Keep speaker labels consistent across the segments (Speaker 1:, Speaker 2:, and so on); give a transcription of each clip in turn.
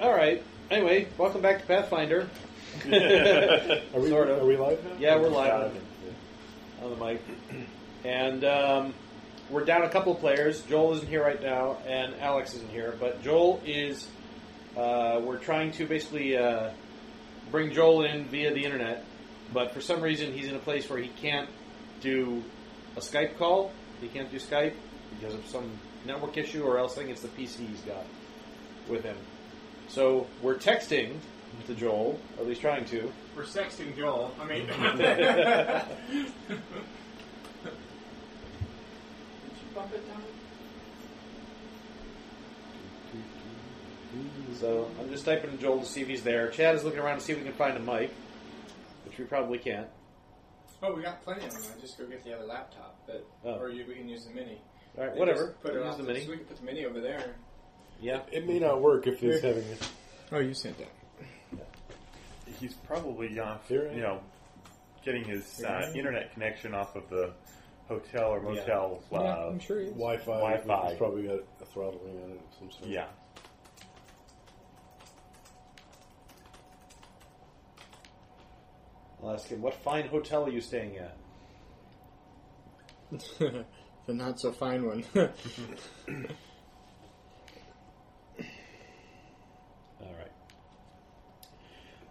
Speaker 1: All right. Anyway, welcome back to Pathfinder.
Speaker 2: Are we,
Speaker 1: Sort of.
Speaker 2: are we live now?
Speaker 1: Yeah, we're live.
Speaker 2: Yeah, I think,
Speaker 1: on the mic. And um, we're down a couple players. Joel isn't here right now, and Alex isn't here. But Joel is. Uh, we're trying to basically uh, bring Joel in via the internet, but for some reason he's in a place where he can't do a Skype call. He can't do Skype because of some network issue, or else I think it's the PC he's got with him. So we're texting to Joel, or at least trying to.
Speaker 3: We're sexting Joel. I mean,
Speaker 1: So I'm just typing in Joel to see if he's there. Chad is looking around to see if we can find a mic, which we probably can't.
Speaker 3: oh, we got plenty of them. I just go get the other laptop, but
Speaker 1: Oh.
Speaker 3: or you, we can use the mini.
Speaker 1: All right,
Speaker 3: They
Speaker 1: whatever.
Speaker 3: just Put it
Speaker 1: Use
Speaker 3: off
Speaker 1: the mini.
Speaker 3: We can put the mini over there.
Speaker 1: Yeah.
Speaker 2: It may not work if he's having
Speaker 3: Oh, you sent that.
Speaker 4: He's probably off,
Speaker 2: Here I am.
Speaker 4: you know, getting his
Speaker 2: I
Speaker 4: uh,
Speaker 2: am.
Speaker 4: internet connection off of the hotel or motel. Yeah, uh,
Speaker 3: sure he is.
Speaker 2: Wi-Fi.
Speaker 4: Wi-Fi.
Speaker 2: He's probably got a throttling on it of some sort.
Speaker 4: yeah.
Speaker 1: I'll ask him, what fine hotel are you staying at?
Speaker 3: the not so fine one.
Speaker 1: All right.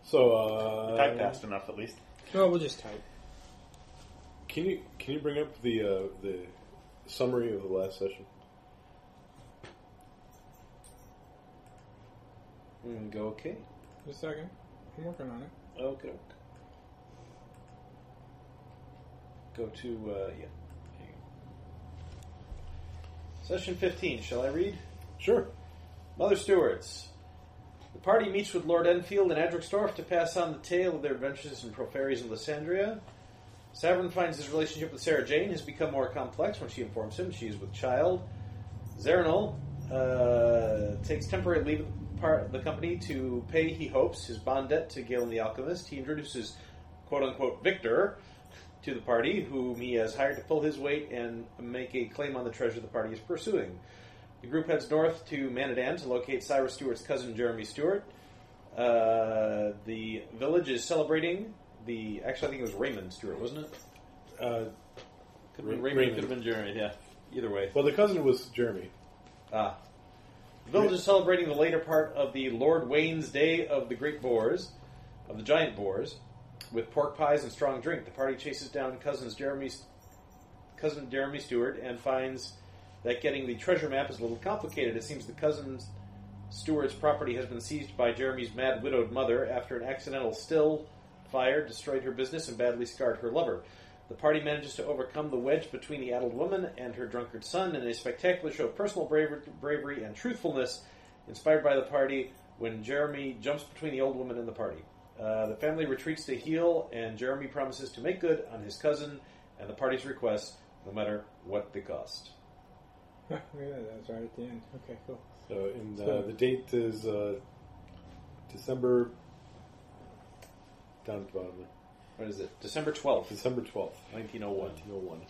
Speaker 2: So, uh,
Speaker 4: Type fast enough, at least.
Speaker 3: well, we'll just type.
Speaker 2: Can you can you bring up the uh, the summary of the last session?
Speaker 1: Mm, go okay.
Speaker 3: Just a second. I'm working on it.
Speaker 1: Okay. Go to, uh, yeah. There you go. Session 15. Shall I read?
Speaker 2: Sure.
Speaker 1: Mother Stewart's. The party meets with Lord Enfield and Adrixdorf to pass on the tale of their adventures in Proferes and Lysandria. Savern finds his relationship with Sarah Jane has become more complex when she informs him she is with child. Zernal uh, takes temporary leave of the par- the company to pay, he hopes, his bond debt to Galen the Alchemist. He introduces quote unquote Victor to the party, whom he has hired to pull his weight and make a claim on the treasure the party is pursuing. The group heads north to Manadan to locate Cyrus Stewart's cousin Jeremy Stewart. Uh, the village is celebrating the. Actually, I think it was Raymond Stewart, wasn't it?
Speaker 2: Uh,
Speaker 1: Could have been
Speaker 2: Ra-
Speaker 1: Raymond,
Speaker 2: Raymond.
Speaker 1: could have been Jeremy, yeah. Either way.
Speaker 2: well, the cousin was Jeremy.
Speaker 1: Ah. The village is celebrating the later part of the Lord Wayne's Day of the Great Boars, of the Giant Boars, with pork pies and strong drink. The party chases down cousins Jeremy, cousin Jeremy Stewart and finds that getting the treasure map is a little complicated. It seems the cousins Stewart's property has been seized by Jeremy's mad widowed mother after an accidental still fire destroyed her business and badly scarred her lover. The party manages to overcome the wedge between the addled woman and her drunkard son in a spectacular show of personal braver- bravery and truthfulness inspired by the party when Jeremy jumps between the old woman and the party. Uh, the family retreats to heal, and Jeremy promises to make good on his cousin and the party's request, no matter what the cost.
Speaker 3: yeah, that's right at the end. Okay, cool.
Speaker 2: So, and uh,
Speaker 3: So-
Speaker 2: the date is uh, December. Down at the bottom there.
Speaker 1: What is it? December 12th,
Speaker 2: December twelfth,
Speaker 1: 1901.
Speaker 2: nineteen oh one.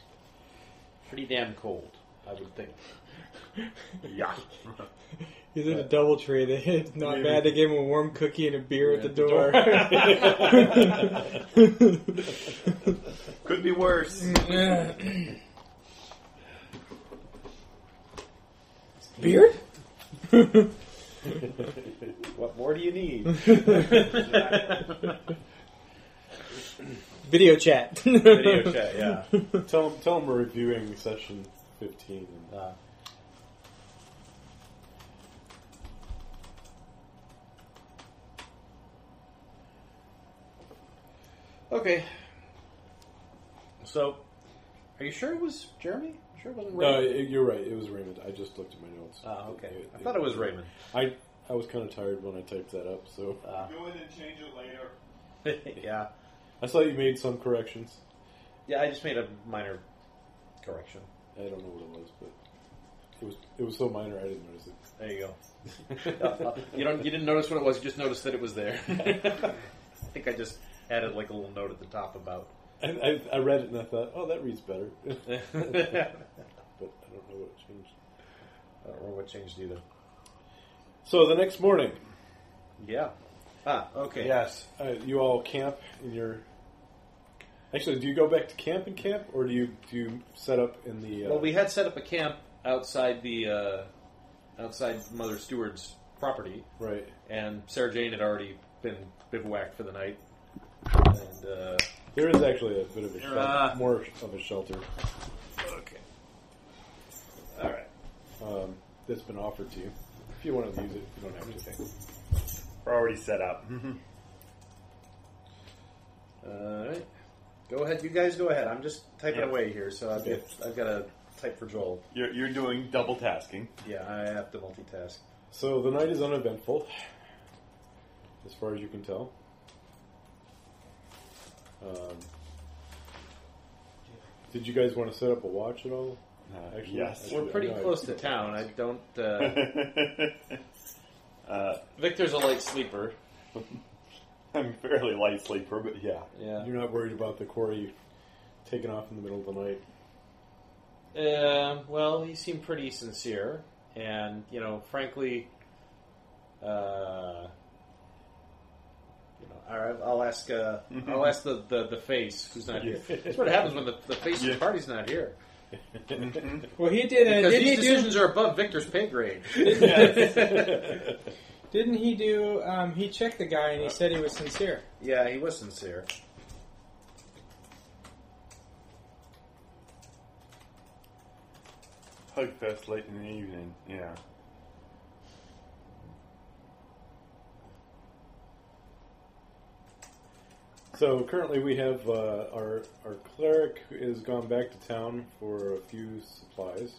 Speaker 1: Pretty damn cold, I would think.
Speaker 4: Yeah.
Speaker 5: He's in a double tree. They, it's not
Speaker 2: Maybe.
Speaker 5: bad. They gave him a warm cookie and a beer at the door.
Speaker 4: Could be worse.
Speaker 5: Beard?
Speaker 1: What more do you need?
Speaker 5: Video chat.
Speaker 1: Video chat, yeah.
Speaker 2: Tell them, tell them we're reviewing session fifteen. And,
Speaker 1: Uh, okay. So, are you sure it was Jeremy? You sure it wasn't
Speaker 2: no,
Speaker 1: Raymond?
Speaker 2: it- Uh, you're right. It was Raymond. I just looked at my notes.
Speaker 1: Ah, okay. I thought it was Raymond.
Speaker 2: I I was kind of tired when I typed that up, so
Speaker 1: Uh,
Speaker 3: Go in and change it later.
Speaker 1: yeah.
Speaker 2: I saw you made some corrections.
Speaker 1: Yeah, I just made a minor correction.
Speaker 2: I don't know what it was, but it was it was so minor I didn't notice it.
Speaker 1: There you go. you don't. You didn't notice what it was. You just noticed that it was there. I think I just added like a little note at the top about.
Speaker 2: And I, I read it and I thought, oh, that reads better, but I don't
Speaker 1: I
Speaker 2: know what changed.
Speaker 1: don't remember what changed either.
Speaker 2: So the next morning,
Speaker 1: Yeah. Ah, okay.
Speaker 2: Yes. Uh, you all camp in your. Actually, do you go back to camp and camp, or do you do you set up in the? Uh,
Speaker 1: Well, we had set up a camp outside the uh, outside Mother Steward's property,
Speaker 2: right.
Speaker 1: and Sarah Jane had already been bivouacked for the night. And uh,
Speaker 2: There is actually a bit of a shelter,
Speaker 1: Uh.
Speaker 2: more of a shelter
Speaker 1: okay, all right.
Speaker 2: um, that's been offered to you. If you want to use it, you don't have to.
Speaker 4: We're already set up.
Speaker 2: Mm-hmm.
Speaker 1: uh, All right. Go ahead, you guys. Go ahead. I'm just typing
Speaker 4: Yeah.
Speaker 1: away here, so I've, got, I've got to type for Joel.
Speaker 4: You're, you're doing double tasking.
Speaker 1: Yeah, I have to multitask.
Speaker 2: So the night is uneventful, as far as you can tell. Um, did you guys want to set up a watch at all?
Speaker 4: Uh,
Speaker 2: Actually,
Speaker 4: yes.
Speaker 1: We're pretty
Speaker 2: No, I-
Speaker 1: close to town. I don't. Uh,
Speaker 4: uh,
Speaker 1: Victor's a light sleeper.
Speaker 4: I'm fairly light sleeper, but yeah.
Speaker 1: Yeah.
Speaker 2: You're not worried about the quarry taking off in the middle of the night.
Speaker 1: Um, well, he seemed pretty sincere, and you know, frankly, uh, you know, all right, I'll ask. Uh, I'll ask the, the, the face who's not here. That's what happens when the, the face of
Speaker 4: Yeah.
Speaker 1: the party's not here.
Speaker 5: Well, he did. Uh,
Speaker 1: Because
Speaker 5: didn't he
Speaker 1: these
Speaker 5: do?
Speaker 1: decisions are above Victor's pay grade.
Speaker 5: Didn't he do? Um, he checked the guy and he said he was sincere.
Speaker 1: yeah, he was sincere.
Speaker 4: Hugfest late in the evening. Yeah.
Speaker 2: So currently we have uh, our our cleric who has gone back to town for a few supplies.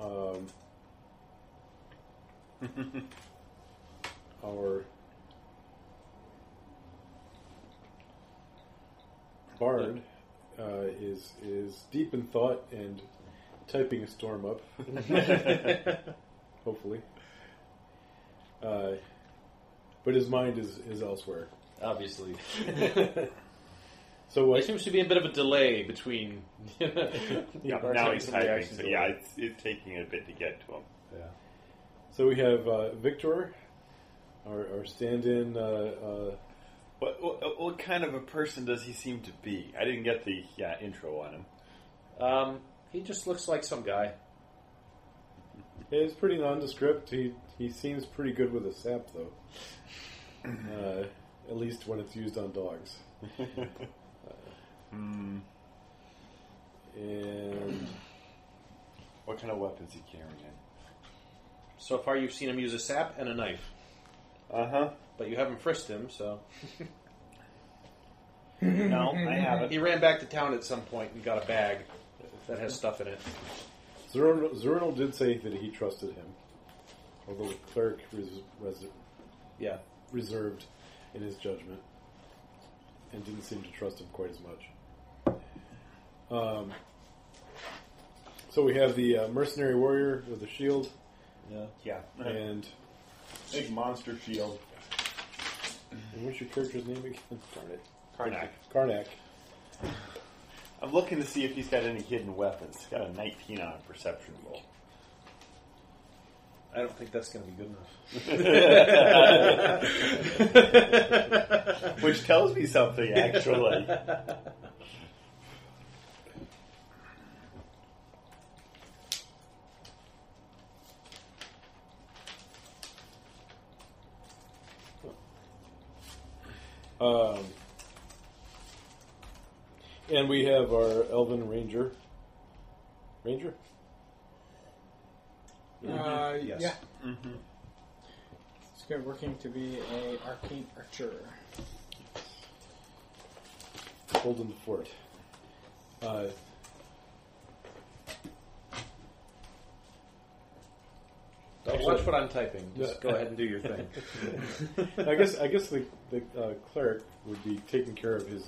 Speaker 2: Um, our bard uh, is is deep in thought and typing a storm up. Hopefully, uh, but his mind is is elsewhere.
Speaker 1: Obviously,
Speaker 2: So
Speaker 1: there
Speaker 2: what?
Speaker 1: seems to be a bit of a delay between.
Speaker 4: Yeah,
Speaker 1: our
Speaker 4: now
Speaker 1: attempts and
Speaker 4: he's
Speaker 1: the
Speaker 4: typing,
Speaker 1: actions
Speaker 4: so
Speaker 1: of
Speaker 4: yeah,
Speaker 1: the-
Speaker 4: it's, it's taking a bit to get to him.
Speaker 2: So we have uh, Victor, our, our stand-in. Uh,
Speaker 4: What, what, what kind of a person does he seem to be? I didn't get the yeah, intro on him.
Speaker 1: Um, he just looks like some guy.
Speaker 2: uh, he's pretty nondescript. He he seems pretty good with a sap, though. uh, at least when it's used on dogs.
Speaker 4: Hmm.
Speaker 2: And
Speaker 4: What kind of weapons he carrying in?
Speaker 1: So far, you've seen him use a sap and a knife.
Speaker 4: Uh huh.
Speaker 1: But you haven't frisked him, so
Speaker 4: No, I haven't.
Speaker 1: he ran back to town at some point and got a bag that has stuff in it.
Speaker 2: Zernal Zernal did say that he trusted him, although the clerk res- res-
Speaker 1: Yeah,
Speaker 2: reserved in his judgment and didn't seem to trust him quite as much. Um, so we have the uh, mercenary warrior with a shield
Speaker 1: yeah.
Speaker 4: Yeah.
Speaker 2: and
Speaker 4: Big monster shield.
Speaker 2: And what's your character's name again? Darn it.
Speaker 4: Karnak.
Speaker 2: Karnak.
Speaker 4: I'm looking to see if he's got any hidden weapons. He's got a 19 on a perception roll.
Speaker 1: I don't think that's going to be good enough.
Speaker 4: Which tells me something, actually.
Speaker 2: Um, and we have our Elven Ranger. Ranger?
Speaker 5: Uh,
Speaker 1: Yes.
Speaker 5: Yeah.
Speaker 4: Mhm.
Speaker 5: It's good working to be a arcane archer.
Speaker 2: Holding the fort. Uh,
Speaker 1: Don't
Speaker 2: Actually-
Speaker 1: watch what I'm typing. Just
Speaker 2: Yeah.
Speaker 1: go ahead and do your thing.
Speaker 2: I guess I guess the, the uh, cleric would be taking care of his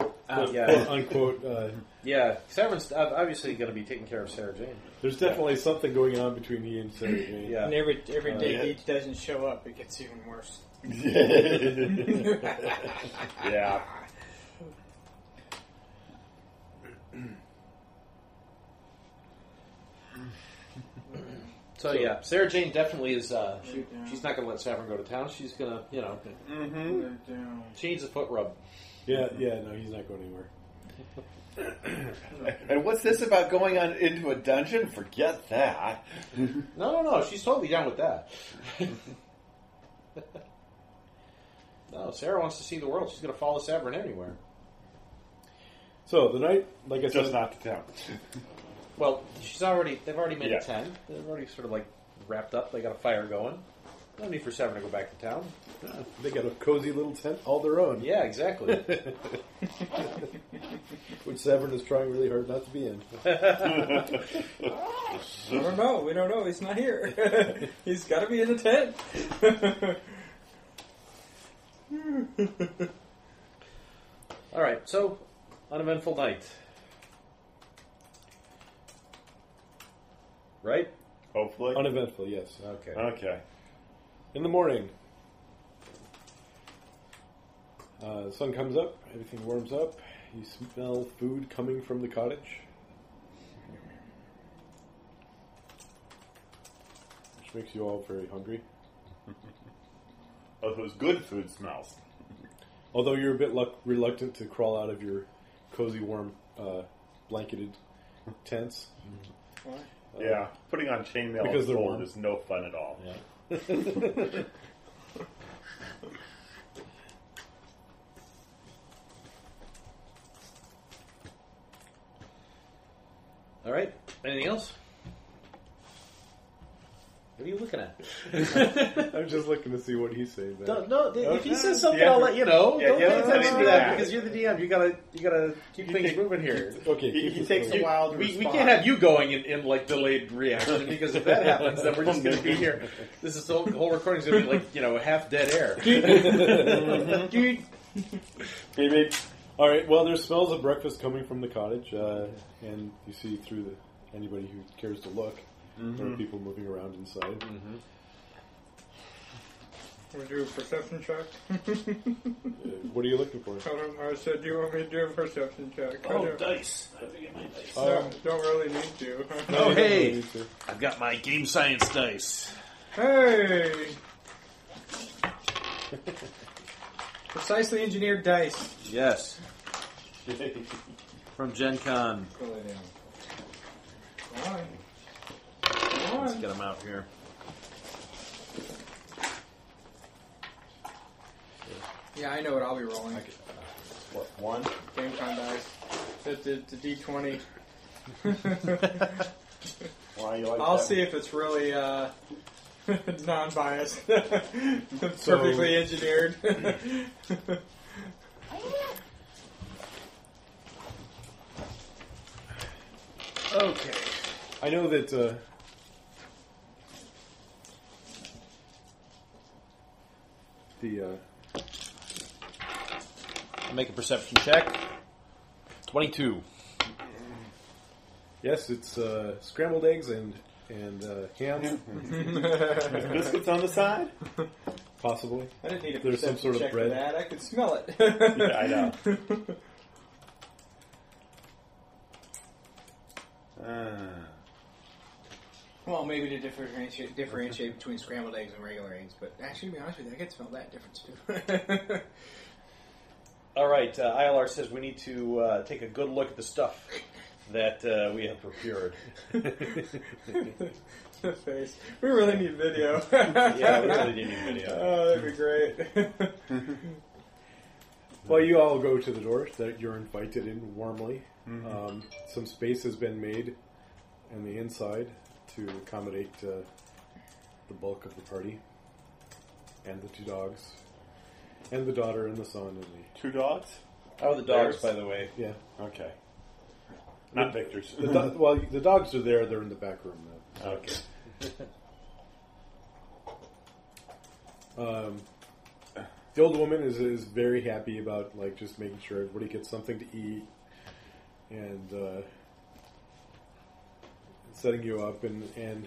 Speaker 1: Uh,
Speaker 2: quote
Speaker 1: yeah,
Speaker 2: unquote. Uh,
Speaker 1: yeah. Severin's ob- obviously going to be taking care of Sarah Jane.
Speaker 2: there's definitely something going on between he and Sarah Jane.
Speaker 1: Yeah.
Speaker 5: And every every
Speaker 2: Uh,
Speaker 5: day
Speaker 4: yeah.
Speaker 5: he doesn't show up, it gets even worse.
Speaker 4: yeah.
Speaker 1: So yeah, Sarah Jane definitely is. Uh, she,
Speaker 3: Shoot down.
Speaker 1: she's not going to let Saffron go to town. She's going to, you know,
Speaker 4: Mm-hmm.
Speaker 3: They're down.
Speaker 1: she needs a foot rub.
Speaker 2: Yeah, yeah, no, he's not going anywhere.
Speaker 4: And what's this about going on into a dungeon? Forget that.
Speaker 1: No, no, no. She's totally down with that. no, Sarah wants to see the world. She's going to follow Saffron everywhere.
Speaker 2: So the night, like I said,
Speaker 4: Just not the town.
Speaker 1: Well, she's already. They've already made
Speaker 4: Yeah.
Speaker 1: a ten. They've already sort of like wrapped up. They got a fire going. No need for Saffron to go back to town.
Speaker 2: they got a cozy little tent all their own,
Speaker 1: Yeah, exactly.
Speaker 2: which Severn is trying really hard not to be in.
Speaker 3: I don't know. We don't know. He's not here. He's got to be in the tent.
Speaker 1: All right. So, uneventful night. Right.
Speaker 4: Hopefully.
Speaker 2: Uneventful, yes.
Speaker 1: Okay.
Speaker 4: Okay.
Speaker 2: In the morning, uh, the sun comes up, everything warms up. You smell food coming from the cottage, which makes you all very hungry.
Speaker 4: Oh, those good food smells.
Speaker 2: Although you're a bit luck- reluctant to crawl out of your cozy, warm, uh, blanketed tents.
Speaker 4: yeah. Putting on
Speaker 2: Oh.
Speaker 4: chainmail
Speaker 2: Because
Speaker 4: because
Speaker 2: they're
Speaker 4: and
Speaker 2: warm.
Speaker 4: cold is no fun at all.
Speaker 1: Yeah. All right. Anything else? What are you looking at?
Speaker 2: I'm just looking to see what he's saying. back.
Speaker 1: Don't, no, th- if he
Speaker 4: Okay.
Speaker 1: says something,
Speaker 4: Yeah.
Speaker 1: I'll let you know.
Speaker 4: Yeah,
Speaker 1: Don't
Speaker 4: yeah,
Speaker 1: pay
Speaker 4: let's
Speaker 1: attention to
Speaker 4: do
Speaker 1: that
Speaker 4: that.
Speaker 1: because you're the DM. You gotta, you gotta keep
Speaker 4: You
Speaker 1: things
Speaker 4: take-
Speaker 1: moving here.
Speaker 2: Okay,
Speaker 4: He,
Speaker 2: keep
Speaker 4: he
Speaker 2: it
Speaker 4: takes
Speaker 2: going.
Speaker 4: a while to
Speaker 1: We, we
Speaker 4: respond.
Speaker 1: can't have you going in, in like delayed reaction because if that happens, then we're just going to be here. This is the whole, the whole recording's going to be like you know half dead air.
Speaker 4: Oh,
Speaker 3: Dude.
Speaker 4: Beep, beep.
Speaker 2: All right. Well, there's smells of breakfast coming from the cottage, uh, and you see through the, anybody who cares to look, there are people moving around inside. Uh,
Speaker 3: Wanna do a perception check?
Speaker 2: Uh, what are you looking for?
Speaker 3: I, don't, I said, do you want me to do a perception check?
Speaker 4: Oh,
Speaker 3: I don't,
Speaker 1: Oh, dice!
Speaker 3: no, don't really need to.
Speaker 1: Oh,
Speaker 2: you don't
Speaker 1: hey.
Speaker 2: really need to.
Speaker 1: I've got my game science dice.
Speaker 3: hey! Precisely engineered dice.
Speaker 1: Yes, from Gen Con.
Speaker 3: Pull it down. Come on. Come
Speaker 1: Let's
Speaker 3: on.
Speaker 1: get them out here.
Speaker 3: Yeah, I know what I'll be rolling.
Speaker 4: What, one?
Speaker 3: Game con dice. It's the, the D20.
Speaker 4: Why you like
Speaker 3: I'll
Speaker 4: that?
Speaker 3: see if it's really uh, non-biased, perfectly engineered.
Speaker 1: Okay.
Speaker 2: I know that. Uh, the uh,
Speaker 1: I'll make a perception check. Twenty-two.
Speaker 2: yes, it's uh, scrambled eggs and and uh, ham,
Speaker 4: Biscuits on the side?
Speaker 2: possibly.
Speaker 3: I didn't need a
Speaker 2: There's some
Speaker 3: perception
Speaker 2: sort of
Speaker 3: check for
Speaker 2: bread.
Speaker 3: that. I could smell it.
Speaker 4: Yeah, I know. Uh,
Speaker 3: well, maybe to differentiate, differentiate between scrambled eggs and regular eggs, but actually, to be honest with you, I could smell that difference too.
Speaker 1: All right. Uh, ILR says we need to uh, take a good look at the stuff that uh, we have procured.
Speaker 3: the face. We really need video.
Speaker 1: Yeah, we really didn't even video.
Speaker 3: Oh, that'd be great.
Speaker 2: Well, you all go to the door that you're invited in warmly. Um, some space has been made on the inside to accommodate uh, the bulk of the party and the two dogs and the daughter and the son and the
Speaker 4: two dogs?
Speaker 1: How are Oh, the dogs, by the way?
Speaker 2: yeah.
Speaker 4: Okay. Not Victor's.
Speaker 2: The do- well, the dogs are there. They're in the back room now.
Speaker 4: okay.
Speaker 2: The old woman is is very happy about like just making sure everybody gets something to eat and uh, setting you up and and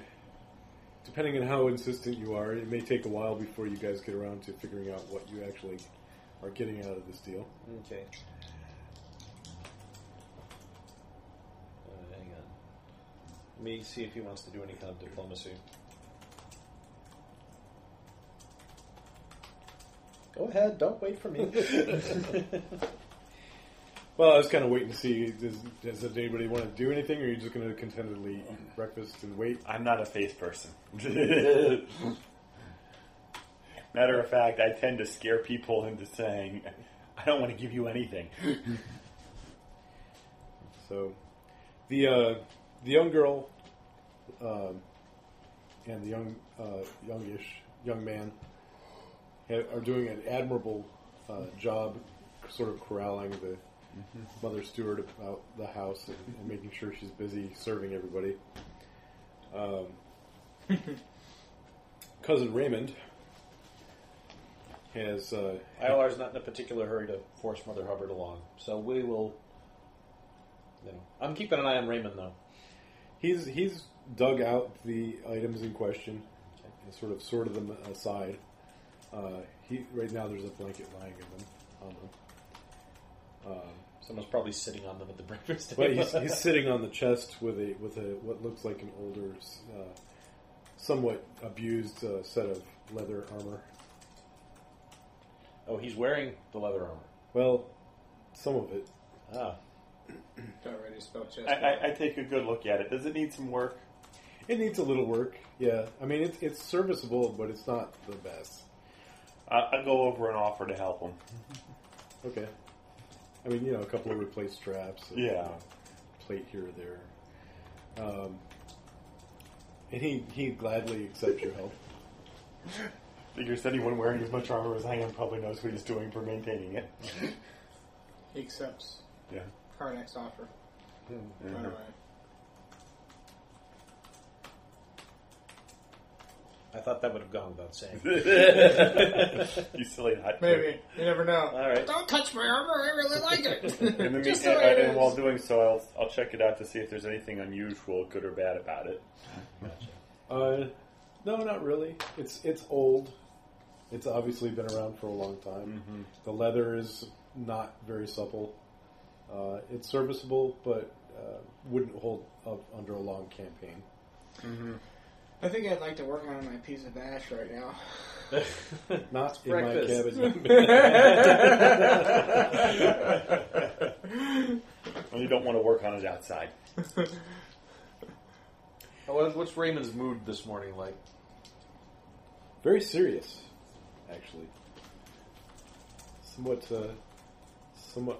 Speaker 2: depending on how insistent you are, it may take a while before you guys get around to figuring out what you actually are getting out of this deal.
Speaker 1: Okay. Uh, hang on. Let me see if he wants to do any kind of diplomacy. Go ahead, don't wait for me.
Speaker 2: Well, I was kind of waiting to see does, does anybody want to do anything, or are you just going to contentedly eat breakfast and wait?
Speaker 4: I'm not a face person. Matter of fact, I tend to scare people into saying, I don't want to give you anything.
Speaker 2: So, the uh, the young girl, um, and the young uh, youngish young man ha- are doing an admirable uh, job, sort of corralling the mother steward about the house and, and making sure she's busy serving everybody. Um, cousin Raymond has uh,
Speaker 1: ILR's not in a particular hurry to force Mother Hubbard along, so we will. You know, I'm keeping an eye on Raymond though.
Speaker 2: He's he's dug out the items in question and sort of sorted them aside. Uh, he right now there's a blanket lying in them Um, on them.
Speaker 1: Someone's probably sitting on them at the breakfast table.
Speaker 2: But he's, he's sitting on the chest with a with a what looks like an older, uh, somewhat abused uh, set of leather armor.
Speaker 1: oh, he's wearing the leather armor.
Speaker 2: Well, some of it.
Speaker 1: Ah,
Speaker 5: Don't really spell check.
Speaker 4: I, I, I take a good look at it. Does it need some work?
Speaker 2: It needs a little work. Yeah, I mean it's it's serviceable, but it's not the best.
Speaker 4: I, I go over and offer to help him.
Speaker 2: Okay. I mean, you know, a couple of replaced straps. and,
Speaker 4: Yeah.
Speaker 2: you know, plate here or there. Um, and he, he gladly accepts your help.
Speaker 4: Figures anyone wearing as much armor as I am probably knows what he's doing for maintaining it.
Speaker 5: He accepts
Speaker 4: Yeah.
Speaker 5: Karnak's offer. Right away.
Speaker 1: I thought that would have gone without saying.
Speaker 4: you silly nut.
Speaker 5: Maybe. You never know.
Speaker 1: All right.
Speaker 5: Don't touch my armor. I really like it.
Speaker 4: In the
Speaker 5: Just
Speaker 4: meantime,
Speaker 5: the way it
Speaker 4: and
Speaker 5: is.
Speaker 4: while doing so, I'll, I'll check it out to see if there's anything unusual, good or bad about it.
Speaker 2: Uh, no, not really. It's, it's old. It's obviously been around for a long time. The leather is not very supple. Uh, it's serviceable, but uh, wouldn't hold up under a long campaign.
Speaker 5: I think I'd like to work on my piece of ash right now.
Speaker 2: Not in
Speaker 1: breakfast.
Speaker 2: my cabin.
Speaker 4: And you don't want to work on it outside.
Speaker 1: Oh, what- What's Raymond's mood this morning like?
Speaker 2: Very serious, actually. Somewhat, uh, somewhat.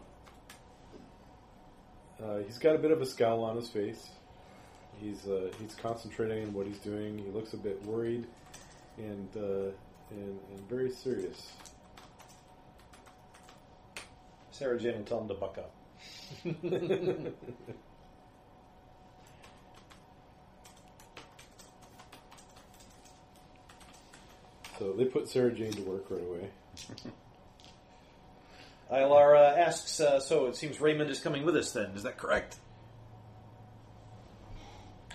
Speaker 2: Uh, he's got a bit of a scowl on his face. He's uh, he's concentrating on what he's doing. He looks a bit worried, and uh, and, and very serious.
Speaker 1: Sarah Jane will tell him to buck up.
Speaker 2: So they put Sarah Jane to work right away.
Speaker 1: ILR uh, asks, uh, so it seems Raymond is coming with us then, is that correct?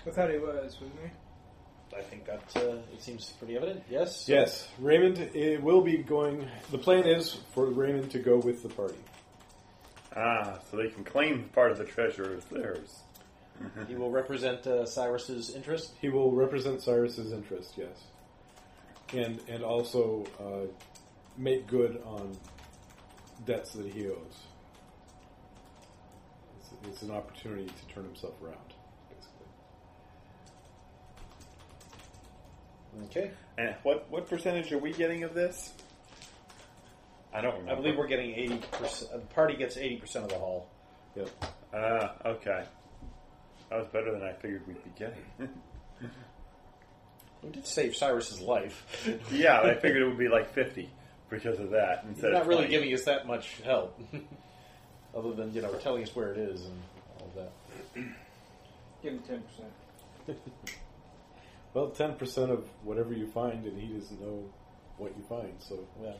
Speaker 5: I thought he was, wasn't he?
Speaker 1: I think that uh, it seems pretty evident, yes?
Speaker 2: Yes, Raymond it will be going. The plan is for Raymond to go with the party.
Speaker 4: Ah, so they can claim part of the treasure as theirs.
Speaker 1: He will represent uh, Cyrus's interest.
Speaker 2: He will represent Cyrus's interest, yes, and and also uh, make good on debts that he owes. It's, it's an opportunity to turn himself around, basically.
Speaker 1: Okay.
Speaker 4: And what what percentage are we getting of this? I don't remember.
Speaker 1: I believe we're getting 80%, uh, the party gets 80% of the haul.
Speaker 2: Yep.
Speaker 4: Ah, okay. That was better than I figured we'd be getting.
Speaker 1: We did save Cyrus's life.
Speaker 4: yeah, I figured it would be like fifty because of that.
Speaker 1: You're
Speaker 4: Instead of
Speaker 1: not really
Speaker 4: 20.
Speaker 1: giving us that much help. Other than, you know, telling us where it is and all of that.
Speaker 5: Give him ten percent.
Speaker 2: Well, ten percent of whatever you find, and he doesn't know what you find. So,
Speaker 1: Yeah.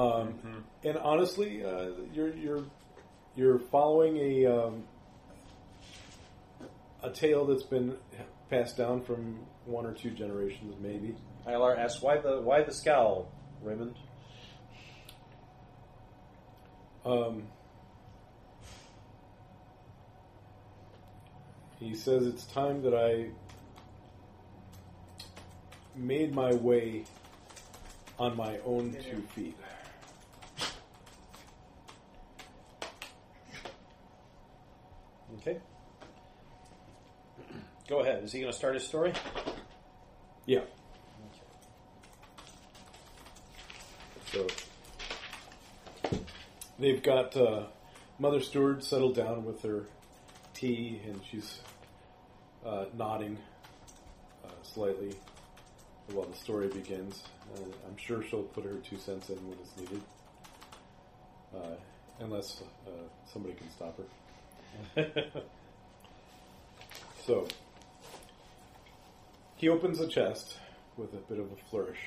Speaker 2: um, and honestly, uh, you're you're you're following a um, a tale that's been passed down from one or two generations, maybe.
Speaker 1: ILR asks, why the, why the scowl, Raymond?
Speaker 2: Um, he says it's time that I made my way on my own two feet.
Speaker 1: Okay. Go ahead. Is he going to start his story?
Speaker 2: Yeah. So they've got uh, Mother Stewart settled down with her tea, and she's uh, nodding uh, slightly while the story begins. Uh, I'm sure she'll put her two cents in when it's needed, uh, unless uh, somebody can stop her. So he opens the chest with a bit of a flourish.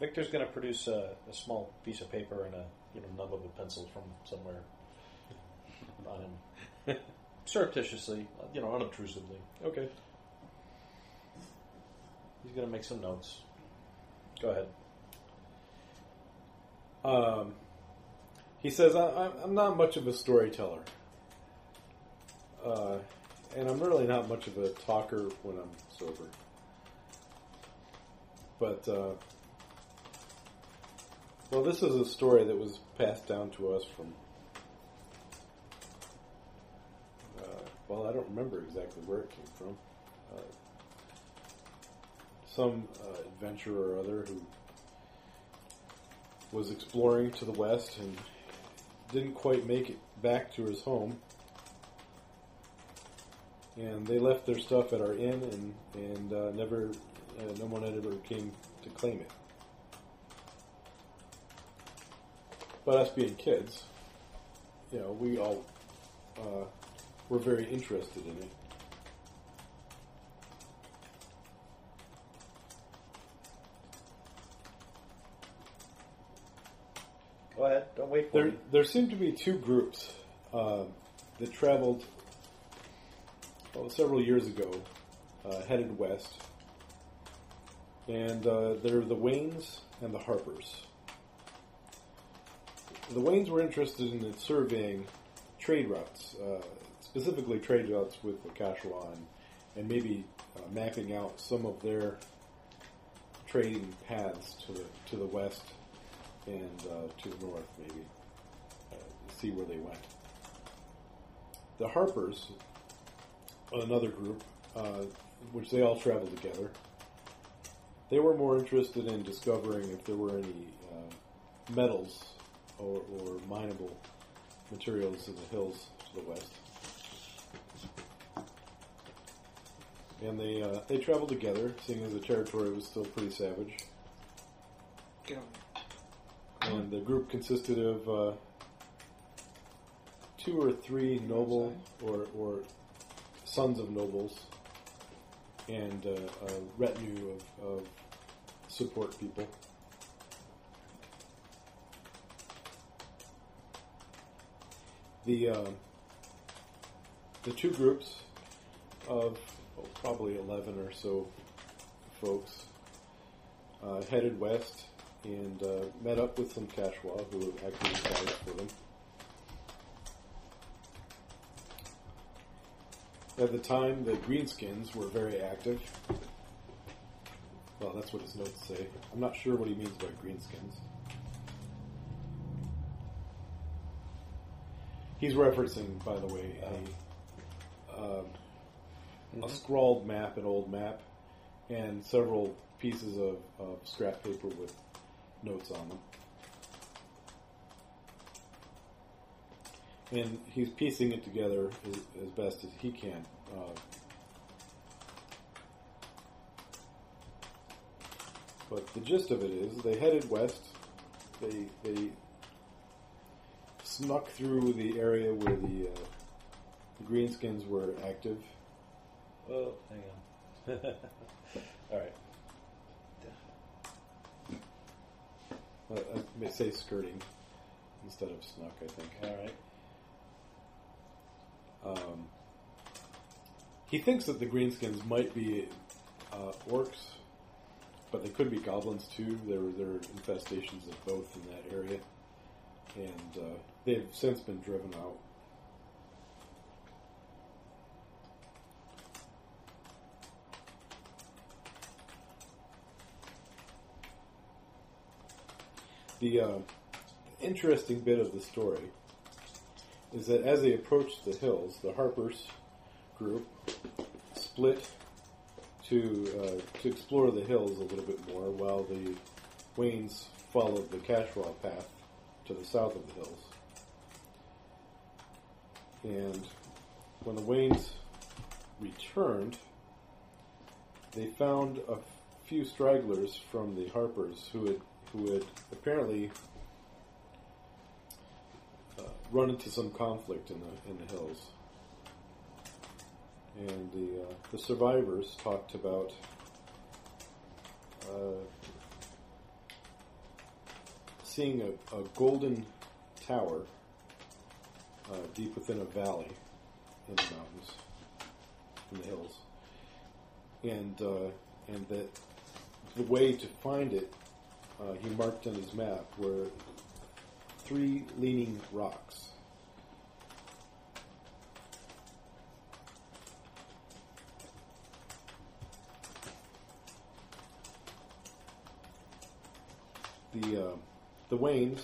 Speaker 1: Victor's going to produce a, a small piece of paper and a you know, nub of a pencil from somewhere on him, surreptitiously, you know, unobtrusively.
Speaker 2: Okay.
Speaker 1: He's going to make some notes. Go ahead.
Speaker 2: Um, he says, I, I- I'm not much of a storyteller. Uh, and I'm really not much of a talker when I'm sober. But, uh, well, this is a story that was passed down to us from. Uh, well, I don't remember exactly where it came from. Uh, some uh, adventurer or other who was exploring to the west and didn't quite make it back to his home. And they left their stuff at our inn, and and uh, never, uh, no one had ever came to claim it. But us being kids, you know, we all uh, were very interested in it.
Speaker 1: Go ahead. Don't wait for
Speaker 2: There,
Speaker 1: me.
Speaker 2: there seemed to be two groups uh, that traveled well, several years ago, uh, headed west, and uh, they're the Waynes and the Harpers. The Waynes were interested in surveying trade routes, uh, specifically trade routes with the Kashawa, and, and maybe uh, mapping out some of their trading paths to the to the west and uh, to the north, maybe uh, see where they went. The Harpers, another group, uh, which they all traveled together. They were more interested in discovering if there were any uh, metals or, or mineable materials in the hills to the west. And they uh, they traveled together, seeing as the territory was still pretty savage
Speaker 5: Get over
Speaker 2: and the group consisted of uh, two or three noble or, or sons of nobles and uh, a retinue of, of support people. The uh, the two groups of oh, probably eleven or so folks uh, headed west and uh, met up with some Kashwa who actually died for them. At the time, the Greenskins were very active. Well, that's what his notes say. I'm not sure what he means by Greenskins. He's referencing, by the way, a, um, a scrawled map, an old map, and several pieces of, of scrap paper with notes on them. And he's piecing it together as, as best as he can. Uh, but the gist of it is, they headed west. They they snuck through the area where the, uh, the greenskins were active.
Speaker 1: Oh, hang on. All right.
Speaker 2: Uh, I may say skirting instead of snuck. I think.
Speaker 1: All right.
Speaker 2: Um, he thinks that the greenskins might be uh, orcs, but they could be goblins too. There were there were infestations of both in that area, and uh, they've since been driven out. The uh, interesting bit of the story is that as they approached the hills, the Harpers group split to uh, to explore the hills a little bit more, while the Waynes followed the Cashwell path to the south of the hills. And when the Waynes returned, they found a few stragglers from the Harpers who had who had apparently uh, run into some conflict in the in the hills. And the uh, the survivors talked about uh, seeing a, a golden tower uh, deep within a valley in the mountains, in the hills, and uh, and that the way to find it, uh, he marked on his map were three leaning rocks. The uh, the Waynes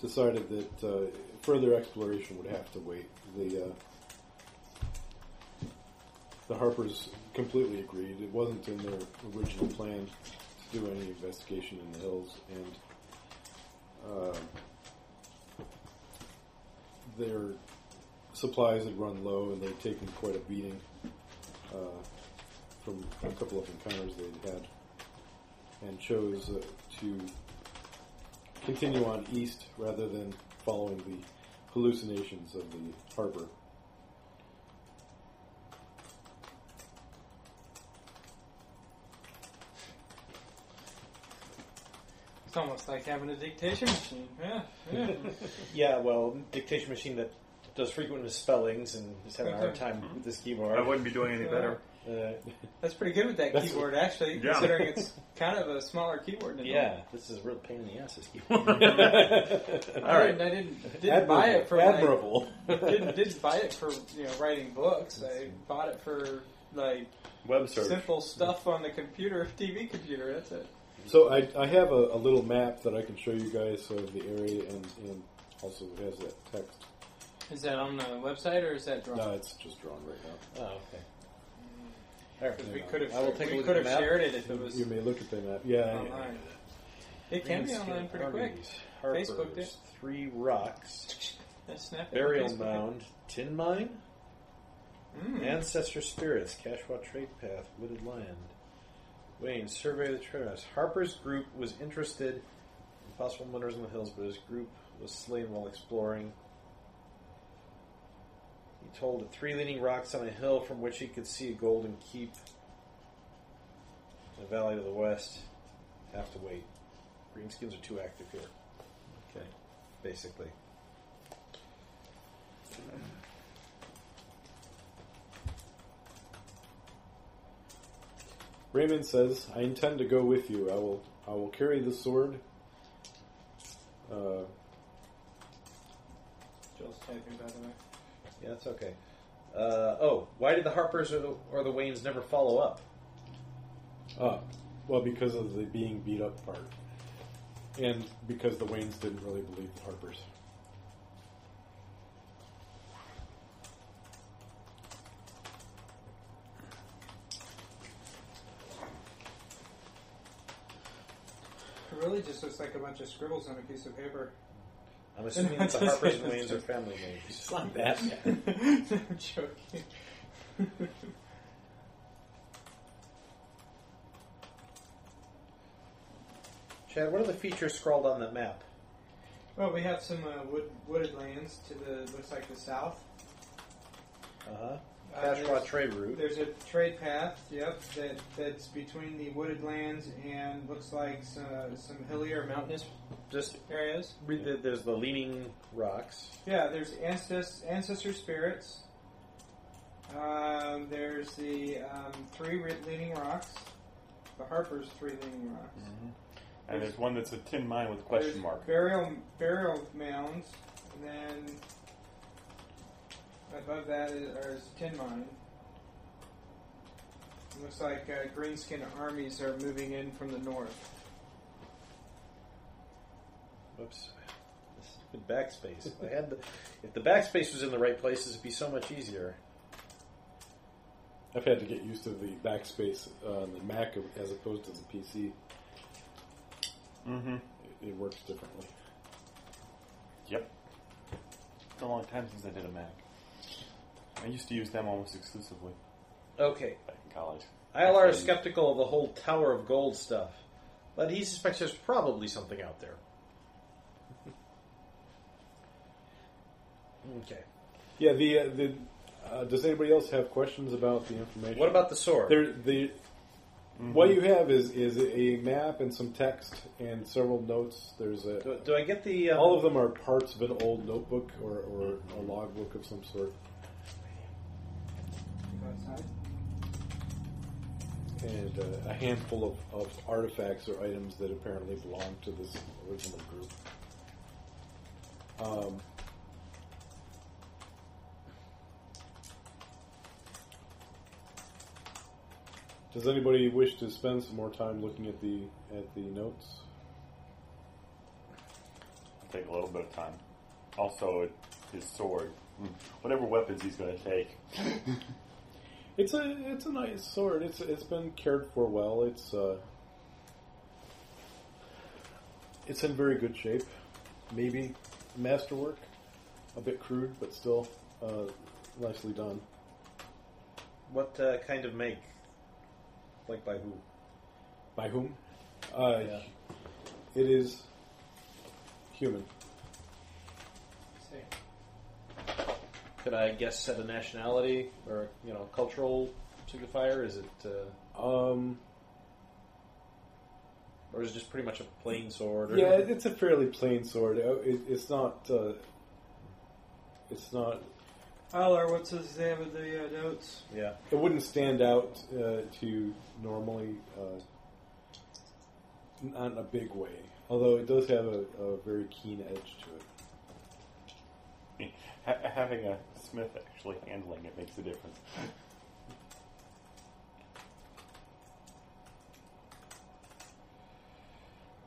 Speaker 2: decided that uh, further exploration would have to wait. The uh, the Harpers completely agreed. It wasn't in their original plan to do any investigation in the hills, and um, their supplies had run low, and they'd taken quite a beating uh, from a couple of encounters they'd had, and chose uh, to continue on east rather than following the hallucinations of the harbor.
Speaker 3: It's almost like having a dictation machine. Yeah. yeah.
Speaker 1: Yeah, well, dictation machine that does frequent misspellings and is having a hard time with this keyboard.
Speaker 4: I wouldn't be doing any better.
Speaker 1: Uh,
Speaker 3: That's pretty good with that
Speaker 2: That's-
Speaker 3: keyboard, actually,
Speaker 4: Yeah.
Speaker 3: considering it's kind of a smaller keyboard. Than
Speaker 1: yeah, this is a real pain in the ass. This keyboard.
Speaker 3: All
Speaker 4: All right.
Speaker 3: right. I didn't, didn't buy it for like,
Speaker 2: admirable.
Speaker 3: didn't, didn't buy it for you know writing books. I bought it for like
Speaker 4: Web search.
Speaker 3: simple stuff on the computer, TV computer. That's it.
Speaker 2: So I, I have a, a little map that I can show you guys of the area and, and also it has that text.
Speaker 3: Is that on the website or is that drawn?
Speaker 2: No, it's just drawn right now.
Speaker 1: oh, okay.
Speaker 3: Mm.
Speaker 1: All right.
Speaker 3: Because we could have,
Speaker 1: I will take a
Speaker 3: we
Speaker 1: look
Speaker 3: could
Speaker 1: at
Speaker 3: have
Speaker 1: the map.
Speaker 3: shared it if it was
Speaker 2: You may look at the map. Yeah, yeah.
Speaker 3: online. It can be online pretty quick.
Speaker 1: Harper's,
Speaker 3: Facebooked it.
Speaker 1: Three rocks,
Speaker 3: That's snap.
Speaker 1: burial mound, tin mine,
Speaker 3: Mm.
Speaker 1: ancestor spirits, Cashwa trade path, wooded land. Wayne, survey the trails. Harper's group was interested in possible murders in the hills, but his group was slain while exploring. He told of three leaning rocks on a hill from which he could see a golden keep. The valley to the west. Have to wait. Greenskins are too active here. Okay. Basically.
Speaker 2: Raymond says, "I intend to go with you. I will. I will carry the sword." Uh,
Speaker 3: Joel's typing, by the way.
Speaker 1: Yeah, that's okay. Uh, oh, why did the Harpers or the, or the Waynes never follow up?
Speaker 2: ah, well, because of the being beat up part, and because the Waynes didn't really believe the Harpers.
Speaker 3: It really just looks like a bunch of scribbles on a piece of paper.
Speaker 1: I'm assuming that the Harpers and Waynes are family names.
Speaker 4: It's not that bad.
Speaker 3: no, I'm joking.
Speaker 1: Chad, what are the features scrawled on that map?
Speaker 3: well, we have some uh, wood, wooded lands to the looks like the south.
Speaker 1: Uh-huh.
Speaker 3: Uh,
Speaker 1: Pashwa
Speaker 3: there's-
Speaker 1: trade route.
Speaker 3: There's a trade path, yep, that, that's between the wooded lands and looks like some, some hilly or mountainous
Speaker 1: Just
Speaker 3: areas.
Speaker 1: read that there's the leaning rocks.
Speaker 3: Yeah, there's ancest- ancestor spirits. Um, there's the um, three re- leaning rocks, the Harper's three leaning rocks.
Speaker 4: Mm-hmm. And there's one that's a tin mine with a question
Speaker 3: There's
Speaker 4: mark.
Speaker 3: Burial burial mounds, and then above that is, or is tin mine. It looks like uh, greenskin armies are moving in from the north.
Speaker 1: Whoops. This backspace. If I had the, if the backspace was in the right places, it'd be so much easier.
Speaker 2: I've had to get used to the backspace uh, on the Mac as opposed to the PC.
Speaker 4: Mm-hmm.
Speaker 2: It, it works differently.
Speaker 4: Yep. It's a long time since I did a Mac. I used to use them almost exclusively
Speaker 1: Okay,
Speaker 4: back in college.
Speaker 1: ILR is skeptical of the whole Tower of Gold stuff, but he suspects there's probably something out there. Okay.
Speaker 2: Yeah. The uh, the uh, does anybody else have questions about the information?
Speaker 1: What about the sword?
Speaker 2: There, the what you have is is a map and some text and several notes. There's a
Speaker 1: do, do I get the? Uh,
Speaker 2: all of them are parts of an old notebook or, or a logbook of some sort,
Speaker 5: Go outside.
Speaker 2: and uh, a handful of, of artifacts or items that apparently belong to this original group. Um, does anybody wish to spend some more time looking at the at the notes?
Speaker 4: It'll take a little bit of time. Also, it- his sword. Mm. Whatever weapons he's going to take.
Speaker 2: It's a it's a nice sword. It's it's been cared for well. It's uh, it's in very good shape. Maybe masterwork, a bit crude, but still uh, nicely done.
Speaker 1: What uh, kind of make? Like by who?
Speaker 2: By whom? Uh,
Speaker 1: Yeah.
Speaker 2: It is human.
Speaker 3: Say,
Speaker 1: Could I guess at a nationality or you know cultural signifier? Is it uh,
Speaker 2: Um,
Speaker 1: or is it just pretty much a plain sword? Or
Speaker 2: yeah, it- it's a fairly plain sword. Uh, It, it's not. Uh, it's not.
Speaker 5: Holler, what's his name of the uh, notes?
Speaker 1: yeah.
Speaker 2: It wouldn't stand out uh, to you normally, uh, not in a big way. Although it does have a, a very keen edge to it.
Speaker 4: Ha- having a smith actually handling it makes a difference.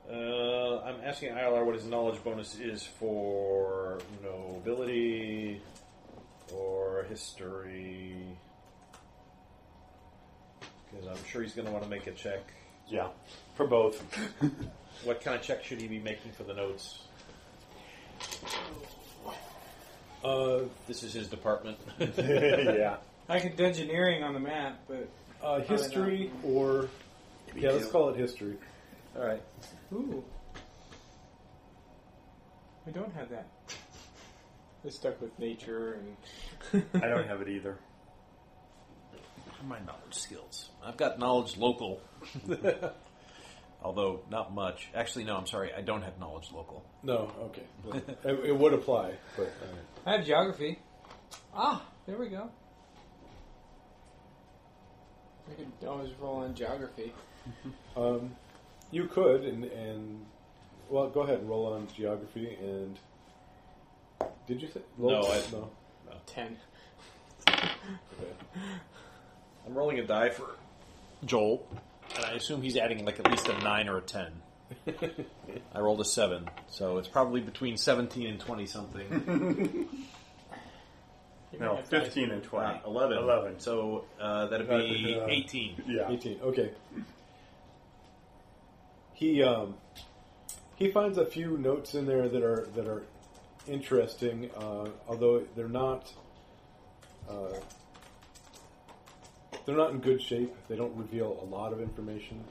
Speaker 1: Uh, I'm asking ILR what his knowledge bonus is for nobility or history. Because I'm sure he's going to want to make a check.
Speaker 4: Yeah, for both.
Speaker 1: What kind of check should he be making for the notes?
Speaker 2: Uh,
Speaker 1: This is his department.
Speaker 4: yeah.
Speaker 5: I could do engineering on the map, but
Speaker 2: uh, history or yeah, let's call it history.
Speaker 1: All right.
Speaker 5: ooh, we don't have that. We're stuck with nature and
Speaker 4: I don't have it either.
Speaker 1: My knowledge skills. I've got knowledge local. Although, not much. Actually, no, I'm sorry. I don't have knowledge local.
Speaker 2: No, okay, it, it would apply, but uh,
Speaker 5: I have geography. Ah, there we go. I could always roll on geography.
Speaker 2: um, you could and and well, go ahead and roll on geography and. Did you say roll-
Speaker 1: No, I-
Speaker 2: no.
Speaker 5: Ten.
Speaker 2: Okay.
Speaker 1: I'm rolling a die for Joel, and I assume he's adding like at least a nine or a ten. I rolled a seven, so it's probably between seventeen and twenty something.
Speaker 4: No, 15 and 20.
Speaker 1: Uh, Eleven.
Speaker 4: 11.
Speaker 1: So uh, that'd be
Speaker 2: Uh,
Speaker 1: eighteen.
Speaker 4: Yeah.
Speaker 2: 18. Okay. He um, he finds a few notes in there that are that are interesting, uh, although they're not uh, they're not in good shape. They don't reveal a lot of information.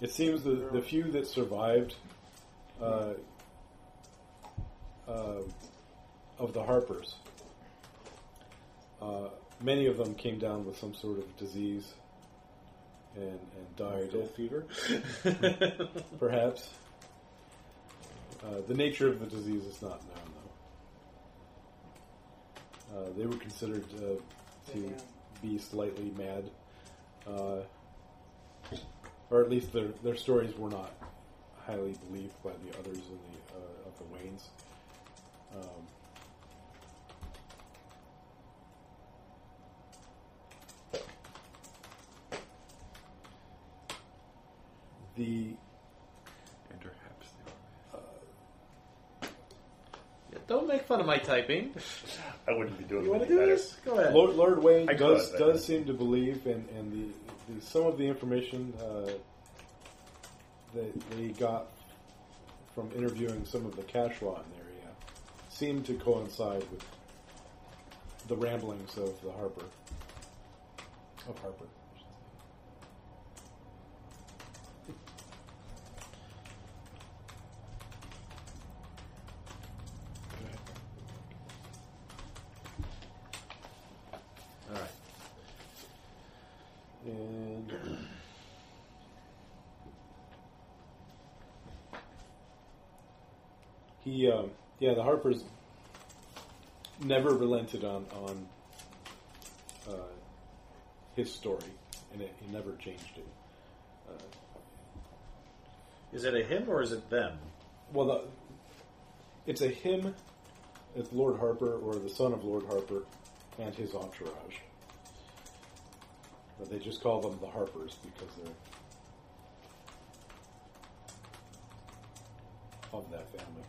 Speaker 2: It seems the the few that survived uh, uh, of the Harpers. Uh, many of them came down with some sort of disease and, and died. fever? Perhaps. Uh, the nature of the disease is not known, though. Uh, they were considered uh, to be slightly mad, uh, or at least their, their stories were not highly believed by the others in the uh, of the Waynes. Um, the
Speaker 4: And perhaps they were.
Speaker 1: Don't make fun of my typing.
Speaker 6: I wouldn't be doing
Speaker 1: You want to
Speaker 6: any
Speaker 1: do
Speaker 6: better.
Speaker 1: this? Go ahead.
Speaker 2: Lord, Lord Wayne
Speaker 6: I
Speaker 2: does
Speaker 6: could, I
Speaker 2: does
Speaker 6: guess.
Speaker 2: seem to believe, and and the, the some of the information uh, that they got from interviewing some of the Cashwa in the area seemed to coincide with the ramblings of the Harper of Harper. I should say.
Speaker 1: All right.
Speaker 2: And he, um, yeah, the Harpers never relented on on uh, his story, and it, he never changed it.
Speaker 1: Is it a him or is it them?
Speaker 2: Well, the, it's a him, it's Lord Harper or the son of Lord Harper, and his entourage. But they just call them the Harpers because they're of that family.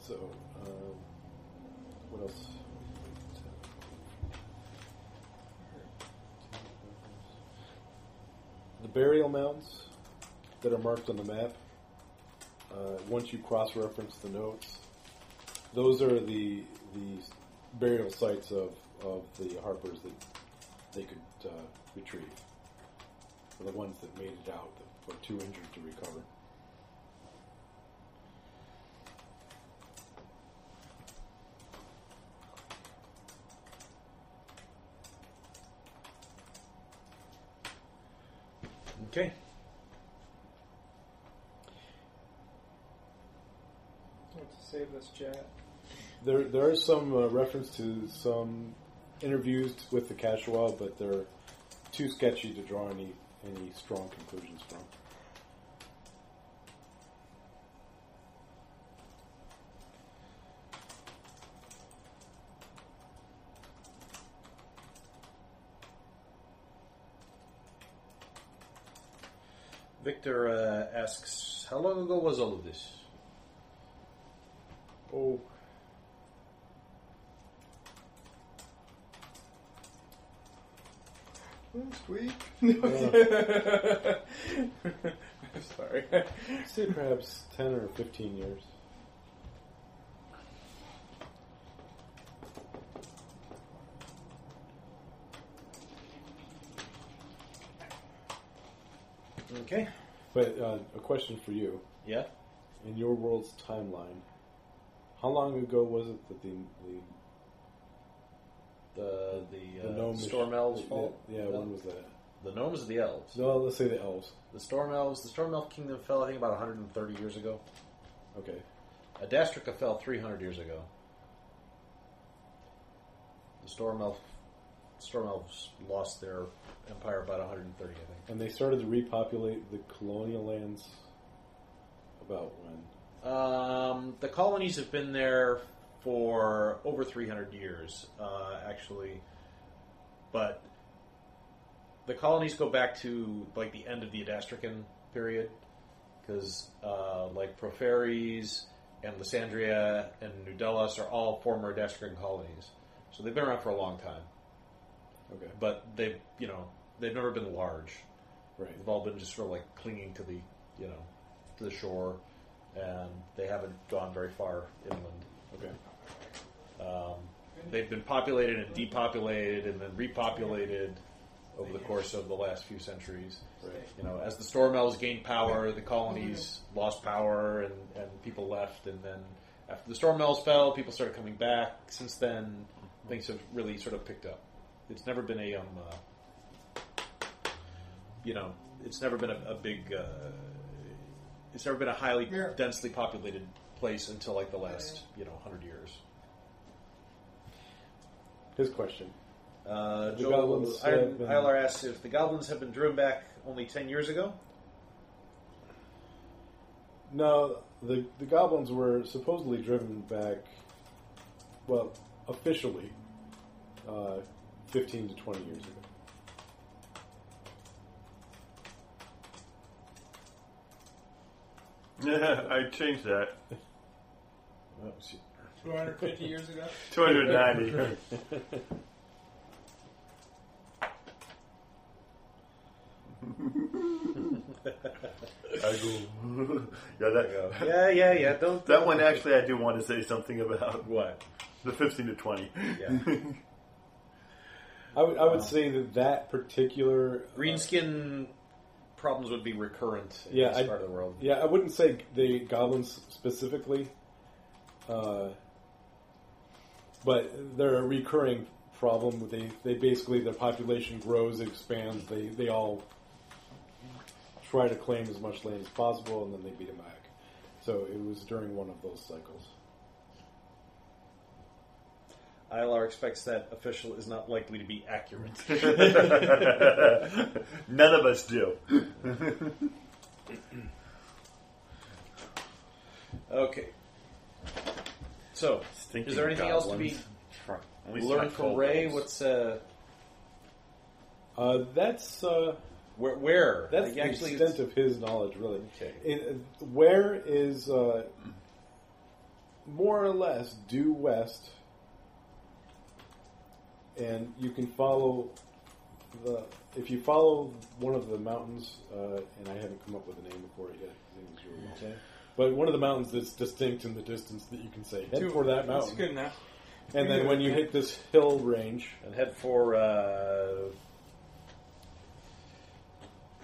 Speaker 2: So, um, what else? The burial mounds that are marked on the map, uh, once you cross reference the notes, those are the the burial sites of, of the Harpers that they could uh, retrieve. Or the ones that made it out that were too injured to recover.
Speaker 1: Okay.
Speaker 3: Want to save this chat?
Speaker 2: There, there is some uh, reference to some interviews with the Cashwell, but they're too sketchy to draw any any strong conclusions from.
Speaker 1: Victor uh, asks, how long ago was all of this?
Speaker 2: Oh,
Speaker 5: Last week? I'm sorry.
Speaker 2: I'd say perhaps ten or fifteen years.
Speaker 1: Okay.
Speaker 2: But uh, a question for you:
Speaker 1: Yeah.
Speaker 2: In your world's timeline, how long ago was it that the the,
Speaker 1: The the,
Speaker 2: the
Speaker 1: uh,
Speaker 2: gnome
Speaker 1: storm elves'
Speaker 2: yeah,
Speaker 1: fault.
Speaker 2: Yeah,
Speaker 1: the,
Speaker 2: when was that?
Speaker 1: the gnomes or the elves?
Speaker 2: No, let's say the elves.
Speaker 1: The storm elves. The storm elf kingdom fell, I think, about 130 years ago.
Speaker 2: Okay,
Speaker 1: Adastrica fell 300 years ago. The storm elf, storm elves lost their empire about 130, I think.
Speaker 2: and they started to repopulate the colonial lands. About when?
Speaker 1: Um, the colonies have been there for over 300 years, uh, actually. But the colonies go back to like the end of the Adastrican period, because uh, like Proferes and Lysandria and Nudellas are all former Adastrican colonies, so they've been around for a long time.
Speaker 2: Okay,
Speaker 1: But they've you know they've never been large.
Speaker 2: right.
Speaker 1: They've all been just sort of like clinging to the, you know, to the shore, and they haven't gone very far inland.
Speaker 2: Okay.
Speaker 1: They've been populated and depopulated and then repopulated over the course of the last few centuries.
Speaker 2: Right.
Speaker 1: You know, as the storm elves gained power, the colonies lost power, and, and people left. And then after the storm elves fell, people started coming back. Since then, things have really sort of picked up. It's never been a, um, uh, you know, it's never been a, a big, uh, it's never been a highly
Speaker 3: Yeah.
Speaker 1: densely populated place until like the last, you know, hundred years.
Speaker 2: His question.
Speaker 1: Uh,
Speaker 2: The
Speaker 1: Joel
Speaker 2: goblins have
Speaker 1: Iron,
Speaker 2: been-
Speaker 1: Ilar asks if the goblins have been driven back only 10 years ago.
Speaker 2: No, the the goblins were supposedly driven back, well, officially, uh, fifteen to twenty years ago.
Speaker 6: Yeah, I changed that.
Speaker 1: Oh, shit.
Speaker 3: 250 years ago?
Speaker 6: 290. I go. yeah, that
Speaker 1: yeah, yeah, yeah. Don't
Speaker 6: that one. Actually, I do want to say something about
Speaker 1: What?
Speaker 6: the 15 to 20.
Speaker 1: Yeah.
Speaker 2: I would, I would say that that particular uh,
Speaker 1: Green skin problems would be recurrent in
Speaker 2: Yeah,
Speaker 1: this
Speaker 2: I-
Speaker 1: part of the world.
Speaker 2: Yeah, I wouldn't say the goblins specifically, uh, but they're a recurring problem. They they basically their population grows, expands. They they all try to claim as much land as possible, and then they beat them back. So it was during one of those cycles.
Speaker 1: ILR expects that official is not likely to be accurate.
Speaker 6: None of us do.
Speaker 1: Okay. So,
Speaker 4: Stinking
Speaker 1: is there anything else to be
Speaker 4: goblins. Try- at least
Speaker 1: learned
Speaker 4: not
Speaker 1: from
Speaker 4: cold
Speaker 1: Ray?
Speaker 4: ones.
Speaker 1: What's uh,
Speaker 2: Uh, that's uh,
Speaker 1: where? Where?
Speaker 2: that's
Speaker 1: Like,
Speaker 2: the
Speaker 1: actually,
Speaker 2: extent of his knowledge, really.
Speaker 1: Okay.
Speaker 2: It, where is uh, more or less due west, and you can follow the if you follow one of the mountains, uh, and I haven't come up with a name before it yet. I think it's really
Speaker 1: Okay.
Speaker 2: But one of the mountains that's distinct in the distance that you can say head for that
Speaker 5: That's
Speaker 2: mountain,
Speaker 5: good enough.
Speaker 2: and then when you hit this hill range,
Speaker 1: and head for uh,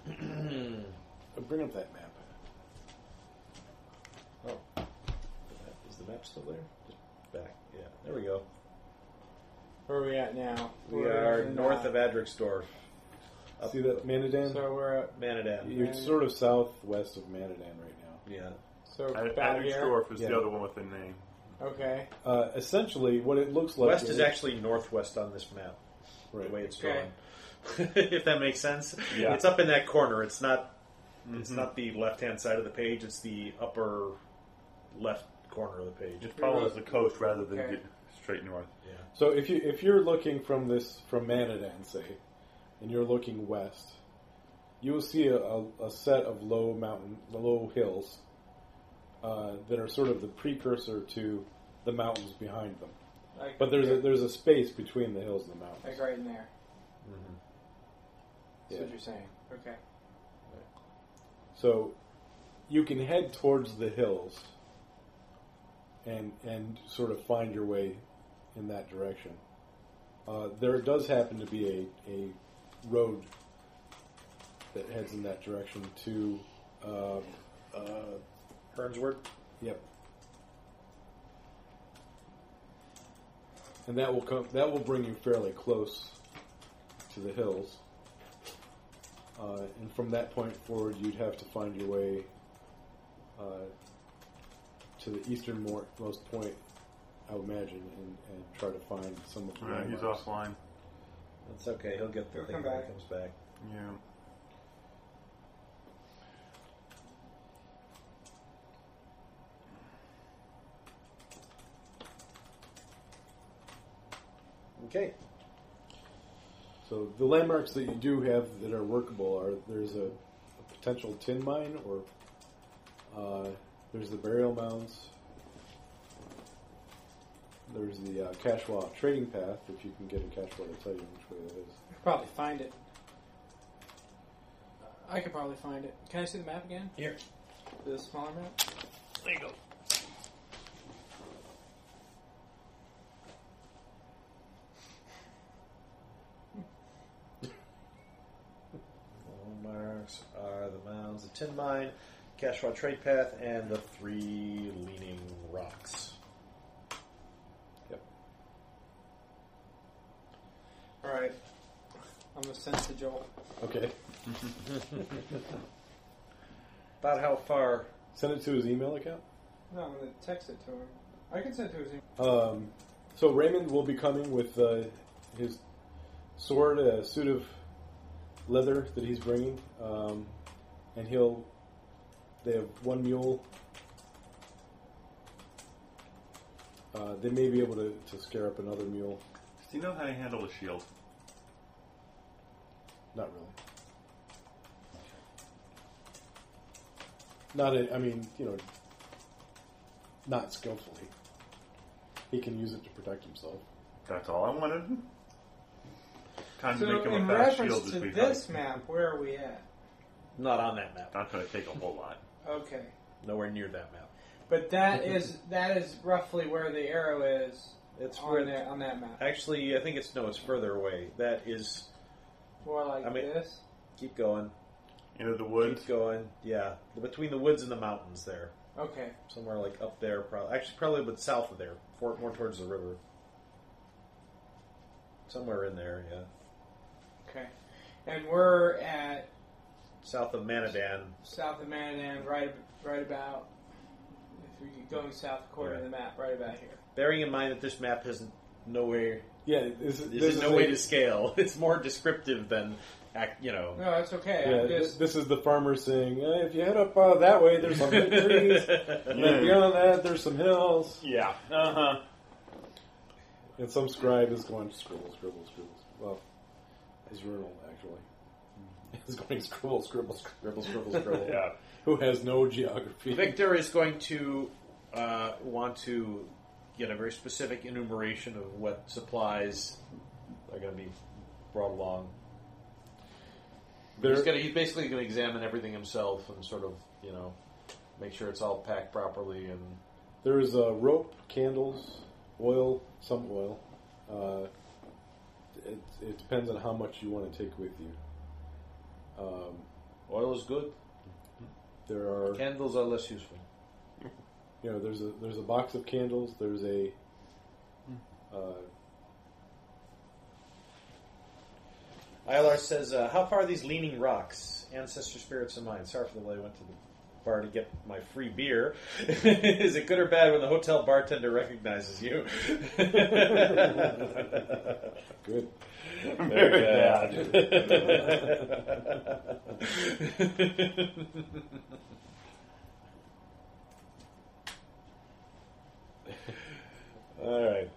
Speaker 2: bring up that map.
Speaker 1: Oh. Is the map still there? Just back. Yeah, there we go.
Speaker 5: Where are we at now?
Speaker 1: We
Speaker 5: We're
Speaker 1: are
Speaker 5: in,
Speaker 1: north
Speaker 5: uh,
Speaker 1: of Adrixdorf. Up
Speaker 2: See that Manadan?
Speaker 5: So we're uh, at,
Speaker 1: Manadam.
Speaker 2: You're sort of southwest of Manadan right now.
Speaker 1: Yeah.
Speaker 5: so
Speaker 6: I,
Speaker 5: back
Speaker 6: Adam's
Speaker 5: here.
Speaker 6: is
Speaker 2: Yeah.
Speaker 6: the other one with the name.
Speaker 5: Okay.
Speaker 2: Uh, essentially, what it looks like
Speaker 1: West is actually northwest on this map, the
Speaker 2: right.
Speaker 1: way it's
Speaker 5: Okay.
Speaker 1: drawn. if that makes sense.
Speaker 6: Yeah.
Speaker 1: It's up in that corner. It's not it's not the left hand side of the page, it's the upper left corner of the page.
Speaker 6: It follows the coast rather than
Speaker 5: Okay.
Speaker 6: get straight north.
Speaker 1: Yeah.
Speaker 2: So if you if you're looking from this from Manadan, say, and you're looking west, you will see a, a, a set of low mountain low hills uh, that are sort of the precursor to the mountains behind them.
Speaker 5: Like,
Speaker 2: But there's
Speaker 5: yeah,
Speaker 2: a, there's a space between the hills and the mountains.
Speaker 5: like right in there.
Speaker 2: Mm-hmm.
Speaker 5: That's
Speaker 2: Yeah.
Speaker 5: what you're saying. Okay.
Speaker 2: So you can head towards the hills and and sort of find your way in that direction. Uh, there does happen to be a, a road that heads in that direction to um, uh,
Speaker 1: Hernsward?
Speaker 2: yep. And that will come that will bring you fairly close to the hills. Uh, and from that point forward, you'd have to find your way uh, to the easternmost point, I would imagine, and, and try to find some of the
Speaker 6: Yeah, he's
Speaker 2: landmarks.
Speaker 6: offline.
Speaker 1: That's okay, he'll get the
Speaker 5: He'll
Speaker 1: thing
Speaker 5: come
Speaker 1: when he
Speaker 5: back.
Speaker 1: comes back.
Speaker 6: Yeah.
Speaker 1: Okay.
Speaker 2: So the landmarks that you do have that are workable are there's a, a potential tin mine, or uh, there's the burial mounds. There's the uh, Kashwa trading path. If you can get in Kashwa, they'll tell you which way that is.
Speaker 5: I could probably find it. I could probably find it. Can I see the map again?
Speaker 1: Here.
Speaker 5: The smaller map?
Speaker 1: There you go. Landmarks are the mounds of Tin Mine, Kashwa Trade Path, and the three leaning rocks.
Speaker 5: Alright. I'm going to send it to Joel.
Speaker 2: Okay,
Speaker 1: About how far?
Speaker 2: send it to his email account.
Speaker 5: No, I'm going to text it to him. I can send it to his email.
Speaker 2: Um, so Raymond will be coming with uh, his sword, a suit of leather that he's bringing, um, and he'll. They have one mule. Uh, they may be able to, to scare up another mule.
Speaker 6: Do you know how to handle a shield?
Speaker 2: Not really. Not, a, I mean, you know, not skillfully. He can use it to protect himself.
Speaker 4: That's all I wanted. Time to
Speaker 3: So
Speaker 4: make him a
Speaker 3: in
Speaker 4: fast shield
Speaker 3: reference
Speaker 4: as
Speaker 3: to
Speaker 4: we
Speaker 3: this map, where are we at?
Speaker 1: Not on that map.
Speaker 4: Not going to take a whole lot.
Speaker 3: Okay,
Speaker 1: Nowhere near that map.
Speaker 3: but that is that is roughly where the arrow is
Speaker 1: It's
Speaker 3: on
Speaker 1: where.
Speaker 3: that on that map.
Speaker 1: Actually, I think it's no. It's further away. That is.
Speaker 3: More like
Speaker 1: I mean-
Speaker 3: this.
Speaker 1: Keep going.
Speaker 4: Into the woods.
Speaker 1: Keep going. Yeah, between the woods and the mountains there,
Speaker 3: Okay,
Speaker 1: somewhere like up there. Probably actually probably but south of there, for, more towards the river. Somewhere in there, yeah,
Speaker 3: okay, and we're at
Speaker 1: south of Manadan.
Speaker 3: south of Manadan, right right about if we keep going south quarter of the map, right about here.
Speaker 1: Bearing in mind that this map isn't nowhere.
Speaker 2: Yeah, this,
Speaker 1: This, is no
Speaker 2: a-
Speaker 1: way to scale. It's more descriptive than, act- you know.
Speaker 3: No, that's okay.
Speaker 2: Yeah,
Speaker 3: I'm
Speaker 2: this,
Speaker 3: just
Speaker 2: this is the farmer saying, "Eh, if you head up uh, that way, there's some big trees. And then beyond that, there's some hills.
Speaker 7: Yeah. Uh
Speaker 4: Uh-huh.
Speaker 7: huh.
Speaker 2: And some scribe is going, scribble, scribble, scribble. Well, his journal, actually. Is going, scribble, scribble, scribble, scribble, scribble.
Speaker 4: Yeah.
Speaker 2: Who has no geography.
Speaker 1: Victor is going to uh, want to get a very specific enumeration of what supplies are going to be brought along.
Speaker 2: There-
Speaker 1: he's, gonna, he's basically going to examine everything himself and sort of, you know, make sure it's all packed properly. And
Speaker 2: There is uh, rope, candles, oil, some oil. Uh, it, it depends on how much you want to take with you. Um,
Speaker 1: oil is good.
Speaker 2: there are,
Speaker 1: Candles are less useful.
Speaker 2: you know, there's a there's a box of candles. There's a uh,
Speaker 1: Ilar says, uh, "How far are these leaning rocks? Ancestor spirits of mine. Sorry for the delay. Went to the bar to get my free beer. Is it good or bad when the hotel bartender recognizes you?"
Speaker 2: good.
Speaker 1: Very
Speaker 7: bad.
Speaker 1: All right.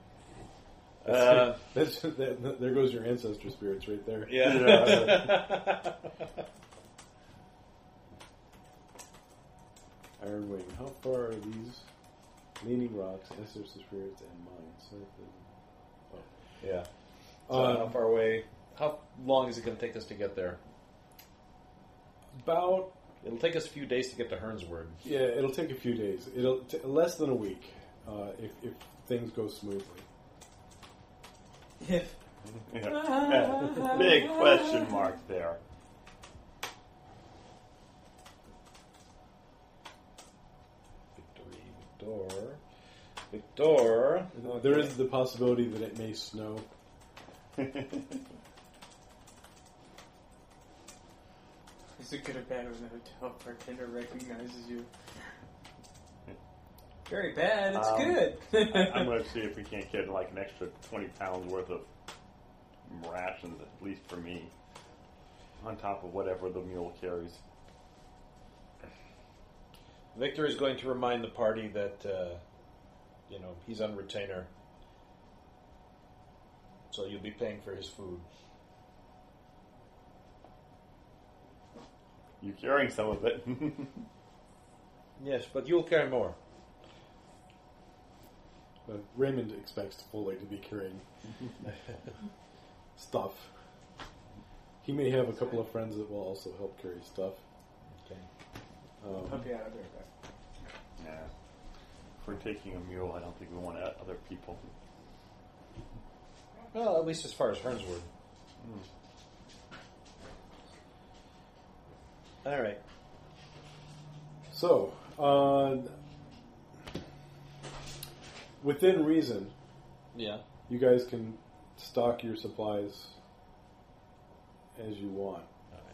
Speaker 1: Uh,
Speaker 2: That's, that, there goes your ancestor spirits right there. Uh,
Speaker 1: yeah.
Speaker 2: Iron Wing. How far are these leaning rocks, ancestor spirits, and mines? So, oh.
Speaker 1: yeah. So
Speaker 2: uh,
Speaker 1: how far away? How long is it going to take us to get there?
Speaker 2: about
Speaker 1: It'll take us a few days to get to Hernsward.
Speaker 2: Yeah, it'll take a few days. It'll t- less than a week uh, if, if things go smoothly.
Speaker 3: if
Speaker 4: Yeah. Big question mark there.
Speaker 1: Victor, Victor, Victor.
Speaker 2: There is the possibility that it may snow.
Speaker 3: is it good or bad when the hotel bartender recognizes you? Very bad. It's
Speaker 4: Um,
Speaker 3: good.
Speaker 4: I- I'm going to see if we can't get like an extra 20 pounds worth of rations, at least for me, on top of whatever the mule carries.
Speaker 1: Victor is going to remind the party that, uh, you know, he's on retainer. So you'll be paying for his food.
Speaker 4: You're carrying some of it.
Speaker 1: Yes, but you'll carry more.
Speaker 2: Uh, Raymond expects Foley to be carrying stuff. He may have a couple of friends that will also help carry stuff.
Speaker 1: Okay.
Speaker 2: Um,
Speaker 3: Help you out, I'll be right back.
Speaker 4: nah. If we're taking a mule, I don't think we want o- other people.
Speaker 1: Well, at least as far as Hernsward. Hmm. All right.
Speaker 2: so, uh, within reason,
Speaker 1: Yeah.
Speaker 2: you guys can stock your supplies as you want,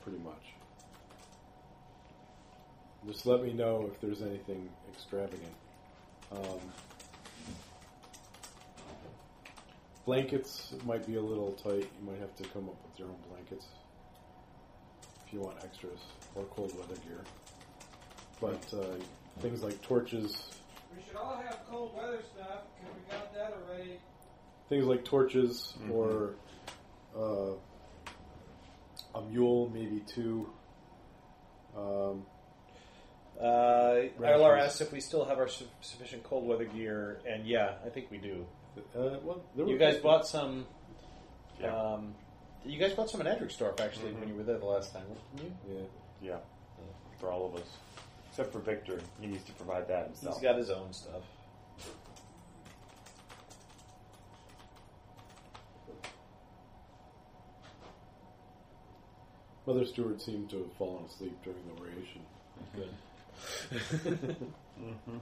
Speaker 2: pretty much. Just let me know if there's anything extravagant. Um, blankets might be a little tight. You might have to come up with your own blankets if you want extras or cold weather gear. But uh, things like torches,
Speaker 8: We should all have cold weather stuff because we got that already.
Speaker 2: things like torches or uh, a mule, maybe two. Um,
Speaker 1: Uh,
Speaker 2: Rations.
Speaker 1: ILR asks if we still have our su- sufficient cold weather gear, and yeah, I think we do.
Speaker 2: Uh, well, there
Speaker 1: You
Speaker 2: were-
Speaker 1: guys bought some.
Speaker 6: Yeah.
Speaker 4: Uh,
Speaker 1: Um, you guys bought some at Edricksdorf actually
Speaker 2: Mm-hmm.
Speaker 1: when you were there the last time, didn't you?
Speaker 2: Yeah.
Speaker 6: Yeah, for all of us, except for Victor. He needs to provide that himself.
Speaker 1: He's got his own stuff.
Speaker 2: Mother Stewart seemed to have fallen asleep during the oration.
Speaker 4: Mm-hmm.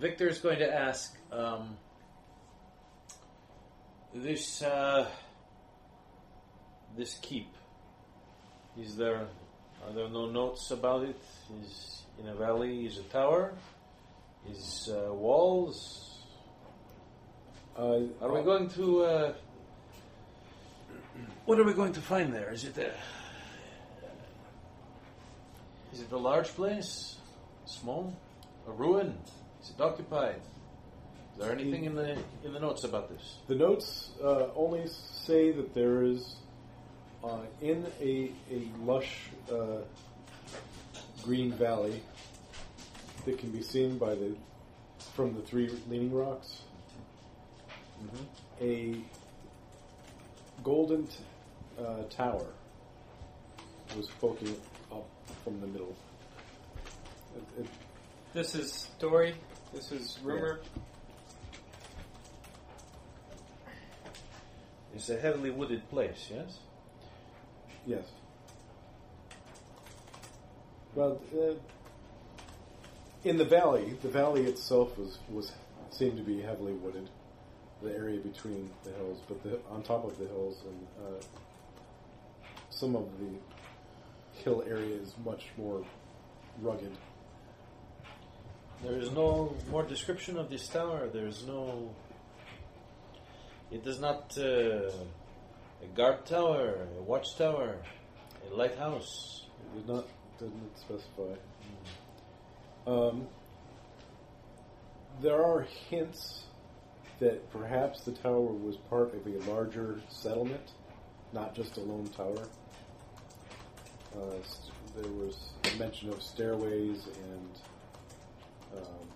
Speaker 1: Victor's going to ask um, this uh, this keep. Is there are there no notes about it? Is in a valley? Is a tower? Is uh, walls?
Speaker 2: Uh,
Speaker 1: Are we going to? Uh, what are we going to find there? Is it a? Is it a large place? Small? A ruin? Is it occupied? Is there anything in the in the notes about this?
Speaker 2: The notes uh, only say that there is uh, in a, a lush uh, green valley that can be seen by the from the three leaning rocks a golden t- uh, tower was poking up from the middle. It- it-
Speaker 5: This is story. This is rumor.
Speaker 1: It's a heavily wooded place. Yes.
Speaker 2: Yes. Well, uh, in the valley, the valley itself was was seemed to be heavily wooded. The area between the hills, but the, on top of the hills and uh, some of the hill area is much more rugged.
Speaker 1: There is no more description of this tower. There is no. It is not uh, a guard tower, a watchtower, a lighthouse.
Speaker 2: It did not didn't specify. Um, there are hints that perhaps the tower was part of a larger settlement, not just a lone tower. Uh, st- there was mention of stairways and um,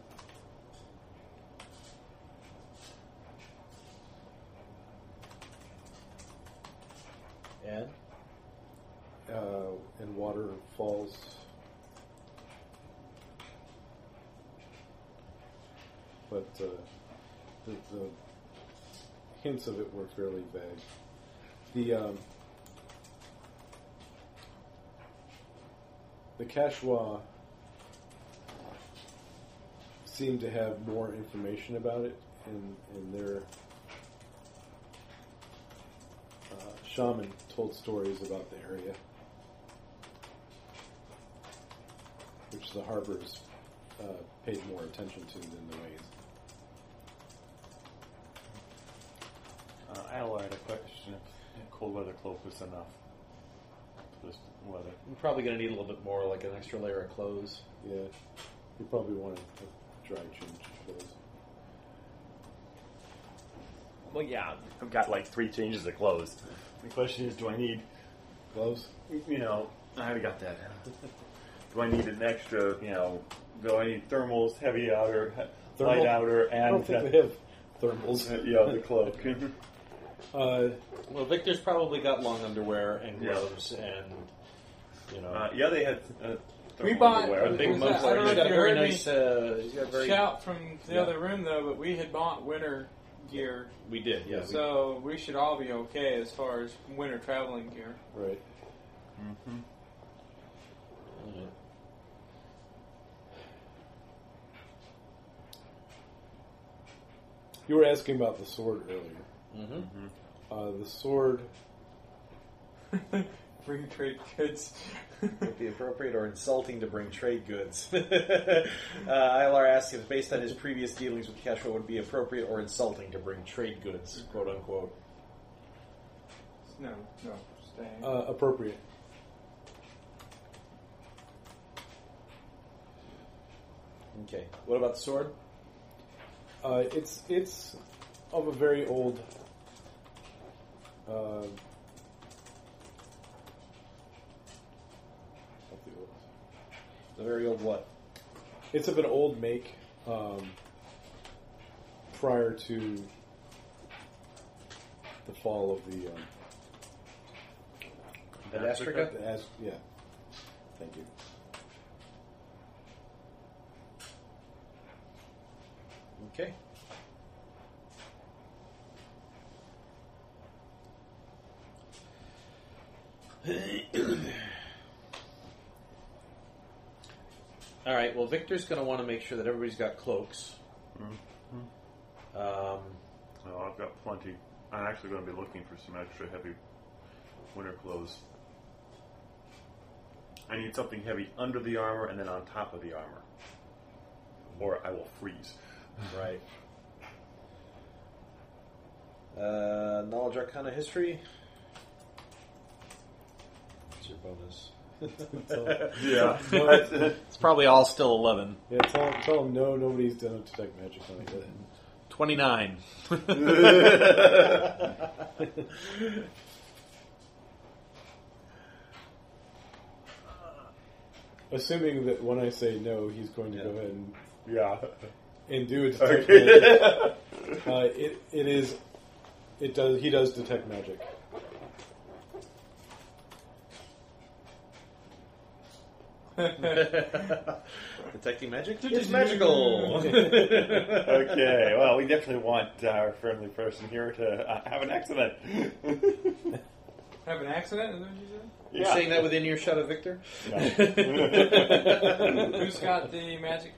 Speaker 1: And
Speaker 2: uh, and waterfalls. But uh, the, the hints of it were fairly vague. The um, the Kashwa seem to have more information about it in, in their uh, shaman told stories about the area, which the harbors uh, paid more attention to than the ways.
Speaker 4: Uh, I had a question. If cold weather cloak was enough for this weather.
Speaker 1: I'm probably going to need a little bit more, like an extra layer of clothes.
Speaker 2: Yeah, you probably wanted to dry change clothes.
Speaker 6: Well, yeah, I've got like three changes of clothes. The question is, do I need?
Speaker 2: Gloves?
Speaker 6: You know, I already got that. do I need an extra? You know, do I need thermals, heavy outer, he- light
Speaker 2: Thermal-
Speaker 6: outer,
Speaker 2: I
Speaker 6: and
Speaker 2: don't think they have thermals.
Speaker 6: uh, yeah, the cloak?
Speaker 2: Uh,
Speaker 1: Well, Victor's probably got long underwear and
Speaker 6: Yeah.
Speaker 1: gloves and, you know,
Speaker 6: uh, yeah, they had. Uh,
Speaker 5: We
Speaker 6: thermal
Speaker 5: bought-
Speaker 6: underwear.
Speaker 1: a big
Speaker 5: was that?
Speaker 1: mug.
Speaker 5: I don't
Speaker 1: He's
Speaker 5: know if
Speaker 1: got a
Speaker 5: you
Speaker 1: very
Speaker 5: heard me
Speaker 1: nice. Uh, he's got a very.
Speaker 5: Shout from the
Speaker 1: Yeah.
Speaker 5: other room though, but we had bought winter gear,
Speaker 1: We did, yeah. we-
Speaker 5: so we should all be okay as far as winter traveling gear.
Speaker 2: right.
Speaker 1: Alright.
Speaker 2: You were asking about the sword earlier.
Speaker 1: Mhm.
Speaker 2: Uh, the sword,
Speaker 5: Bring trade goods.
Speaker 1: would be appropriate or insulting to bring trade goods. uh, ILR asks if, based on his previous dealings with Keshua, would it be appropriate or insulting to bring trade goods, quote unquote.
Speaker 5: no, no, stay.
Speaker 3: Oh.
Speaker 2: uh, appropriate.
Speaker 1: Okay. What about the sword?
Speaker 2: Uh, it's it's of a very old. Uh,
Speaker 1: The very old what?
Speaker 2: It's of an old make, um, prior to the fall of the, um,
Speaker 1: Pedestrica?
Speaker 2: the As- yeah. Thank you.
Speaker 1: Okay. All right. Well, Victor's going to want to make sure that everybody's got cloaks. Um,
Speaker 4: No,
Speaker 6: Oh,
Speaker 4: I've got plenty. I'm actually going to be looking for some extra heavy winter clothes. I need something heavy under the armor and then on top of the armor, or I will freeze.
Speaker 1: right. Uh, knowledge Arcana History. What's your bonus?
Speaker 4: Yeah,
Speaker 1: It's probably all still 11.
Speaker 2: Yeah, tell, tell them no, nobody's done a detect magic on it yet.
Speaker 1: 29.
Speaker 2: Assuming that when I say no, he's going to
Speaker 1: Yeah.
Speaker 2: go ahead and,
Speaker 4: yeah.
Speaker 2: and do a detect magic.
Speaker 4: Okay.
Speaker 2: Uh, it, it is, it does, he does detect magic.
Speaker 1: Detecting magic? It's magical!
Speaker 4: okay. Well, we definitely want our friendly person here to uh, have an accident.
Speaker 3: Have an accident? Is that what you said?
Speaker 1: You're saying that within earshot of Victor?
Speaker 3: Who's got the magic?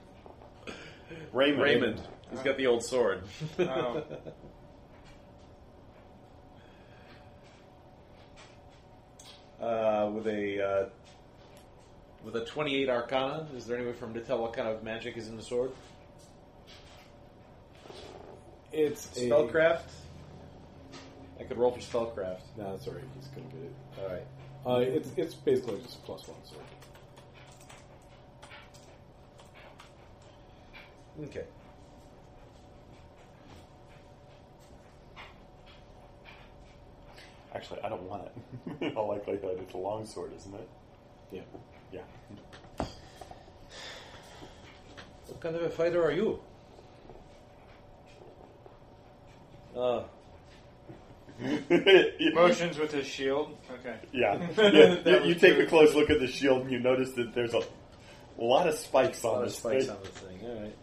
Speaker 4: Raymond.
Speaker 1: Raymond. He's got the old sword.
Speaker 3: Oh.
Speaker 1: Uh, with a uh, with a 28 arcana, is there any way for him to tell what kind of magic is in the sword?
Speaker 2: It's a-
Speaker 1: Spellcraft? I could roll for spellcraft.
Speaker 2: No, that's alright. He's gonna get it.
Speaker 1: Alright.
Speaker 2: Uh, it's it's basically just plus one sword.
Speaker 1: Okay.
Speaker 4: Actually, I don't want it. In all likelihood, it's a longsword, isn't it?
Speaker 2: Yeah.
Speaker 4: Yeah.
Speaker 1: What kind of a fighter are you? Uh,
Speaker 3: Motions with his shield. Okay.
Speaker 4: Yeah.
Speaker 3: That
Speaker 4: You- you
Speaker 3: was
Speaker 4: take a
Speaker 3: good.
Speaker 4: close look at the shield and you notice that there's a lot of spikes
Speaker 1: a
Speaker 4: on
Speaker 1: lot of
Speaker 4: this
Speaker 1: spikes
Speaker 4: thing.
Speaker 1: on this thing. All right.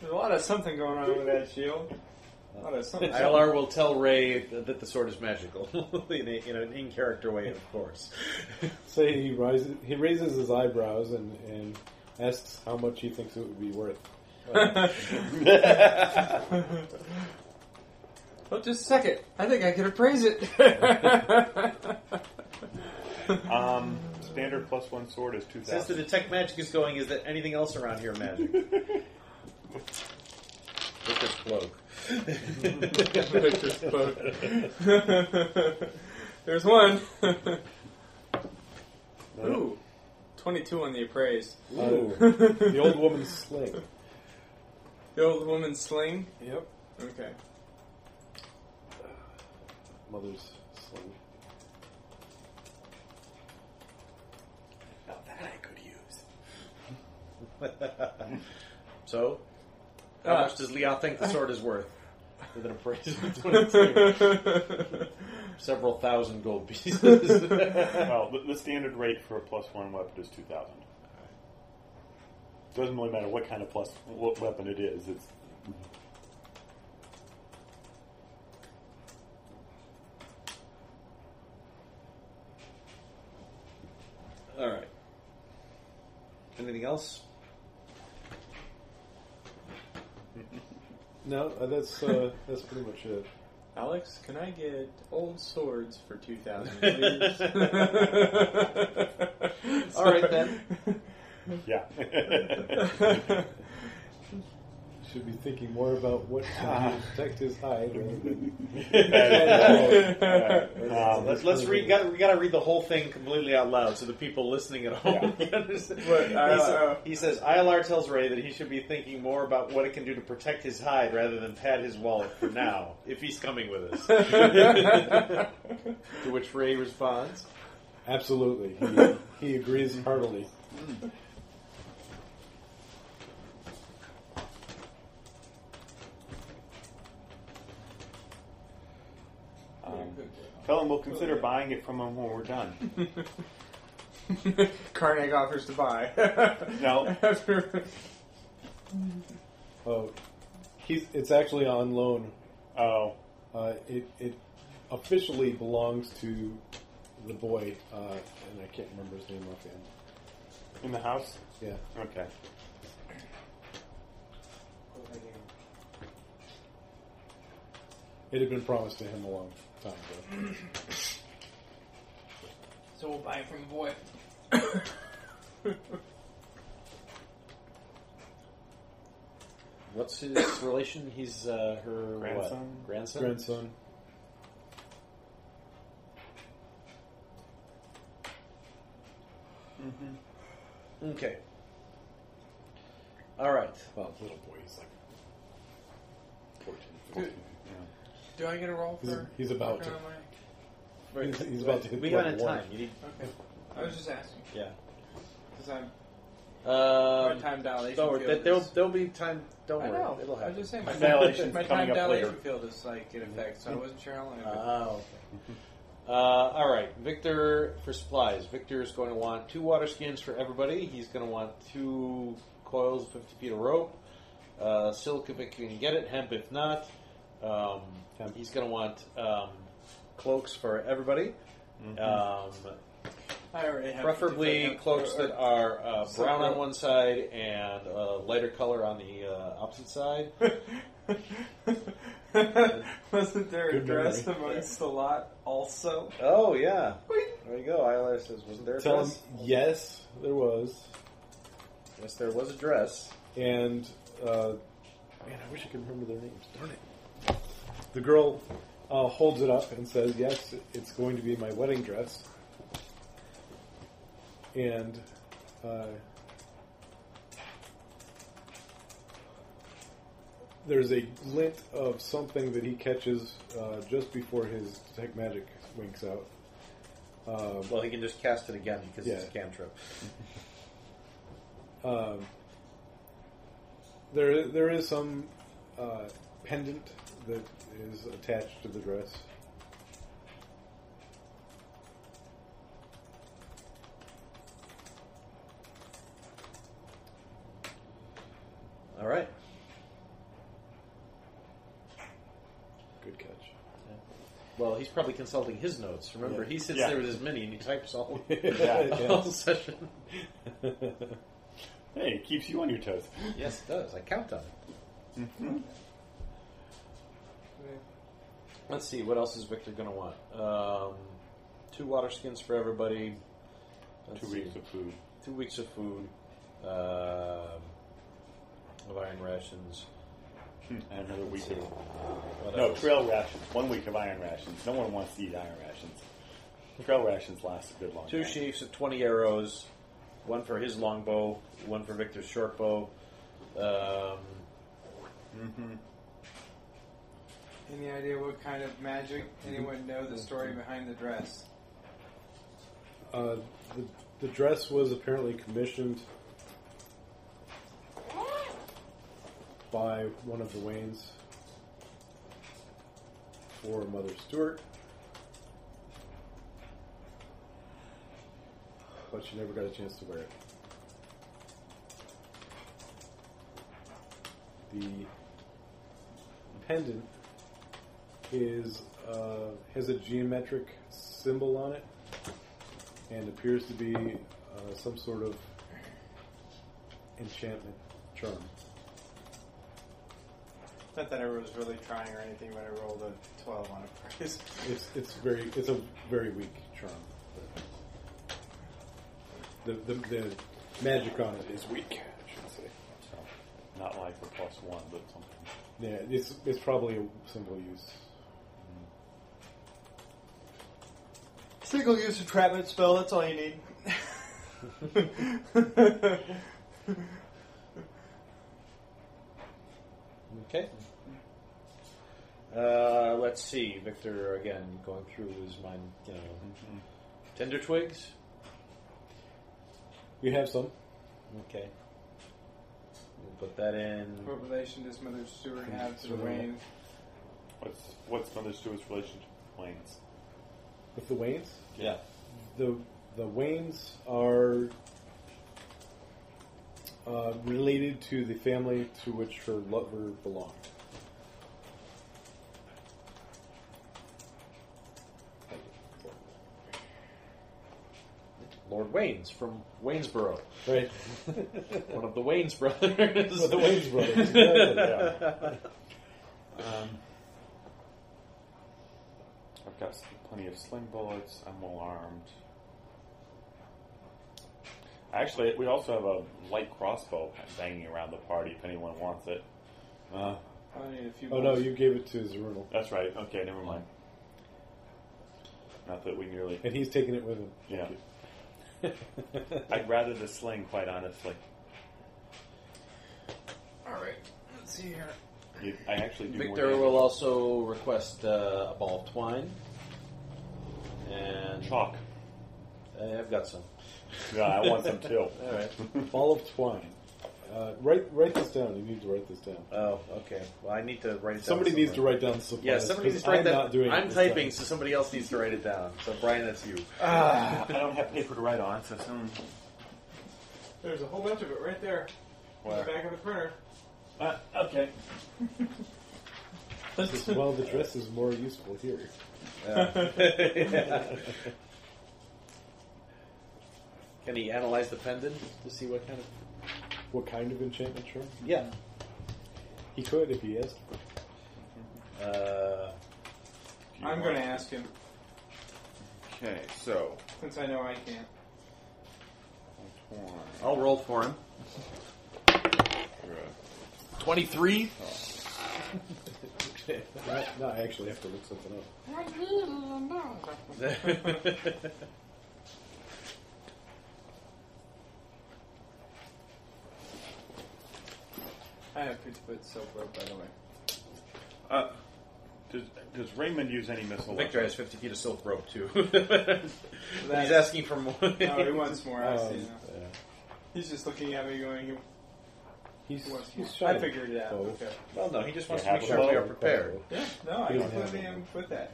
Speaker 3: There's a lot of something going on with that shield. A lot of something.
Speaker 1: ILR will tell Ray th- that the sword is magical in, a, in an in character way, of course.
Speaker 2: So he rises he raises his eyebrows and, and asks how much he thinks it would be worth.
Speaker 3: Oh, just a second. I think I could appraise it. That's
Speaker 4: Um, standard plus one sword is two
Speaker 1: Since the
Speaker 4: thousand.
Speaker 1: detect magic is going, is that anything else around here magic? With this cloak.
Speaker 3: just close. There's one. Ooh. 22 on the appraise.
Speaker 1: Ooh.
Speaker 2: The old woman's sling.
Speaker 3: The old woman's sling.
Speaker 2: Yep.
Speaker 3: Okay.
Speaker 2: Mother's sling.
Speaker 4: Now that I could use.
Speaker 1: so, how
Speaker 3: Uh,
Speaker 1: much does Leah think the sword is worth? With an appraisal of 22.
Speaker 3: okay.
Speaker 1: Several thousand gold pieces.
Speaker 4: well, the, the standard rate for a plus one weapon is two thousand. Doesn't really matter what kind of plus what weapon it is. It's
Speaker 1: All right. Anything else?
Speaker 2: No, uh, that's uh, that's pretty much it.
Speaker 3: Alex, can I get old swords for 2000 please?
Speaker 1: All right, then.
Speaker 4: yeah.
Speaker 2: Should be thinking more about what to protect his hide rather than
Speaker 4: Um,
Speaker 1: Let's let's read. Got, we got to read the whole thing completely out loud so the people listening at home can understand.
Speaker 3: What,
Speaker 1: he,
Speaker 3: uh,
Speaker 1: sa-
Speaker 3: uh,
Speaker 1: he says ILR tells Ray that he should be thinking more about what it can do to protect his hide rather than pad his wallet for now, if he's coming with us. to which Ray responds,
Speaker 2: Absolutely. He, he agrees heartily.
Speaker 4: uh, Tell him we'll consider buying it from him when we're done.
Speaker 3: Um,
Speaker 5: Carnegie offers to buy.
Speaker 4: No.
Speaker 2: Oh, he's it's actually on loan.
Speaker 4: Oh,
Speaker 2: Uh, it it officially belongs to the boy, uh, and I can't remember his name offhand.
Speaker 4: in the house?
Speaker 2: Yeah,
Speaker 4: Okay.
Speaker 2: it had been promised to him a long time ago.
Speaker 5: so we'll buy it from the boy.
Speaker 1: What's his relation? He's uh, her
Speaker 4: Grandson?
Speaker 1: What? Grandson.
Speaker 2: Grandson.
Speaker 1: Okay. All right.
Speaker 2: Well, little boy, he's like 14, 15.
Speaker 5: Do I get a roll
Speaker 2: He's,
Speaker 5: for?
Speaker 2: he's about to.
Speaker 5: working on my-
Speaker 2: He's, he's about to hit.
Speaker 1: We
Speaker 2: like
Speaker 1: got in
Speaker 2: one.
Speaker 1: time. You need,
Speaker 5: Okay. I was just asking
Speaker 1: yeah.
Speaker 5: because I'm
Speaker 3: Uh,
Speaker 5: my
Speaker 1: Um,
Speaker 5: time dilation.
Speaker 1: don't worry.
Speaker 5: field
Speaker 1: There, will
Speaker 5: is-
Speaker 1: there'll be time. Don't
Speaker 5: I
Speaker 1: worry.
Speaker 5: know.
Speaker 1: It'll
Speaker 5: I was
Speaker 1: happen.
Speaker 5: just saying
Speaker 4: My
Speaker 5: my,
Speaker 4: dilation's
Speaker 5: my
Speaker 4: coming
Speaker 5: time
Speaker 4: up
Speaker 5: dilation
Speaker 4: later.
Speaker 5: field is like in effect, so I wasn't sure how long. it would-
Speaker 1: Ah, okay. Uh, all right, Victor for supplies. Victor is going to want two water skins for everybody. He's going to want two coils, of fifty feet of rope, uh, silk if it can get it, hemp if not. Um,
Speaker 2: Hemp.
Speaker 1: He's going to want um, cloaks for everybody,
Speaker 2: Mm-hmm.
Speaker 1: um,
Speaker 5: I already have
Speaker 1: preferably
Speaker 5: different-
Speaker 1: cloaks that are uh, brown on
Speaker 5: Silk.
Speaker 1: one side and uh, lighter color on the uh, opposite side.
Speaker 5: Wasn't there a
Speaker 2: Good memory.
Speaker 5: dress amongst the lot also?
Speaker 1: Oh yeah, there you go. ILR says, wasn't there a
Speaker 2: Tell him
Speaker 1: dress?
Speaker 2: yes, there was,
Speaker 1: Yes, there was a dress.
Speaker 2: and uh, man, I wish I could remember their names. Darn it! The girl uh, holds it up and says, "Yes, it's going to be my wedding dress," and uh, there's a glint of something that he catches uh, just before his detect magic winks out. Um,
Speaker 1: Well, he can just cast it again because it's a
Speaker 2: Yeah.
Speaker 1: cantrip.
Speaker 2: Um, there, there is some uh, pendant that is attached to the dress.
Speaker 1: All right.
Speaker 2: Good catch.
Speaker 1: Well, he's probably consulting his notes. Remember,
Speaker 2: Yeah.
Speaker 1: he sits
Speaker 4: Yeah.
Speaker 1: there with his mini and he types all, all
Speaker 2: Yes.
Speaker 1: session.
Speaker 4: Hey, it keeps you on your toes.
Speaker 1: Yes, it does. I count on it. Let's see. What else is Victor going to want? Um, two water skins for everybody. Let's
Speaker 4: Two
Speaker 1: see.
Speaker 4: weeks of food.
Speaker 1: two weeks of food. Um of iron rations.
Speaker 4: And another week of.
Speaker 1: What
Speaker 4: No,
Speaker 1: else?
Speaker 4: trail rations. One week of iron rations. No one wants to eat iron rations. Trail rations last a good long
Speaker 1: Two
Speaker 4: time.
Speaker 1: sheafs of 20 arrows, one for his longbow, one for Victor's shortbow. Um,
Speaker 5: Any idea what kind of magic? Anyone know the story behind the dress?
Speaker 2: Uh, the, the dress was apparently commissioned by one of the Waynes for Mother Stuart, but she never got a chance to wear it. The pendant is uh, has a geometric symbol on it and appears to be uh, some sort of enchantment charm.
Speaker 5: Not that I was really trying or anything, but I rolled a twelve on a prize.
Speaker 2: It's it's very it's a very weak charm. The the, the magic on it is weak. I should say.
Speaker 4: So, not like the plus one, but something.
Speaker 2: Yeah, it's it's probably a single use.
Speaker 5: Single use entrapment spell. That's all you need.
Speaker 1: okay. Uh, let's see. Victor, again, going through his mind, you know. Tender twigs?
Speaker 2: You have some.
Speaker 1: Okay. We'll put that in.
Speaker 5: what relation does Mother Stewart have to the Wayne?
Speaker 4: What's what's Mother Stewart's relationship to Wayne's?
Speaker 2: With the Waynes?
Speaker 1: Yeah.
Speaker 2: The the Waynes are uh, related to the family to which her lover belonged.
Speaker 1: Lord Waynes from Waynesboro.
Speaker 2: Right?
Speaker 1: One of the Waynes brothers.
Speaker 2: Well, the Wayne's brothers. exactly, yeah.
Speaker 4: I've got s- plenty of sling bullets. I'm well armed. Actually, we also have a light crossbow banging around the party if anyone wants it. Uh, I need a few.
Speaker 2: Oh no, you gave it to Zerunal.
Speaker 4: That's right. Okay, never mind. Not that we nearly.
Speaker 2: And he's taking it with him.
Speaker 4: Yeah. I'd rather the sling, quite honestly.
Speaker 5: Alright, let's see here.
Speaker 4: You, I actually do more
Speaker 1: Victor
Speaker 4: damage.
Speaker 1: will also request uh, a ball of twine. And
Speaker 4: chalk.
Speaker 1: Uh, I've got some.
Speaker 4: Yeah, I want some too.
Speaker 1: All right.
Speaker 2: Ball of twine. Uh, write write this down. You need to write this down.
Speaker 1: Oh, okay. Well, I need to write it down.
Speaker 2: Somebody needs to
Speaker 1: somewhere.
Speaker 2: write down the supplies.
Speaker 1: Yeah, somebody
Speaker 2: 'cause
Speaker 1: needs to write
Speaker 2: I'm
Speaker 1: that.
Speaker 2: Not doing it
Speaker 1: I'm
Speaker 2: this
Speaker 1: typing,
Speaker 2: time.
Speaker 1: so somebody else needs to write it down. So Brian, that's you.
Speaker 2: Ah.
Speaker 4: I don't have paper to write on, so soon.
Speaker 3: There's a whole bunch of it right there in the
Speaker 4: Where?
Speaker 3: back of the printer.
Speaker 4: Uh, okay.
Speaker 2: well, the dress is more useful here.
Speaker 1: Uh, Yeah. Can he analyze the pendant to see what kind of?
Speaker 2: What kind of enchantment charm?
Speaker 1: Yeah.
Speaker 2: He could if he asked.
Speaker 1: Uh,
Speaker 4: Do you
Speaker 3: I'm
Speaker 4: want-
Speaker 3: going to ask him
Speaker 4: Okay, so.
Speaker 3: since I know I can't.
Speaker 4: One,
Speaker 1: I'll roll for him.
Speaker 4: two,
Speaker 1: Twenty-three.
Speaker 2: No, no, I actually have to look something up.
Speaker 3: I have to put silk rope, by the way.
Speaker 4: Uh, does, does Raymond use any missile?
Speaker 1: Victor has
Speaker 4: weapons?
Speaker 1: fifty feet of silk rope too. He's asking for more.
Speaker 3: No, he wants more. I see
Speaker 2: Um,
Speaker 3: now.
Speaker 2: yeah.
Speaker 3: He's just looking at me going,
Speaker 2: He's,
Speaker 3: he wants more.
Speaker 2: he's
Speaker 3: I
Speaker 2: shy.
Speaker 3: figured it out.
Speaker 2: Oh.
Speaker 3: Okay.
Speaker 1: Well, no, he just wants
Speaker 4: Yeah,
Speaker 1: to make
Speaker 4: have
Speaker 1: sure
Speaker 4: a
Speaker 1: we
Speaker 4: bow.
Speaker 1: are prepared.
Speaker 3: Yeah, no, I
Speaker 2: We don't
Speaker 3: completely
Speaker 2: have
Speaker 3: am with that.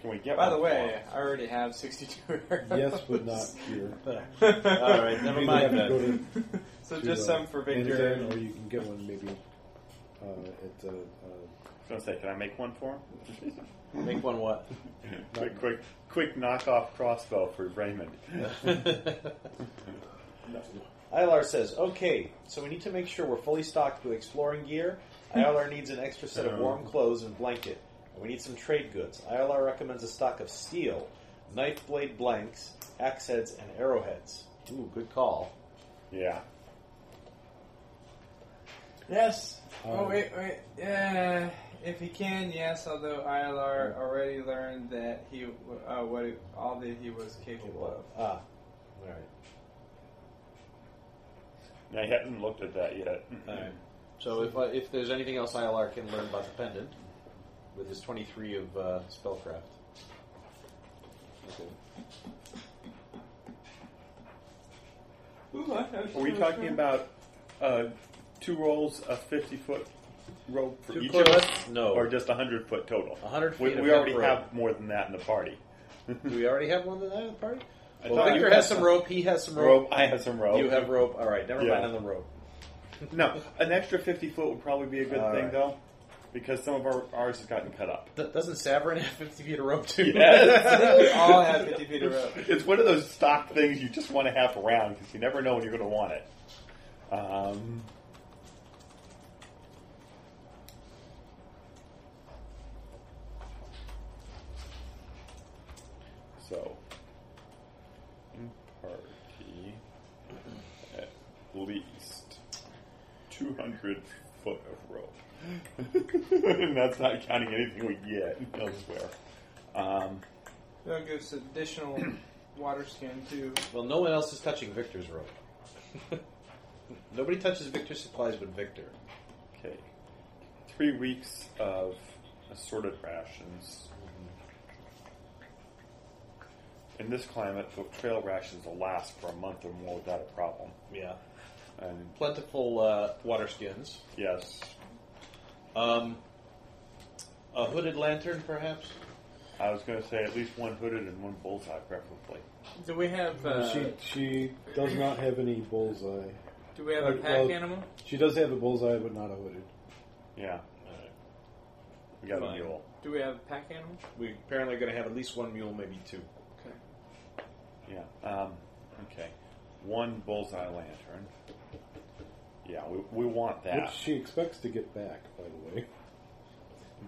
Speaker 4: Can we get
Speaker 3: By
Speaker 4: one
Speaker 3: the
Speaker 4: for
Speaker 3: way,
Speaker 4: him?
Speaker 3: I already have 62
Speaker 2: Yes, but not here.
Speaker 1: All right, never
Speaker 2: You either
Speaker 1: mind
Speaker 2: have to go
Speaker 1: then.
Speaker 2: to-
Speaker 3: so
Speaker 2: to,
Speaker 3: just
Speaker 2: uh,
Speaker 3: some for Victor.
Speaker 2: Anderson, or you can get one maybe uh, at uh, uh,
Speaker 4: I was gonna say, can I make one for him?
Speaker 1: Make one what?
Speaker 4: quick, quick, quick knockoff crossbow for Raymond.
Speaker 1: Ilar says, "Okay, so we need to make sure we're fully stocked with exploring gear. Ilar needs an extra set of warm clothes and blanket. And we need some trade goods. Ilar recommends a stock of steel, knife blade blanks, axe heads, and arrowheads. Ooh, good call.
Speaker 4: Yeah.
Speaker 3: Yes.
Speaker 2: Um,
Speaker 3: oh wait, wait. Yeah, if he can, yes. Although ILR already learned that he uh, what it, all that he was capable of.
Speaker 1: Ah, all right,
Speaker 4: Now, he hasn't looked at that yet.
Speaker 1: all right. So if I if there's anything else Ilar can learn about the pendant with his 23 of uh, spellcraft."
Speaker 3: Ooh, I have
Speaker 4: Are we talking about uh, two rolls of 50 foot rope for
Speaker 1: Two
Speaker 4: each
Speaker 1: foot?
Speaker 4: of us?
Speaker 1: No.
Speaker 4: Or just 100 foot total?
Speaker 1: 100
Speaker 4: We,
Speaker 1: feet
Speaker 4: we
Speaker 1: of
Speaker 4: already
Speaker 1: rope.
Speaker 4: have more than that in the party.
Speaker 1: Do we already have one of that at the party?
Speaker 4: I
Speaker 1: Well,
Speaker 4: thought
Speaker 1: Victor
Speaker 4: you had
Speaker 1: has some
Speaker 4: some-
Speaker 1: rope. He has some rope.
Speaker 4: Rope, I have some rope.
Speaker 1: You have rope. All right, never
Speaker 4: Yeah.
Speaker 1: mind on the rope.
Speaker 4: No, an extra 50 foot would probably be a good
Speaker 1: All
Speaker 4: thing,
Speaker 1: right.
Speaker 4: though, because some of our ours has gotten cut up.
Speaker 1: Th- doesn't Saverin have 50 feet of rope too?
Speaker 3: We
Speaker 4: Yes.
Speaker 3: all have 50 feet of rope.
Speaker 4: it's one of those stock things you just want to have around because you never know when you're going to want it. Um, so, in party, at least 200 foot of rope. and that's not counting anything we get elsewhere. Um,
Speaker 3: That gives additional water skin too.
Speaker 1: well, no one else is touching Victor's rope. Nobody touches Victor's supplies but Victor.
Speaker 4: Okay. Three weeks of assorted rations. In this climate, the trail rations will last for a month or more without a problem.
Speaker 1: Yeah.
Speaker 4: And
Speaker 1: Plentiful uh, water skins.
Speaker 4: yes,
Speaker 1: Um, a hooded lantern, perhaps?
Speaker 4: I was going to say at least one hooded and one bullseye, preferably.
Speaker 3: Do we have uh,
Speaker 2: she she does not have any bullseye.
Speaker 3: do we have a
Speaker 2: uh,
Speaker 3: pack
Speaker 2: well-
Speaker 3: animal?
Speaker 2: She does have a bullseye, but not a hooded.
Speaker 4: Yeah. We got
Speaker 1: Fine.
Speaker 4: a mule.
Speaker 3: Do we have a pack animal?
Speaker 1: We're apparently going to have at least one mule, maybe two.
Speaker 3: Okay.
Speaker 4: Yeah. Um, okay. One bullseye lantern. Yeah, we, we want that.
Speaker 2: Which she expects to get back, by the way.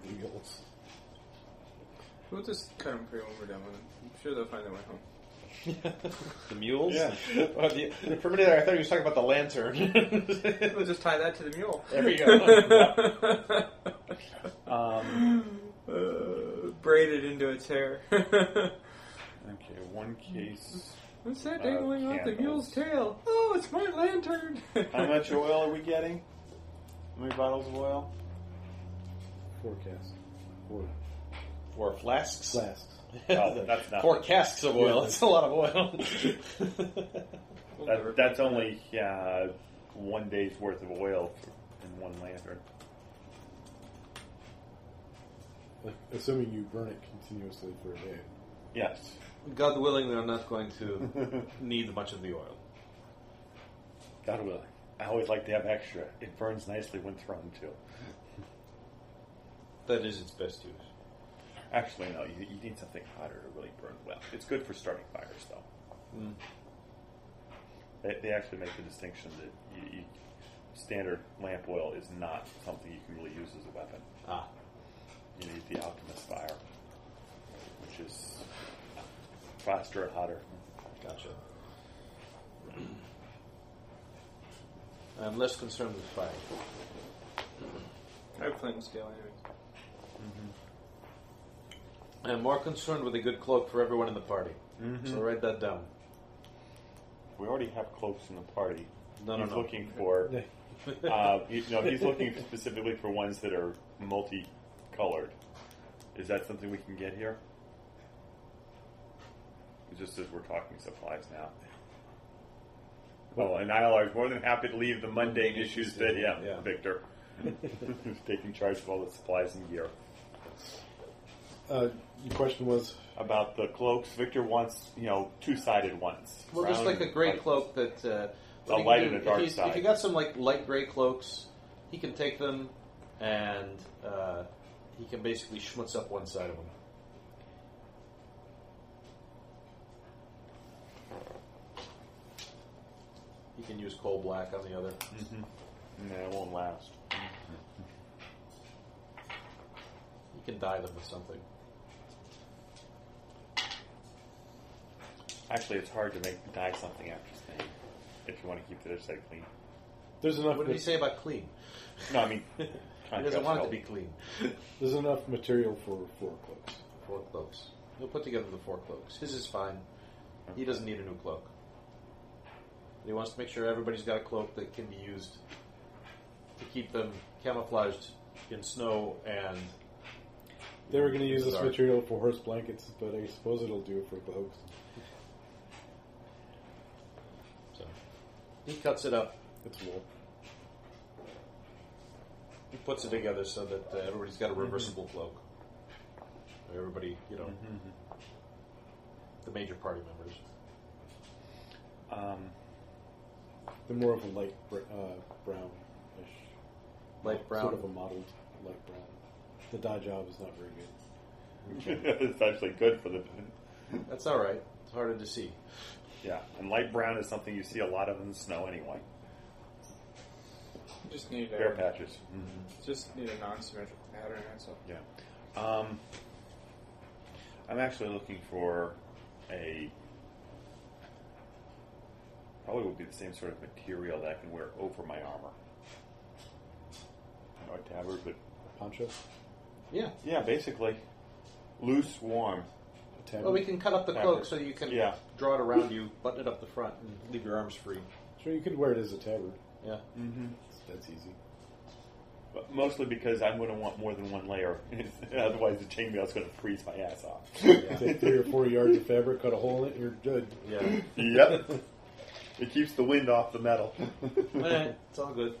Speaker 2: Deals.
Speaker 3: We'll just cut them free when we're done with them. I'm sure they'll find their way home.
Speaker 1: The mules?
Speaker 2: Yeah.
Speaker 1: Oh, the, for a minute there, I thought he was talking about the lantern.
Speaker 3: We'll just tie that to the mule.
Speaker 1: there we go.
Speaker 4: Um,
Speaker 3: Uh, braided into its hair.
Speaker 4: okay, one case.
Speaker 3: What's that
Speaker 4: Uh,
Speaker 3: dangling off the
Speaker 4: candles.
Speaker 3: mule's tail? Oh, it's my lantern.
Speaker 4: How much oil are we getting? How many bottles of oil?
Speaker 2: Forecast. Four
Speaker 1: Four flasks.
Speaker 2: flasks.
Speaker 4: Oh, that's not.
Speaker 1: Four casks of oil.
Speaker 2: Yeah.
Speaker 1: That's a lot of oil.
Speaker 3: We'll never
Speaker 4: That, that's only uh, one day's worth of oil in one lantern.
Speaker 2: Assuming you burn it continuously for a day.
Speaker 4: Yes.
Speaker 1: God willing, they're not going to need much of the oil.
Speaker 4: God willing. I always like to have extra. It burns nicely when thrown too.
Speaker 1: That is its best use.
Speaker 4: Actually, no. You, you need something hotter to really burn well. It's good for starting fires, though.
Speaker 1: Mm.
Speaker 4: They, they actually make the distinction that you, you, standard lamp oil is not something you can really use as a weapon.
Speaker 1: Ah.
Speaker 4: You need the alchemist fire, which is faster and hotter.
Speaker 1: Gotcha. I'm less concerned with fire.
Speaker 3: I have flint and steel anyway.
Speaker 1: I'm more concerned with a good cloak for everyone in the party.
Speaker 4: Mm-hmm.
Speaker 1: So write that down.
Speaker 4: We already have cloaks in the party.
Speaker 1: No, no,
Speaker 4: he's
Speaker 1: no.
Speaker 4: looking for.
Speaker 2: Yeah.
Speaker 4: Uh, you know, he's looking specifically for ones that are multicolored. Is that something we can get here? Just as we're talking supplies now. Oh, and Ilar is more than happy to leave the mundane issues to him,
Speaker 1: Yeah.
Speaker 4: Victor, who's taking charge of all the supplies and gear.
Speaker 2: Uh, your question was
Speaker 4: About the cloaks, Victor wants, you know, two-sided ones.
Speaker 1: Well, just
Speaker 4: Round
Speaker 1: like a gray
Speaker 4: and-
Speaker 1: cloak that. Uh, what he
Speaker 4: A
Speaker 1: can
Speaker 4: light
Speaker 1: do-
Speaker 4: and a
Speaker 1: if
Speaker 4: dark
Speaker 1: he's- If
Speaker 4: side.
Speaker 1: you got some like light gray cloaks, he can take them, and uh, he can basically schmutz up one side of them. He can use coal black on the other.
Speaker 4: No, it won't last.
Speaker 1: You can dye them with something.
Speaker 4: Actually, it's hard to make dye something after stain if you want to keep the other side clean.
Speaker 2: there's enough
Speaker 1: What did he
Speaker 2: ma-
Speaker 1: say about clean?
Speaker 4: No, I mean,
Speaker 1: He doesn't want it to be clean.
Speaker 2: there's enough material for four cloaks.
Speaker 1: Four cloaks. He'll put together the four cloaks. His is fine. He doesn't need a new cloak. But he wants to make sure everybody's got a cloak that can be used to keep them camouflaged in snow and
Speaker 2: They were going to use this
Speaker 1: Dark.
Speaker 2: material for horse blankets, but I suppose it'll do for cloaks.
Speaker 1: so. He cuts it up.
Speaker 2: It's wool.
Speaker 1: He puts it together so that uh, everybody's
Speaker 2: Mm-hmm.
Speaker 1: got a reversible cloak. Everybody, you know,
Speaker 2: Mm-hmm,
Speaker 1: the major party members.
Speaker 4: Um,
Speaker 2: They're more of a light br- uh, brownish,
Speaker 1: Light brown.
Speaker 2: sort of a mottled light brown. The dye job is not very good.
Speaker 1: um,
Speaker 4: it's actually good for the.
Speaker 1: That's all right. It's harder to see.
Speaker 4: Yeah, and light brown is something you see a lot of in the snow anyway.
Speaker 3: Just need
Speaker 4: Bare
Speaker 3: a
Speaker 4: patches. Mm-hmm.
Speaker 3: just need a non-symmetrical pattern. That's all.
Speaker 4: Yeah. Um, I'm actually looking for a. Probably would be the same sort of material that I can wear over my armor. I know a tabard, but
Speaker 2: Poncho,
Speaker 1: Yeah.
Speaker 4: yeah, basically loose, warm.
Speaker 2: a tabard.
Speaker 1: Well, we can cut up the
Speaker 4: Yeah.
Speaker 1: cloak so you can
Speaker 4: Yeah.
Speaker 1: draw it around you, button it up the front, and leave your arms free. Mm,
Speaker 2: Sure, you could wear it as a tabard.
Speaker 1: Yeah.
Speaker 2: That's easy.
Speaker 4: But mostly because I'm going to want more than one layer. Otherwise, the chainmail is going to freeze my ass off.
Speaker 2: Take three or four yards of fabric, cut a hole in it, you're good.
Speaker 1: Yeah.
Speaker 4: yep. It keeps the wind off the metal.
Speaker 1: Eh, it's all good.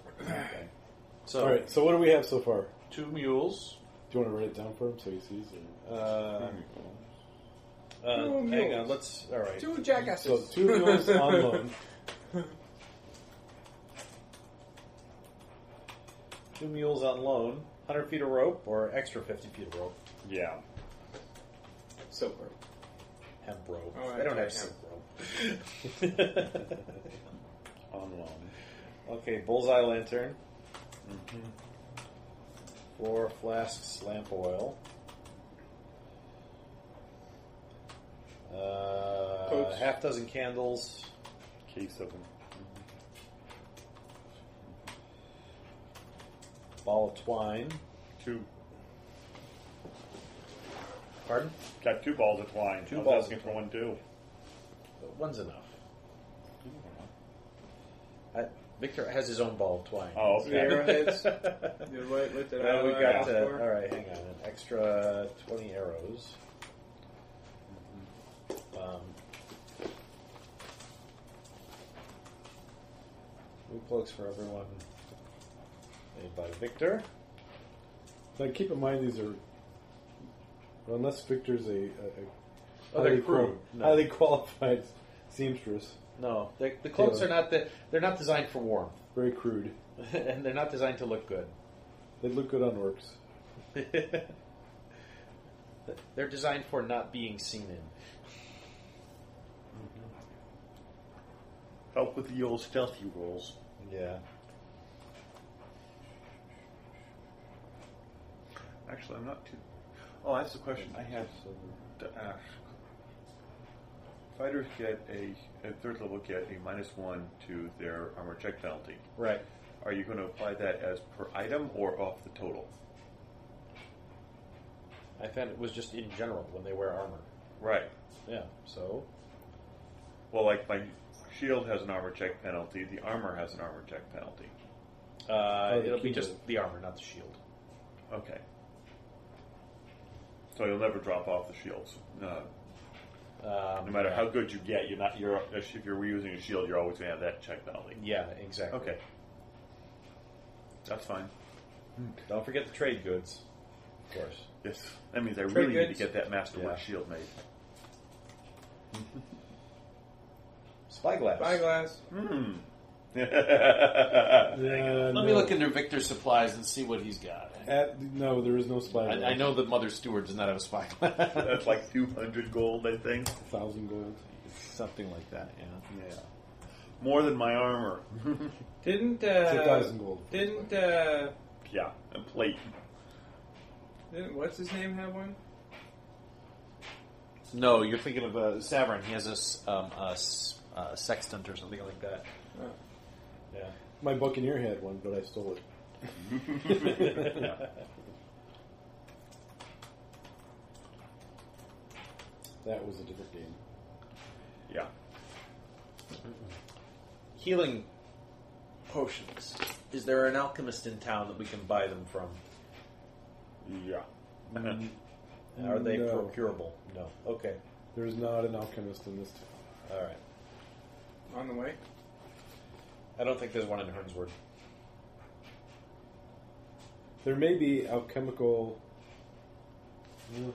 Speaker 1: So,
Speaker 2: All right, so what do we have so far?
Speaker 1: two mules.
Speaker 2: Do you want to write it down for him so he sees? Or...
Speaker 4: Um,
Speaker 1: Uh,
Speaker 4: Mm-hmm.
Speaker 1: uh,
Speaker 3: Two
Speaker 1: hang on,
Speaker 3: mules.
Speaker 1: let's. All right.
Speaker 3: Two
Speaker 2: So
Speaker 3: jackasses.
Speaker 2: two mules on loan.
Speaker 1: Two mules on loan, 100 feet of rope, or extra 50 feet of rope.
Speaker 4: Yeah.
Speaker 3: Silver.
Speaker 1: Hemp rope.
Speaker 3: Oh,
Speaker 1: I don't have
Speaker 3: that's
Speaker 1: silk rope.
Speaker 4: On loan.
Speaker 1: okay, bullseye lantern. Mm-hmm. Four flasks lamp oil. Uh,
Speaker 3: Totes.
Speaker 1: half dozen candles.
Speaker 4: Case open.
Speaker 1: Ball of twine.
Speaker 4: Two.
Speaker 1: Pardon?
Speaker 4: Got two balls of twine.
Speaker 1: Two
Speaker 4: I was
Speaker 1: balls
Speaker 4: asking
Speaker 1: of
Speaker 4: for one too.
Speaker 1: One's enough. I, Victor has his own ball of twine.
Speaker 4: Oh, okay.
Speaker 3: Three arrowheads.
Speaker 1: Then
Speaker 3: You lit, lit that
Speaker 1: we
Speaker 3: eyeliner
Speaker 1: got
Speaker 3: off
Speaker 1: uh,
Speaker 3: for.
Speaker 1: all right. Hang on, an extra twenty arrows. Um, new plugs for everyone. Made by Victor.
Speaker 2: Now keep in mind these are, well, unless Victor's a, a, a
Speaker 1: Oh, they're
Speaker 2: highly
Speaker 1: crew.
Speaker 2: qual-
Speaker 1: No.
Speaker 2: highly qualified seamstress,
Speaker 1: No, they, the cloaks
Speaker 2: Taylor.
Speaker 1: are not the, They're not designed for warmth,
Speaker 2: very crude.
Speaker 1: and they're not designed to look good.
Speaker 2: They look good on orcs.
Speaker 1: they're designed for not being seen in.
Speaker 4: Help with the old stealthy rolls.
Speaker 1: Yeah.
Speaker 4: Actually, I'm not too. Oh, that's the question I have to ask. Fighters get a, at third level get a minus one to their armor check penalty.
Speaker 1: Right.
Speaker 4: Are you going to apply that as per item or off the total?
Speaker 1: I found it was just in general when they wear armor.
Speaker 4: Right.
Speaker 1: Yeah. So.
Speaker 4: Well, like my shield has an armor check penalty. The armor has an armor check penalty.
Speaker 1: Uh,
Speaker 2: Oh, the
Speaker 1: it'll be
Speaker 2: keyboard.
Speaker 1: just the armor, not the shield.
Speaker 4: Okay. So you'll never drop off the shields. Uh,
Speaker 1: Um,
Speaker 4: no matter how good you get, you're not. You're if you're reusing a shield, you're always going to have that check penalty.
Speaker 1: Yeah, exactly.
Speaker 4: Okay. That's fine.
Speaker 1: Don't forget the trade goods. Of course.
Speaker 4: Yes, that means I
Speaker 3: Trade
Speaker 4: really need
Speaker 3: goods?
Speaker 4: to get that Masterwork
Speaker 1: Yeah.
Speaker 4: shield made.
Speaker 1: Spyglass.
Speaker 9: Spyglass.
Speaker 4: Hmm.
Speaker 2: Yeah,
Speaker 1: Let me look into Victor's supplies and see what he's got.
Speaker 2: uh, At, no, there is no
Speaker 1: I,
Speaker 2: spyglass.
Speaker 1: I know that Mother Stewart does not have a spyglass.
Speaker 4: That's like 200 gold, I think.
Speaker 2: thousand gold.
Speaker 1: Something like that, yeah.
Speaker 4: Yeah. More than my armor.
Speaker 9: Didn't
Speaker 2: It's a
Speaker 9: uh,
Speaker 2: thousand gold.
Speaker 9: didn't uh,
Speaker 4: yeah, a plate.
Speaker 9: didn't what's his name have one?
Speaker 1: No, you're thinking of uh, Saverin. He has a, s- um, a s- uh, sextant or something like that.
Speaker 3: Uh,
Speaker 9: Oh.
Speaker 1: Yeah.
Speaker 2: My buccaneer had one, but I stole it. That was a different game.
Speaker 4: Yeah.
Speaker 1: Healing potions. Is there an alchemist in town that we can buy them from?
Speaker 4: Yeah.
Speaker 1: Are they
Speaker 2: No.
Speaker 1: procurable? No. Okay.
Speaker 2: uh, There's not an alchemist in this town.
Speaker 1: All right.
Speaker 3: On the way.
Speaker 1: I don't think there's one in Hernsward.
Speaker 2: There may be alchemical.
Speaker 4: Did-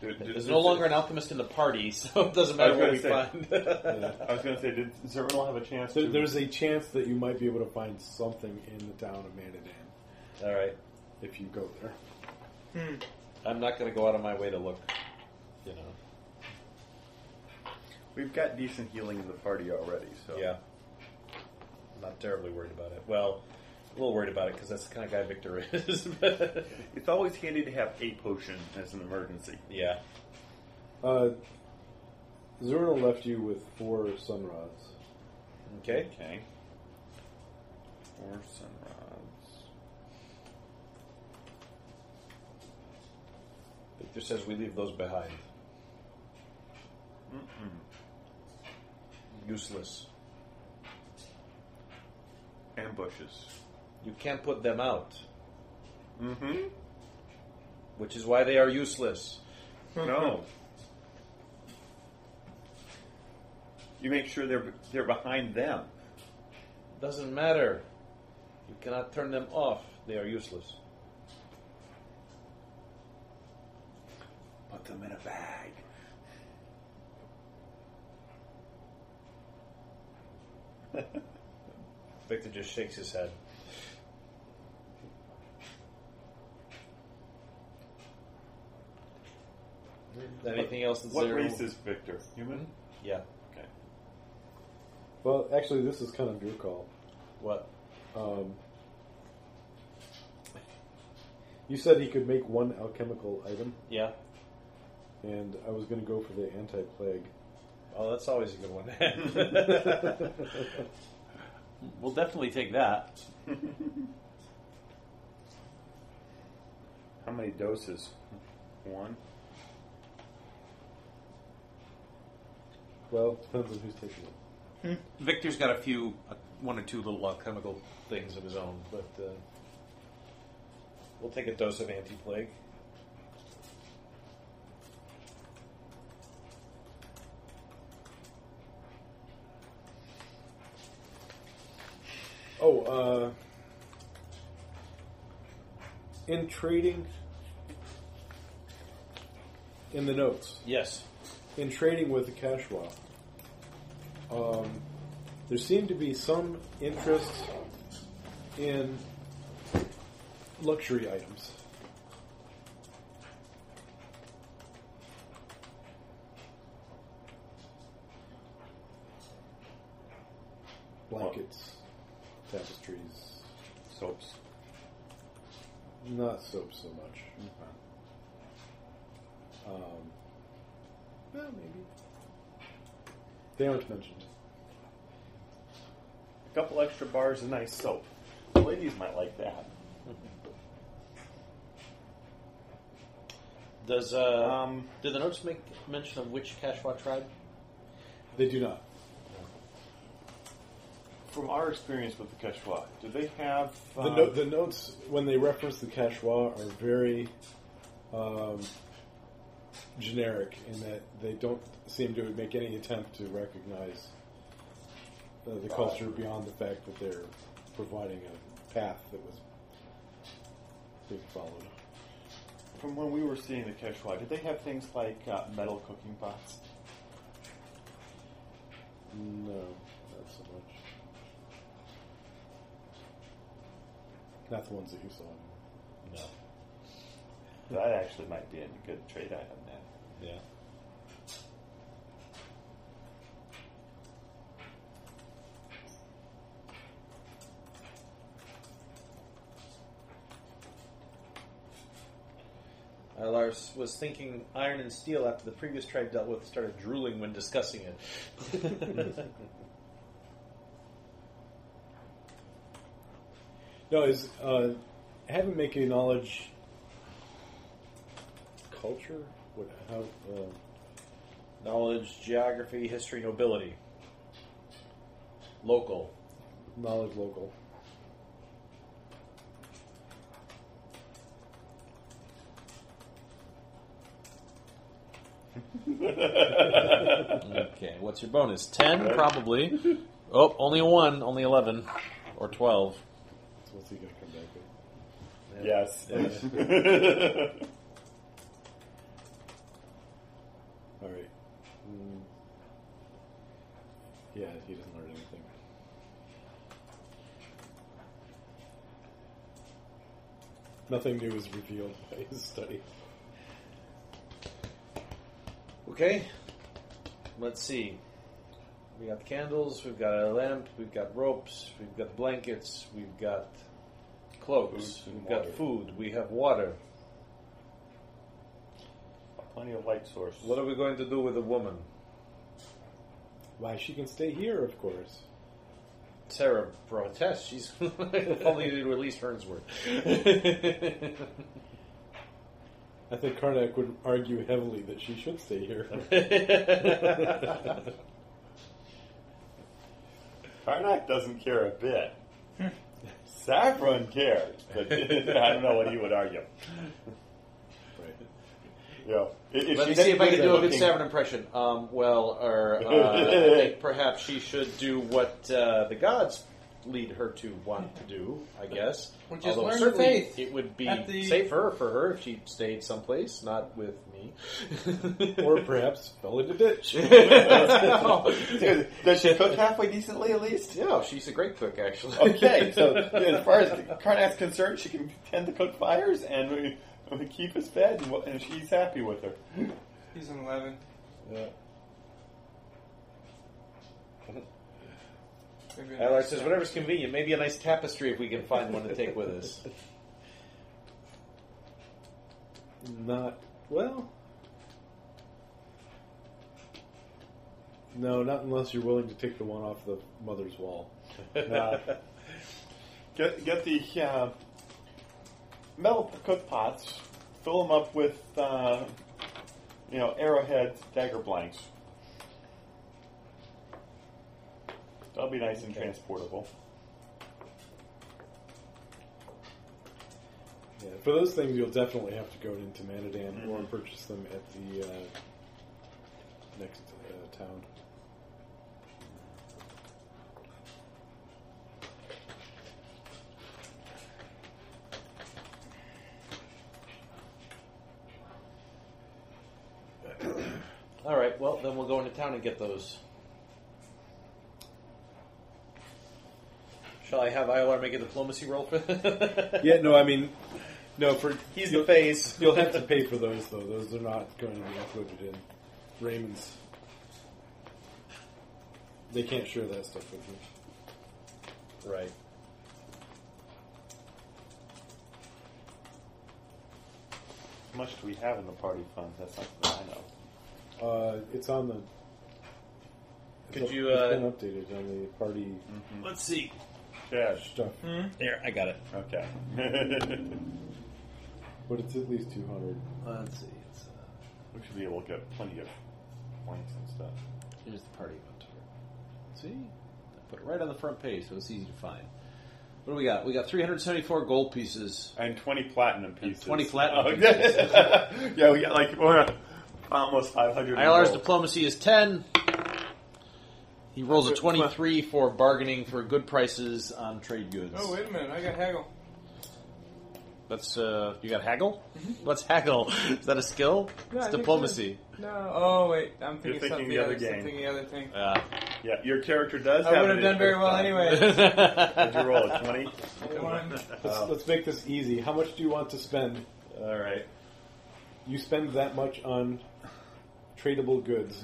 Speaker 4: did-
Speaker 1: There's
Speaker 4: did-
Speaker 1: no longer an alchemist in the party, so it doesn't
Speaker 4: I
Speaker 1: matter
Speaker 4: was
Speaker 1: what we
Speaker 4: gonna
Speaker 1: find.
Speaker 4: I was going to say, did Zerl have a chance
Speaker 2: uh, There,
Speaker 4: to.
Speaker 2: there's a chance that you might be able to find something in the town of Manadan
Speaker 1: All right.
Speaker 2: if you go there.
Speaker 3: Hmm.
Speaker 1: I'm not going to go out of my way to look. You know.
Speaker 4: We've got decent healing in the party already, so.
Speaker 1: Yeah. I'm not terribly worried about it. Well, a little worried about it because that's the kind of guy Victor is.
Speaker 4: It's always handy to have a potion as an emergency.
Speaker 1: yeah.
Speaker 2: Uh, Zernal left you with four sun rods.
Speaker 1: Okay.
Speaker 4: Okay. Four sunrods.
Speaker 1: Victor says we leave those behind. Useless.
Speaker 4: Ambushes.
Speaker 1: You can't put them out,
Speaker 4: Mm hmm.
Speaker 1: which is why they are useless.
Speaker 4: No. You make sure they're they're behind them.
Speaker 1: Doesn't matter. You cannot turn them off. They are useless. Victor just shakes his head. Anything else that's
Speaker 4: What
Speaker 1: there?
Speaker 4: race is Victor? Human?
Speaker 1: Yeah.
Speaker 4: Okay.
Speaker 2: Well, actually, this is kind of your call.
Speaker 1: What?
Speaker 2: Um, you said he could make one alchemical item,
Speaker 1: Yeah.
Speaker 2: and I was going to go for the anti-plague.
Speaker 1: Oh, that's always a good one. we'll definitely take that.
Speaker 4: How many doses? One.
Speaker 2: well, depends on who's taking it.
Speaker 1: Victor's got a few, uh, one or two little alchemical things of his own, but uh, we'll take a dose of anti-plague.
Speaker 2: Oh, uh, in trading, in the notes,
Speaker 1: Yes.
Speaker 2: in trading with the Kashwa, um, there seemed to be some interest in luxury items. Blankets, tapestries,
Speaker 4: Soaps.
Speaker 2: not soap so much. Um, well, maybe. They aren't mentioned.
Speaker 4: A couple extra bars of nice soap. The ladies might like that.
Speaker 1: Does uh,
Speaker 4: Um,
Speaker 1: do the notes make mention of which Kashwa tribe?
Speaker 2: They do not.
Speaker 4: from our experience with the Quechua, do they have
Speaker 2: The,
Speaker 4: um,
Speaker 2: no- the notes, when they reference the Kashwa, are very um, generic in that they don't seem to make any attempt to recognize uh, the culture beyond the fact that they're providing a path that was being followed.
Speaker 4: from when we were seeing the Quechua? Did they have things like uh, metal cooking pots?
Speaker 2: No, not so much. Not the ones that you saw.
Speaker 1: No.
Speaker 4: That actually might be a good trade item. Then
Speaker 1: Yeah. Uh, Lars was thinking iron and steel after the previous tribe dealt with started drooling when discussing it.
Speaker 2: No, is uh, having make a knowledge culture? What? How? Uh,
Speaker 1: Knowledge, geography, history, nobility. Local.
Speaker 2: knowledge local.
Speaker 1: Okay, what's your bonus? Ten, probably. Oh, only one, only eleven, or twelve.
Speaker 2: So what's he going to come back with?
Speaker 4: yes.
Speaker 2: All right. Mm. Yeah, he doesn't learn anything. Nothing new is revealed by his study.
Speaker 1: Okay, let's see. We got the candles, we've got a lamp, we've got ropes, we've got blankets, we've got cloaks,
Speaker 4: Food and
Speaker 1: we've got
Speaker 4: water.
Speaker 1: food, we have water.
Speaker 4: Plenty of light source.
Speaker 1: What are we going to do with a woman?
Speaker 2: Why she can stay here, of course.
Speaker 1: Sarah protests. She's only to release Hernsworth.
Speaker 2: I think Karnak would argue heavily that she should stay here.
Speaker 4: Karnak doesn't care a bit.
Speaker 1: Hmm.
Speaker 4: Saffron cares, but I don't know what he would argue. You know, i- if
Speaker 1: Let
Speaker 4: she
Speaker 1: me see if I
Speaker 4: didn't
Speaker 1: can do a
Speaker 4: looking-
Speaker 1: good Savin impression. Um, well, or uh, I think perhaps she should do what uh, the gods lead her to want to do, I guess.
Speaker 3: Well, just
Speaker 1: Although
Speaker 3: learn
Speaker 1: certainly
Speaker 3: faith
Speaker 1: It would be
Speaker 3: at the-
Speaker 1: safer for her if she stayed someplace, not with me.
Speaker 2: or perhaps fell in a ditch.
Speaker 4: Does she cook halfway decently at least?
Speaker 1: yeah, she's a great cook, actually.
Speaker 4: Okay, so as far as Karnak's concerned, she can tend to cook fires and we, we keep us fed, and, wh- and she's happy with her.
Speaker 3: He's an 11.
Speaker 2: Yeah.
Speaker 3: Maybe an
Speaker 1: Alex says,
Speaker 3: extra.
Speaker 1: whatever's convenient. Maybe a nice tapestry if we can find one to take with us.
Speaker 2: Not well. No, not unless you're willing to take the one off the mother's wall. Nah.
Speaker 4: Get get the uh, metal cook pots, fill them up with uh, you know arrowheads, dagger blanks. That'll be nice and transportable.
Speaker 2: Yeah, for those things, you'll definitely have to go into Manadan
Speaker 1: Mm-hmm.
Speaker 2: or purchase them at the uh, next uh, town.
Speaker 1: All right, well, then we'll go into town and get those. Shall I have Ilar make a diplomacy roll for
Speaker 2: Yeah, no, I mean, no, for
Speaker 1: He's the
Speaker 2: you'll,
Speaker 1: face.
Speaker 2: you'll have to pay for those though. Those are not going to be included in Raymond's. They can't share that stuff with you.
Speaker 1: Right.
Speaker 4: How much do we have in the party fund? That's something that I know.
Speaker 2: Uh, it's on the.
Speaker 1: Could
Speaker 2: it's up-
Speaker 1: you, uh, Mm.
Speaker 2: It's been updated on the party
Speaker 1: Let's see.
Speaker 4: Cash.
Speaker 2: stuff,
Speaker 1: Hmm. There, I got it.
Speaker 4: Okay.
Speaker 2: but it's at least two hundred.
Speaker 1: Let's see. It's, uh,
Speaker 4: we should be able to get plenty of blanks and stuff.
Speaker 1: here's the party event. See? I put it right on the front page, so it's easy to find. What do we got? We got 374 gold pieces.
Speaker 4: And 20 platinum pieces.
Speaker 1: 20 platinum
Speaker 4: Oh, yeah. yeah, we got like uh, almost 500. in
Speaker 1: ILR's
Speaker 4: gold.
Speaker 1: diplomacy is 10. He rolls a 23 for bargaining for good prices on trade goods.
Speaker 3: Oh, wait a minute. I got haggle.
Speaker 1: Let's, uh, you got haggle? What's haggle? Is that a skill?
Speaker 3: Yeah, I
Speaker 1: it's
Speaker 3: think
Speaker 1: diplomacy.
Speaker 3: No. Oh, wait. I'm thinking,
Speaker 4: You're thinking
Speaker 3: something
Speaker 4: the other
Speaker 3: else. I'm
Speaker 4: game.
Speaker 3: thinking the other thing.
Speaker 1: Yeah.
Speaker 4: Yeah, your character does
Speaker 3: I
Speaker 4: have
Speaker 3: would
Speaker 4: it
Speaker 3: have done
Speaker 4: in
Speaker 3: very
Speaker 4: first
Speaker 3: well
Speaker 4: time.
Speaker 3: anyway.
Speaker 4: Did you roll a 20?
Speaker 3: One.
Speaker 2: Let's,
Speaker 1: Oh.
Speaker 2: let's make this easy. How much do you want to spend?
Speaker 4: All right.
Speaker 2: You spend that much on tradable goods.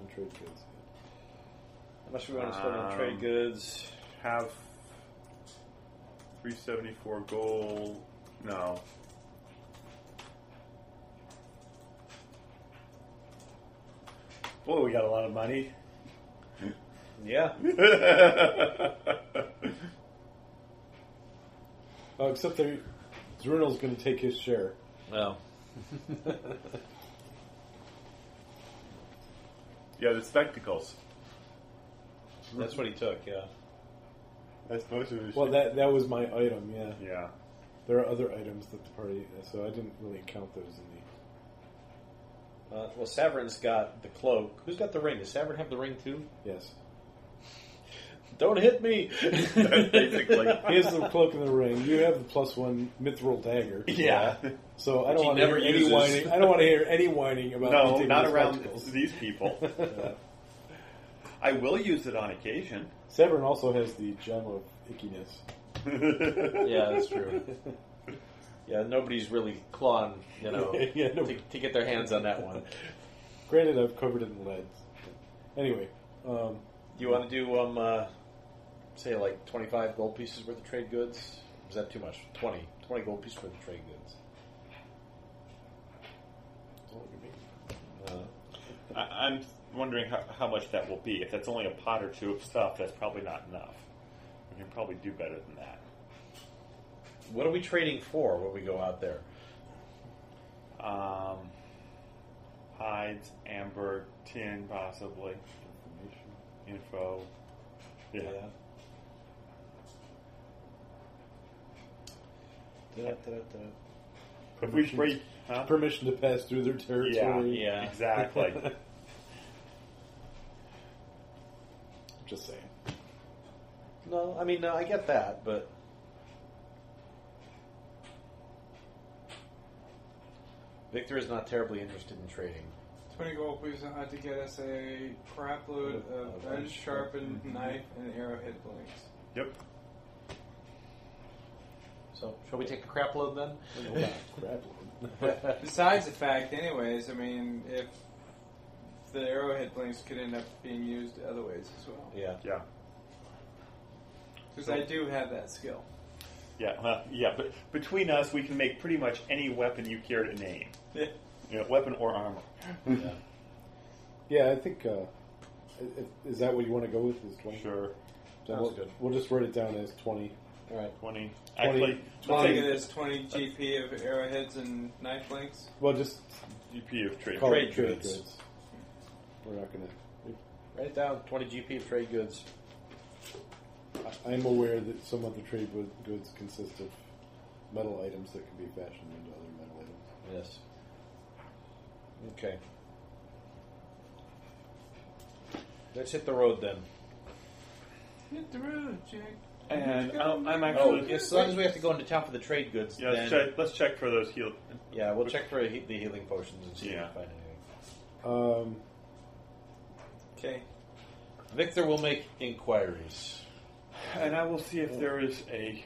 Speaker 2: On trade goods.
Speaker 1: How much we want to spend on trade
Speaker 4: Um,
Speaker 1: goods?
Speaker 4: Have 374 gold. No. Boy, we got a lot of money.
Speaker 1: Yeah.
Speaker 2: Oh, except that Zrunel's going to take his share.
Speaker 1: Well,
Speaker 4: yeah, the spectacles.
Speaker 1: that's what he took, yeah.
Speaker 4: That's most of it.
Speaker 2: Well, that that was my item. Yeah,
Speaker 4: Yeah.
Speaker 2: there are other items that the party, so I didn't really count those in the.
Speaker 1: Uh, well, Saverin's got the cloak. Who's got the ring? Does Saverin have the ring too?
Speaker 2: Yes.
Speaker 1: Don't hit me!
Speaker 4: Basically.
Speaker 2: He has the cloak and the ring. You have the plus one mithril dagger.
Speaker 1: yeah.
Speaker 2: So I don't
Speaker 1: He
Speaker 2: want to
Speaker 1: never
Speaker 2: hear any
Speaker 1: uses.
Speaker 2: whining. I don't want to hear any whining about me
Speaker 4: No,
Speaker 2: taking
Speaker 4: not
Speaker 2: his
Speaker 4: around
Speaker 2: spectacles.
Speaker 4: these people. I will use it on occasion.
Speaker 2: Severn also has the gem of ickiness.
Speaker 1: Yeah, that's true. Yeah, nobody's really clawing, you know,
Speaker 2: Yeah, no.
Speaker 1: to, to get their hands on that one.
Speaker 2: Granted, I've covered it in lead. Anyway, um,
Speaker 1: You want to do, um, uh, say, like 25 gold pieces worth of trade goods? Is that too much? 20. 20 gold pieces worth of trade goods. Uh,
Speaker 4: I, I'm wondering how, how much that will be. If that's only a pot or two of stuff, that's probably not enough. We can probably do better than that.
Speaker 1: what are we trading for when we go out there?
Speaker 4: Um, hides, amber, tin, possibly. Info. Yeah.
Speaker 1: Da-da-da-da.
Speaker 10: If we break, huh?
Speaker 2: permission to pass through their territory.
Speaker 1: Yeah.
Speaker 4: Exactly.
Speaker 2: Just saying.
Speaker 1: No, I mean, no, I get that, but. Victor is not terribly interested in trading.
Speaker 3: 20 gold, please don't have to get us a crapload
Speaker 4: Uh,
Speaker 3: of unsharpened
Speaker 4: Mm-hmm.
Speaker 3: knife and arrowhead blanks.
Speaker 4: yep.
Speaker 1: So, shall we take a crap load
Speaker 2: Oh,
Speaker 1: then?
Speaker 2: wow, crap.
Speaker 1: But
Speaker 3: Besides the fact, anyways, I mean, if the arrowhead blanks could end up being used other ways as well.
Speaker 1: yeah.
Speaker 4: Yeah.
Speaker 3: Because I do have that skill.
Speaker 4: Yeah. Huh? Yeah. But between us, we can make pretty much any weapon you care to name. You know, weapon or armor.
Speaker 1: yeah.
Speaker 2: Yeah, I think. Uh, i- i- is that what you want to go with? Is twenty?
Speaker 4: Sure.
Speaker 2: Then
Speaker 1: Sounds
Speaker 2: we'll,
Speaker 1: good.
Speaker 2: we'll just write it down as twenty.
Speaker 1: All right.
Speaker 4: Twenty.
Speaker 2: 20
Speaker 4: Actually,
Speaker 3: I'll
Speaker 2: Fine.
Speaker 3: get this 20 GP of arrowheads and knife blanks.
Speaker 2: Well, just
Speaker 4: GP of trade.
Speaker 2: call
Speaker 1: Trade
Speaker 2: it trade
Speaker 1: goods.
Speaker 2: goods. We're not gonna.
Speaker 1: Write it down 20 GP of trade goods.
Speaker 2: I- I'm aware that some of the trade wo- goods consist of metal items that can be fashioned into other metal items.
Speaker 1: Yes. Okay. Let's hit the road then.
Speaker 3: Hit the road, Jack.
Speaker 10: And
Speaker 3: um,
Speaker 10: I'm, I'm
Speaker 1: Oh,
Speaker 10: actually.
Speaker 1: as long as we have to go into town for the trade goods,
Speaker 4: Yeah.
Speaker 1: then
Speaker 4: Let's check, let's check for those heal.
Speaker 1: yeah, we'll check for he- the healing potions and see
Speaker 4: Yeah.
Speaker 1: if we can find anything.
Speaker 2: Um,
Speaker 3: Okay.
Speaker 1: Victor will make inquiries.
Speaker 10: And I will see
Speaker 4: If
Speaker 2: Oh.
Speaker 4: there is a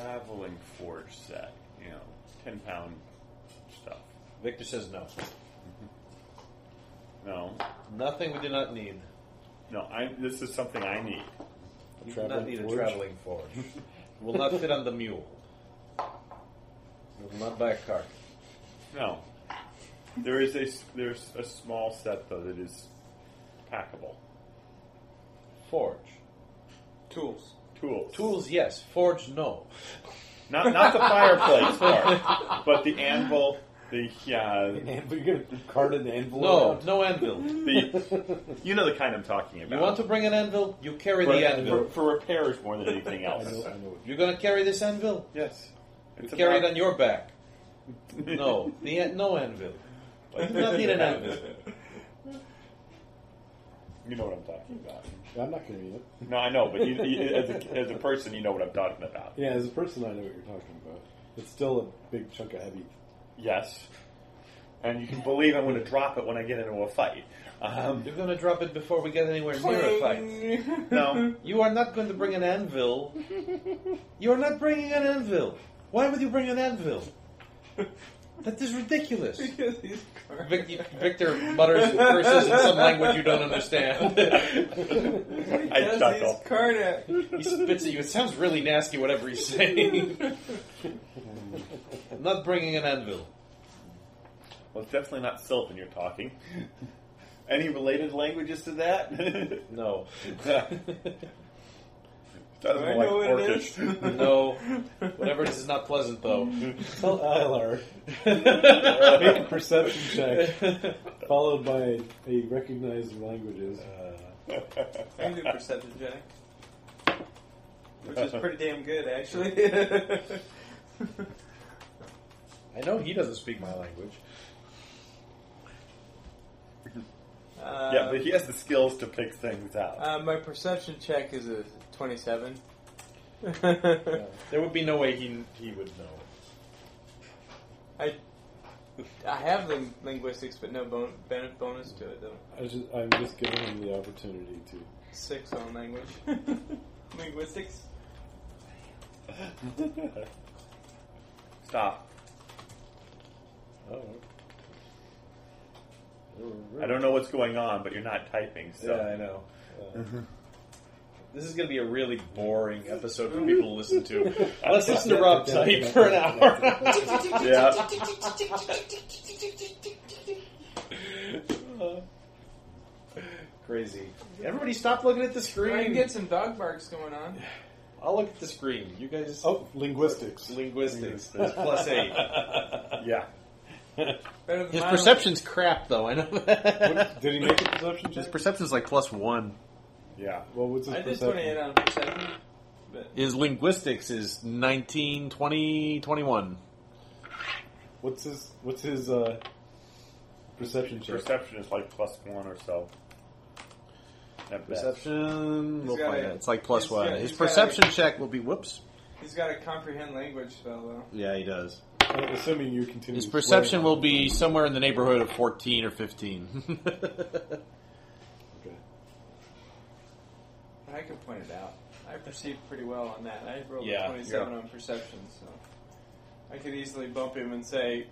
Speaker 4: traveling forge set, you know, ten pound stuff.
Speaker 1: Victor says no.
Speaker 4: No.
Speaker 1: Nothing we do not need.
Speaker 4: No. I. This is something I need.
Speaker 1: We do
Speaker 2: traveling
Speaker 1: not need
Speaker 2: forge?
Speaker 1: a traveling forge. will not fit on the mule. We will not buy a cart.
Speaker 4: No. There is a s- there's a small set though that is packable.
Speaker 1: Forge.
Speaker 3: Tools.
Speaker 4: Tools.
Speaker 1: Tools, yes. Forge, no.
Speaker 4: Not not the fireplace part, but the anvil, the uh,
Speaker 2: an anvil, you're gonna cart an anvil?
Speaker 1: No,
Speaker 2: around?
Speaker 1: no anvil.
Speaker 4: Mm. the you know the kind I'm talking about.
Speaker 1: You want to bring an anvil? You carry
Speaker 4: for,
Speaker 1: the anvil.
Speaker 4: for, for repairs more than anything
Speaker 2: I know.
Speaker 4: else.
Speaker 2: I know.
Speaker 1: You're gonna carry this anvil?
Speaker 4: yes.
Speaker 1: You
Speaker 4: It's
Speaker 1: carry it
Speaker 4: about-
Speaker 1: on your back. No, the an- no anvil. You do not need an anvil.
Speaker 4: You know what I'm talking about.
Speaker 2: I'm not gonna read it.
Speaker 4: No, I know, but you, you, as, a, as a person, you know what I'm talking about.
Speaker 2: Yeah, as a person, I know what you're talking about. It's still a big chunk of heavy.
Speaker 4: Yes. And you can believe I'm going to drop it when I get into a fight. Um,
Speaker 1: You're gonna drop it before we get anywhere near a fight.
Speaker 4: no,
Speaker 1: You are not going to bring an anvil. You are not bringing an anvil. Why would you bring an anvil? That is ridiculous.
Speaker 3: Because he's cart.
Speaker 1: Vic- Victor mutters curses in some language you don't understand.
Speaker 4: I
Speaker 3: Because
Speaker 4: chuckle.
Speaker 3: he's Karnak.
Speaker 1: he spits at you. It sounds really nasty, whatever he's saying. I'm not bringing an anvil.
Speaker 4: Well, it's definitely not Sylvan you're talking. Any related languages to that?
Speaker 1: No.
Speaker 4: Doesn't
Speaker 3: I
Speaker 4: like
Speaker 3: know what it
Speaker 4: orcish.
Speaker 3: is.
Speaker 1: No. Whatever it is, is not pleasant, though.
Speaker 2: Tell Ilar. Make a
Speaker 1: uh,
Speaker 2: perception check, followed by a recognized languages. Uh,
Speaker 3: I do perception, Jack. Which is pretty damn good, actually.
Speaker 1: I know he doesn't speak my language.
Speaker 3: Uh,
Speaker 4: yeah, but he has the skills to pick things out.
Speaker 3: uh, my perception check is a 27.
Speaker 1: There would be no way he he would know.
Speaker 3: I I have lin- linguistics, but no bon- ben- bonus to it though.
Speaker 2: I just, I'm just giving him the opportunity to.
Speaker 3: Six on language. linguistics.
Speaker 4: Stop.
Speaker 1: Oh.
Speaker 4: I don't know what's going on, but you're not typing, so.
Speaker 1: Yeah, I know. Uh, this is going to be a really boring episode for people to listen to. Let's listen to Rob type for an hour.
Speaker 4: Yeah.
Speaker 1: Crazy. Everybody, stop looking at the
Speaker 3: We can
Speaker 1: screen.
Speaker 3: get some dog barks going on.
Speaker 1: I'll look at the screen. You guys.
Speaker 2: Oh, linguistics.
Speaker 1: Linguistics. That's plus eight.
Speaker 4: Yeah.
Speaker 3: Better than
Speaker 1: His
Speaker 3: mine.
Speaker 1: perception's crap, though. I know that.
Speaker 2: What, did he make a perception
Speaker 1: His
Speaker 2: check?
Speaker 1: perception's like plus one.
Speaker 4: Yeah.
Speaker 2: Well, what's his
Speaker 3: I just
Speaker 2: perception?
Speaker 3: want to hit on perception. But
Speaker 1: His linguistics is 19, 20, 21.
Speaker 2: What's his What's his uh, perception check?
Speaker 6: Perception is like plus one or so. At best.
Speaker 1: Perception.
Speaker 3: He's
Speaker 1: We'll
Speaker 3: got
Speaker 1: find
Speaker 3: a-
Speaker 1: out. It's like plus
Speaker 3: he's
Speaker 1: one.
Speaker 3: got-
Speaker 1: His
Speaker 3: he's got a-
Speaker 1: perception check will be whoops.
Speaker 3: he's got a comprehend language spell though.
Speaker 1: Yeah, he does.
Speaker 2: I'm assuming you continue.
Speaker 1: His
Speaker 2: to
Speaker 1: perception
Speaker 2: swear.
Speaker 1: will be somewhere in the neighborhood of 14 or 15.
Speaker 2: Okay.
Speaker 3: But I can point it out. I perceived pretty well on that. I rolled
Speaker 1: Yeah,
Speaker 3: a 27 on perception, so I could easily bump him and say,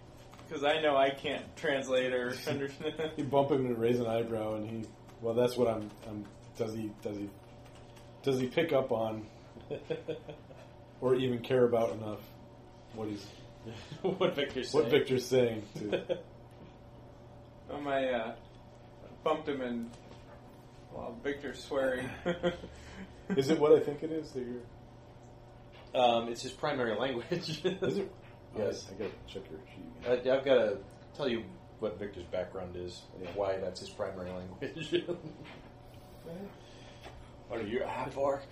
Speaker 3: because I know I can't translate or understand.
Speaker 2: You bump him and raise an eyebrow, and he. Well, that's what I'm. I'm does he? Does he? Does he pick up on, or even care about enough what he's
Speaker 1: what Victor's
Speaker 2: what Victor's saying? To,
Speaker 3: on my uh, bumped him and while Victor's swearing.
Speaker 2: is it what I think it is that you're?
Speaker 1: Um, it's his primary language.
Speaker 2: Is it?
Speaker 1: Yes.
Speaker 2: I, gotta check your sheet.
Speaker 1: I, I've got to tell you what Victor's background is and why that's his primary language. what are you, a half orc?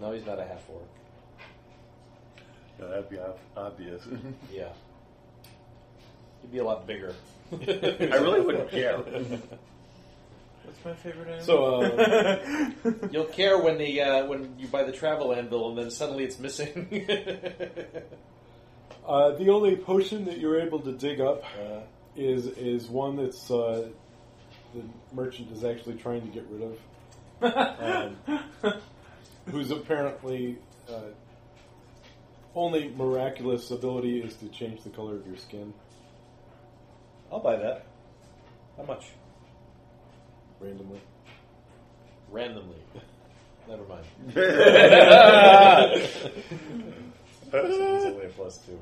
Speaker 1: no, he's not a half orc.
Speaker 6: Yeah, that'd be ob- obvious.
Speaker 1: Yeah. He'd be a lot bigger.
Speaker 6: I really wouldn't care.
Speaker 3: What's my favorite animal?
Speaker 2: So uh,
Speaker 1: You'll care when the uh, when you buy the travel anvil and then suddenly it's missing.
Speaker 2: Uh, the only potion that you're able to dig up
Speaker 1: Uh,
Speaker 2: is is one that's uh, the merchant is actually trying to get rid of, um, whose apparently uh, only miraculous ability is to change the color of your skin.
Speaker 1: I'll buy that. How much?
Speaker 2: Randomly,
Speaker 1: Randomly. Never mind. only a plus two.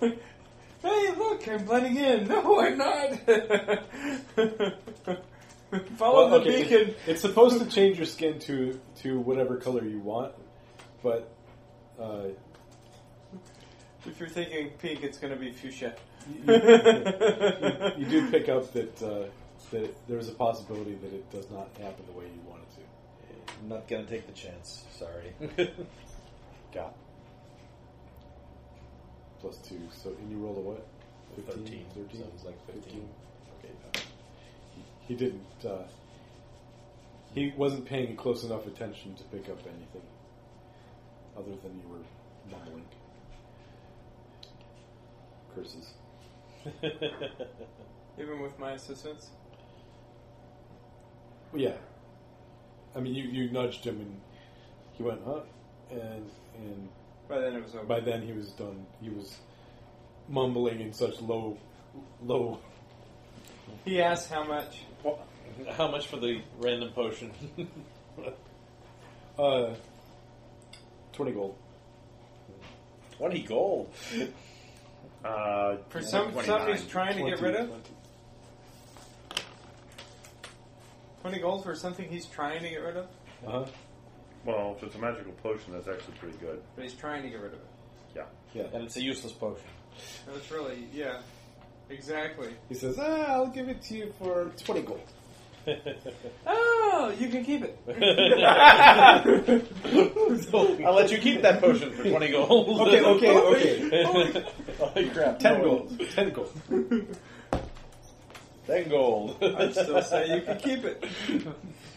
Speaker 3: hey, look, I'm blending in. No, I'm not.
Speaker 2: Well,
Speaker 3: Follow Oh, the
Speaker 2: okay,
Speaker 3: beacon.
Speaker 2: it- it's supposed to change your skin to to whatever color you want, but uh,
Speaker 3: If you're thinking pink, it's going to be fuchsia.
Speaker 2: you, you do pick up that uh, that there's a possibility that it does not happen the way you want it to.
Speaker 1: I'm not gonna take the chance. Sorry.
Speaker 2: Got plus two. So and you rolled a what? 15,
Speaker 1: Thirteen.
Speaker 2: 13?
Speaker 1: Sounds like fifteen.
Speaker 2: Okay. no. He, he didn't. Uh, he wasn't paying close enough attention to pick up anything other than you were mumbling curses.
Speaker 3: Even with my assistance?
Speaker 2: Well, yeah. I mean, you, you nudged him and he went, huh? And and
Speaker 3: By then it was over.
Speaker 2: By then he was done. He was mumbling in such low, low.
Speaker 3: He asked how much.
Speaker 1: How much for the random potion?
Speaker 2: Uh, Twenty gold.
Speaker 1: Twenty gold.
Speaker 6: Uh,
Speaker 3: For some,
Speaker 6: 29.
Speaker 3: something he's trying to get
Speaker 2: 20,
Speaker 3: rid of?
Speaker 2: 20.
Speaker 3: 20 gold for something he's trying to get rid of?
Speaker 2: Uh-huh.
Speaker 6: Well, if it's a magical potion, that's actually pretty good.
Speaker 3: But he's trying to get rid of it.
Speaker 6: Yeah.
Speaker 2: Yeah.
Speaker 1: And it's a useless potion.
Speaker 3: That's really, yeah. Exactly.
Speaker 2: He says, "Ah, I'll give it to you for twenty gold."
Speaker 3: Oh, you can keep it.
Speaker 1: I'll let you keep that potion for twenty gold.
Speaker 2: Okay, okay, okay.
Speaker 1: Holy crap.
Speaker 2: Ten gold. Ten gold.
Speaker 1: Ten gold.
Speaker 3: I'd still say you can keep it.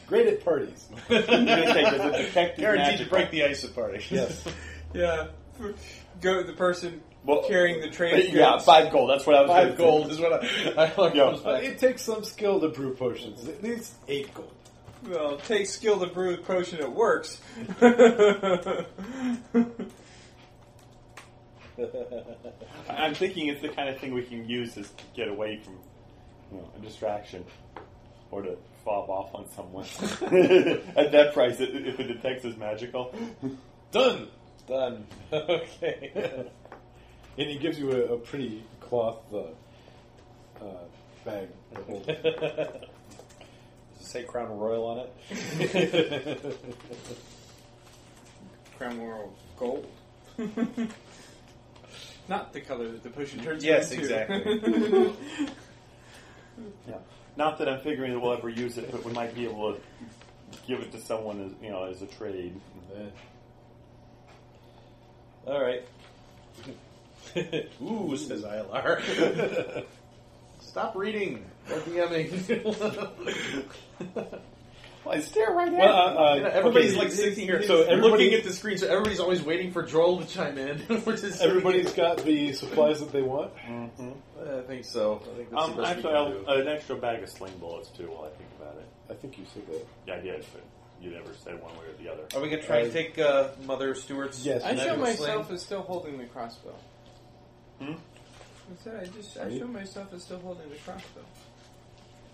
Speaker 2: Great at parties.
Speaker 1: Guaranteed to break the ice at party.
Speaker 2: Yes.
Speaker 3: Yeah. Go the person
Speaker 6: Well,
Speaker 3: carrying the trade goods.
Speaker 4: yeah, five gold. That's what I was.
Speaker 1: Five
Speaker 4: gonna say.
Speaker 1: gold is what I, I learned
Speaker 4: Yeah.
Speaker 1: from Spec.
Speaker 2: Uh, it takes some skill to brew potions. At least eight gold.
Speaker 3: Well, it takes skill to brew a potion that works. yeah,
Speaker 4: I'm thinking it's the kind of thing we can use is to get away from you know, a distraction or to fob off on someone. At that price, i- if it detects as magical.
Speaker 1: Done. Done. Okay.
Speaker 2: And he gives you a, a pretty cloth uh, uh, bag. to hold.
Speaker 1: Does it say Crown Royal on it?
Speaker 5: Cromwell gold.
Speaker 3: Not the color that the potion turns
Speaker 1: Yes,
Speaker 3: into.
Speaker 1: exactly.
Speaker 4: Yeah. Not that I'm figuring that we'll ever use it, but we might be able to give it to someone as you know as a trade.
Speaker 1: Uh, All right. Ooh, says ILR. Stop reading or DMing.
Speaker 4: Well, I stare right at
Speaker 2: Well, uh, uh,
Speaker 1: You know, everybody's
Speaker 2: okay,
Speaker 1: like sitting here
Speaker 2: so
Speaker 1: and
Speaker 2: everybody-
Speaker 1: looking at the screen, so everybody's always waiting for Joel to chime in. We're just sitting
Speaker 2: Everybody's got the supplies that they want.
Speaker 1: here. Uh, I think so. I think that's the
Speaker 4: Um,
Speaker 1: best
Speaker 4: actually,
Speaker 1: we can
Speaker 4: I'll, an extra bag of sling bullets too. While I think about it,
Speaker 2: I think you said that.
Speaker 4: yeah, I did, but you never said one way or the other.
Speaker 1: do. Are we going to try and take uh, Mother Stewart's?
Speaker 2: Yes.
Speaker 3: I
Speaker 2: Can I
Speaker 3: show
Speaker 2: do a
Speaker 3: myself as still holding the crossbow.
Speaker 4: Hmm?
Speaker 3: I said I just I
Speaker 2: Me?
Speaker 3: show myself as still holding the crossbow.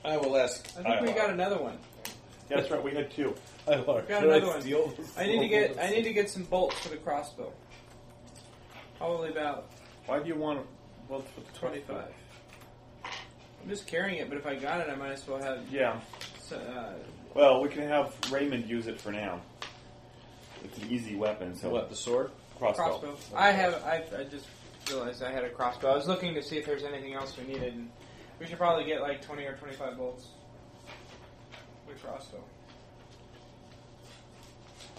Speaker 1: I will ask.
Speaker 3: I think we got another one.
Speaker 4: Yeah, that's right. We had two.
Speaker 2: I got
Speaker 3: Got another one. I need to get I need to get some bolts for the crossbow. Probably about
Speaker 4: Why do you want? Well, for the
Speaker 3: twenty five. I'm just carrying it, but if I got it, I might as well have.
Speaker 4: Yeah.
Speaker 3: so, Uh,
Speaker 4: Well, we can have Raymond use it for now. It's an easy weapon, so
Speaker 1: What, the sword?
Speaker 4: crossbow.
Speaker 3: crossbow. I have. I, I just realized I had a crossbow. I was looking to see if there's anything else we needed. And we should probably get like 20 or 25 bolts. With crossbow.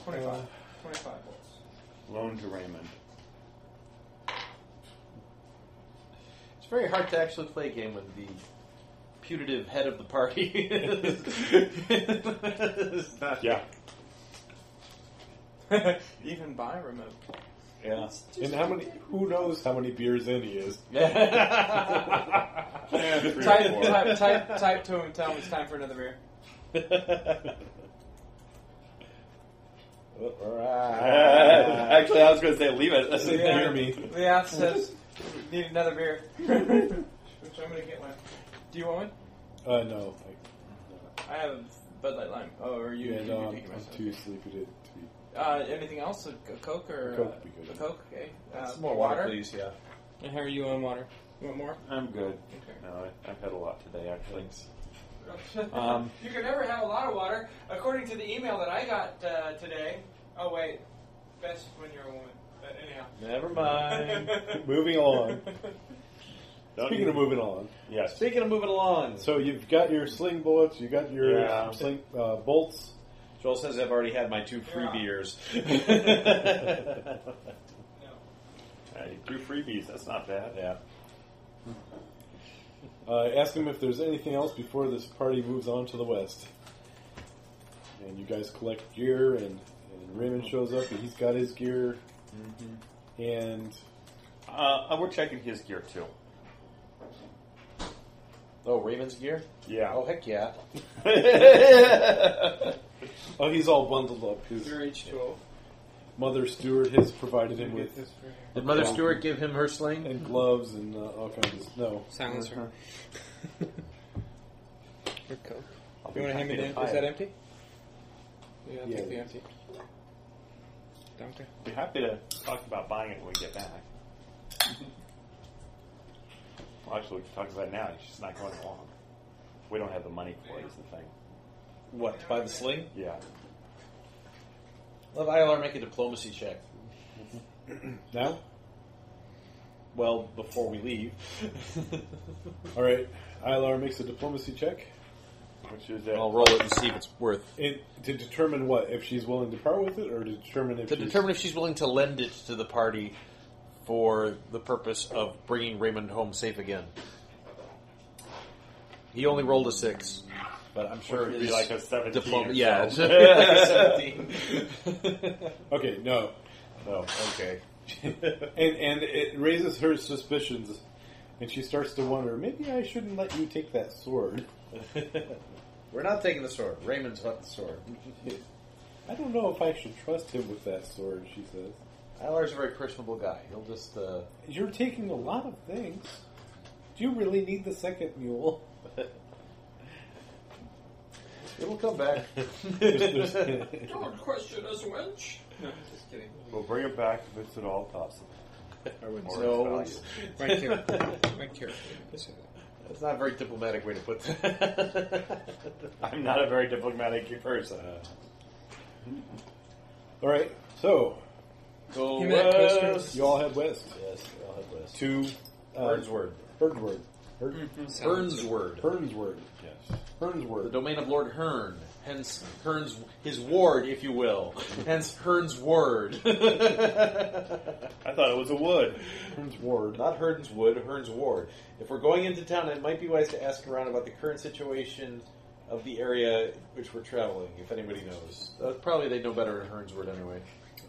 Speaker 3: 25.
Speaker 2: Uh,
Speaker 3: 25 bolts.
Speaker 4: Loan to Raymond.
Speaker 1: It's very hard to actually play a game with the putative head of the party. It's not-
Speaker 4: Yeah.
Speaker 3: Even by remote.
Speaker 1: Yeah.
Speaker 2: And how many? Who knows how many beers in he is?
Speaker 4: Three or
Speaker 3: Type,
Speaker 4: four.
Speaker 3: type, type, type to him, tell him it's time for another beer.
Speaker 4: Actually, I was going to say leave it.
Speaker 2: Say
Speaker 3: Yeah.
Speaker 2: beer me.
Speaker 3: The app says, need another beer. Which I'm going to get one. Do you want one?
Speaker 2: Uh, no, like,
Speaker 3: I have a Bud Light Lime. Oh, or you?
Speaker 2: yeah,
Speaker 3: you,
Speaker 2: no,
Speaker 3: you
Speaker 2: um, I'm,
Speaker 3: take it
Speaker 2: I'm
Speaker 3: myself.
Speaker 2: too sleepy to. to be,
Speaker 3: Uh, anything else? A, a Coke or
Speaker 2: A Coke
Speaker 3: uh,
Speaker 2: would be good.
Speaker 3: A Coke, okay. Uh,
Speaker 1: Some more water, please. Yeah.
Speaker 11: And how are you on water?
Speaker 3: You want more?
Speaker 4: I'm good.
Speaker 3: Okay.
Speaker 4: No, I, I've had a lot today, actually. Um,
Speaker 3: Um, you can never have a lot of water, according to the email that I got uh, today. Oh wait, best when you're a woman. But anyhow.
Speaker 1: Never mind.
Speaker 2: moving along. Speaking of moving along,
Speaker 4: yes,
Speaker 1: Speaking of moving along,
Speaker 2: so you've got your sling bullets, you got your
Speaker 4: Yeah.
Speaker 2: sling uh, bolts.
Speaker 1: Joel says I've already had my two free
Speaker 3: Yeah.
Speaker 1: beers.
Speaker 3: no.
Speaker 4: hey, two freebies. That's not bad.
Speaker 1: yeah.
Speaker 2: Uh, ask him if there's anything else before this party moves on to the west. And you guys collect gear, and, and Raymond shows up, and he's got his gear.
Speaker 3: Mm-hmm.
Speaker 2: And
Speaker 4: Uh, we're checking his gear too.
Speaker 1: Oh, Raven's gear.
Speaker 4: Yeah.
Speaker 1: Oh heck yeah.
Speaker 2: oh, he's all bundled up. His
Speaker 3: You're age 12.
Speaker 2: mother Stewart has provided him with
Speaker 1: Did Mother Stewart give him her sling?
Speaker 2: and gloves and uh, all kinds of no.
Speaker 11: Silence her. Or Coke.
Speaker 4: I'll be
Speaker 11: You want to hand me
Speaker 4: happy
Speaker 11: the
Speaker 4: buy
Speaker 11: Is that
Speaker 4: it.
Speaker 11: empty? Yeah, I'll
Speaker 2: Yeah.
Speaker 11: take the empty. Doctor.
Speaker 4: Be happy to talk about buying it when we get back. well, actually, we can talk about it now. It's just not going along. We don't have the money for it. Is the thing.
Speaker 1: What to buy the sling?
Speaker 4: Yeah.
Speaker 1: Let ILR make a diplomacy check.
Speaker 2: Now?
Speaker 1: Well, before we leave.
Speaker 2: All right. Ilar makes a diplomacy check
Speaker 4: Which is that?
Speaker 1: I'll roll it and see if it's worth.
Speaker 2: it, to determine what if she's willing to part with it, or to determine if
Speaker 1: To
Speaker 2: she's,
Speaker 1: determine if she's willing to lend it to the party for the purpose of bringing Raymond home safe again. He only rolled a six, but I'm sure
Speaker 4: would
Speaker 1: his
Speaker 4: be like a 17
Speaker 1: diploma.
Speaker 4: or
Speaker 1: Yeah,
Speaker 4: so.
Speaker 1: like a seventeen.
Speaker 2: Okay, no.
Speaker 4: no.
Speaker 1: Okay.
Speaker 2: And and it raises her suspicions, and she starts to wonder maybe I shouldn't let you take that sword.
Speaker 1: We're not taking the sword. Raymond's got the sword.
Speaker 2: I don't know if I should trust him with that sword. She says,
Speaker 1: Ilar's a very personable guy. He'll just uh,
Speaker 2: "You're taking a lot of things. Do you really need the second mule?"
Speaker 1: it'll come back.
Speaker 3: Don't question us, wench. No, just kidding.
Speaker 4: We'll bring it back if it's at all possible.
Speaker 1: No,
Speaker 4: Or its value.
Speaker 11: Right here. right here.
Speaker 1: That's not a very diplomatic way to put that.
Speaker 4: I'm not a very diplomatic person.
Speaker 2: All right, so
Speaker 1: Go
Speaker 11: You meant
Speaker 1: west.
Speaker 11: posters?
Speaker 2: you all head west
Speaker 1: Yes, we all have west.
Speaker 2: to uh,
Speaker 1: Birdsword.
Speaker 2: Herdsword. Herd-
Speaker 11: Silence her.
Speaker 1: Burnsword.
Speaker 2: Herdsword.
Speaker 4: Yes.
Speaker 2: Hearn's
Speaker 1: the
Speaker 2: word.
Speaker 1: domain of Lord Hearn, hence Hearn's his ward, if you will, hence Hearn's word.
Speaker 6: I thought it was a wood.
Speaker 2: Hearn's ward.
Speaker 1: Not Hearn's wood, Hearn's ward. If we're going into town, it might be wise to ask around about the current situation of the area which we're traveling, if anybody knows. Uh, probably they know better in Hearn's word anyway.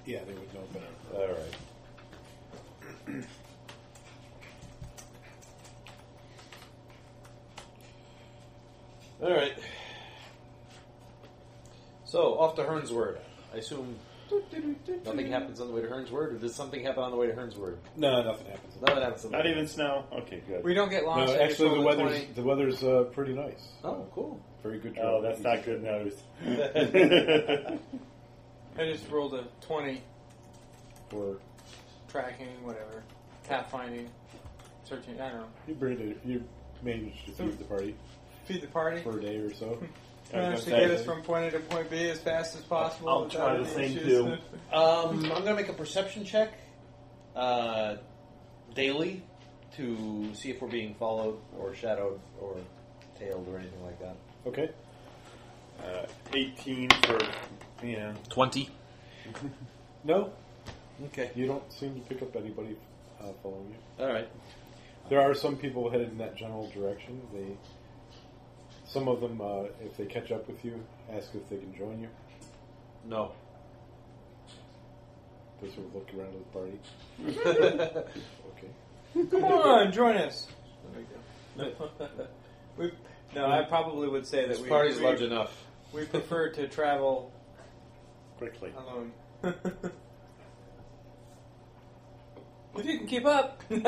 Speaker 2: Yeah, they would know better.
Speaker 1: All right. All right. So off to Hernsword. I assume nothing happens on the way to Hernsword, or did something happen on the way to Hernsword?
Speaker 2: No, nothing happens.
Speaker 1: Nothing happens. On the
Speaker 6: Not
Speaker 1: way.
Speaker 6: even snow. Okay, good.
Speaker 3: We don't get lost.
Speaker 2: No,
Speaker 3: I just
Speaker 2: actually, the
Speaker 3: rolled a
Speaker 2: weather's
Speaker 3: 20.
Speaker 2: the weather's uh, pretty nice.
Speaker 1: Oh, cool.
Speaker 2: Very good.
Speaker 6: Oh,
Speaker 2: drill.
Speaker 6: that's not good news.
Speaker 3: I just rolled a twenty
Speaker 2: For
Speaker 3: tracking, whatever, tap finding, searching. I don't know.
Speaker 2: you, bring it, you managed to feed the party
Speaker 3: Feed the party.
Speaker 2: for a day or so.
Speaker 3: Managed to
Speaker 6: gonna
Speaker 3: get
Speaker 6: say.
Speaker 3: us from point A to point B as fast as possible.
Speaker 6: I'll try
Speaker 3: without
Speaker 6: the
Speaker 3: any
Speaker 6: same
Speaker 3: issues.
Speaker 6: too.
Speaker 1: Um, I'm gonna make a perception check uh, daily to see if we're being followed or shadowed or tailed or anything like that.
Speaker 2: Okay.
Speaker 6: Uh, 18 for, you know,
Speaker 1: Twenty.
Speaker 2: No,
Speaker 1: Okay.
Speaker 2: you don't seem to pick up anybody uh, following you.
Speaker 1: All right.
Speaker 2: There are some people headed in that general direction. They, some of them, uh, if they catch up with you, ask if they can join you.
Speaker 1: No.
Speaker 2: They sort of look around at the party. Okay.
Speaker 3: Come on, join us. No big deal. we, no, I probably would say that
Speaker 1: This
Speaker 3: we,
Speaker 1: party's
Speaker 3: we,
Speaker 1: large enough.
Speaker 3: we prefer to travel
Speaker 6: quickly.
Speaker 3: alone. if you can keep up. He's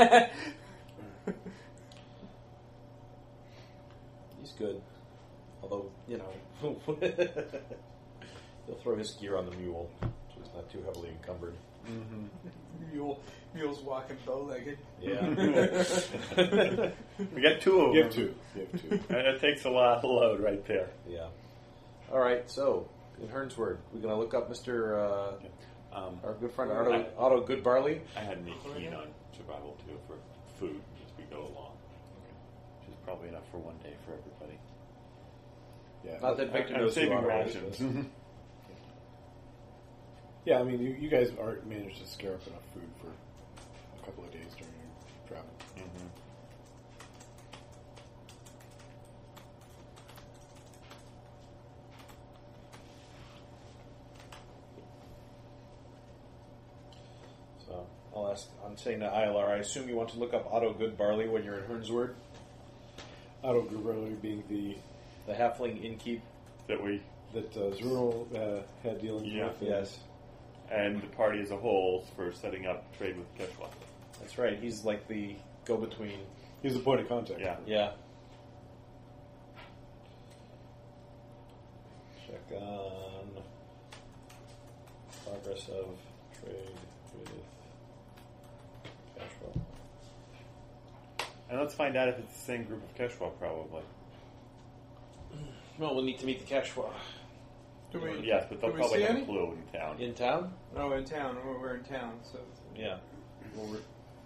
Speaker 1: He's good. Although, you know, he'll throw his gear on the mule, so he's not too heavily encumbered.
Speaker 3: Mule, mule's walking bow-legged.
Speaker 1: Yeah.
Speaker 6: We got two
Speaker 4: Oh,
Speaker 6: of them.
Speaker 2: You have two. You have two.
Speaker 6: And that takes a lot of load right there.
Speaker 1: Yeah. All right, so, in Hernsword, we're going to look up Mr. Uh,
Speaker 6: Um,
Speaker 1: our good friend Otto, Otto Goodbarley.
Speaker 6: I had an keen on survival too for food as we go along, which is probably enough for one day for everybody.
Speaker 2: Yeah. Mm-hmm.
Speaker 1: Not that Victor
Speaker 6: I'm
Speaker 1: knows who
Speaker 6: saving
Speaker 1: Otto is,
Speaker 6: rations.
Speaker 1: but-
Speaker 2: Yeah, I mean, you, you guys are managed to scare up enough food for a couple of days during your travel.
Speaker 1: So, I'll ask, I'm saying to ILR, I assume you want to look up Otto Goodbarley when you're in Hernsword,
Speaker 2: Otto Guerrero being the
Speaker 1: the halfling innkeep.
Speaker 6: That we
Speaker 2: that uh, Zernal uh, had dealings
Speaker 6: Yeah.
Speaker 2: with. uh, and-
Speaker 6: and the party as a whole for setting up trade with Quechua.
Speaker 1: That's right, he's like the go between.
Speaker 2: He's the point of contact.
Speaker 6: Yeah.
Speaker 1: Yeah. Check on progress of trade with Cashwell.
Speaker 6: And let's find out if it's the same group of Quechua, probably.
Speaker 1: Well, we'll need to meet the Cashwa
Speaker 3: Do we?
Speaker 6: Yes, but they'll
Speaker 3: Do we
Speaker 6: probably
Speaker 3: see
Speaker 6: have
Speaker 3: any?
Speaker 6: a clue in town.
Speaker 1: in town.
Speaker 3: Oh, in town. We're, we're in town, so
Speaker 1: Yeah. Well, we're,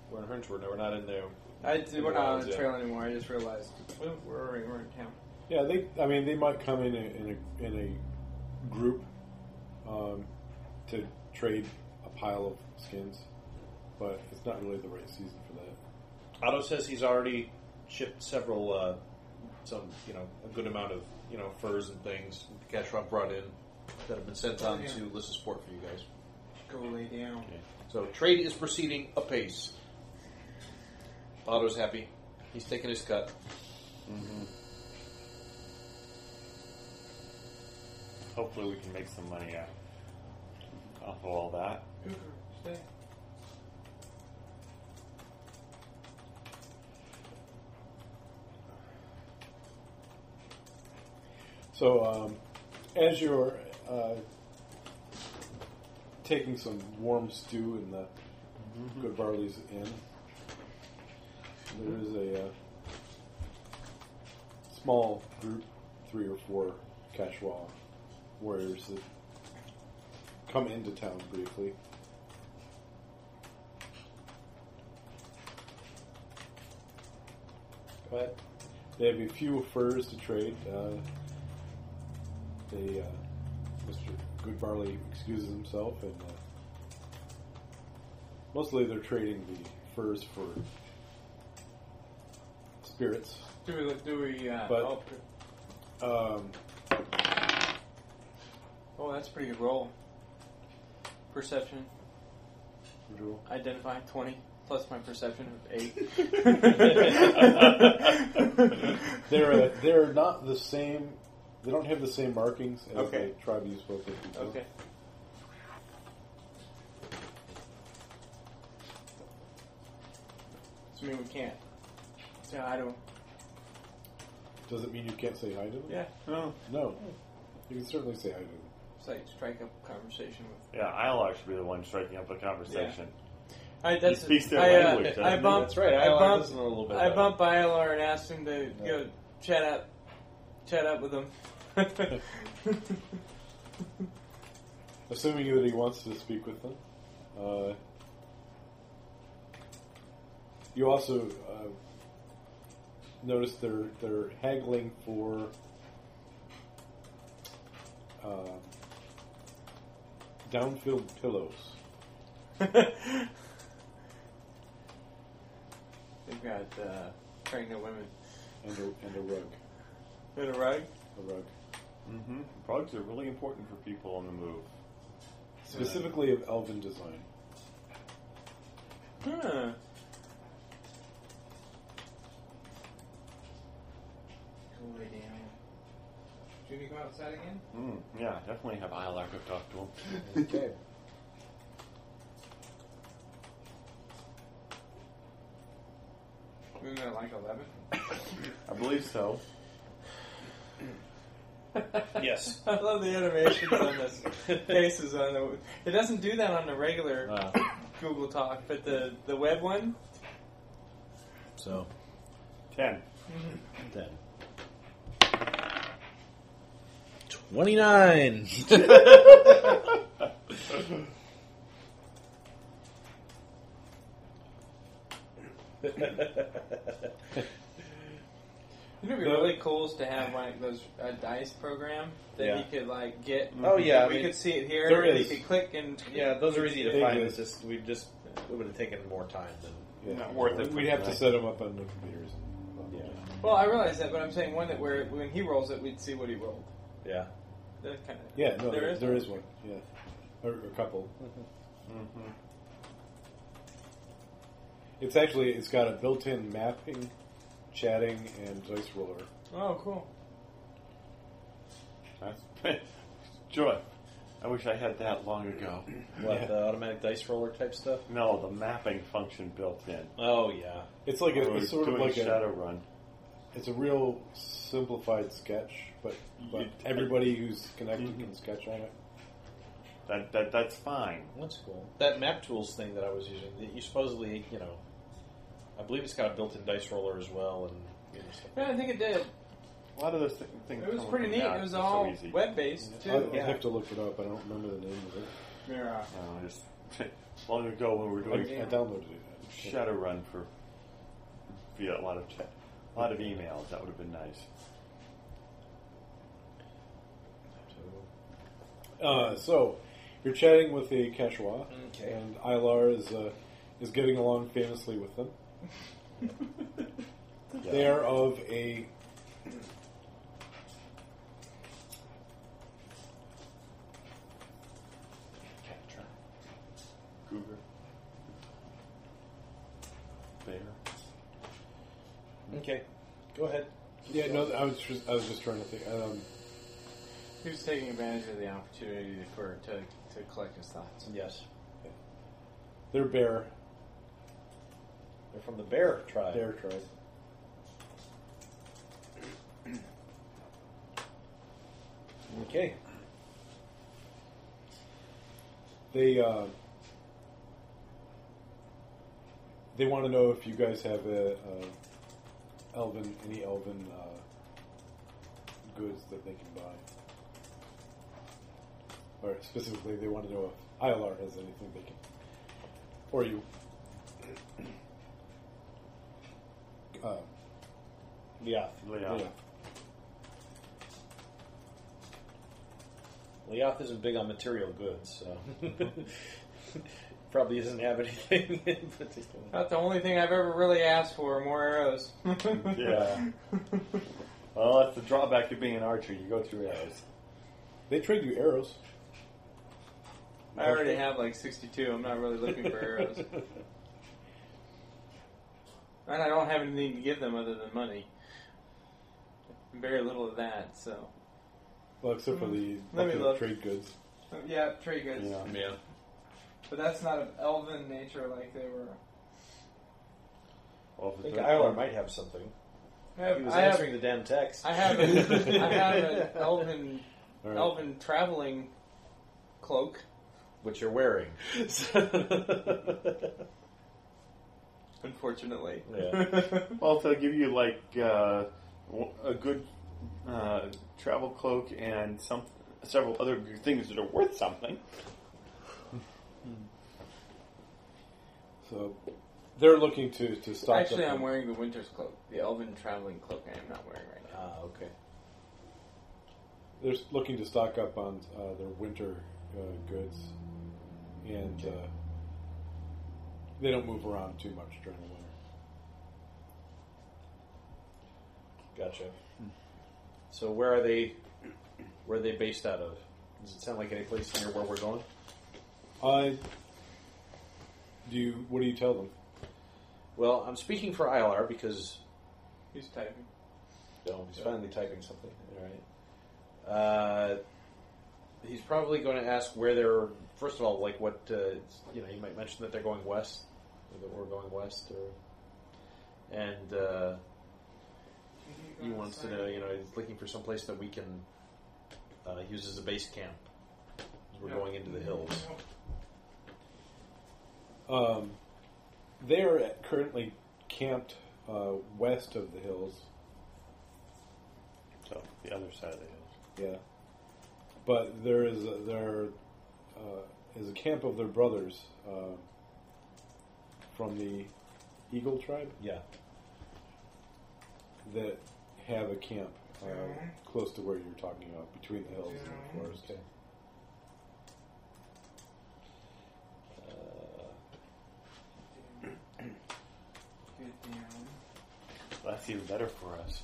Speaker 1: we're in Hernsford. No, we're not in there.
Speaker 3: I, we're not on the
Speaker 1: Yeah.
Speaker 3: trail anymore. I just realized we're, we're in town.
Speaker 2: Yeah, they. I mean, they might come in a, in a, in a group um, to trade a pile of skins, but it's not really the right season for that.
Speaker 1: Otto says he's already shipped several, uh, some you know, a good amount of you know furs and things the Cashwa brought in that have been sent on
Speaker 3: Yeah.
Speaker 1: to Lissa's Port for you guys.
Speaker 3: Go lay down.
Speaker 1: So trade is proceeding apace. Otto's happy. He's taking his cut.
Speaker 6: Hopefully, we can make some money out off of all that.
Speaker 3: Stay.
Speaker 2: So, um, as you're uh, taking some warm stew in the Good Barley's Inn, there is a uh, small group, three or four Kashwa warriors that come into town briefly.
Speaker 1: Go ahead.
Speaker 2: They have a few furs to trade. Uh, they, uh, Mr. Goodbarley excuses himself, and uh, mostly they're trading the furs for spirits.
Speaker 3: Do we look? Do we? Uh,
Speaker 2: But-
Speaker 3: oh,
Speaker 2: Um,
Speaker 3: oh, that's a pretty good roll. Perception, identify twenty plus my perception of eight.
Speaker 2: they're uh, they're not the same. They don't have the same markings as
Speaker 3: Okay.
Speaker 2: the tribe you spoke with. before.
Speaker 3: okay. So I mean, we can't. So I don't.
Speaker 2: Does it mean you can't say hi to them?
Speaker 3: Yeah.
Speaker 4: Oh.
Speaker 2: No. You can certainly say hi to them.
Speaker 3: It's like strike up a conversation with.
Speaker 6: Yeah, I'll actually be the one striking up the conversation.
Speaker 3: I, that's
Speaker 6: speaks their
Speaker 3: I, uh,
Speaker 6: language, doesn't
Speaker 3: I
Speaker 6: he?
Speaker 3: bumped.
Speaker 1: That's right.
Speaker 3: I,
Speaker 1: I, I
Speaker 3: bumped.
Speaker 1: listen a little bit.
Speaker 3: I
Speaker 1: better.
Speaker 3: bumped by Elor and asked him to go chat up, chat up with him.
Speaker 2: Assuming that he wants to speak with them. Uh, you also uh, notice they're they're haggling for uh, downfield pillows.
Speaker 3: They've got uh, pregnant women
Speaker 2: and a, and a rug.
Speaker 3: in a rug.
Speaker 2: A rug.
Speaker 6: Mm-hmm. Rugs are really important for people on the move.
Speaker 2: Specifically of elven design.
Speaker 3: Huh.
Speaker 5: Cool idea.
Speaker 3: Should we go outside again?
Speaker 6: Mm, yeah, definitely have Eilar go talk to him.
Speaker 2: Okay.
Speaker 3: We're gonna like eleven.
Speaker 6: I believe so.
Speaker 1: Yes.
Speaker 3: I love the animations on this. Faces on the. It doesn't do that on the regular
Speaker 1: Uh,
Speaker 3: Google Talk, but the the web one.
Speaker 1: so
Speaker 6: Ten.
Speaker 1: then. Twenty nine.
Speaker 3: You know, it'd be really cool is to have like those a dice program that
Speaker 1: Yeah.
Speaker 3: you could like get.
Speaker 1: Oh, yeah, I
Speaker 3: we
Speaker 1: mean,
Speaker 3: could see it here.
Speaker 1: there
Speaker 3: and
Speaker 1: is.
Speaker 3: You could click and
Speaker 1: yeah, those are easy to
Speaker 2: Big
Speaker 1: find.
Speaker 2: is-
Speaker 1: It's just we just it would have taken more time than
Speaker 2: Yeah.
Speaker 6: Not worth it.
Speaker 2: We'd have to set them up on the computers. Yeah.
Speaker 3: Well, I realize that, but I'm saying one that where when he rolls it, we'd see what he rolled.
Speaker 1: yeah.
Speaker 3: That kind of
Speaker 2: Yeah, no,
Speaker 3: There
Speaker 2: there,
Speaker 3: is
Speaker 2: there is one. Yeah. Or, or a couple.
Speaker 6: mm-hmm.
Speaker 2: It's actually, it's got a built in mapping, chatting, and dice roller.
Speaker 3: Oh, cool.
Speaker 6: That's- Joy. I wish I had that long ago.
Speaker 1: What
Speaker 2: Yeah.
Speaker 1: the automatic dice roller type stuff?
Speaker 6: No, the mapping function built in.
Speaker 1: Oh yeah.
Speaker 2: It's like a,
Speaker 6: We're
Speaker 2: it's sort of
Speaker 6: doing
Speaker 2: like a,
Speaker 6: Shadowrun.
Speaker 2: it's a real simplified sketch, but, but
Speaker 6: You-
Speaker 2: everybody who's connected can sketch on it.
Speaker 6: That, that that's fine.
Speaker 1: That's cool. That map tools thing that I was using, that you supposedly, you know, I believe it's got a built-in dice roller as well, and you know, stuff.
Speaker 3: Yeah, I think it did.
Speaker 6: A lot of those thi- things.
Speaker 3: It was
Speaker 6: come
Speaker 3: pretty
Speaker 6: from
Speaker 3: neat.
Speaker 6: that.
Speaker 3: It was
Speaker 6: It's so
Speaker 3: all
Speaker 6: easy.
Speaker 3: web based too.
Speaker 1: Oh,
Speaker 2: I'll, I'll have to look it up. I don't remember the name of it.
Speaker 3: Yeah.
Speaker 6: You know, Uh, just long ago when we were doing
Speaker 2: I, I downloaded it.
Speaker 6: Shadowrun for via a lot of chat, a lot of emails. That would have been nice.
Speaker 2: Uh, so, you're chatting with the Quechua,
Speaker 1: Okay.
Speaker 2: and Ilar is uh, is getting along famously with them. They are of a
Speaker 6: Cougar. Bear.
Speaker 1: Okay, go ahead.
Speaker 2: yeah. No, I was just, I was just trying to think. Um,
Speaker 3: He was taking advantage of the opportunity for to to collect his thoughts.
Speaker 1: Yes,
Speaker 2: they're bear
Speaker 1: they're from the bear tribe.
Speaker 2: bear tribe.
Speaker 1: Okay.
Speaker 2: They uh, they want to know if you guys have a, a elven any elven uh, goods that they can buy, or specifically they want to know if ILR has anything they can, or you. Uh,
Speaker 1: Leoth.
Speaker 6: Leon.
Speaker 2: Yeah.
Speaker 1: Leoth isn't big on material goods, so probably doesn't have anything in particular.
Speaker 3: That's the only thing I've ever really asked for more arrows.
Speaker 6: Yeah. Well, that's the drawback to being an archer. You go through arrows.
Speaker 2: They trade you arrows.
Speaker 3: I already have like 62. I'm not really looking for arrows. And I don't have anything to give them other than money. Very little of that, so.
Speaker 2: Well, except for the
Speaker 3: Mm-hmm. Let me
Speaker 2: bucket of
Speaker 3: look.
Speaker 2: trade goods.
Speaker 3: Yeah, trade goods.
Speaker 6: Yeah.
Speaker 1: Yeah.
Speaker 3: But that's not of elven nature like they were.
Speaker 6: Well,
Speaker 1: I
Speaker 6: if
Speaker 1: think
Speaker 6: it's-
Speaker 1: Eiler might have something.
Speaker 3: I
Speaker 1: He
Speaker 3: have,
Speaker 1: was
Speaker 3: I have,
Speaker 1: answering the damn text.
Speaker 3: I have, a, I have an elven,
Speaker 2: All right.
Speaker 3: elven traveling cloak.
Speaker 1: Which you're wearing. yeah.
Speaker 3: Unfortunately.
Speaker 6: Well, they'll give you like uh, w- a good uh, travel cloak and some several other things that are worth something.
Speaker 2: So they're looking to, to stock
Speaker 3: Actually,
Speaker 2: up.
Speaker 3: I'm
Speaker 2: on-
Speaker 3: wearing the winter's cloak, the elven traveling cloak. I am not wearing right now.
Speaker 1: Ah, okay.
Speaker 2: They're looking to stock up on uh, their winter uh, goods, and uh, they don't move around too much during the winter.
Speaker 1: Gotcha. So where are they? Where are they based out of? Does it sound like any place near where we're going?
Speaker 2: I do. You, what do you tell them?
Speaker 1: Well, I'm speaking for ILR because
Speaker 3: He's typing.
Speaker 1: No, he's finally typing something. All right. Uh, he's probably going to ask where they're. First of all, like what uh, you know, you might mention that they're going west, or that we're going west, or and uh, he wants to know. You know, he's looking for some place that we can uh, use as a base camp. We're
Speaker 3: Yeah.
Speaker 1: going into the hills.
Speaker 2: Um, they are at- currently camped uh, west of the hills.
Speaker 6: So the other side of the hills.
Speaker 2: Yeah, but there is a, there uh, is a camp of their brothers uh, from the Eagle tribe
Speaker 1: Yeah.
Speaker 2: that have a camp uh, close to where you're talking about, between the hills and the forest.
Speaker 1: Okay. Uh,
Speaker 6: Well, that's even better for us.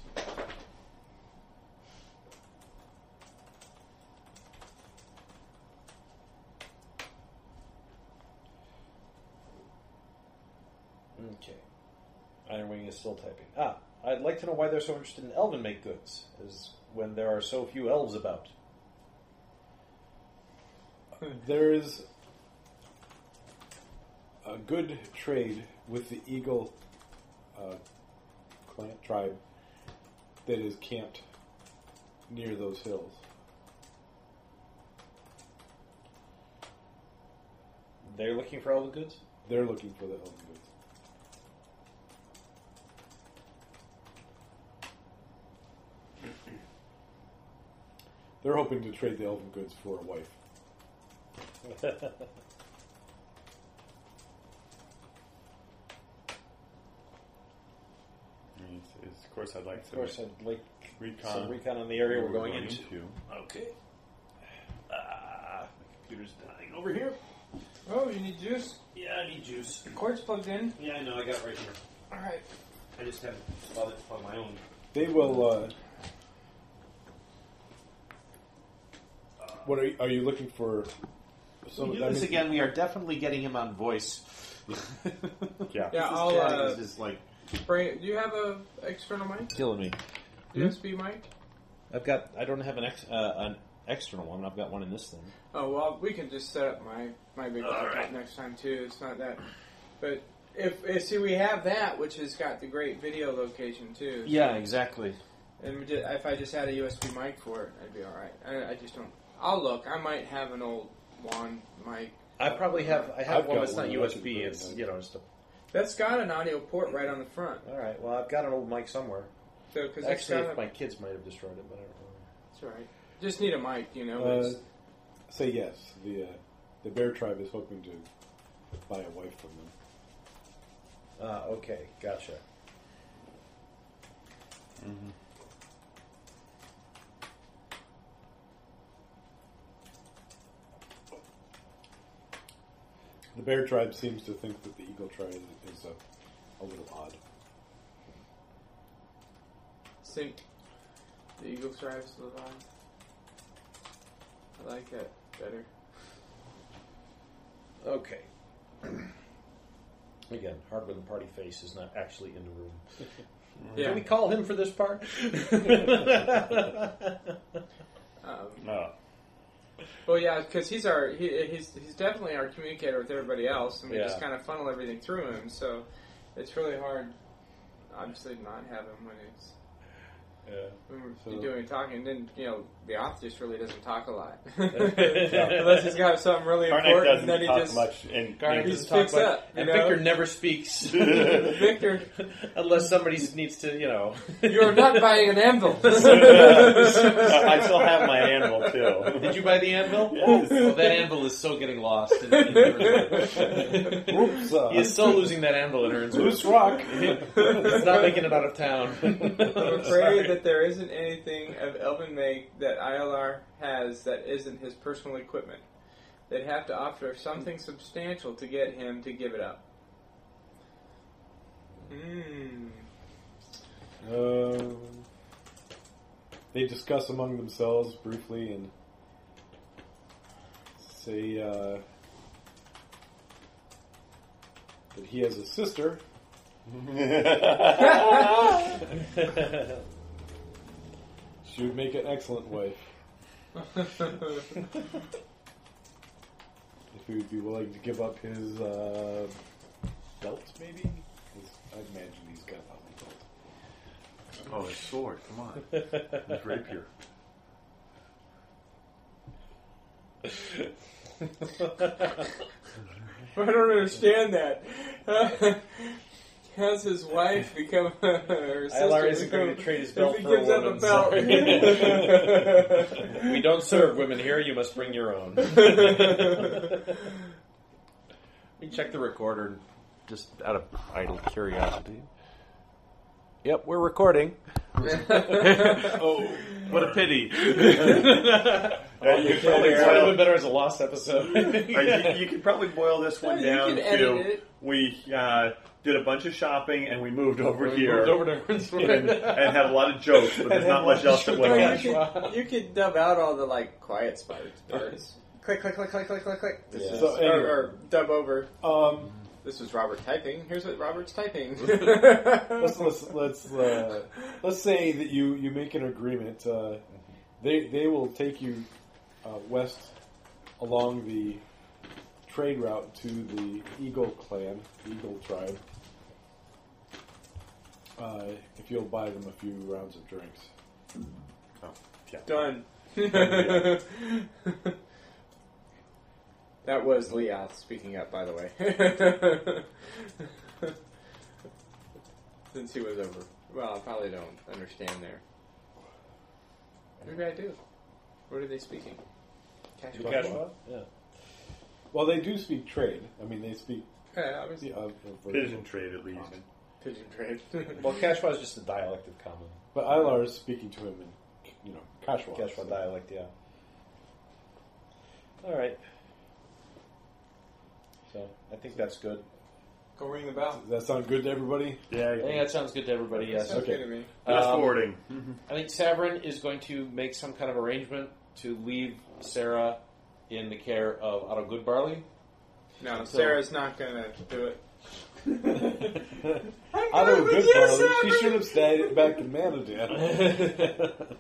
Speaker 1: Okay. Iron Wing is still typing. Ah, I'd like to know why they're so interested in elven make goods, as when there are so few elves about.
Speaker 2: There is a good trade with the Eagle uh, clan, tribe that is camped near those hills.
Speaker 1: They're looking for elven goods?
Speaker 2: They're looking for the elven goods. They're hoping to trade the elven goods for a wife.
Speaker 6: I mean, it's, it's, of course, I'd like
Speaker 1: Of
Speaker 6: to
Speaker 1: course, I'd like
Speaker 6: recon.
Speaker 1: some recon on the area we're going into.
Speaker 6: Okay. Ah, my computer's dying over here.
Speaker 3: Oh, you need juice?
Speaker 1: Yeah, I need juice.
Speaker 3: The cord's plugged in.
Speaker 1: Yeah, I know, I got right here.
Speaker 3: Alright.
Speaker 1: I just haven't bothered to find my own.
Speaker 2: They will. Uh, what are you, are you looking for? Some, that means-
Speaker 1: we are definitely getting him on voice.
Speaker 6: Yeah.
Speaker 3: Yeah, I'll, uh,
Speaker 1: just like
Speaker 3: bring it. Do you have a external mic?
Speaker 1: killing me. Hmm?
Speaker 3: USB mic?
Speaker 1: I've got. I don't have an ex, uh, an external one. I've got one in this thing.
Speaker 3: Oh, well, we can just set up my, my big laptop next time, too. It's not that. But, if, eh, see, we have that, which has got the great video location, too.
Speaker 1: Yeah, exactly.
Speaker 3: And we ju- if I just had a USB mic for it, I'd be alright. I, I just don't. I'll look. I might have an old wand mic.
Speaker 1: I probably have. I have
Speaker 2: I've
Speaker 1: one
Speaker 2: got
Speaker 1: that's
Speaker 2: one
Speaker 1: not
Speaker 2: that I can put
Speaker 1: USB.
Speaker 2: in
Speaker 1: It's
Speaker 2: there.
Speaker 1: you know just a
Speaker 3: That's got an audio port right on the front.
Speaker 1: All right. Well, I've got an old mic somewhere.
Speaker 3: So, because that's
Speaker 1: Actually,
Speaker 3: got
Speaker 1: if
Speaker 3: a-
Speaker 1: my kids might have destroyed it, but I don't know.
Speaker 3: That's right. Just need a mic, you know.
Speaker 2: Uh,
Speaker 3: it's-
Speaker 2: say yes. The uh, the bear tribe is hoping to buy a wife from them.
Speaker 1: Uh, Ah, okay. Gotcha.
Speaker 2: The bear tribe seems to think that the eagle tribe is uh, a, a little odd.
Speaker 3: Sink. The eagle strives to live on. I like that better.
Speaker 1: Okay. Again, Hardwin Party Face is not actually in the room. Mm-hmm. Can
Speaker 3: Yeah.
Speaker 1: we call him for this part?
Speaker 3: Um,
Speaker 4: No.
Speaker 3: well, yeah, because he's our he, he's he's definitely our communicator with everybody else, and we
Speaker 1: Yeah.
Speaker 3: just kind of funnel everything through him. So it's really hard, obviously, to not have him when it's when we're
Speaker 2: So-
Speaker 3: doing talking. Then you know the auth just really doesn't talk a lot, unless he's got something really
Speaker 4: Karnak
Speaker 3: important.
Speaker 4: doesn't
Speaker 3: Then he
Speaker 4: talk
Speaker 3: just
Speaker 4: much. And,
Speaker 1: Garnet
Speaker 4: and
Speaker 1: doesn't
Speaker 3: just
Speaker 1: talk
Speaker 3: picks
Speaker 1: much,
Speaker 3: up, you
Speaker 1: and
Speaker 3: know?
Speaker 1: Victor never speaks
Speaker 3: Victor,
Speaker 1: unless somebody needs to, you know.
Speaker 3: you're not buying an anvil.
Speaker 4: I still have my animal too.
Speaker 1: Did you buy the anvil?
Speaker 4: Yes.
Speaker 1: Well, that anvil is so getting lost. In, in the original.
Speaker 2: Oops, uh,
Speaker 1: he is so losing that anvil in Ernsworth.
Speaker 2: loose rock.
Speaker 1: He's not making it out of town.
Speaker 3: I'm
Speaker 1: Sorry.
Speaker 3: afraid that there isn't anything of elven make that ILR has that isn't his personal equipment. They'd have to offer something substantial to get him to give it up. Hmm.
Speaker 2: Um, they discuss among themselves briefly and say uh, that he has a sister. She would make an excellent wife if he would be willing to give up his uh, belt, maybe. His, I imagine he's got a mountain belt.
Speaker 6: Oh, his sword. Come on. His rapier.
Speaker 3: I don't understand that. How's his wife become her sister?
Speaker 1: ILR isn't
Speaker 3: become-
Speaker 1: going to trade his belt
Speaker 3: If he
Speaker 1: for
Speaker 3: gives
Speaker 1: a
Speaker 3: up a
Speaker 1: woman.
Speaker 3: belt.
Speaker 1: sorry. we don't serve women here. You must bring your own. Let me check the recorder just out of idle curiosity. Yep, we're recording. oh, what a pity.
Speaker 4: Yeah, you, could probably
Speaker 1: It's probably
Speaker 4: boil,
Speaker 1: been better as a lost episode.
Speaker 4: uh, you, you could probably boil this one
Speaker 3: you
Speaker 4: down
Speaker 3: can edit
Speaker 4: to
Speaker 3: it.
Speaker 4: we uh, did a bunch of shopping and we moved over here
Speaker 1: Moved over to Ernsworth.
Speaker 4: and, and had a lot of jokes, but there's not much else that went
Speaker 3: Or
Speaker 4: on.
Speaker 3: you, could, you could dub out all the like quiet parts. parts. click, click, click, click, click, click, click. This
Speaker 1: Yeah.
Speaker 3: is,
Speaker 2: So, anyway.
Speaker 3: or, or dub over.
Speaker 2: Um,
Speaker 3: This was Robert typing. Here's what Robert's typing.
Speaker 2: let's let's let's, uh, let's say that you, you make an agreement. Uh, they they will take you uh, west along the trade route to the Eagle Clan, Eagle Tribe. Uh, if you'll buy them a few rounds of drinks,
Speaker 3: Done. that was Leoth speaking up, by the way. Since he was over. Well, I probably don't understand there. What did I do? What are they speaking? Casual.
Speaker 1: Cashwa? Yeah.
Speaker 2: well, they do speak trade. I mean, they speak
Speaker 3: Yeah, I was
Speaker 2: uh, of- of-
Speaker 4: Pigeon trade, at least.
Speaker 3: pigeon trade.
Speaker 1: Well, Kashwa is just a dialect of common.
Speaker 2: but Ilar is speaking to him in you know Kashwa.
Speaker 1: Kashwa dialect, yeah. uh, All right. So, I think that's good.
Speaker 3: Go ring the bell.
Speaker 2: Does that sound good to everybody?
Speaker 4: Yeah,
Speaker 1: I think that sounds good to everybody, yes.
Speaker 3: Sounds
Speaker 2: Okay.
Speaker 3: good to me.
Speaker 4: fast
Speaker 1: Um,
Speaker 4: forwarding.
Speaker 1: I think Savrin is going to make some kind of arrangement to leave Sarah in the care of Otto Goodbarley.
Speaker 3: No,
Speaker 1: So-
Speaker 3: Sarah's not gonna do it.
Speaker 2: I don't good Father. She should have stayed back in Manadad.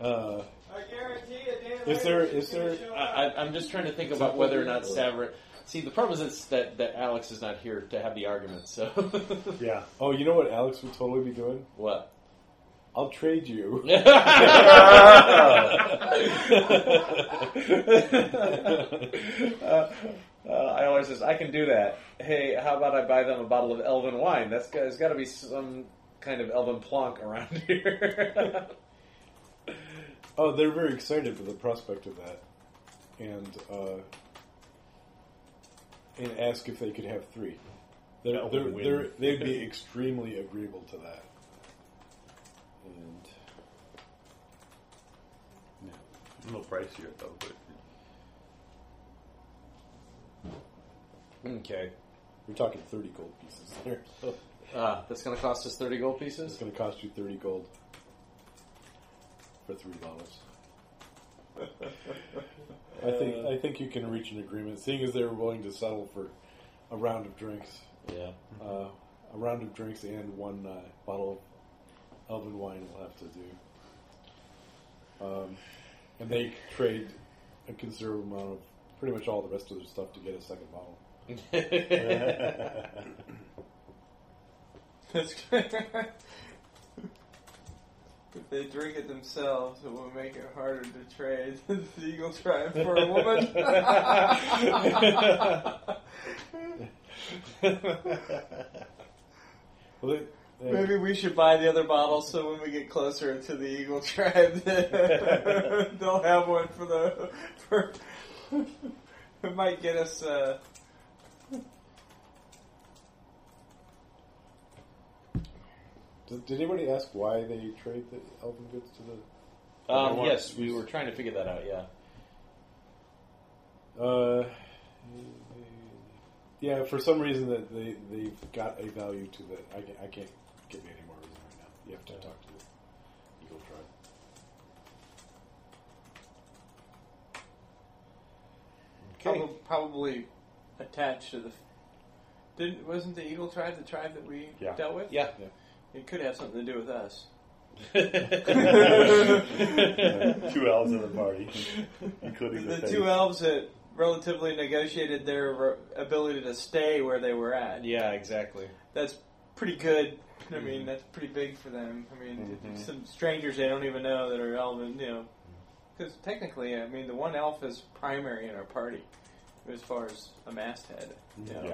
Speaker 2: Uh,
Speaker 3: I guarantee a damn.
Speaker 2: is there is there
Speaker 1: I, I, I'm just trying to think about whether or not Savrin. See, the problem is it's that, that Alex is not here to have the argument, so.
Speaker 4: Yeah.
Speaker 2: Oh, you know what Alex would totally be doing?
Speaker 1: what?
Speaker 2: I'll trade you.
Speaker 1: uh, uh, I always says, I can do that. Hey, how about I buy them a bottle of elven wine? That's got, there's got to be some kind of elven plonk around here.
Speaker 2: Oh, they're very excited for the prospect of that. And uh, and ask if they could have three. They're,
Speaker 4: That would
Speaker 2: they're,
Speaker 4: win.
Speaker 2: they're, they'd be extremely agreeable to that. and
Speaker 4: A little pricier though, but
Speaker 1: Okay.
Speaker 2: we're talking thirty gold pieces there.
Speaker 4: Oh.
Speaker 2: So
Speaker 1: Uh, that's going to cost us 30 gold
Speaker 2: it's
Speaker 1: pieces?
Speaker 2: going to cost you thirty gold for three bottles. I think I think you can reach an agreement, seeing as they were willing to settle for a round of drinks,
Speaker 1: Yeah.
Speaker 2: uh, a round of drinks and one uh, bottle of elven wine will have to do. Um, and they trade a considerable amount of pretty much all the rest of their stuff to get a second bottle.
Speaker 3: That's good. if they drink it themselves, it will make it harder to trade the eagle tribe for a woman.
Speaker 2: Well, they, they,
Speaker 3: Maybe we should buy the other bottle so when we get closer to the eagle tribe, they'll have one for the. For, it might get us. Uh,
Speaker 2: Did, did anybody ask why they trade the elven goods to the?
Speaker 1: Um, yes, we were trying to figure that out, yeah.
Speaker 2: Uh, yeah, for some reason that they they've got a value to that. I can't, I can't give you any more reason right now. You have to talk to the eagle tribe.
Speaker 1: Okay.
Speaker 3: Probab- probably attached to the. Didn't wasn't the eagle tribe the tribe that we
Speaker 4: Yeah.
Speaker 3: dealt with?
Speaker 1: Yeah.
Speaker 3: It could have something to do with us.
Speaker 4: two elves in the party, including the,
Speaker 3: Um, The two elves that relatively negotiated their re- ability to stay where they were at.
Speaker 1: yeah, exactly.
Speaker 3: That's pretty good. I mean,
Speaker 2: Mm-hmm.
Speaker 3: that's pretty big for them. I mean, some strangers they don't even know that are elven, you know.
Speaker 2: Mm.
Speaker 3: Because technically, I mean, the one elf is primary in our party as far as a masthead. you know.
Speaker 4: Yeah.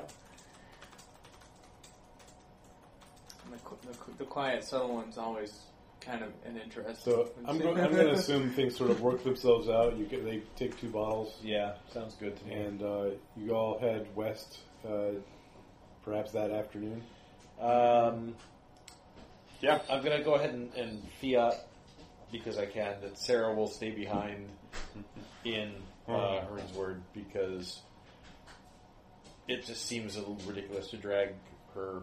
Speaker 3: And The, qu- the, qu- the quiet subtle one's always kind of an interest.
Speaker 2: So I'm going, I'm going to assume things sort of work themselves out. You get, they take two bottles,
Speaker 1: Yeah, sounds good to me.
Speaker 2: and uh, you all head west. Uh, perhaps that afternoon.
Speaker 1: Um,
Speaker 4: Yeah.
Speaker 1: I'm going to go ahead and, and fiat, because I can, that Sarah will stay behind in uh,
Speaker 4: Hmm.
Speaker 1: Hearn's word, because it just seems a little ridiculous to drag her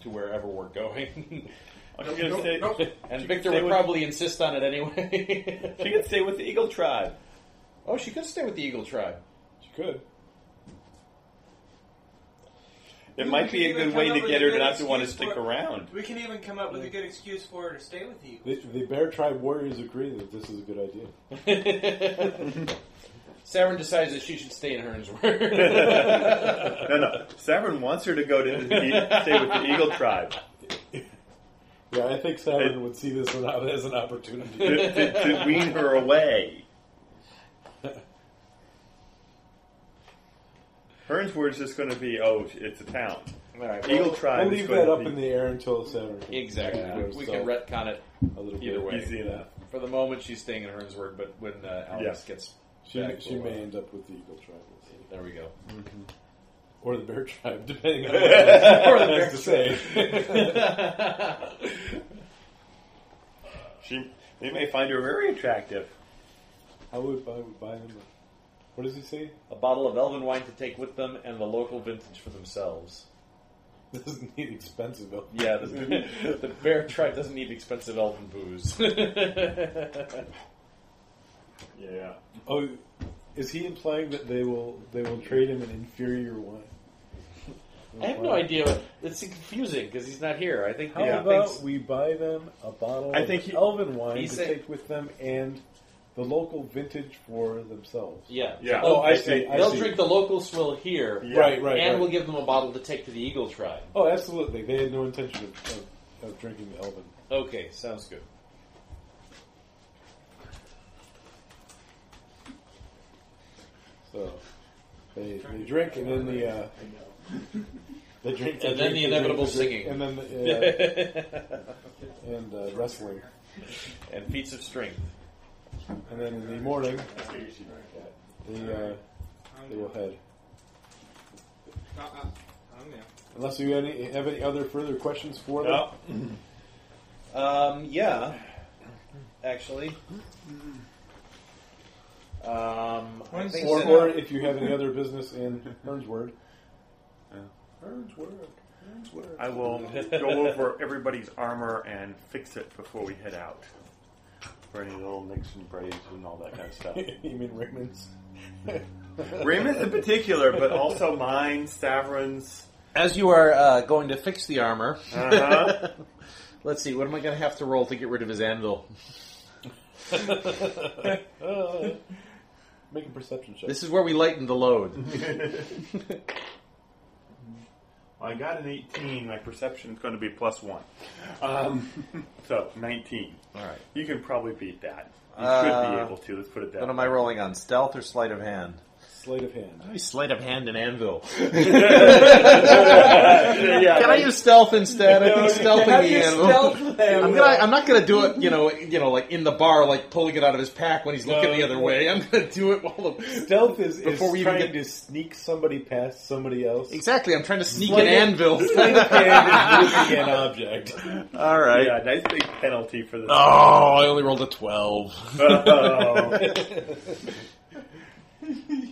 Speaker 1: to wherever we're going.
Speaker 4: I'm gonna say
Speaker 1: and
Speaker 4: She can
Speaker 1: Victor
Speaker 4: stay
Speaker 1: would
Speaker 4: with-
Speaker 1: probably insist on it anyway.
Speaker 4: she can stay with the eagle tribe.
Speaker 1: oh, she could stay with the Eagle Tribe.
Speaker 2: You could.
Speaker 4: It
Speaker 3: You
Speaker 4: might
Speaker 3: could
Speaker 4: be a
Speaker 3: even
Speaker 4: good
Speaker 3: come
Speaker 4: way
Speaker 3: up
Speaker 4: to
Speaker 3: with
Speaker 4: get
Speaker 3: a
Speaker 4: her to
Speaker 3: good
Speaker 4: not to want to
Speaker 3: excuse
Speaker 4: stick
Speaker 3: for-
Speaker 4: around.
Speaker 3: We can even come up with a good excuse for her to stay with you.
Speaker 2: The, the Bear Tribe warriors agree that this is a good idea.
Speaker 1: Saren decides that she should stay in Hernsworth.
Speaker 4: No, no. Savern wants her to go to the, e- stay with the eagle tribe
Speaker 2: Yeah, I think Saturn would see this one as an opportunity.
Speaker 4: to, to, to wean her away. Hernsworth's just going to be oh, it's a town.
Speaker 1: All right. well,
Speaker 4: Eagle tribe.
Speaker 2: I'll
Speaker 4: is
Speaker 2: leave
Speaker 4: going
Speaker 2: that
Speaker 4: to
Speaker 2: up
Speaker 4: be
Speaker 2: in the air until Saturn. can-
Speaker 1: Exactly.
Speaker 2: can do
Speaker 1: We- we can
Speaker 2: himself
Speaker 1: retcon it.
Speaker 2: a little
Speaker 1: either
Speaker 2: bit.
Speaker 1: way.
Speaker 4: easy enough.
Speaker 1: For the moment, she's staying in Hernsworth, but when uh, Alex gets
Speaker 2: She,
Speaker 1: back,
Speaker 2: she
Speaker 1: we'll,
Speaker 2: may
Speaker 1: uh,
Speaker 2: end up with the Eagle Tribe, we'll see.
Speaker 1: There we go.
Speaker 2: or the Bear Tribe, depending on what has to say.
Speaker 4: She, they may find her very attractive.
Speaker 2: I would buy, would buy him. a- What does he say?
Speaker 1: A bottle of elven wine to take with them, and the local vintage for themselves.
Speaker 2: This is neat, expensive. though.
Speaker 1: Yeah, this, the bear tribe doesn't need expensive elven booze.
Speaker 4: Yeah.
Speaker 2: Oh, is he implying that they will they will trade him an inferior wine?
Speaker 1: I have no idea. It's confusing because he's not here. I think
Speaker 2: How
Speaker 1: yeah.
Speaker 2: about
Speaker 1: thinks-
Speaker 2: we buy them a bottle
Speaker 4: I think
Speaker 2: of
Speaker 4: he-
Speaker 2: elven wine
Speaker 1: he
Speaker 2: to
Speaker 1: said-
Speaker 2: take with them and the local vintage for themselves?
Speaker 1: yeah,
Speaker 4: Yeah.
Speaker 1: They'll,
Speaker 2: Oh, I see. I
Speaker 1: they'll
Speaker 2: see.
Speaker 1: drink the local swill here,
Speaker 4: Yeah.
Speaker 2: Right, right,
Speaker 1: and
Speaker 2: right.
Speaker 1: we'll give them a bottle to take to the Eagle Tribe.
Speaker 2: Oh, absolutely. They had no intention of, of, of drinking the elven.
Speaker 1: Okay, sounds good.
Speaker 2: So they, they drink, and then the uh, they drink,
Speaker 1: And then the inevitable singing.
Speaker 2: and then the, uh, and uh, wrestling,
Speaker 1: And feats of strength.
Speaker 2: and then in the morning they uh, they will head. Unless you any, have any other further questions for them.
Speaker 4: No.
Speaker 1: Um, yeah, actually. Um, I
Speaker 3: When's
Speaker 1: think
Speaker 2: Or,
Speaker 1: that-
Speaker 2: or if you have any other business in Hernsword.
Speaker 4: Yeah.
Speaker 2: Hernsword. Hernsword.
Speaker 4: I will go over everybody's armor and fix it before we head out.
Speaker 12: For any little nicks and braids and all that kind of stuff.
Speaker 2: you mean Raymond's?
Speaker 4: Raymond's in particular, but also mine, Stavron's.
Speaker 1: As you are uh, going to fix the armor,
Speaker 4: Uh-huh.
Speaker 1: let's see. What am I going to have to roll to get rid of his anvil?
Speaker 2: Make a perception check.
Speaker 1: This is where we lighten the load.
Speaker 4: I got an 18. My perception's going to be plus one. Um, so, 19.
Speaker 1: All right.
Speaker 4: You can probably beat that. You should be
Speaker 1: Uh,
Speaker 4: able to. Let's put it
Speaker 1: What
Speaker 4: that
Speaker 1: am
Speaker 4: way.
Speaker 1: I rolling on? Stealth or sleight of hand?
Speaker 2: Sleight of hand.
Speaker 1: Sleight of hand and anvil.
Speaker 4: yeah,
Speaker 1: Can I use stealth instead? I think stealthing the anvil. I'm gonna. I'm not gonna do it. You know. You know, like in the bar, like pulling it out of his pack when he's looking the other way. I'm gonna do it while the
Speaker 2: Stealth is, is
Speaker 1: Before we even
Speaker 2: trying
Speaker 1: get-
Speaker 2: to sneak somebody past somebody else.
Speaker 1: Exactly. I'm trying to sneak
Speaker 2: Sleight
Speaker 1: an
Speaker 2: of-
Speaker 1: anvil.
Speaker 2: Sleight of hand is moving an object.
Speaker 1: All right.
Speaker 4: yeah, nice big penalty for this.
Speaker 1: Oh, I only rolled a twelve.
Speaker 4: Oh.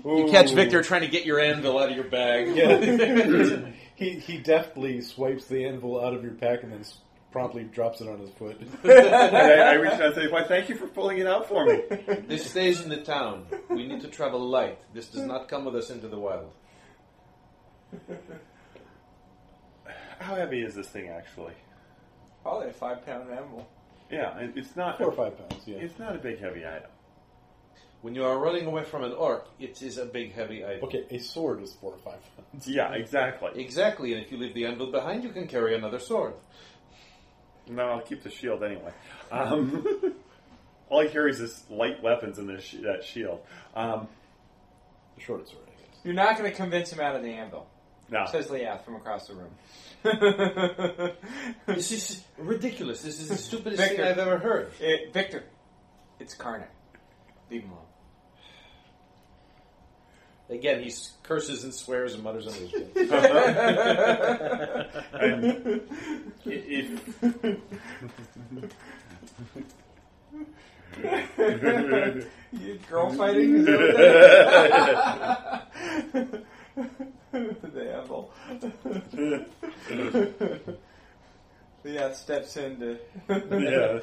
Speaker 1: You catch Victor trying to get your anvil out of your bag.
Speaker 2: Yeah. he he deftly swipes the anvil out of your pack and then s- promptly drops it on his foot.
Speaker 4: And I, I reached out and said, "Why, thank you for pulling it out for me."
Speaker 1: This stays in the town. We need to travel light. This does not come with us into the wild.
Speaker 4: How heavy is this thing actually?
Speaker 3: Probably a five pound animal.
Speaker 4: Yeah, it- it's not.
Speaker 2: Four or five pounds. Yeah.
Speaker 4: It's not a big heavy item.
Speaker 1: When you are running away from an orc, it is a big, heavy item.
Speaker 2: Okay, a sword is four or five pounds.
Speaker 4: Yeah, exactly.
Speaker 1: Exactly, and if you leave the anvil behind, you can carry another sword.
Speaker 4: No, I'll keep the shield anyway. Um, all he carries is light weapons in this sh- that shield. Um,
Speaker 2: A short sword, I guess.
Speaker 3: You're not going to convince him out of the anvil,
Speaker 4: no,
Speaker 3: says Leath from across the room.
Speaker 1: This is ridiculous. This is the stupidest
Speaker 3: Victor.
Speaker 1: thing I've ever heard.
Speaker 3: Eh, Victor, it's Karnak. Leave him alone.
Speaker 1: Again, he s- curses and swears and mutters under his breath.
Speaker 4: And i- if
Speaker 3: You girl fighting? Is that what that- the anvil. Leath steps in to
Speaker 4: yeah,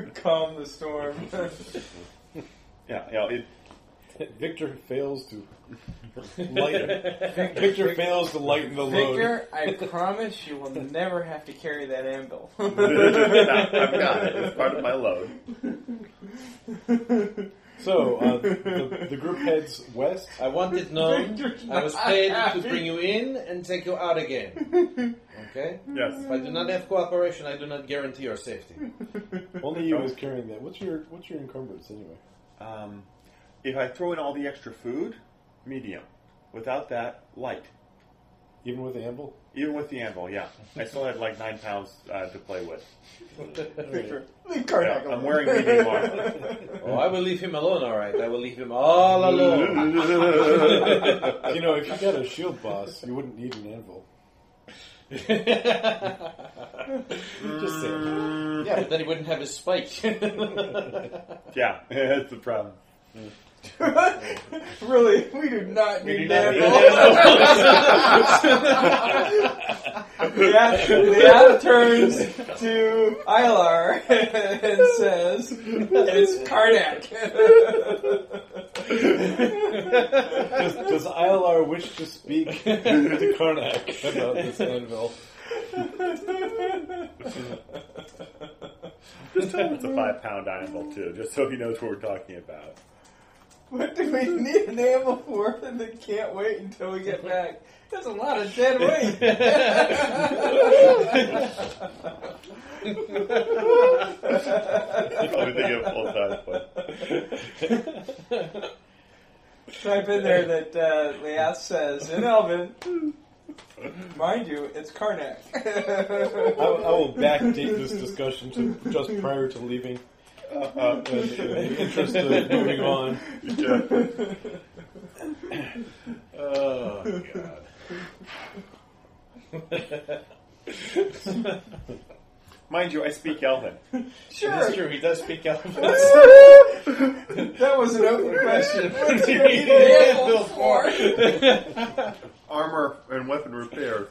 Speaker 3: calm the storm.
Speaker 4: yeah, yeah, it,
Speaker 2: Victor fails to lighten. Victor fails to lighten the load.
Speaker 3: Victor, I promise you will never have to carry that anvil.
Speaker 4: yeah, I've got it. It's part of my load.
Speaker 2: So uh, the, the group heads west.
Speaker 1: I want it known.
Speaker 3: Victor's
Speaker 1: I was
Speaker 3: not
Speaker 1: paid
Speaker 3: happy.
Speaker 1: to bring you in and take you out again. Okay?
Speaker 4: Yes.
Speaker 1: If I do not have cooperation, I do not guarantee your safety.
Speaker 2: Only you is carrying that. What's your what's your encumbrance anyway?
Speaker 4: Um, if I throw in all the extra food, medium. Without that, light.
Speaker 2: Even with the anvil.
Speaker 4: Even with the anvil, yeah. I still had like nine pounds uh, to play with.
Speaker 3: Victor, leave
Speaker 4: Yeah,
Speaker 3: Karnak
Speaker 4: I'm
Speaker 3: alone.
Speaker 4: wearing medium armor.
Speaker 1: Oh, I will leave him alone, alright. I will leave him all alone.
Speaker 2: You know, if you got a shield boss, you wouldn't need an anvil. Just
Speaker 4: Mm.
Speaker 2: saying.
Speaker 1: Yeah, but then he wouldn't have his spike.
Speaker 4: yeah, that's the problem.
Speaker 3: really, we do not need
Speaker 4: do not
Speaker 3: that. yeah, Leanne turns to Ilar and says, "It's Karnak."
Speaker 2: Does, does ILR wish to speak to Karnak about this anvil?
Speaker 4: Just tell him it's a five pound anvil, too, just so he knows what we're talking about.
Speaker 3: what do we need an ammo for? And they can't wait until we get back. That's a lot of dead weight.
Speaker 4: I probably think of full size, but
Speaker 3: Type in there that uh, Leanne says in Elvin. Mind you, it's Karnak.
Speaker 2: I, I will backdate this discussion to just prior to leaving. Uh, in the interest of moving on.
Speaker 1: oh, God.
Speaker 4: Mind you, I speak Elven.
Speaker 1: That's true. He does speak elephants.
Speaker 3: That was an open question.
Speaker 1: Bill Four.
Speaker 6: Armor and weapon repair.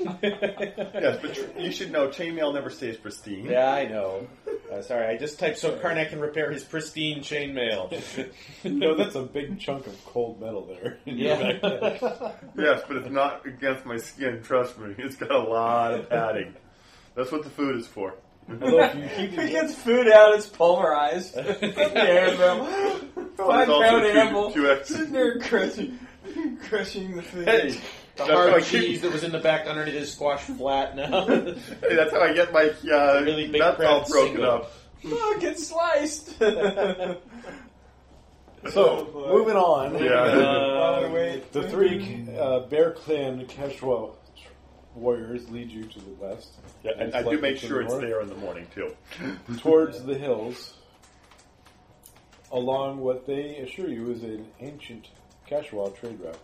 Speaker 6: yes, but tr- you should know chainmail never stays pristine.
Speaker 1: Yeah, I know. Uh, sorry, I just typed so Karnak can repair his pristine chainmail.
Speaker 2: No, that's a big chunk of cold metal there.
Speaker 1: yeah.
Speaker 6: Yes, but it's not against my skin. Trust me, it's got a lot of padding. That's what the food is for.
Speaker 2: Although if you keep
Speaker 3: He
Speaker 2: it,
Speaker 3: gets food out, it's pulverized. yeah, Five
Speaker 6: It's also
Speaker 3: pound
Speaker 6: two-
Speaker 3: animal.
Speaker 6: two X.
Speaker 3: Sitting there crushing, crushing the food.
Speaker 6: Hey,
Speaker 1: The
Speaker 6: That's how I
Speaker 1: hard
Speaker 6: keep-
Speaker 1: cheese that was in the back underneath is squashed flat now.
Speaker 6: hey, that's how I get my uh,
Speaker 1: Really big
Speaker 6: nuts all
Speaker 1: crab
Speaker 6: broken
Speaker 1: single.
Speaker 6: up.
Speaker 3: Look, it's Oh, sliced.
Speaker 2: so moving on.
Speaker 1: Uh,
Speaker 6: Yeah.
Speaker 3: oh,
Speaker 2: Um,
Speaker 3: wait.
Speaker 2: The three uh, Bear Clan Quechua warriors lead you to the west.
Speaker 6: Yeah, and I do
Speaker 2: slightly
Speaker 6: make
Speaker 2: to the
Speaker 6: sure it's
Speaker 2: north,
Speaker 6: there in the morning too.
Speaker 2: Towards the hills, along what they assure you is an ancient Quechua trade route.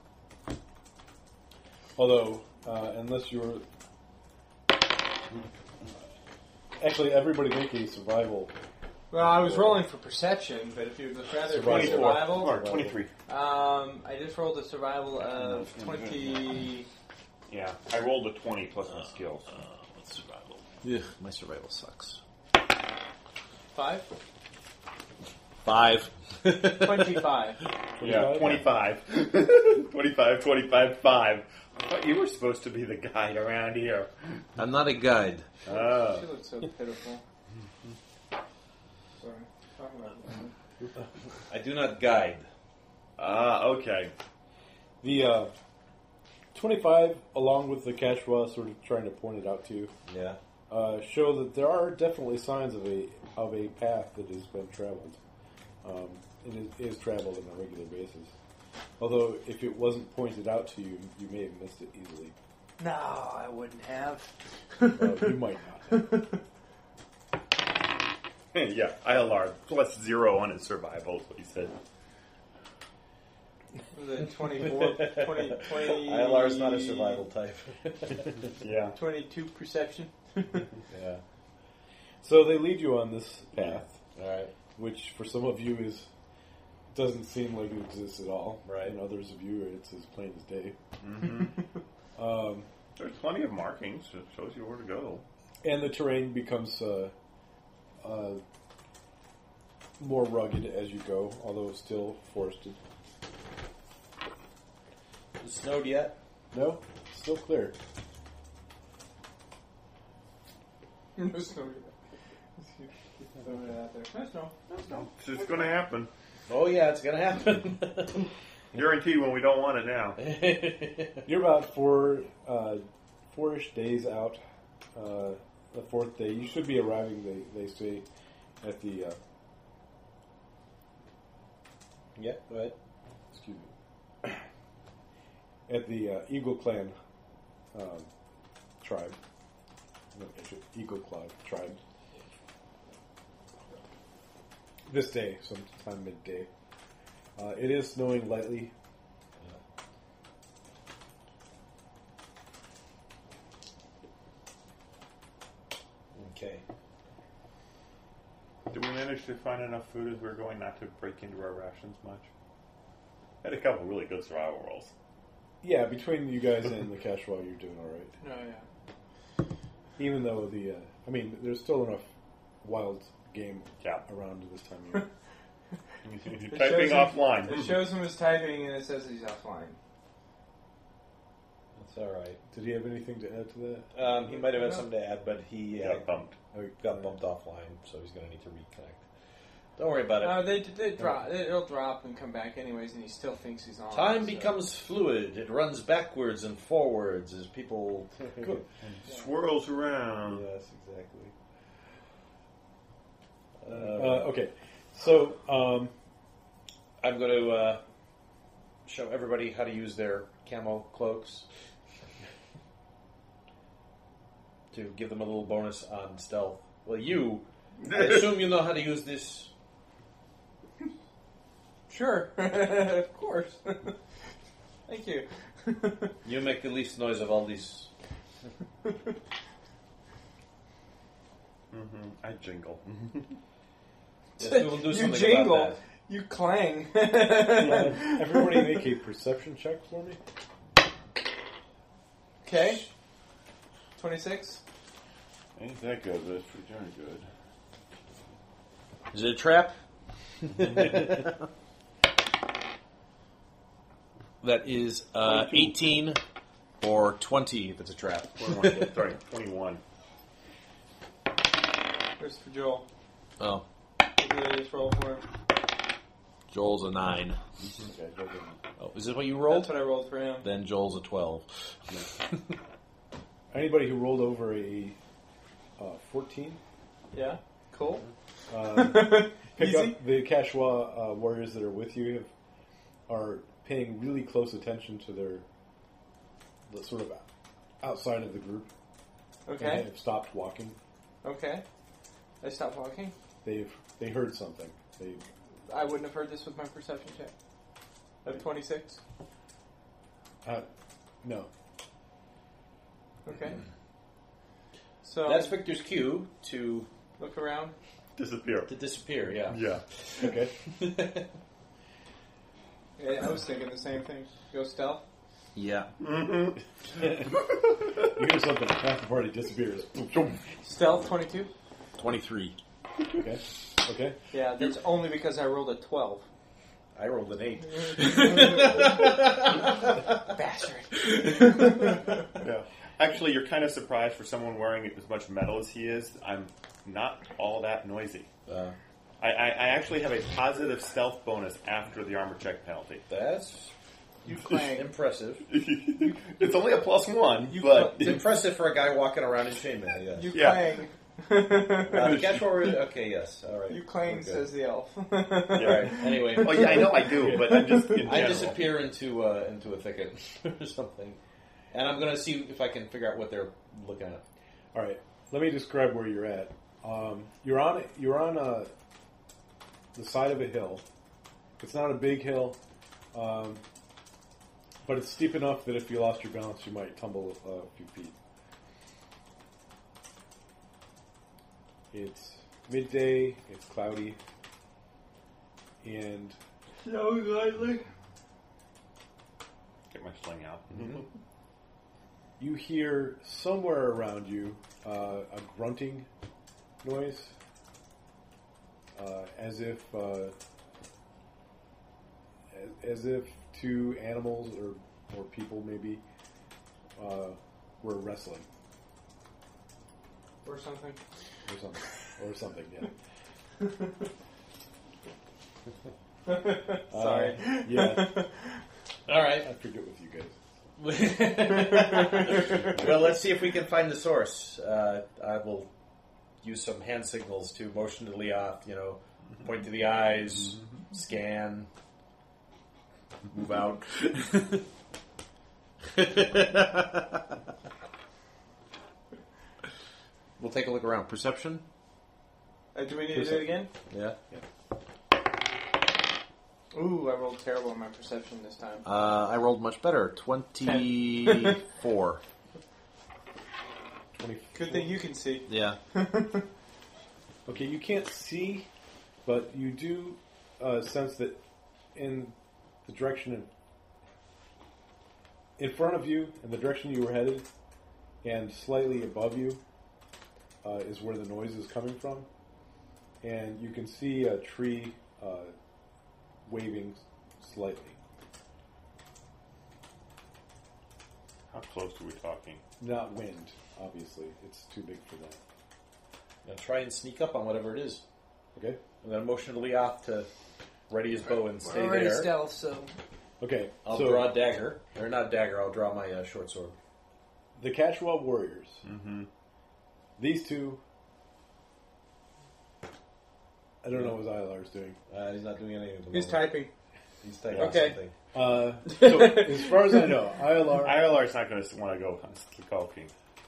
Speaker 2: Although, uh, unless you're. Actually, everybody make a survival.
Speaker 3: Well, I was rolling for perception, but if you'd rather be
Speaker 2: Survival.
Speaker 3: survival,
Speaker 4: Or 23.
Speaker 3: um, I just rolled a survival of twenty.
Speaker 4: Yeah. I rolled a 20 plus my skills.
Speaker 1: survival.
Speaker 2: Yeah.
Speaker 1: My survival sucks.
Speaker 3: Five?
Speaker 1: Five.
Speaker 3: 25.
Speaker 4: Yeah, 25. 25, 25, 5. I thought you were supposed to be the guide around here.
Speaker 1: I'm not a guide.
Speaker 4: Oh.
Speaker 3: She looks so pitiful. Sorry. Talk about that.
Speaker 1: I do not guide.
Speaker 4: Ah, okay.
Speaker 2: The uh, 25, along with the Quechua, sort of trying to point it out to you.
Speaker 1: Yeah.
Speaker 2: uh, show that there are definitely signs of a of a path that has been traveled. Um, and it is traveled on a regular basis. Although, if it wasn't pointed out to you, you may have missed it easily.
Speaker 3: No, I wouldn't have.
Speaker 2: Uh, you might not.
Speaker 4: yeah, ILR plus zero on his survival, is what he said.
Speaker 3: Was it 24, 20, 20,
Speaker 1: ILR's not a survival type.
Speaker 4: Yeah.
Speaker 3: 22 perception.
Speaker 1: yeah.
Speaker 2: So they lead you on this path,
Speaker 1: Alright.
Speaker 2: which for some of you is doesn't seem like it exists at all.
Speaker 1: Right.
Speaker 2: And others of you, it's as plain as day.
Speaker 6: There's plenty of markings. It shows you where to go.
Speaker 2: and the terrain becomes uh, uh, more rugged as you go, although still forested.
Speaker 1: It snowed yet?
Speaker 2: No, still clear.
Speaker 3: No snow. Throw it out there. No snow. No snow.
Speaker 6: It's, it's going to happen.
Speaker 1: Oh yeah, it's gonna happen.
Speaker 6: Guarantee when we don't want it now.
Speaker 2: You're about four, uh, four-ish days out. Uh, the fourth day, you should be arriving. They they say at the uh,
Speaker 1: yeah, go ahead.
Speaker 2: excuse me at the uh, Eagle Clan um, tribe. Not issue- Eagle Clan tribe. This day, sometime midday. Uh, it is snowing lightly.
Speaker 1: Okay.
Speaker 4: Did we manage to find enough food as we were going not to break into our rations much? Had a couple really good survival rolls.
Speaker 2: Yeah, between you guys and the Cashwell, you're doing all right.
Speaker 3: No, yeah.
Speaker 2: Even though the, uh, I mean, there's still enough wild game
Speaker 4: Yeah.
Speaker 2: around this time of year.
Speaker 3: shows
Speaker 4: Typing
Speaker 3: you-
Speaker 4: offline.
Speaker 3: It shows him his typing and it says he's offline.
Speaker 1: That's alright.
Speaker 2: Did he have anything to add to that?
Speaker 1: Um, he might have had something to add, but he
Speaker 4: Yeah,
Speaker 1: uh,
Speaker 4: bumped.
Speaker 1: got bumped offline, so he's gonna need to reconnect. Don't worry about it.
Speaker 3: No, they, they drop. They, it'll drop and come back anyways, and he still thinks he's on.
Speaker 1: Time
Speaker 3: so-
Speaker 1: becomes fluid. It runs backwards and forwards as people. Uh,
Speaker 6: Swirls around.
Speaker 1: yes, exactly.
Speaker 2: Uh, okay, so um,
Speaker 1: I'm going to uh, show everybody how to use their camo cloaks to give them a little bonus on stealth. Well, you, I assume you know how to use this.
Speaker 3: Sure, of course. Thank you.
Speaker 1: You make the least noise of all these.
Speaker 4: Mm-hmm. I jingle.
Speaker 1: Yes, we will do
Speaker 3: you
Speaker 1: something
Speaker 3: jingle.
Speaker 1: about
Speaker 3: You clang.
Speaker 2: Everybody make a perception check for me.
Speaker 3: Okay. Twenty-six.
Speaker 6: Ain't that good, but it's pretty darn
Speaker 1: that.
Speaker 6: good.
Speaker 1: Is it a trap? that is uh, 18 or 20 that's a trap.
Speaker 4: 21, sorry, 21.
Speaker 3: Here's for Joel.
Speaker 1: oh,
Speaker 3: Take the latest roll for him.
Speaker 1: Joel's a 9.
Speaker 2: Okay, go ahead.
Speaker 1: Oh, is this what you
Speaker 3: That's
Speaker 1: rolled?
Speaker 3: what I rolled for him.
Speaker 1: Then Joel's a 12.
Speaker 2: Anybody who rolled over a uh, 14,
Speaker 3: Yeah. Cool.
Speaker 2: um, pick
Speaker 3: Easy.
Speaker 2: up the Kashwa uh, warriors that are with you have, are paying really close attention to their the sort of outside of the group. And they
Speaker 3: Okay.
Speaker 2: have stopped walking.
Speaker 3: Okay. I stopped walking.
Speaker 2: They've they heard something. They
Speaker 3: I wouldn't have heard this with my perception check. Of twenty-six.
Speaker 2: uh, no.
Speaker 3: Okay.
Speaker 2: Mm.
Speaker 3: So
Speaker 1: That's Victor's cue to,
Speaker 3: look around.
Speaker 4: Disappear.
Speaker 1: to disappear, yeah.
Speaker 4: Yeah.
Speaker 2: Okay.
Speaker 3: Yeah, I was thinking the same thing. Go stealth.
Speaker 1: Yeah.
Speaker 2: You hear something. Half the party disappears.
Speaker 3: Stealth twenty-two.
Speaker 1: 23.
Speaker 2: Okay. Okay.
Speaker 3: Yeah, that's only because I rolled a twelve.
Speaker 1: I rolled an 8.
Speaker 3: Bastard.
Speaker 4: Yeah. Actually, you're kind of surprised for someone wearing as much metal as he is. I'm not all that noisy.
Speaker 1: Uh,
Speaker 4: I, I, I actually have a positive stealth bonus after the armor check penalty.
Speaker 1: that's
Speaker 3: You clang.
Speaker 1: impressive.
Speaker 4: it's only a plus one,
Speaker 3: You
Speaker 4: but
Speaker 1: It's impressive for a guy walking around in chainmail, yeah.
Speaker 3: You
Speaker 4: Yeah.
Speaker 3: clang.
Speaker 1: Uh, the Cashmore is- okay, yes, all right.
Speaker 3: you clang,
Speaker 1: We're good.
Speaker 3: says the elf.
Speaker 1: All right. Anyway,
Speaker 4: oh yeah, I know I do, but I'm just in
Speaker 1: I
Speaker 4: general.
Speaker 1: disappear into uh, into a thicket or something, and I'm gonna see if I can figure out what they're looking at.
Speaker 2: All right, let me describe where you're at. Um, you're on you're on a, the side of a hill. It's not a big hill, um, but it's steep enough that if you lost your balance, you might tumble uh, a few feet. It's midday. It's cloudy, and
Speaker 4: Get my sling out.
Speaker 2: you hear somewhere around you uh, a grunting noise, uh, as if uh, as- as if two animals or or people maybe uh, were wrestling
Speaker 3: or something.
Speaker 2: or something or something. Yeah. Uh,
Speaker 3: Sorry.
Speaker 2: yeah,
Speaker 1: All
Speaker 2: I
Speaker 1: right.
Speaker 2: forget with you guys.
Speaker 1: well, let's see if we can find the source. Uh, I will use some hand signals to motion to Leoth. You know, point to the eyes, scan, move out. we'll take a look around. Perception.
Speaker 3: Uh, do we need to do it again?
Speaker 1: Yeah.
Speaker 3: Ooh, I rolled terrible on my perception this time.
Speaker 1: Uh, I rolled much better. Twenty-four.
Speaker 2: Twenty.
Speaker 3: Good thing you can see.
Speaker 1: yeah.
Speaker 2: Okay, you can't see, but you do uh, sense that in the direction in, in front of you, in the direction you were headed, and slightly above you, uh, is where the noise is coming from. And you can see a tree uh, waving slightly.
Speaker 4: How close are we talking?
Speaker 2: Not wind, obviously. It's too big for that.
Speaker 1: Now try and sneak up on whatever it is.
Speaker 2: Okay?
Speaker 1: I'm going to motion to Leoth to ready his bow and stay
Speaker 5: already
Speaker 1: there.
Speaker 5: stealth, so
Speaker 2: Okay.
Speaker 1: I'll
Speaker 2: so
Speaker 1: draw a dagger. Or not dagger, I'll draw my uh, short sword.
Speaker 2: the Cashwell Warriors. Mm-hmm. These two. I don't know what Zylar's doing.
Speaker 1: Uh, he's not doing anything. at the
Speaker 3: He's
Speaker 1: moment.
Speaker 3: typing.
Speaker 1: He's typing
Speaker 3: Okay.
Speaker 1: something.
Speaker 2: Uh, so, as far as I know, Ilar,
Speaker 4: ILR's not going to want to go skulking.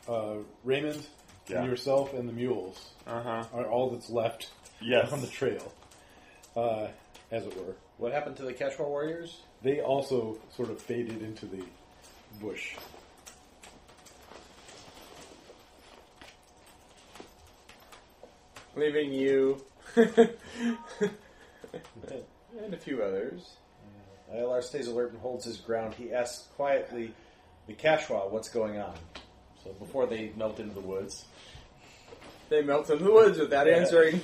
Speaker 2: uh, Raymond,
Speaker 4: Yeah.
Speaker 2: and yourself and the mules
Speaker 4: Uh huh.
Speaker 2: are all that's left
Speaker 4: Yes.
Speaker 2: on the trail. Uh, as it were.
Speaker 1: What happened to the Quechua warriors?
Speaker 2: They also sort of faded into the bush.
Speaker 3: leaving you and a few others.
Speaker 1: ILR stays alert and holds his ground. He asks quietly the Quechua what's going on. So before they melt into the woods.
Speaker 3: They melt in the woods without answering.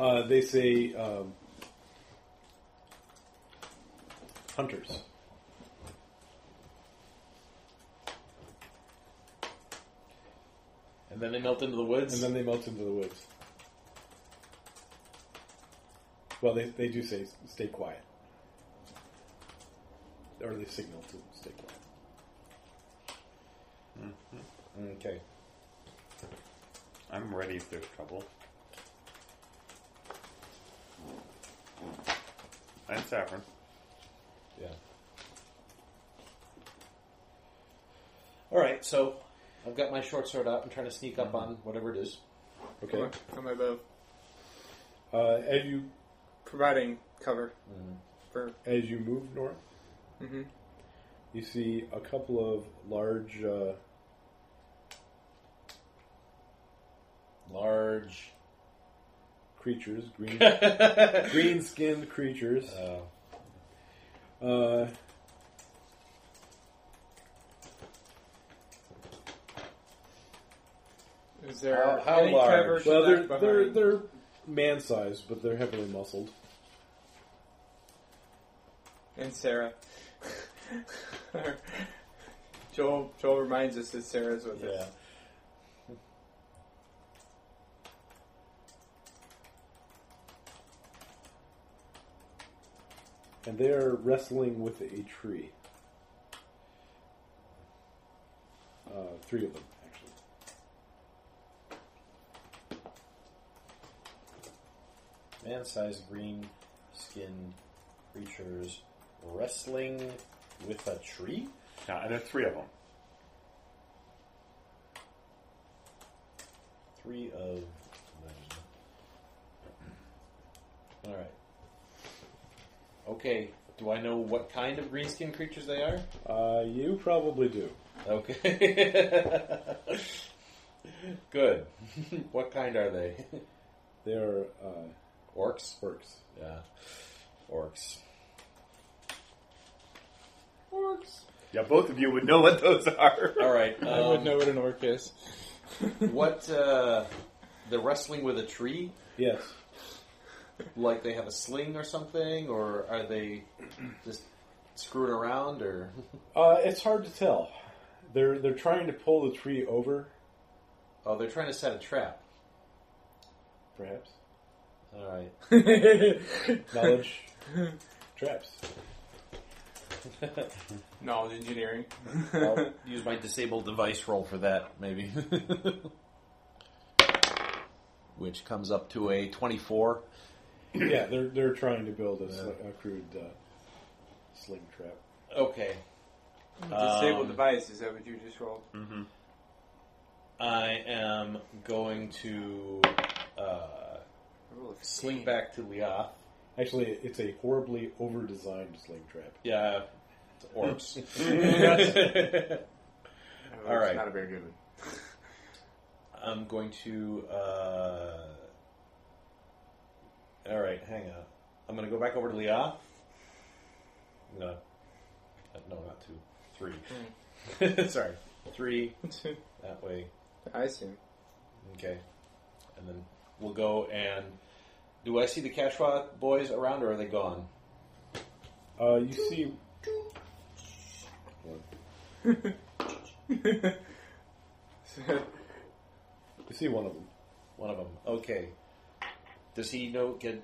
Speaker 2: Uh, they say um, hunters.
Speaker 1: And then they melt into the woods.
Speaker 2: And then they melt into the woods. Well, they, they do say stay quiet. Or they signal to stay quiet.
Speaker 1: okay.
Speaker 4: I'm ready if there's trouble. I'm Saffron.
Speaker 1: Yeah. All right, so I've got my short sword out. I'm trying to sneak up on whatever it is.
Speaker 2: Okay.
Speaker 3: Am I both
Speaker 2: Uh, as you
Speaker 3: providing cover
Speaker 1: Mm-hmm.
Speaker 3: for?
Speaker 2: as you move north,
Speaker 3: Mhm.
Speaker 2: you see a couple of large uh,
Speaker 1: Large.
Speaker 2: creatures, green
Speaker 1: uh,
Speaker 2: green skinned creatures. Uh,
Speaker 3: Is there
Speaker 1: How- how
Speaker 3: any
Speaker 1: large?
Speaker 3: cover to
Speaker 2: well,
Speaker 3: that
Speaker 2: they're they're
Speaker 3: behind?
Speaker 2: they're man sized, but they're heavily muscled.
Speaker 3: and Sarah. Joel Joel reminds us that Sarah's with us.
Speaker 1: yeah.
Speaker 2: and they are wrestling with a tree. Uh, three of them, actually.
Speaker 1: Man-sized green skinned creatures wrestling with a tree?
Speaker 4: Yeah, and there are three of them.
Speaker 1: Three of them. All right. Okay, do I know what kind of green skinned creatures they are?
Speaker 2: Uh, you probably do.
Speaker 1: Okay. Good. what kind are they?
Speaker 2: They are uh,
Speaker 1: Orcs?
Speaker 2: orcs.
Speaker 1: Yeah. Orcs.
Speaker 4: Yeah, both of you would know what those are.
Speaker 1: All right. Um,
Speaker 3: I would know what an orc is.
Speaker 1: What, uh, the wrestling with a tree?
Speaker 2: Yes.
Speaker 1: Like they have a sling or something? Or are they just screwing around? Or
Speaker 2: Uh, it's hard to tell. They're they're trying to pull the tree over,
Speaker 1: Oh, they're trying to set a trap.
Speaker 2: perhaps.
Speaker 1: All right.
Speaker 2: Knowledge traps.
Speaker 3: Knowledge engineering.
Speaker 1: I'll use my disabled device roll for that, maybe. Which comes up to a 24.
Speaker 2: yeah, they're they're trying to build a, sli- a crude uh, sling trap.
Speaker 1: Okay.
Speaker 3: Disable
Speaker 1: Um,
Speaker 3: device, is that what you just rolled?
Speaker 1: I am going to uh,
Speaker 3: I rolled a
Speaker 1: sling back to Leoth.
Speaker 2: Actually, it's a horribly over-designed sling trap.
Speaker 1: Yeah, it's orcs.
Speaker 3: Oh,
Speaker 1: All
Speaker 3: it's
Speaker 1: right.
Speaker 3: Not a very good one.
Speaker 1: I'm going to. Uh... All right, hang on. I'm going to go back over to Leah. No, no, not two, three. Sorry, three that way.
Speaker 3: I assume.
Speaker 1: Okay, and then we'll go and. Do I see the Cashwa boys around, or are they gone?
Speaker 2: Uh, you see, you see one of them.
Speaker 1: One of them. Okay. Does he know? Get?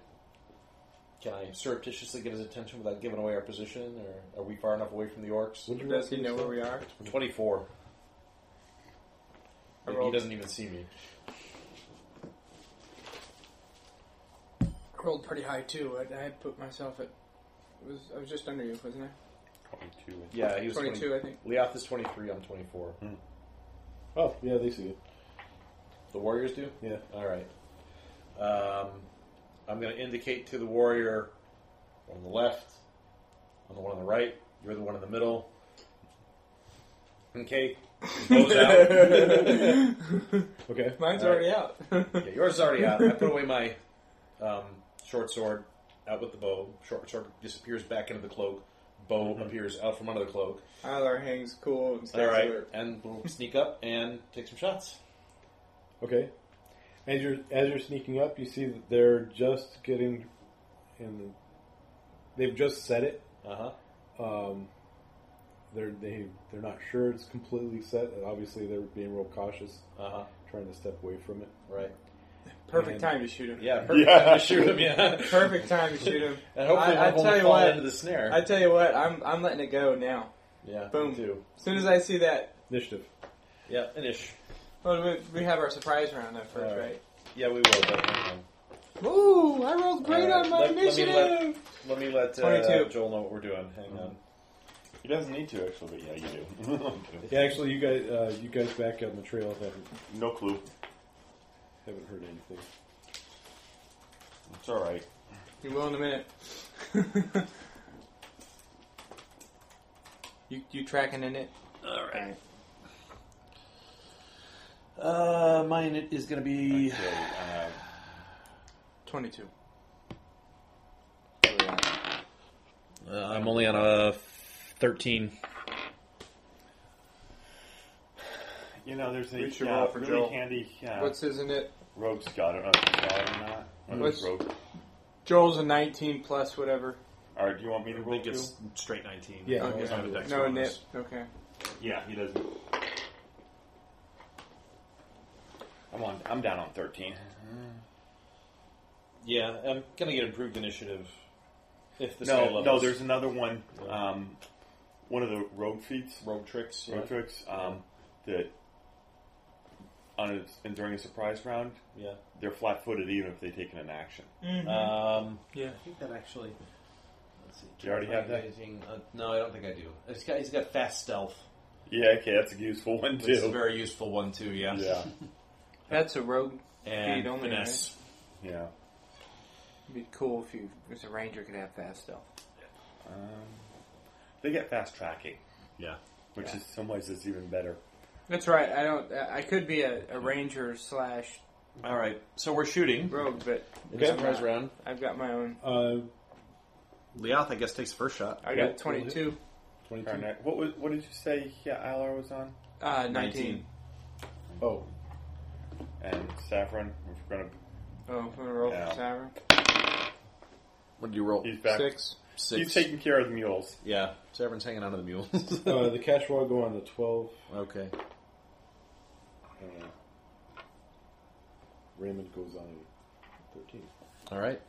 Speaker 1: Can I surreptitiously get his attention without giving away our position, or are we far enough away from the orcs?
Speaker 2: Would you
Speaker 3: Does he
Speaker 2: recommend
Speaker 3: know
Speaker 2: that?
Speaker 3: where we are?
Speaker 1: Twenty-four.
Speaker 3: I
Speaker 1: he
Speaker 3: rolled-
Speaker 1: doesn't even see me.
Speaker 5: I rolled pretty high too. I, I had put myself at. Was I was just under you, wasn't I?
Speaker 4: Twenty-two.
Speaker 1: Yeah, he was
Speaker 3: 22,
Speaker 1: 20
Speaker 3: I think.
Speaker 1: Leoth is twenty-three. I'm twenty-four.
Speaker 2: Oh, yeah, they see it.
Speaker 1: The warriors do.
Speaker 2: Yeah.
Speaker 1: All right. Um, I'm going to indicate to the warrior on the left, on the one on the right. You're the one in the middle. Okay. Close out.
Speaker 2: Okay.
Speaker 3: Mine's
Speaker 1: All right.
Speaker 3: already out.
Speaker 1: Yeah, yours is already out. I put away my um, short sword, out with the bow. Short sword disappears back into the cloak. Bow appears out from under the cloak.
Speaker 3: Eiler hangs cool and stays
Speaker 1: All right,
Speaker 3: alert.
Speaker 1: and we'll sneak up and take some shots.
Speaker 2: Okay. As you're as you're sneaking up, you see that they're just getting, and they've just set it.
Speaker 1: Uh huh.
Speaker 2: Um, they're they they're not sure it's completely set. and Obviously, they're being real cautious,
Speaker 1: Uh huh.
Speaker 2: trying to step away from it.
Speaker 1: Right.
Speaker 3: Perfect
Speaker 2: And-
Speaker 3: time to shoot him.
Speaker 1: Yeah. Perfect time to shoot him. Yeah.
Speaker 3: Perfect time to shoot him.
Speaker 1: And hopefully
Speaker 3: I- I
Speaker 1: one of them
Speaker 3: tell
Speaker 1: will
Speaker 3: you
Speaker 1: fall
Speaker 3: what.
Speaker 1: into the snare.
Speaker 3: I tell you what, I'm I'm letting it go now.
Speaker 1: yeah.
Speaker 3: boom.
Speaker 1: me Too.
Speaker 3: As soon as I see that,
Speaker 2: Initiative.
Speaker 1: Yeah. Finish.
Speaker 3: well, we, we have our surprise round though first,
Speaker 1: All right.
Speaker 3: right?
Speaker 1: Yeah, we will. But um, hang on.
Speaker 3: Ooh, I rolled great
Speaker 1: All right,
Speaker 3: on my
Speaker 1: let- let me
Speaker 3: initiative.
Speaker 1: let- Let me let uh,
Speaker 3: 22.
Speaker 1: Joel know what we're doing. Hang on.
Speaker 4: He doesn't need to actually, but yeah, you do. I'm kidding.
Speaker 2: Yeah, actually, you guys uh, you guys back on the trail haven't
Speaker 4: no clue.
Speaker 2: haven't heard anything.
Speaker 4: It's all right.
Speaker 3: You will in a minute. you you tracking in it?
Speaker 4: All right.
Speaker 1: Uh, mine is going to be.
Speaker 4: uh,
Speaker 3: Twenty two.
Speaker 1: Uh, I'm only on a 13.
Speaker 4: you know, there's a
Speaker 3: We should
Speaker 4: uh,
Speaker 3: roll for
Speaker 4: really
Speaker 3: Joel.
Speaker 4: handy uh,
Speaker 3: What's his in it?
Speaker 4: rogue scout. I don't know if you got it or not. Or
Speaker 3: What's-
Speaker 4: rogue?
Speaker 3: Joel's a nineteen plus whatever.
Speaker 4: Or do you want me to
Speaker 1: I
Speaker 4: roll?
Speaker 1: think it's
Speaker 4: too?
Speaker 1: straight 19.
Speaker 2: Yeah.
Speaker 3: Okay.
Speaker 2: it's not a dex
Speaker 3: No nip.
Speaker 1: bonus.
Speaker 3: Okay.
Speaker 4: Yeah, he doesn't. I'm on. I'm down on thirteen.
Speaker 1: Yeah, I'm going to get improved initiative if this guy
Speaker 4: no,
Speaker 1: levels.
Speaker 4: no. There's another one. Um, one of the rogue feats,
Speaker 1: rogue tricks. Yeah.
Speaker 4: rogue tricks. Um, that on a, and during a surprise round,
Speaker 1: yeah.
Speaker 4: they're flat-footed even if they've taken an action.
Speaker 1: Um,
Speaker 3: Yeah.
Speaker 1: I think that actually. Let's see.
Speaker 4: Do you already have that?
Speaker 1: Anything- uh, no, I don't think I do. It's got, he's got fast stealth.
Speaker 4: Yeah, okay, that's a useful one
Speaker 1: It's a
Speaker 4: too.
Speaker 1: very useful one, too, yeah.
Speaker 4: yeah,
Speaker 3: That's a rogue.
Speaker 1: And
Speaker 3: Feed only,
Speaker 1: finesse.
Speaker 4: yeah.
Speaker 3: It'd be cool if you, as a ranger, could have fast stealth.
Speaker 4: Um, they get fast tracking,
Speaker 1: Yeah.
Speaker 4: which
Speaker 3: Yeah.
Speaker 4: in some ways is even better.
Speaker 3: That's right. I don't. I I could be a, a ranger slash
Speaker 1: All right, so we're shooting.
Speaker 3: rogue, but
Speaker 1: Okay. Surprise round.
Speaker 3: I've got my own.
Speaker 2: Uh,
Speaker 1: Leoth, I guess, takes the first shot.
Speaker 3: I
Speaker 2: Yeah,
Speaker 3: got twenty two.
Speaker 2: twenty
Speaker 4: Our
Speaker 2: two.
Speaker 4: next- What was? What did you say? Yeah, Alar was on,
Speaker 3: Uh, 19.
Speaker 2: Oh,
Speaker 4: and Saffron. We're gonna.
Speaker 3: Oh, I'm gonna roll
Speaker 4: Yeah.
Speaker 3: for Saver.
Speaker 1: What did you roll?
Speaker 4: He's back.
Speaker 3: Six.
Speaker 1: Six.
Speaker 4: He's taking care of the mules.
Speaker 1: yeah, so everyone's hanging on to the mule.
Speaker 2: uh, the Cashwa go on the twelve.
Speaker 1: okay.
Speaker 2: Uh, Raymond goes on thirteen.
Speaker 1: All right.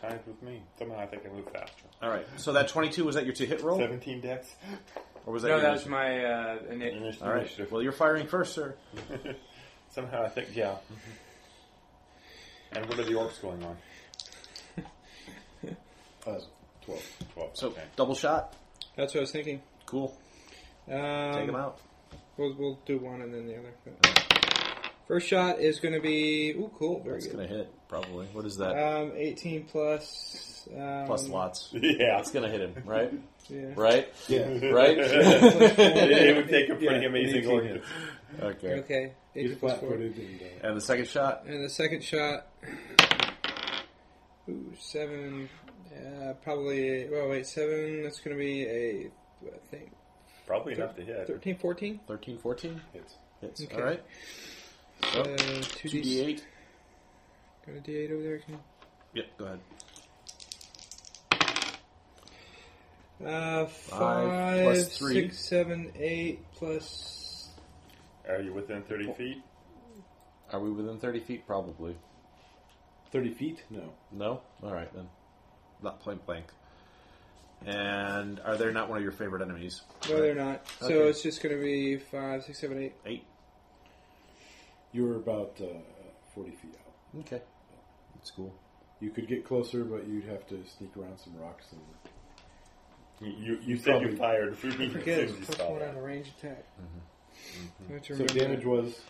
Speaker 4: Times Mm, with me. Somehow I think I move faster.
Speaker 1: All right. So that 22, was that your two hit roll?
Speaker 4: Seventeen decks.
Speaker 1: Or was that
Speaker 3: No,
Speaker 1: your
Speaker 3: that was
Speaker 1: initiative?
Speaker 3: my. Uh, init-
Speaker 4: Initiative.
Speaker 1: All right. Well, you're firing first, sir.
Speaker 4: Somehow I think yeah. and what are the orcs going on?
Speaker 2: Uh, twelve.
Speaker 4: Twelve.
Speaker 1: So
Speaker 4: okay.
Speaker 1: double shot.
Speaker 11: That's what I was thinking.
Speaker 1: Cool.
Speaker 11: Um,
Speaker 1: Take him out.
Speaker 11: We'll, we'll do one and then the other. First shot is going to be. Ooh, cool. Very
Speaker 1: That's
Speaker 11: good.
Speaker 1: gonna hit probably. What is that?
Speaker 11: Um, 18 plus. Um,
Speaker 1: Plus lots.
Speaker 4: Yeah.
Speaker 1: That's gonna hit him, right?
Speaker 11: Yeah.
Speaker 1: Right?
Speaker 2: Yeah.
Speaker 1: Right?
Speaker 4: it would take a pretty
Speaker 2: Yeah,
Speaker 4: amazing
Speaker 2: 18
Speaker 4: orc.
Speaker 2: hits.
Speaker 1: okay.
Speaker 11: Okay. 18
Speaker 2: He's
Speaker 11: plus
Speaker 2: flat
Speaker 11: 4.
Speaker 2: footed and uh,
Speaker 1: And the second shot.
Speaker 11: And the second shot. Ooh, seven. Uh, probably. Well, wait, seven. That's going to be a. I think.
Speaker 4: Probably enough to hit.
Speaker 11: 13, 14?
Speaker 1: 13, 14
Speaker 2: hits.
Speaker 1: hits.
Speaker 11: Okay.
Speaker 1: All right. So, Oh.
Speaker 11: Uh, 2d8.
Speaker 1: 2d8.
Speaker 11: Got a d8 over there. Can
Speaker 1: Yep. Go ahead.
Speaker 11: Uh,
Speaker 1: Five
Speaker 11: five,
Speaker 1: plus three.
Speaker 11: six, seven, eight plus.
Speaker 4: Are you within thirty feet?
Speaker 1: Are we within 30 feet? Probably.
Speaker 2: Thirty feet? No.
Speaker 1: No. All right then. Not point blank. And are they not one of your favorite enemies?
Speaker 11: No, they're not. So
Speaker 1: Okay.
Speaker 11: it's just going to be five, six, seven, eight.
Speaker 1: Eight.
Speaker 2: You were about uh, forty feet out.
Speaker 1: Okay. That's cool.
Speaker 2: You could get closer, but you'd have to sneak around some rocks and
Speaker 4: You you, you said you
Speaker 2: Probably.
Speaker 4: fired. You
Speaker 11: Forget it's
Speaker 4: said you
Speaker 11: plus
Speaker 4: saw
Speaker 11: one
Speaker 4: that.
Speaker 11: on a range attack.
Speaker 1: Mm-hmm.
Speaker 11: I have to
Speaker 2: so
Speaker 11: remember
Speaker 2: damage
Speaker 11: that.
Speaker 2: was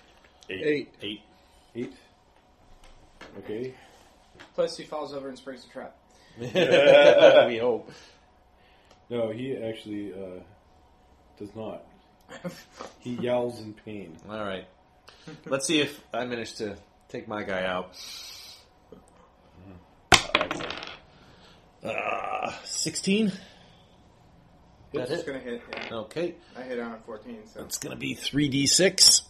Speaker 4: Eight.
Speaker 11: eight.
Speaker 1: Eight.
Speaker 2: eight. Okay.
Speaker 3: Plus, he falls over and springs a trap.
Speaker 1: we hope.
Speaker 2: No, he actually uh, does not. He yowls in pain.
Speaker 1: All right. Let's see if I manage to take my guy out. Mm-hmm. Uh, 16? That
Speaker 3: It's
Speaker 1: it?
Speaker 3: gonna hit. Yeah.
Speaker 1: Okay.
Speaker 3: I hit on 14, so
Speaker 1: It's going to be 3d6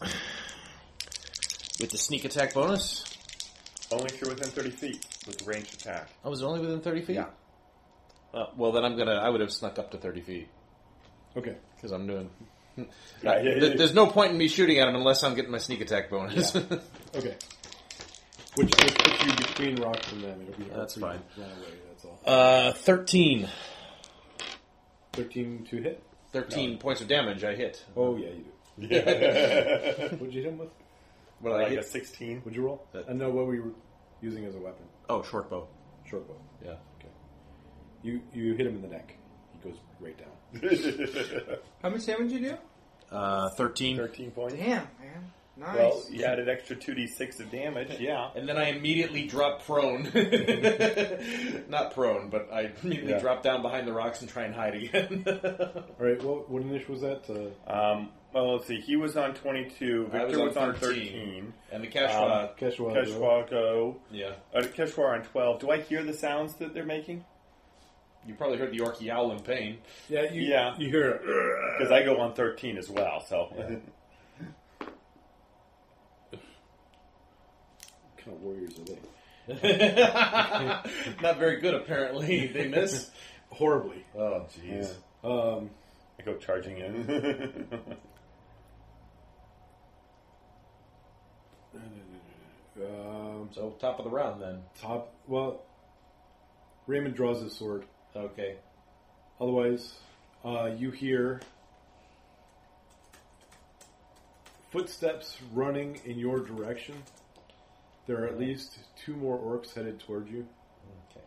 Speaker 1: with the sneak attack bonus.
Speaker 4: Only if you're within 30 feet with ranged attack.
Speaker 1: I was only within 30 feet? Yeah. Uh, well, then I'm going to, I would have snuck up to 30 feet
Speaker 2: Okay.
Speaker 1: because I'm doing.
Speaker 13: Yeah, yeah,
Speaker 1: Th-
Speaker 13: yeah.
Speaker 1: There's no point in me shooting at him unless I'm getting my sneak attack bonus.
Speaker 2: Okay. Which which puts you between rocks and them. It'll be hard
Speaker 1: That's
Speaker 2: for you to
Speaker 1: fine.
Speaker 2: Run away. That's all.
Speaker 1: uh, 13.
Speaker 2: Thirteen to hit.
Speaker 1: 13 points of damage I hit.
Speaker 2: Oh yeah, you do.
Speaker 13: Yeah.
Speaker 2: What'd you hit him with?
Speaker 1: What did I
Speaker 13: like a
Speaker 1: hit?
Speaker 13: 16.
Speaker 2: What'd you roll?
Speaker 1: That-
Speaker 2: I know what we were using as a weapon.
Speaker 1: Oh, short bow.
Speaker 2: Short bow.
Speaker 1: Yeah.
Speaker 2: Okay. You you hit him in the neck. He goes right down.
Speaker 3: how much damage you do?
Speaker 1: Uh, 13.
Speaker 13: 13 points.
Speaker 3: Damn, man, nice.
Speaker 13: Well, you added extra 2d6 of damage, yeah.
Speaker 1: And then I immediately drop prone. Not prone, but I immediately
Speaker 2: Yeah.
Speaker 1: drop down behind the rocks and try and hide again.
Speaker 2: All right. Well, what initial was that? Uh,
Speaker 13: Um,
Speaker 4: Well, let's see. He was on 22.
Speaker 1: I
Speaker 4: Victor
Speaker 1: was
Speaker 4: was,
Speaker 1: on
Speaker 4: on
Speaker 1: 13.
Speaker 4: 13.
Speaker 1: and the uh,
Speaker 4: Uh,
Speaker 1: Kashwa,
Speaker 2: Keshwa.
Speaker 4: Keshwako.
Speaker 1: yeah.
Speaker 4: Uh, Keshwar on 12. Do I hear the sounds that they're making?
Speaker 1: You probably heard the orc yowl in pain.
Speaker 2: Yeah. You,
Speaker 4: Yeah.
Speaker 2: You hear it.
Speaker 4: Because I go on 13 as well, so.
Speaker 2: What kind of warriors are they?
Speaker 1: Not very good, apparently. They miss.
Speaker 2: Horribly.
Speaker 1: oh,
Speaker 2: Yeah. Um.
Speaker 4: I go charging in.
Speaker 2: Um.
Speaker 1: So, top of the round then.
Speaker 2: Top. Well. Raymond draws his sword.
Speaker 1: Okay.
Speaker 2: Otherwise, uh, you hear footsteps running in your direction. There are at least two more orcs headed toward you.
Speaker 1: Okay.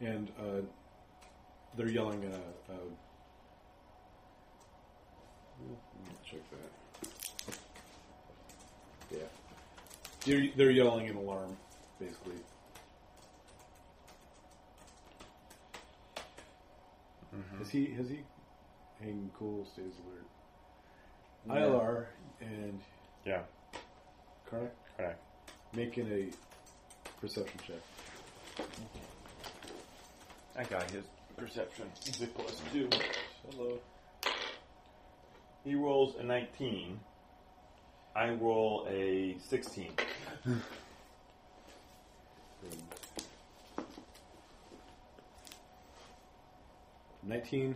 Speaker 2: and uh, they're yelling. Uh, uh, check that. Yeah, they're, they're yelling in alarm, basically. Has he? Has he? Hang cool, stays alert. Ilar and
Speaker 4: yeah,
Speaker 2: Karnak
Speaker 4: correct.
Speaker 2: making a perception check.
Speaker 4: I got his perception. He's a plus 2. Hello. He rolls a 19. I roll a 16.
Speaker 2: Nineteen.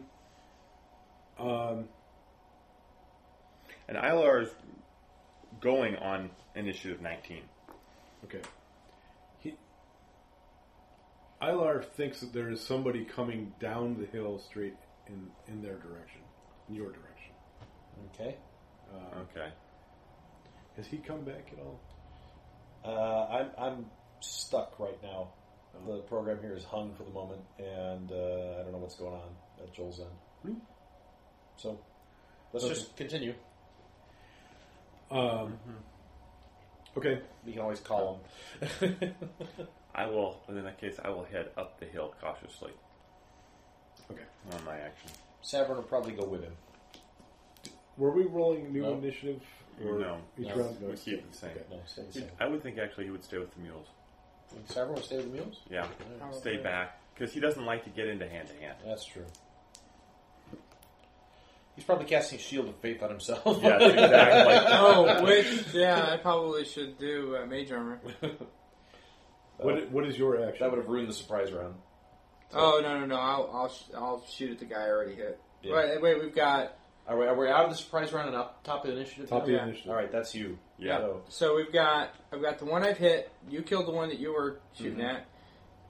Speaker 2: Um,
Speaker 4: And Ilar is going on initiative 19.
Speaker 2: Okay. He, Ilar thinks that there is somebody coming down the hill straight in, in their direction, in your direction.
Speaker 1: Okay.
Speaker 4: Okay.
Speaker 2: Has he come back at all?
Speaker 1: Uh, I'm, I'm stuck right now. The program here is hung for the moment, and uh, I don't know what's going on at Joel's end. So Hmm. let's
Speaker 2: Okay.
Speaker 1: just continue.
Speaker 2: Um,
Speaker 4: Mm-hmm.
Speaker 2: Okay.
Speaker 1: You can always call him.
Speaker 4: I will, in that case, I will head up the hill cautiously
Speaker 2: Okay.
Speaker 4: on my action.
Speaker 1: Savern will probably go with him.
Speaker 2: Were we rolling new
Speaker 1: No.
Speaker 2: initiative?
Speaker 4: No.
Speaker 2: Each
Speaker 1: No.
Speaker 2: round?
Speaker 4: We keep it the same.
Speaker 2: Okay.
Speaker 1: No, stay the same.
Speaker 4: I would think actually he would stay with the mules.
Speaker 1: Savern will stay with the mules?
Speaker 4: Yeah, stay back because he doesn't like to get into hand to hand.
Speaker 1: That's true. He's probably casting Shield of Faith on himself.
Speaker 4: Yeah, exactly.
Speaker 3: oh, which, yeah, I probably should do uh, mage armor.
Speaker 2: What, what is your action?
Speaker 1: that would have ruined the surprise round.
Speaker 3: Oh, no, no, no, I'll, I'll, sh- I'll shoot at the guy I already hit.
Speaker 1: Yeah.
Speaker 3: Wait, wait, we've got,
Speaker 1: Are we, are we out of the surprise round and up top of the initiative?
Speaker 2: Top of the
Speaker 3: Yeah.
Speaker 2: initiative.
Speaker 1: All right, that's you.
Speaker 4: Yeah.
Speaker 1: So,
Speaker 3: so we've got, I've got the one I've hit, you killed the one that you were shooting at.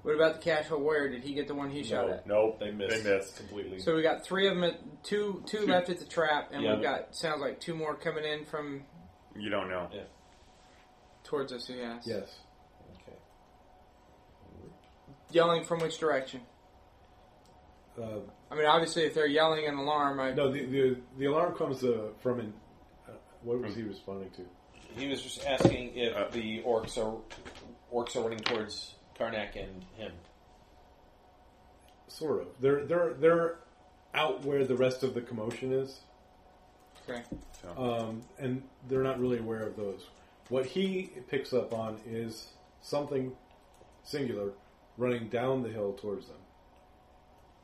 Speaker 3: What about the casual warrior? Did he get the one he shot at?
Speaker 4: Nope,
Speaker 1: they missed.
Speaker 4: They missed.
Speaker 1: completely.
Speaker 3: So we got three of them, at, two, two left at the trap, and
Speaker 1: Yeah.
Speaker 3: we've got, sounds like two more coming in from
Speaker 4: You don't know.
Speaker 1: Yeah.
Speaker 3: towards us, yes.
Speaker 2: Yes.
Speaker 1: okay.
Speaker 3: Yelling from which direction?
Speaker 2: Uh,
Speaker 3: I mean, obviously, if they're yelling an alarm, I
Speaker 2: no, the, the, the alarm comes uh, from an, uh, What
Speaker 4: Hmm.
Speaker 2: was he responding to?
Speaker 1: He was just asking if the orcs are orcs are running towards Karnak and him.
Speaker 2: Sort of. They're they're they're out where the rest of the commotion is.
Speaker 14: Okay.
Speaker 2: um, and they're not really aware of those. What he picks up on is something singular running down the hill towards them,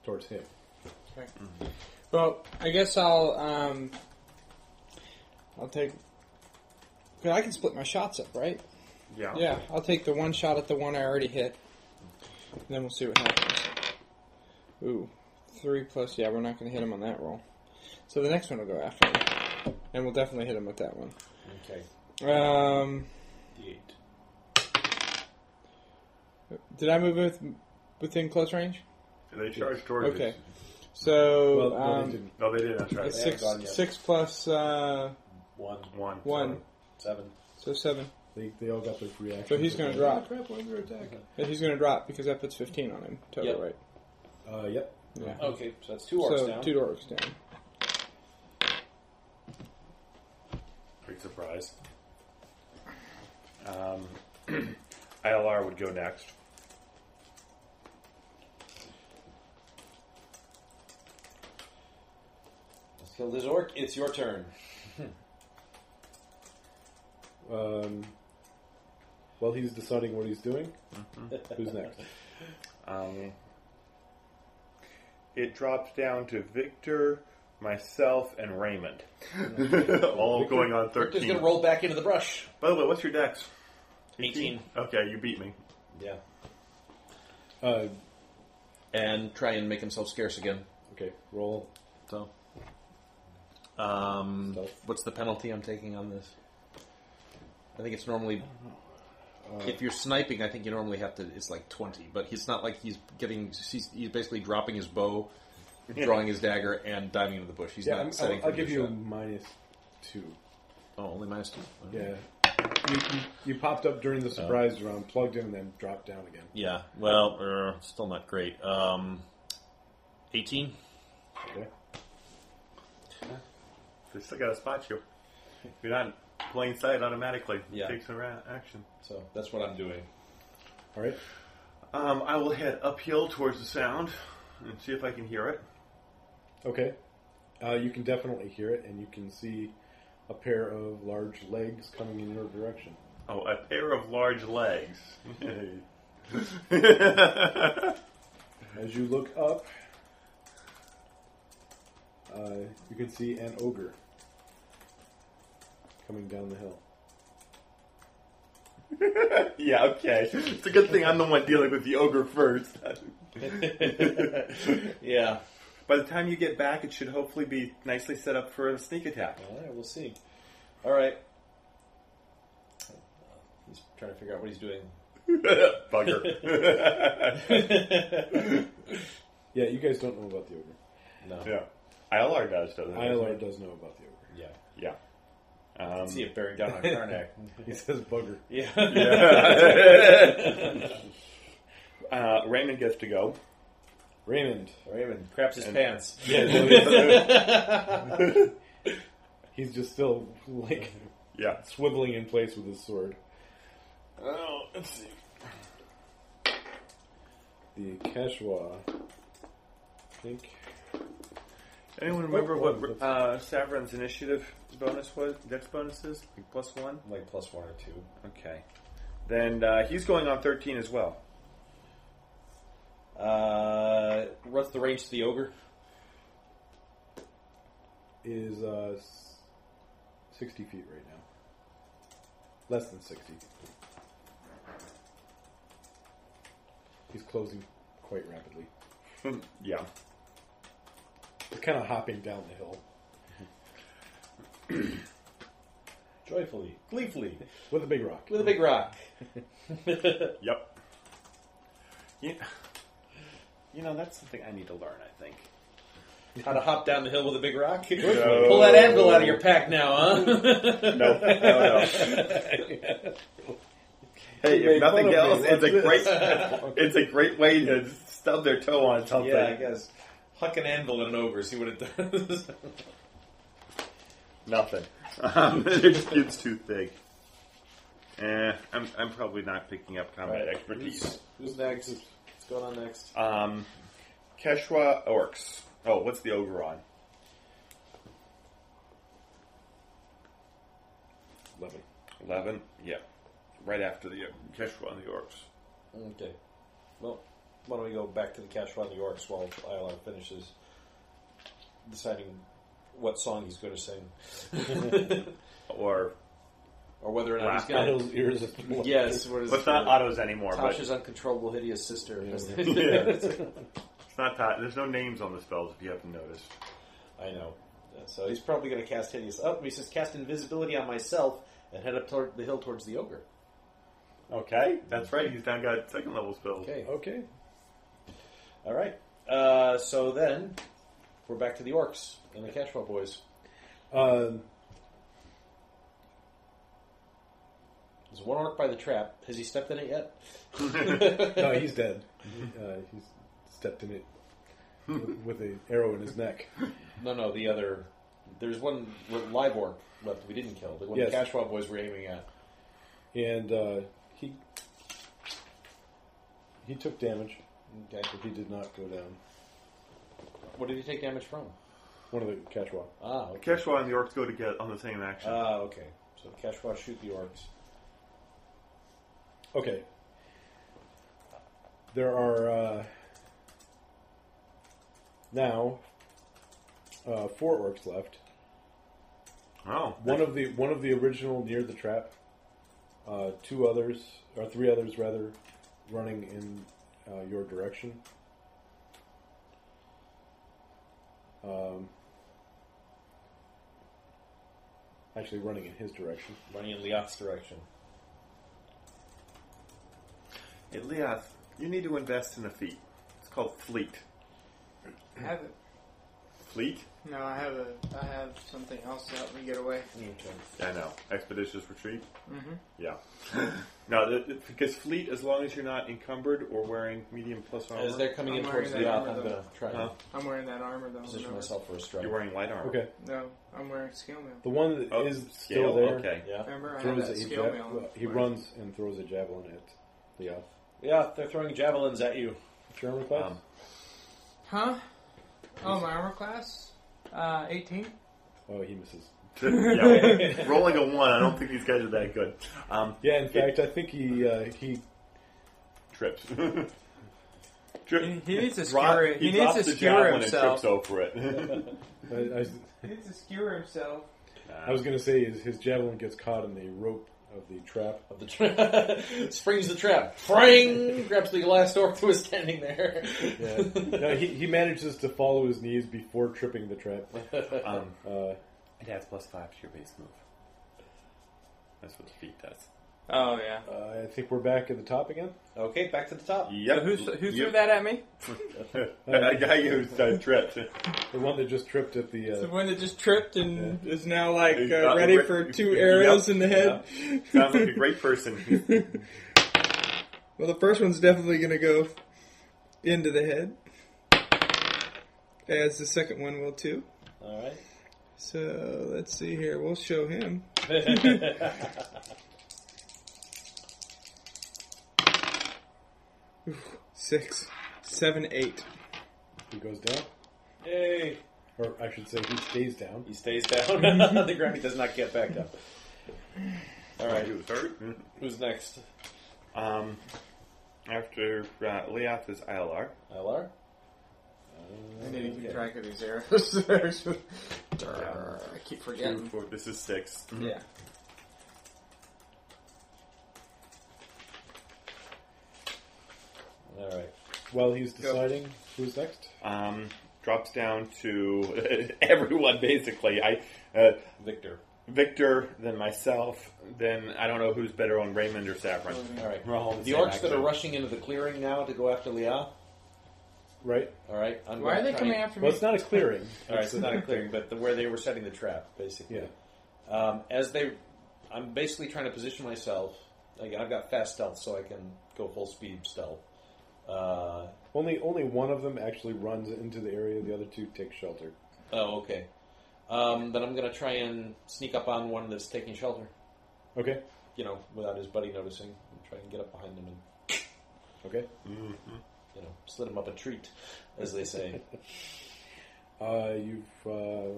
Speaker 2: towards him.
Speaker 3: Well, I guess I'll um, I'll take. Well, I can split my shots up, right?
Speaker 4: Yeah.
Speaker 3: Yeah, I'll take the one shot at the one I already hit, and then we'll see what happens. Ooh, three plus. Yeah, we're not going to hit him on that roll. So the next one will go after me, and we'll definitely hit him with that one.
Speaker 1: Okay.
Speaker 3: Um,
Speaker 1: D8.
Speaker 3: did I move with, within close range?
Speaker 4: They charged towards us.
Speaker 3: Okay, so
Speaker 2: Well, no, they
Speaker 3: um,
Speaker 2: didn't.
Speaker 4: No, they didn't. That's right.
Speaker 1: They
Speaker 3: six
Speaker 1: haven't gone yet.
Speaker 3: six plus uh,
Speaker 1: One,
Speaker 4: One.
Speaker 3: one,
Speaker 1: seven.
Speaker 3: so seven.
Speaker 2: They, they all got their reaction.
Speaker 3: So he's going to drop.
Speaker 2: Crap, why attack?
Speaker 3: But he's going to drop because that puts 15 on him. Total,
Speaker 1: Yep.
Speaker 3: right?
Speaker 2: Uh, yep.
Speaker 3: Yeah.
Speaker 1: Okay, so that's two orcs
Speaker 3: so
Speaker 1: down.
Speaker 3: two orcs down.
Speaker 4: Big surprise. Um, ILR would go next.
Speaker 1: Let's kill this orc. It's your turn.
Speaker 2: Um, while he's deciding what he's doing,
Speaker 3: Mm-hmm.
Speaker 2: who's next?
Speaker 4: Um, it drops down to Victor, myself, and Raymond. All going on
Speaker 1: Victor's
Speaker 4: 13.
Speaker 1: going to roll back into the brush.
Speaker 4: By the way, what's your dex?
Speaker 1: 18.
Speaker 4: Okay, you beat me.
Speaker 1: Yeah.
Speaker 2: Uh,
Speaker 1: And try and make himself scarce again.
Speaker 2: okay, roll.
Speaker 1: So. Um,
Speaker 2: Stealth.
Speaker 1: what's the penalty I'm taking on this? I Uh, think it's normally. If you're sniping, I think you normally have to. It's like twenty, but he's not like he's getting. He's, he's basically dropping his bow, drawing his dagger, and diving into the bush. He's
Speaker 2: Yeah,
Speaker 1: not
Speaker 2: I'm,
Speaker 1: setting.
Speaker 2: I'll,
Speaker 1: for
Speaker 2: I'll
Speaker 1: the
Speaker 2: give you
Speaker 1: shot.
Speaker 2: a minus two.
Speaker 1: Oh, only minus two.
Speaker 2: Yeah. You, you, you popped up during the surprise round, plugged in, and then dropped down again.
Speaker 1: Yeah. Well, uh, still not great. Um, eighteen.
Speaker 2: Okay.
Speaker 4: They still gotta spot you. You're not in plain sight automatically.
Speaker 1: Yeah.
Speaker 4: It takes a ra- action.
Speaker 1: So that's what I'm doing.
Speaker 2: All right.
Speaker 4: Um, I will head uphill towards the sound and see if I can hear it.
Speaker 2: Okay. Uh, you can definitely hear it, and you can see a pair of large legs coming in your direction.
Speaker 4: Oh, a pair of large legs.
Speaker 2: As you look up, uh, you can see an ogre coming down the hill.
Speaker 4: yeah, okay. It's a good thing I'm the one dealing with the ogre first.
Speaker 1: Yeah.
Speaker 4: By the time you get back, it should hopefully be nicely set up for a sneak attack.
Speaker 1: All right, we'll see. All right. He's trying to figure out what he's doing.
Speaker 4: Bugger.
Speaker 2: Yeah, you guys don't know about the ogre.
Speaker 1: No.
Speaker 4: yeah. ILR does, doesn't it?
Speaker 2: ILR does know about the ogre.
Speaker 1: Yeah.
Speaker 4: Yeah. Um,
Speaker 1: See it bearing down on Karnak.
Speaker 2: He says bugger.
Speaker 1: yeah.
Speaker 4: uh, Raymond gets to go.
Speaker 2: Raymond.
Speaker 1: Raven craps his pants.
Speaker 2: Yeah. He's just still like
Speaker 4: Yeah.
Speaker 2: swiveling in place with his sword.
Speaker 4: Oh, let's see.
Speaker 2: The Quechua, I think.
Speaker 4: Anyone remember what uh, Saverin's initiative bonus was? Dex bonuses? Like plus one?
Speaker 1: Like plus one or two.
Speaker 4: Okay. Then uh, he's going on 13 as well.
Speaker 1: Uh, what's the range to the ogre?
Speaker 2: is uh, s- 60 feet right now. Less than 60. He's closing quite rapidly.
Speaker 4: yeah.
Speaker 2: He's kind of hopping down the hill
Speaker 1: Joyfully, gleefully,
Speaker 2: with a big rock.
Speaker 1: with a big rock.
Speaker 4: Yep. Yeah. You know, that's something I need to learn, I think.
Speaker 1: How to hop down the hill with a big rock? Pull that anvil out of your pack now, huh?
Speaker 4: No, no, no. hey, if nothing else, it's a great it's a great way to stub their toe on something.
Speaker 1: yeah, I guess. Huck an anvil at an ogre, see what it does.
Speaker 4: Nothing. Um, it just gets too thick. Eh, I'm, I'm probably not picking up combat
Speaker 15: Right.
Speaker 4: expertise.
Speaker 2: Who's next? What's going on next?
Speaker 4: Um, Quechua orcs. Oh, what's the ogre on?
Speaker 2: Eleven.
Speaker 4: Eleven. Yeah, right after the uh, Quechua on the orcs.
Speaker 1: Okay. Well, why don't we go back to the Cashwa and the Orcs while Ilar finishes deciding what song he's going to sing,
Speaker 4: Or
Speaker 1: or whether or not he's
Speaker 4: Laugh
Speaker 1: going to.
Speaker 2: Those ears of
Speaker 1: Yes, what is
Speaker 4: well, it's not autos anymore, but
Speaker 1: Tasha's uncontrollable hideous sister.
Speaker 4: Yeah. it's not that. There's no names on the spells if you haven't noticed.
Speaker 1: I know. Yeah, So he's probably going to cast hideous. Up, he says, cast invisibility on myself and head up toward the hill towards the ogre.
Speaker 15: Okay.
Speaker 4: That's right. He's now got second level spells.
Speaker 1: Okay.
Speaker 2: Okay.
Speaker 1: All right. Uh, so then we're back to the orcs and the Cashwa boys.
Speaker 2: Um,
Speaker 1: There's one orc by the trap. Has he stepped in it yet?
Speaker 2: no, he's dead. Uh, he's stepped in it with an arrow in his neck.
Speaker 1: No, no, the other. There's one live orc left we didn't kill. The one
Speaker 2: Yes.
Speaker 1: the Cashwa boys were aiming at.
Speaker 2: and uh, he he took damage,
Speaker 1: Okay.
Speaker 2: but he did not go down.
Speaker 1: What did he take damage from?
Speaker 2: One of the Kachwa.
Speaker 1: Ah, okay.
Speaker 4: Quechua and the orcs go to get on the same action.
Speaker 1: Ah, okay. So the Cashwa shoot the orcs.
Speaker 2: Okay, there are uh, now uh, four orcs left.
Speaker 4: oh,
Speaker 2: One of the one of the original near the trap. Uh, two others, or three others rather, running in uh, your direction. Um, actually, running in his direction.
Speaker 1: Running in Liat's direction.
Speaker 4: hey, Leoth, you need to invest in a feat. It's called fleet.
Speaker 3: I have it.
Speaker 4: Fleet?
Speaker 3: No, I have a. I have something else to help me get away.
Speaker 4: I know. Expeditious retreat.
Speaker 3: Mhm.
Speaker 4: Yeah. no, th th- because fleet, as long as you're not encumbered or wearing medium plus armor,
Speaker 1: As they're coming
Speaker 3: I'm
Speaker 1: in towards
Speaker 3: wearing that
Speaker 1: Liath,
Speaker 3: armor,
Speaker 1: I'm going to try
Speaker 4: Huh?
Speaker 1: to
Speaker 3: I'm wearing that armor though.
Speaker 1: position
Speaker 3: remember?
Speaker 1: myself for a strike.
Speaker 4: you're wearing light armor.
Speaker 2: Okay,
Speaker 3: No, I'm wearing scale mail.
Speaker 2: the one that is still
Speaker 4: Oh, scale,
Speaker 2: there
Speaker 4: Okay.
Speaker 1: Yeah.
Speaker 3: Remember, I have
Speaker 2: throws
Speaker 3: that
Speaker 2: a
Speaker 3: scale
Speaker 2: jab-
Speaker 3: mail.
Speaker 2: he runs and throws a javelin at Leoth.
Speaker 1: Yeah, they're throwing javelins at you.
Speaker 2: German class.
Speaker 4: Um,
Speaker 3: Huh? Oh, my armor class. Uh, 18.
Speaker 2: oh, he misses.
Speaker 4: yeah. Rolling a one, I don't think these guys are that good. Um,
Speaker 2: Yeah, in fact, I think he uh, he
Speaker 4: trips. Trip.
Speaker 3: He, he needs to
Speaker 4: Drop-
Speaker 3: skewer. He, needs
Speaker 4: drops
Speaker 3: to
Speaker 4: the
Speaker 3: skewer
Speaker 4: javelin
Speaker 3: himself.
Speaker 4: And trips over it.
Speaker 2: I, I,
Speaker 3: He needs to skewer himself.
Speaker 2: I was going to say his, his javelin gets caught in the rope of the trap.
Speaker 1: Of the tra- springs the trap. Frang! Grabs the last orc who is standing there.
Speaker 2: Yeah. no, he, he manages to follow his knees before tripping the trap.
Speaker 4: um,
Speaker 2: Uh,
Speaker 4: it adds plus five to your base move. That's what the feet does.
Speaker 3: Oh yeah.
Speaker 2: I think we're back at the top again.
Speaker 1: Okay, back to the top.
Speaker 4: Yep.
Speaker 3: Who, who threw that at me?
Speaker 4: that? A guy who uh, tripped.
Speaker 2: The one that just tripped at the.
Speaker 3: The
Speaker 2: Uh,
Speaker 3: one that just tripped and is now like
Speaker 4: He's
Speaker 3: uh,
Speaker 4: got-
Speaker 3: ready for two arrows in the head.
Speaker 4: Sounds like a great person.
Speaker 3: Well, the first one's definitely going to go into the head, as the second one will too.
Speaker 1: Alright.
Speaker 3: So let's see here. We'll show him. Oof, Six, seven, eight.
Speaker 2: he goes down,
Speaker 1: Yay!
Speaker 2: or I should say, he stays down.
Speaker 1: He stays down. the ground. He does not get back up. All
Speaker 4: Are
Speaker 1: right,
Speaker 4: you third?
Speaker 1: who's next?
Speaker 4: Um, after uh, Leoth is ILR.
Speaker 1: Lr.
Speaker 3: I need to keep track of these arrows. I keep
Speaker 4: Two,
Speaker 3: forgetting.
Speaker 4: four, this is six.
Speaker 3: Yeah.
Speaker 1: All right.
Speaker 2: While he's deciding who's next,
Speaker 4: Um, drops down to everyone basically. I uh,
Speaker 1: Victor.
Speaker 4: Victor, then myself, then I don't know who's better on Raymond or Saffron.
Speaker 1: All right.
Speaker 4: We're all in
Speaker 1: The
Speaker 4: same
Speaker 1: orcs that
Speaker 4: action.
Speaker 1: are rushing into the clearing now to go after Leah.
Speaker 2: right?
Speaker 1: All right. I'm
Speaker 3: Why
Speaker 1: gonna
Speaker 3: are they
Speaker 1: try
Speaker 3: coming
Speaker 1: and-
Speaker 3: after me?
Speaker 2: Well, it's not a clearing.
Speaker 1: All right, it's not a clearing, but the, where they were setting the trap, basically.
Speaker 2: Yeah.
Speaker 1: Um, as they, I'm basically trying to position myself. Like, I've got fast stealth, so I can go full speed stealth. Uh,
Speaker 2: Only only one of them actually runs into the area. The other two take shelter.
Speaker 1: Oh, okay. Um, then I'm going to try and sneak up on one that's taking shelter,
Speaker 2: Okay.
Speaker 1: you know, without his buddy noticing. And try and get up behind him and,
Speaker 2: Okay.
Speaker 1: you know, slit him up a treat, as they say.
Speaker 2: Uh, you've. Uh,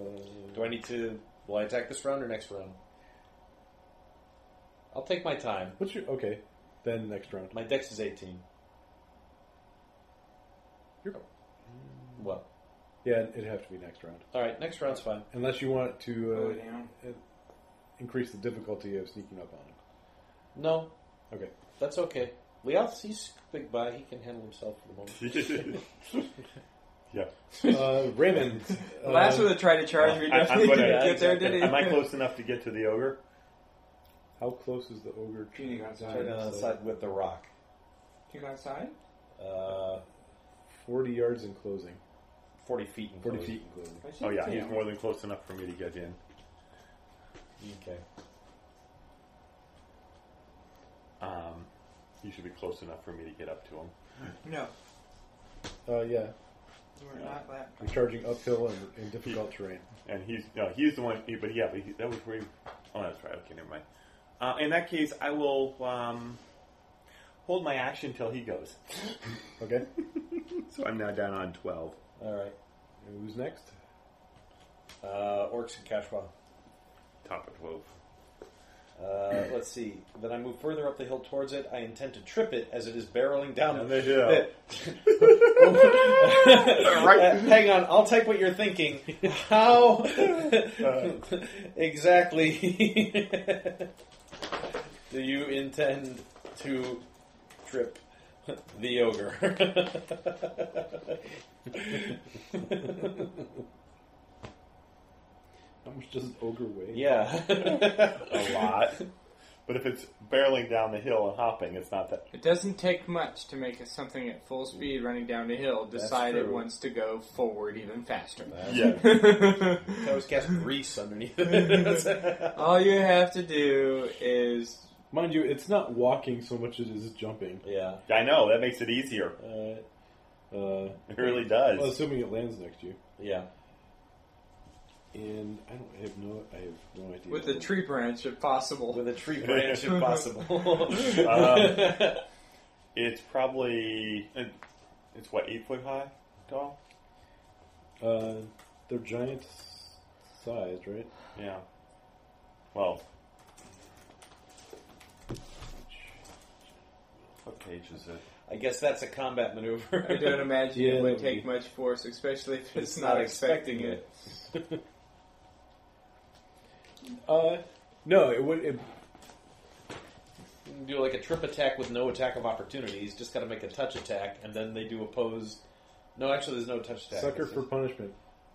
Speaker 1: Do I need to. Will I attack this round or next round? I'll take my time.
Speaker 2: what's your. Okay. Then next round.
Speaker 1: My dex is 18.
Speaker 2: You're-
Speaker 1: What?
Speaker 2: Yeah, it'd have to be next round.
Speaker 1: Alright, next round's fine.
Speaker 2: Unless you want
Speaker 5: Go
Speaker 2: to
Speaker 5: down.
Speaker 2: uh, increase the difficulty of sneaking up on him.
Speaker 1: No,
Speaker 2: Okay.
Speaker 1: that's okay. Leoth, he's a big guy. He can handle himself for the moment.
Speaker 4: yeah.
Speaker 2: Uh, Raymond. uh,
Speaker 3: Last one that tried to charge me
Speaker 4: I, am
Speaker 3: definitely didn't get there, did he?
Speaker 4: Am I close enough to get to the ogre?
Speaker 2: how close is the ogre? to-
Speaker 5: You need to go outside.
Speaker 1: Right
Speaker 2: uh,
Speaker 1: on the side with the rock.
Speaker 3: You go outside?
Speaker 1: Uh,
Speaker 2: Forty yards in closing.
Speaker 1: 40 feet. In
Speaker 2: Forty
Speaker 1: close.
Speaker 2: feet in closing.
Speaker 4: Oh yeah, he's more than close enough for me to get in.
Speaker 1: Okay.
Speaker 4: Um, he should be close enough for me to get up to him.
Speaker 5: No,
Speaker 2: Uh, yeah,
Speaker 5: you are not that.
Speaker 2: you're charging uphill and in difficult terrain.
Speaker 4: And he's no, he's the one. he- But yeah, but he, that was where. He, oh, that's right. Okay, never mind. Uh, in that case, I will um, hold my action till he goes.
Speaker 2: Okay.
Speaker 4: So I'm now down on twelve.
Speaker 1: Alright.
Speaker 2: Who's next?
Speaker 1: Uh, orcs and Kashwa.
Speaker 4: Top of twelve.
Speaker 1: Uh, let's see. Then I move further up the hill towards it. I intend to trip it as it is barreling down
Speaker 4: Down the hill.
Speaker 1: Uh, hang on, I'll type what you're thinking. How exactly do you intend to trip the ogre?
Speaker 2: How much does an ogre weigh?
Speaker 1: yeah.
Speaker 4: A lot. But if it's barreling down the hill and hopping, it's not that.
Speaker 3: It doesn't take much to make something at full speed running down a hill decide it
Speaker 1: true.
Speaker 3: wants to go forward even faster.
Speaker 4: Yeah.
Speaker 1: I always cast grease underneath it.
Speaker 3: All you have to do is
Speaker 2: Mind you, it's not walking so much as it is jumping.
Speaker 1: yeah.
Speaker 4: I know that makes it easier.
Speaker 1: Uh,
Speaker 2: Uh,
Speaker 4: It really
Speaker 2: well,
Speaker 4: does.
Speaker 2: assuming it lands next to you,
Speaker 1: yeah.
Speaker 2: and I don't I have no I have no idea.
Speaker 3: with a tree branch if possible.
Speaker 1: With a tree branch if possible.
Speaker 4: Um, It's probably it's what eight foot high tall.
Speaker 2: Uh, they're giant s- sized, right?
Speaker 4: Yeah. Well. What page is it?
Speaker 1: I guess that's a combat maneuver.
Speaker 3: I don't imagine
Speaker 2: Yeah,
Speaker 3: it
Speaker 2: that
Speaker 3: would
Speaker 2: would
Speaker 3: take
Speaker 2: be-
Speaker 3: much force, especially if it's,
Speaker 1: It's
Speaker 3: not, expecting it.
Speaker 2: Uh, no, it would. It,
Speaker 1: You can do like a trip attack with no attack of opportunity. He's just got to make a touch attack, and then they do opposed. No, actually, there's no touch attack.
Speaker 2: sucker
Speaker 1: It's
Speaker 2: for
Speaker 1: just-
Speaker 2: punishment.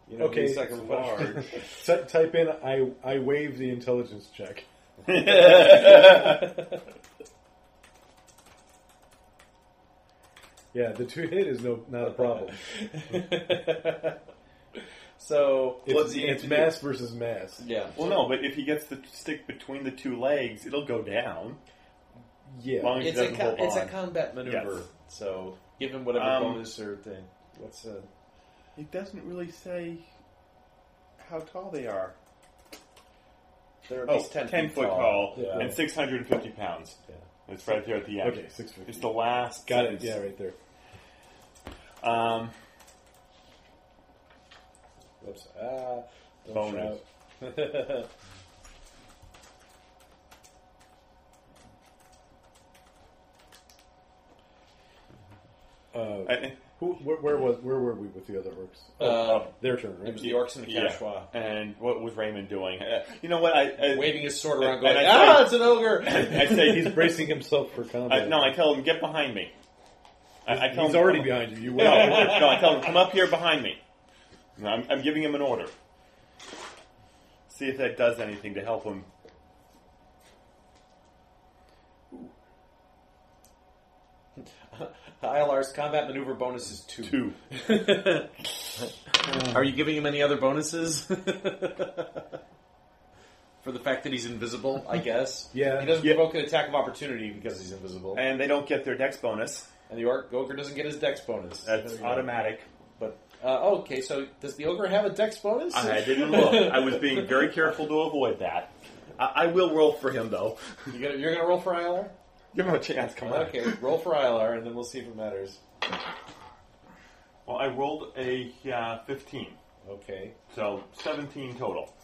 Speaker 1: you know,
Speaker 2: okay,
Speaker 1: he's sucker for punishment.
Speaker 2: Ty- type in I I waive the intelligence check. Yeah, the two hit is no not a problem.
Speaker 1: so
Speaker 2: It's,
Speaker 1: what's he
Speaker 2: it's
Speaker 1: gonna do?
Speaker 2: mass versus mass.
Speaker 1: Yeah.
Speaker 4: Well, no, but if he gets the stick between the two legs, it'll go down.
Speaker 2: Yeah.
Speaker 4: Long as he
Speaker 1: It's a
Speaker 4: doesn't
Speaker 1: co-
Speaker 4: hold
Speaker 1: it's a
Speaker 4: on.
Speaker 1: combat maneuver.
Speaker 4: Yes.
Speaker 1: So give him whatever
Speaker 4: Um,
Speaker 1: bonus or thing. What's uh,
Speaker 4: It doesn't really say how tall they are.
Speaker 1: they're at
Speaker 4: Oh,
Speaker 1: least
Speaker 4: 10,
Speaker 1: ten,
Speaker 4: foot tall,
Speaker 1: Yeah.
Speaker 4: and 650 pounds.
Speaker 1: Yeah.
Speaker 4: It's right there at the end.
Speaker 2: Okay, six fifty.
Speaker 4: It's the last.
Speaker 2: Got it. Yeah,
Speaker 4: sentence.
Speaker 2: right there.
Speaker 4: Um,
Speaker 1: Whoops. Ah, don't
Speaker 4: Bonus.
Speaker 1: shout.
Speaker 2: Uh,
Speaker 4: I-
Speaker 2: who? Wh- where was? Where were we with the other orcs?
Speaker 1: Uh,
Speaker 2: Their turn,
Speaker 1: it was
Speaker 2: right?
Speaker 1: the orcs and the
Speaker 4: Yeah.
Speaker 1: Kashwa.
Speaker 4: And what was Raymond doing? Uh, you know what? I, I
Speaker 1: Waving his sword around,
Speaker 4: And
Speaker 1: going,
Speaker 4: I say-
Speaker 1: "Ah, it's an ogre!"
Speaker 4: I say
Speaker 2: He's
Speaker 4: he's.
Speaker 2: bracing himself for
Speaker 4: I,
Speaker 2: combat.
Speaker 4: no, I tell him get behind me. I, I tell
Speaker 2: He's
Speaker 4: him,
Speaker 2: already behind you. You
Speaker 4: No,
Speaker 2: win.
Speaker 4: no, I tell him come up here behind me. And I'm, I'm giving him an order. See if that does anything to help him.
Speaker 1: ILR's combat maneuver bonus is two.
Speaker 4: Two.
Speaker 1: Are you giving him any other bonuses? For the fact that he's invisible, I guess.
Speaker 2: Yeah.
Speaker 1: He doesn't
Speaker 4: Yeah.
Speaker 1: provoke an attack of opportunity because he's invisible. And,
Speaker 4: And they don't get their dex bonus.
Speaker 1: the orc ogre doesn't get his dex bonus.
Speaker 4: That's automatic.
Speaker 1: But Uh, oh, okay, so does the ogre have a dex bonus?
Speaker 4: I didn't look. I was being very careful to avoid that. I, I will roll for him though.
Speaker 1: You gonna, you're going to roll for ILR?
Speaker 4: Give him a chance. Come on.
Speaker 1: Okay, roll for ILR, and then we'll see if it matters.
Speaker 6: Well, I rolled a uh, 15,
Speaker 1: Okay.
Speaker 6: so 17 total.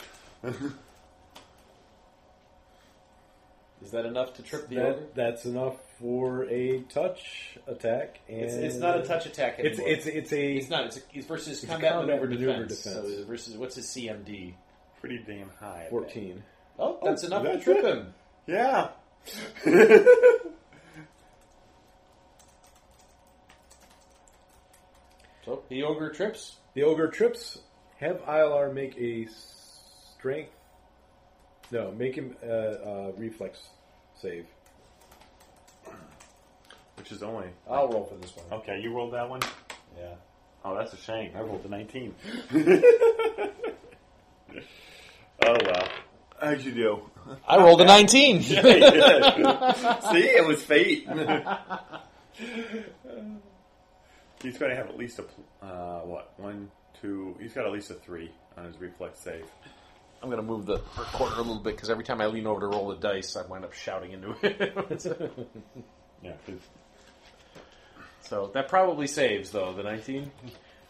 Speaker 1: Is that enough to trip the ogre?
Speaker 2: That, that's enough for a touch attack. And
Speaker 1: It's, it's not a touch attack
Speaker 2: It's
Speaker 1: anymore.
Speaker 2: it's it's a
Speaker 1: It's not. It's, it's versus
Speaker 2: It's
Speaker 1: combat,
Speaker 2: combat
Speaker 1: maneuver,
Speaker 2: maneuver
Speaker 1: defense.
Speaker 2: defense.
Speaker 1: So versus what's his CMD?
Speaker 4: Pretty damn high. I bet.
Speaker 2: fourteen.
Speaker 1: Oh, that's
Speaker 2: Oh,
Speaker 1: enough to
Speaker 2: that's
Speaker 1: trip
Speaker 2: it.
Speaker 1: him.
Speaker 4: Yeah.
Speaker 1: So the ogre trips.
Speaker 2: The ogre trips. Have ILR make a strength. No, make him uh, uh, reflex save.
Speaker 4: Which is only
Speaker 1: I'll roll for this one.
Speaker 4: okay. You rolled that one.
Speaker 1: Yeah.
Speaker 4: Oh, that's a shame. I rolled a 19. oh, well. How'd you do?
Speaker 11: I rolled a 19.
Speaker 4: See, it was fate. he's going to have at least a, pl- uh, what, one, two, he's got at least a three on his reflex save.
Speaker 1: I'm gonna move the recorder a little bit because every time I lean over to roll the dice, I wind up shouting into it.
Speaker 4: Yeah, 'cause
Speaker 1: so that probably saves though the 19.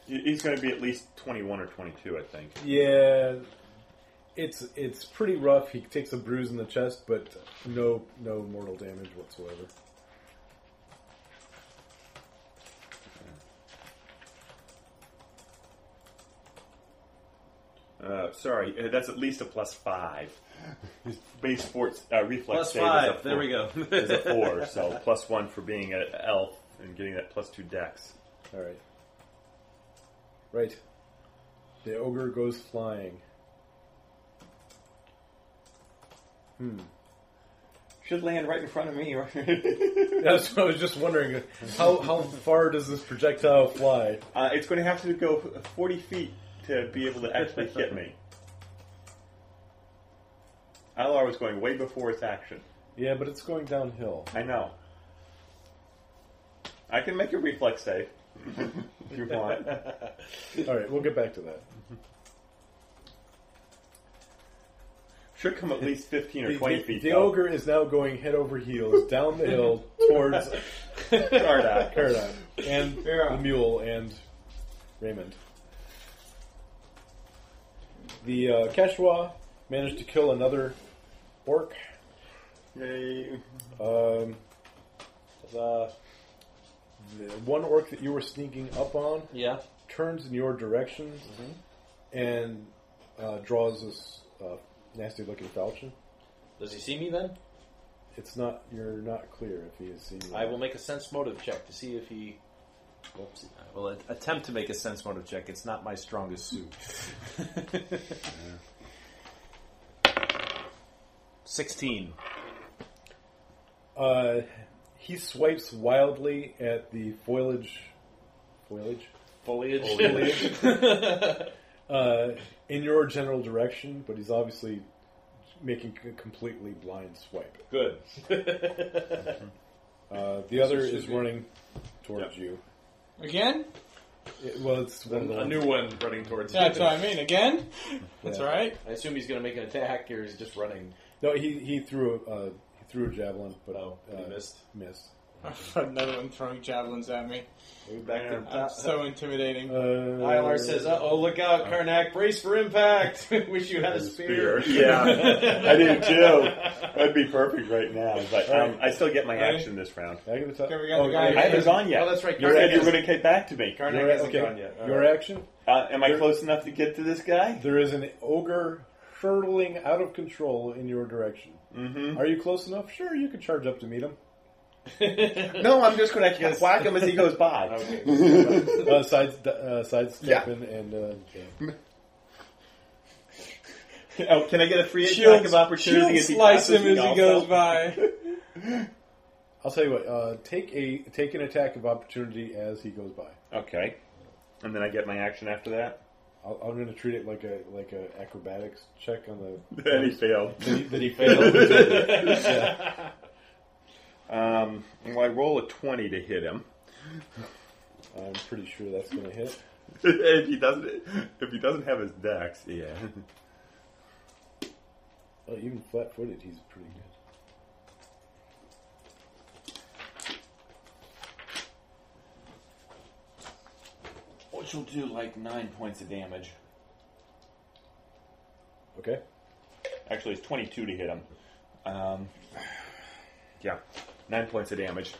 Speaker 4: he- he's going to be at least 21 or 22, I think.
Speaker 2: Yeah, it's it's pretty rough. He takes a bruise in the chest, but no no mortal damage whatsoever.
Speaker 4: Uh, sorry, uh, that's at least a plus five. His base force, uh,
Speaker 1: Plus
Speaker 4: reflex save Is
Speaker 1: five.
Speaker 4: a
Speaker 1: There we
Speaker 4: four-
Speaker 1: go.
Speaker 4: is a four, so plus one for being an elf and getting that plus two dex.
Speaker 2: All right, right. The ogre goes flying.
Speaker 6: Should land right in front of me.
Speaker 2: That's what I was just wondering. How how far does this projectile fly?
Speaker 4: Uh, it's going to have to go 40 feet to be able to actually hit me. Alar was going way before its action.
Speaker 2: Yeah, but it's going downhill.
Speaker 4: I know. I can make a reflex save if you want.
Speaker 2: All right, we'll get back to that.
Speaker 4: Should come at least 15 or
Speaker 2: The,
Speaker 4: 20
Speaker 2: the-
Speaker 4: feet.
Speaker 2: the
Speaker 4: though.
Speaker 2: ogre is now going head over heels down the hill towards
Speaker 4: Sardak.
Speaker 2: Paradigm and the mule and Raymond. The uh, Quechua managed to kill another orc.
Speaker 4: Yay.
Speaker 2: Um, the, the one orc that you were sneaking up on
Speaker 1: Yeah. Mm-hmm.
Speaker 2: turns in your direction and uh, draws this uh, nasty-looking falchion.
Speaker 1: Does he see me then?
Speaker 2: It's not you're not clear if he has seen. that.
Speaker 1: I will make a sense motive check to see if he. Whoops. I will a- attempt to make a sense motive check. It's not my strongest suit. Sixteen.
Speaker 2: Uh, he swipes wildly at the foliage, foliage,
Speaker 1: Foliage.
Speaker 2: uh, in your general direction, but he's obviously making a completely blind swipe.
Speaker 1: Good.
Speaker 2: Uh, the other is running towards you.
Speaker 3: Again?
Speaker 2: It- well, it's one of the
Speaker 1: A
Speaker 2: ones-
Speaker 1: new one running towards.
Speaker 3: Yeah, that's
Speaker 1: you.
Speaker 3: what I mean. Again? That's
Speaker 2: Yeah.
Speaker 3: all right.
Speaker 1: I assume he's going to make an attack, or he's just running.
Speaker 2: No, he he threw a uh, he threw a javelin, but
Speaker 1: Oh,
Speaker 2: uh,
Speaker 1: he missed.
Speaker 2: missed.
Speaker 3: Another one throwing javelins at me.
Speaker 1: Back to the top.
Speaker 3: That's so intimidating.
Speaker 2: Uh,
Speaker 1: Ilar says, "Uh oh, look out, Karnak! Brace for impact. Wish you had a spear."
Speaker 4: Yeah, I do too. That'd be perfect right now, but um, I still get my action this round.
Speaker 2: Back at the top.
Speaker 3: Okay, we got the guy
Speaker 2: your
Speaker 3: who
Speaker 4: I haven't
Speaker 2: action-
Speaker 4: gone yet.
Speaker 1: Oh, that's right.
Speaker 4: You said you were
Speaker 1: Karnak
Speaker 4: going to get back to me.
Speaker 1: Karnak
Speaker 2: your-
Speaker 1: hasn't
Speaker 2: okay,
Speaker 1: gone yet. All
Speaker 2: your
Speaker 1: right.
Speaker 2: action.
Speaker 4: Uh, am I
Speaker 2: You're-
Speaker 4: close enough to get to this guy?
Speaker 2: There is an ogre hurtling out of control in your direction. Mm-hmm. Are you close enough? Sure, you can charge up to meet him.
Speaker 4: No, I'm just going to whack him as he goes by.
Speaker 2: Uh, side, uh, sidestep in and uh,
Speaker 4: Oh, can I get a free attack
Speaker 3: Shield-
Speaker 4: of
Speaker 3: She'll
Speaker 4: opportunity as he
Speaker 3: slice
Speaker 4: passes
Speaker 3: him
Speaker 4: me
Speaker 3: as he
Speaker 4: also?
Speaker 3: goes by.
Speaker 2: I'll tell you what. Uh, take a take an attack of opportunity as he goes by.
Speaker 4: Okay, and then I get my action after that.
Speaker 2: I'll, I'm going to treat it like a like a acrobatics check on
Speaker 4: And he failed.
Speaker 2: the that he failed.
Speaker 4: Um, well, I roll a twenty to hit him.
Speaker 2: I'm pretty sure that's going to hit.
Speaker 4: if he doesn't, if he doesn't have his dex, yeah.
Speaker 2: Oh, even flat footed, he's pretty good.
Speaker 4: Which will do like nine points of damage.
Speaker 2: Okay.
Speaker 4: Actually, it's twenty-two to hit him. Um, yeah, nine points of damage.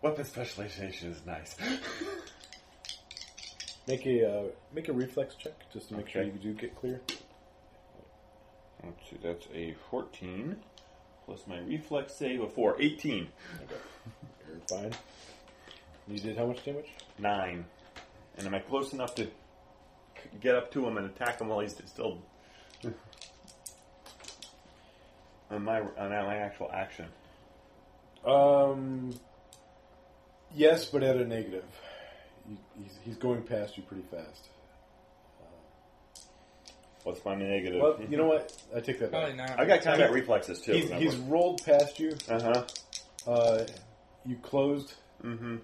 Speaker 4: Weapon specialization is nice.
Speaker 2: Make a uh, make a reflex check just to make sure
Speaker 4: Okay.
Speaker 2: you do get clear.
Speaker 4: Let's see, that's a 14 plus my reflex save of 4. 18.
Speaker 2: You're fine. You did how much damage?
Speaker 4: 9. And am I close enough to c- get up to him and attack him while he's still. on, my, on my actual action?
Speaker 2: Um. Yes, but at a negative. He, he's, he's going past you pretty fast.
Speaker 4: What's my negative?
Speaker 2: Well, you know what? I take that
Speaker 16: Probably
Speaker 2: back.
Speaker 16: not.
Speaker 4: I got combat reflexes too.
Speaker 2: He's, he's rolled past you.
Speaker 4: uh huh.
Speaker 2: Uh, you closed.
Speaker 4: Mm-hmm.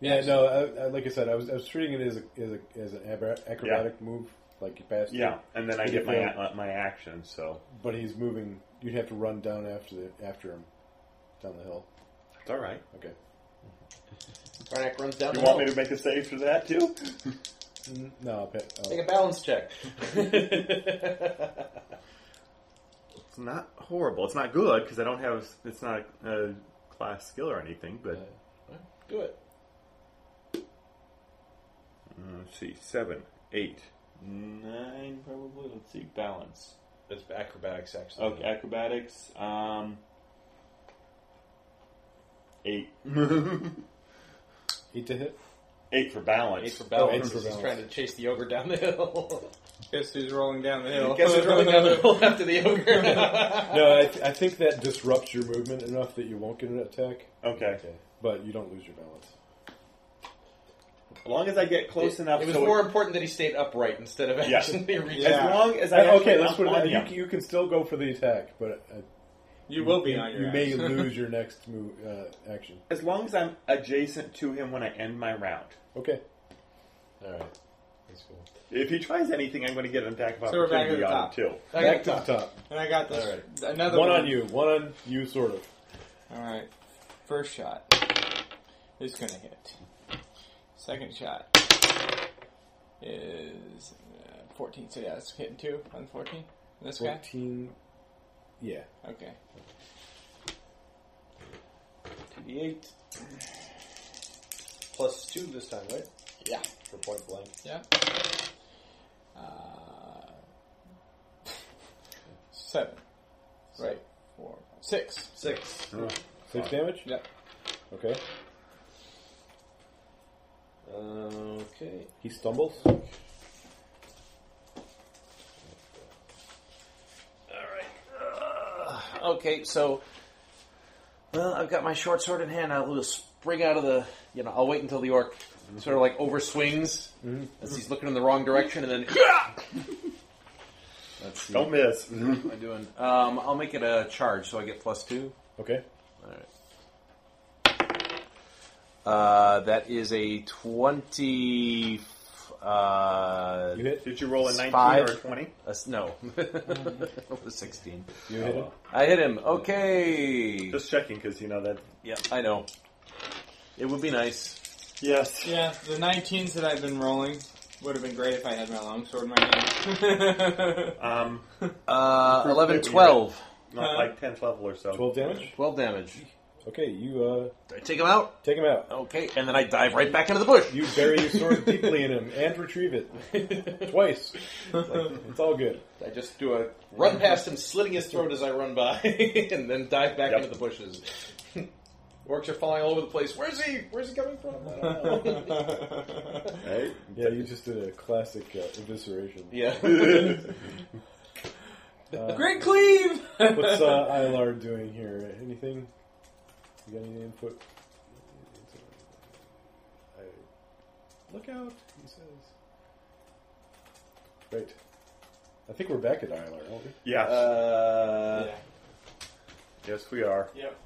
Speaker 2: Yeah, no. I, I, like I said, I was, I was treating it as a, as, a, as an abra- acrobatic move, like you passed. you.
Speaker 4: Yeah, and then I
Speaker 2: Did
Speaker 4: get
Speaker 2: it
Speaker 4: my
Speaker 2: fail?
Speaker 4: uh, my action. So
Speaker 2: but he's moving. You'd have to run down after the, after him down the hill.
Speaker 4: it's all right.
Speaker 2: Okay.
Speaker 1: Karnak runs down.
Speaker 4: You
Speaker 1: the
Speaker 4: want me
Speaker 1: hill.
Speaker 4: to make a save for that too?
Speaker 2: Mm, No, I'll pa- I'll-
Speaker 1: Make a balance check.
Speaker 4: It's not horrible. It's not good because I don't have. It's not a, a class skill or anything. But
Speaker 1: Do it.
Speaker 4: uh, let's see, seven, eight, nine, probably. Let's see, balance.
Speaker 1: It's acrobatics, actually.
Speaker 4: Okay, acrobatics. Um, eight,
Speaker 2: eight to hit.
Speaker 4: eight for balance.
Speaker 1: Eight for balance.
Speaker 2: Oh, eight for
Speaker 1: He's
Speaker 2: balance.
Speaker 1: trying to chase the ogre down the hill.
Speaker 3: Guess who's rolling down the hill?
Speaker 1: Guess who's running down the hill after the ogre?
Speaker 2: No, I, th- I think that disrupts your movement enough that you won't get an attack,
Speaker 4: Okay,
Speaker 2: but you don't lose your balance.
Speaker 4: as long as I get close enough.
Speaker 1: It was
Speaker 4: so
Speaker 1: more important that he stayed upright instead of
Speaker 4: Yeah.
Speaker 1: actually reaching.
Speaker 4: As long as I
Speaker 2: Uh,
Speaker 4: actually
Speaker 2: okay, let's
Speaker 4: up
Speaker 2: put it.
Speaker 4: on
Speaker 2: that-
Speaker 4: him.
Speaker 2: You, c- you can still go for the attack, but uh,
Speaker 3: You will be on your
Speaker 2: you
Speaker 3: ass.
Speaker 2: may lose your next move uh, action.
Speaker 4: as long as I'm adjacent to him when I end my round.
Speaker 2: Okay.
Speaker 1: All right, that's cool.
Speaker 4: If he tries anything, I'm going to get an attack of
Speaker 3: So we're back
Speaker 4: opportunity
Speaker 3: at the
Speaker 4: on him
Speaker 3: top.
Speaker 4: too.
Speaker 3: I
Speaker 2: Back
Speaker 3: got
Speaker 2: to the
Speaker 3: this.
Speaker 2: top.
Speaker 3: And I got this. Another
Speaker 2: One on you. One on you, sort of.
Speaker 3: All right. First shot is going to hit. Second shot is uh, 14. So yeah, it's hitting two on 14. This guy?
Speaker 2: Fourteen. Yeah.
Speaker 3: Okay.
Speaker 1: 2d8 plus two this time, right?
Speaker 3: Yeah.
Speaker 1: For point blank.
Speaker 3: Yeah. Uh, seven. Right. Four. Six.
Speaker 1: Six.
Speaker 2: Six damage.
Speaker 3: Yep.
Speaker 2: Okay.
Speaker 1: Okay.
Speaker 2: He stumbles.
Speaker 1: Uh, Okay, so well, I've got my short sword in hand. I'll just spring out of the. You know, I'll wait until the orc sort of like overswings as he's looking in the wrong direction, and then let's see.
Speaker 4: Don't miss.
Speaker 1: What am I doing? Um, I'll make it a charge, so I get plus two.
Speaker 2: Okay.
Speaker 1: All right. Uh, that is a twenty. Uh,
Speaker 2: You hit.
Speaker 4: Did you roll a 19
Speaker 1: Five.
Speaker 4: or a 20?
Speaker 1: a s- no, a sixteen.
Speaker 2: You hit him.
Speaker 1: I hit him. Okay.
Speaker 4: Just checking because you know that.
Speaker 1: Yeah, I know. It would be nice.
Speaker 4: Yes.
Speaker 3: Yeah, the 19s that I've been rolling would have been great if I had my longsword in my hand.
Speaker 4: Um,
Speaker 1: Uh,
Speaker 4: Perfect.
Speaker 1: 11, 12.
Speaker 4: not like 10th level or so.
Speaker 2: Twelve damage.
Speaker 1: 12 damage.
Speaker 2: Okay. You uh,
Speaker 1: Do I take him out?
Speaker 2: take him out.
Speaker 1: Okay, and then I dive right back into the bush.
Speaker 2: You bury your sword deeply in him and retrieve it twice. It's all good.
Speaker 1: I just do a run past him, slitting his throat as I run by, and then dive back
Speaker 4: Yep.
Speaker 1: into the bushes. Orcs are falling all over the place. Where's he? Where's he coming from? I don't know.
Speaker 4: Right?
Speaker 2: Yeah, you just did a classic uh, evisceration.
Speaker 1: yeah.
Speaker 3: Great cleave!
Speaker 2: What's uh, Ilar doing here? Anything? You got any input? I, look out, he says. Great. I think we're back at Ilar, aren't we?
Speaker 4: Yes.
Speaker 1: Uh,
Speaker 4: yes, we are.
Speaker 3: Yep.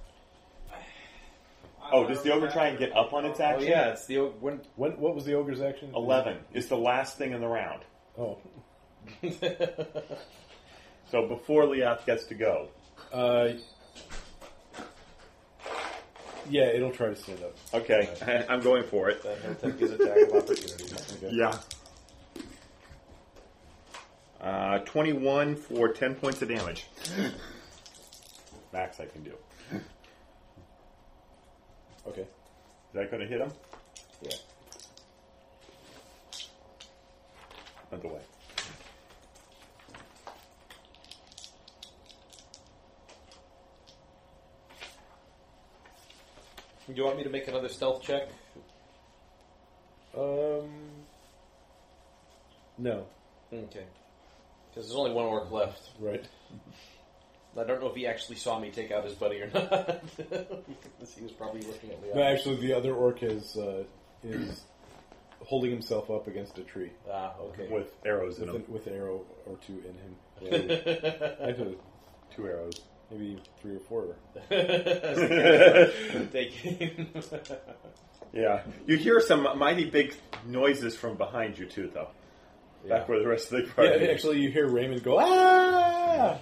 Speaker 4: Oh, does the ogre try and get up on its
Speaker 1: Oh
Speaker 4: action?
Speaker 1: yeah, it's the old one.
Speaker 2: When, what was the ogre's action?
Speaker 4: Eleven. It's the last thing in the round.
Speaker 2: Oh,
Speaker 4: So before Leoth gets to go.
Speaker 2: uh, yeah, it'll try to stand up.
Speaker 4: Okay, I, I'm going for it.
Speaker 1: That he'll take his attack of opportunity.
Speaker 4: Yeah. Uh, 21 for 10 points of damage. Max I can do. Is
Speaker 2: Okay.
Speaker 4: that going to hit him?
Speaker 2: Yeah.
Speaker 4: Not the way.
Speaker 1: Do you want me to make another stealth check?
Speaker 2: Um. No.
Speaker 1: Okay. Because there's only one orc left.
Speaker 2: Right.
Speaker 1: I don't know if he actually saw me take out his buddy or not. Because he was probably looking at me.
Speaker 2: No, actually, the other orc is uh, is holding himself up against a tree
Speaker 1: Ah, okay.
Speaker 4: With arrows in
Speaker 2: with
Speaker 4: him.
Speaker 2: an, with an arrow or two in him. Actually,
Speaker 4: Two arrows.
Speaker 2: maybe three or four.
Speaker 1: Taking.
Speaker 4: Yeah. You hear some mighty big noises from behind you, too, though. Back where the rest of the
Speaker 2: Yeah,
Speaker 4: party is.
Speaker 2: actually, you hear Raymond go ah.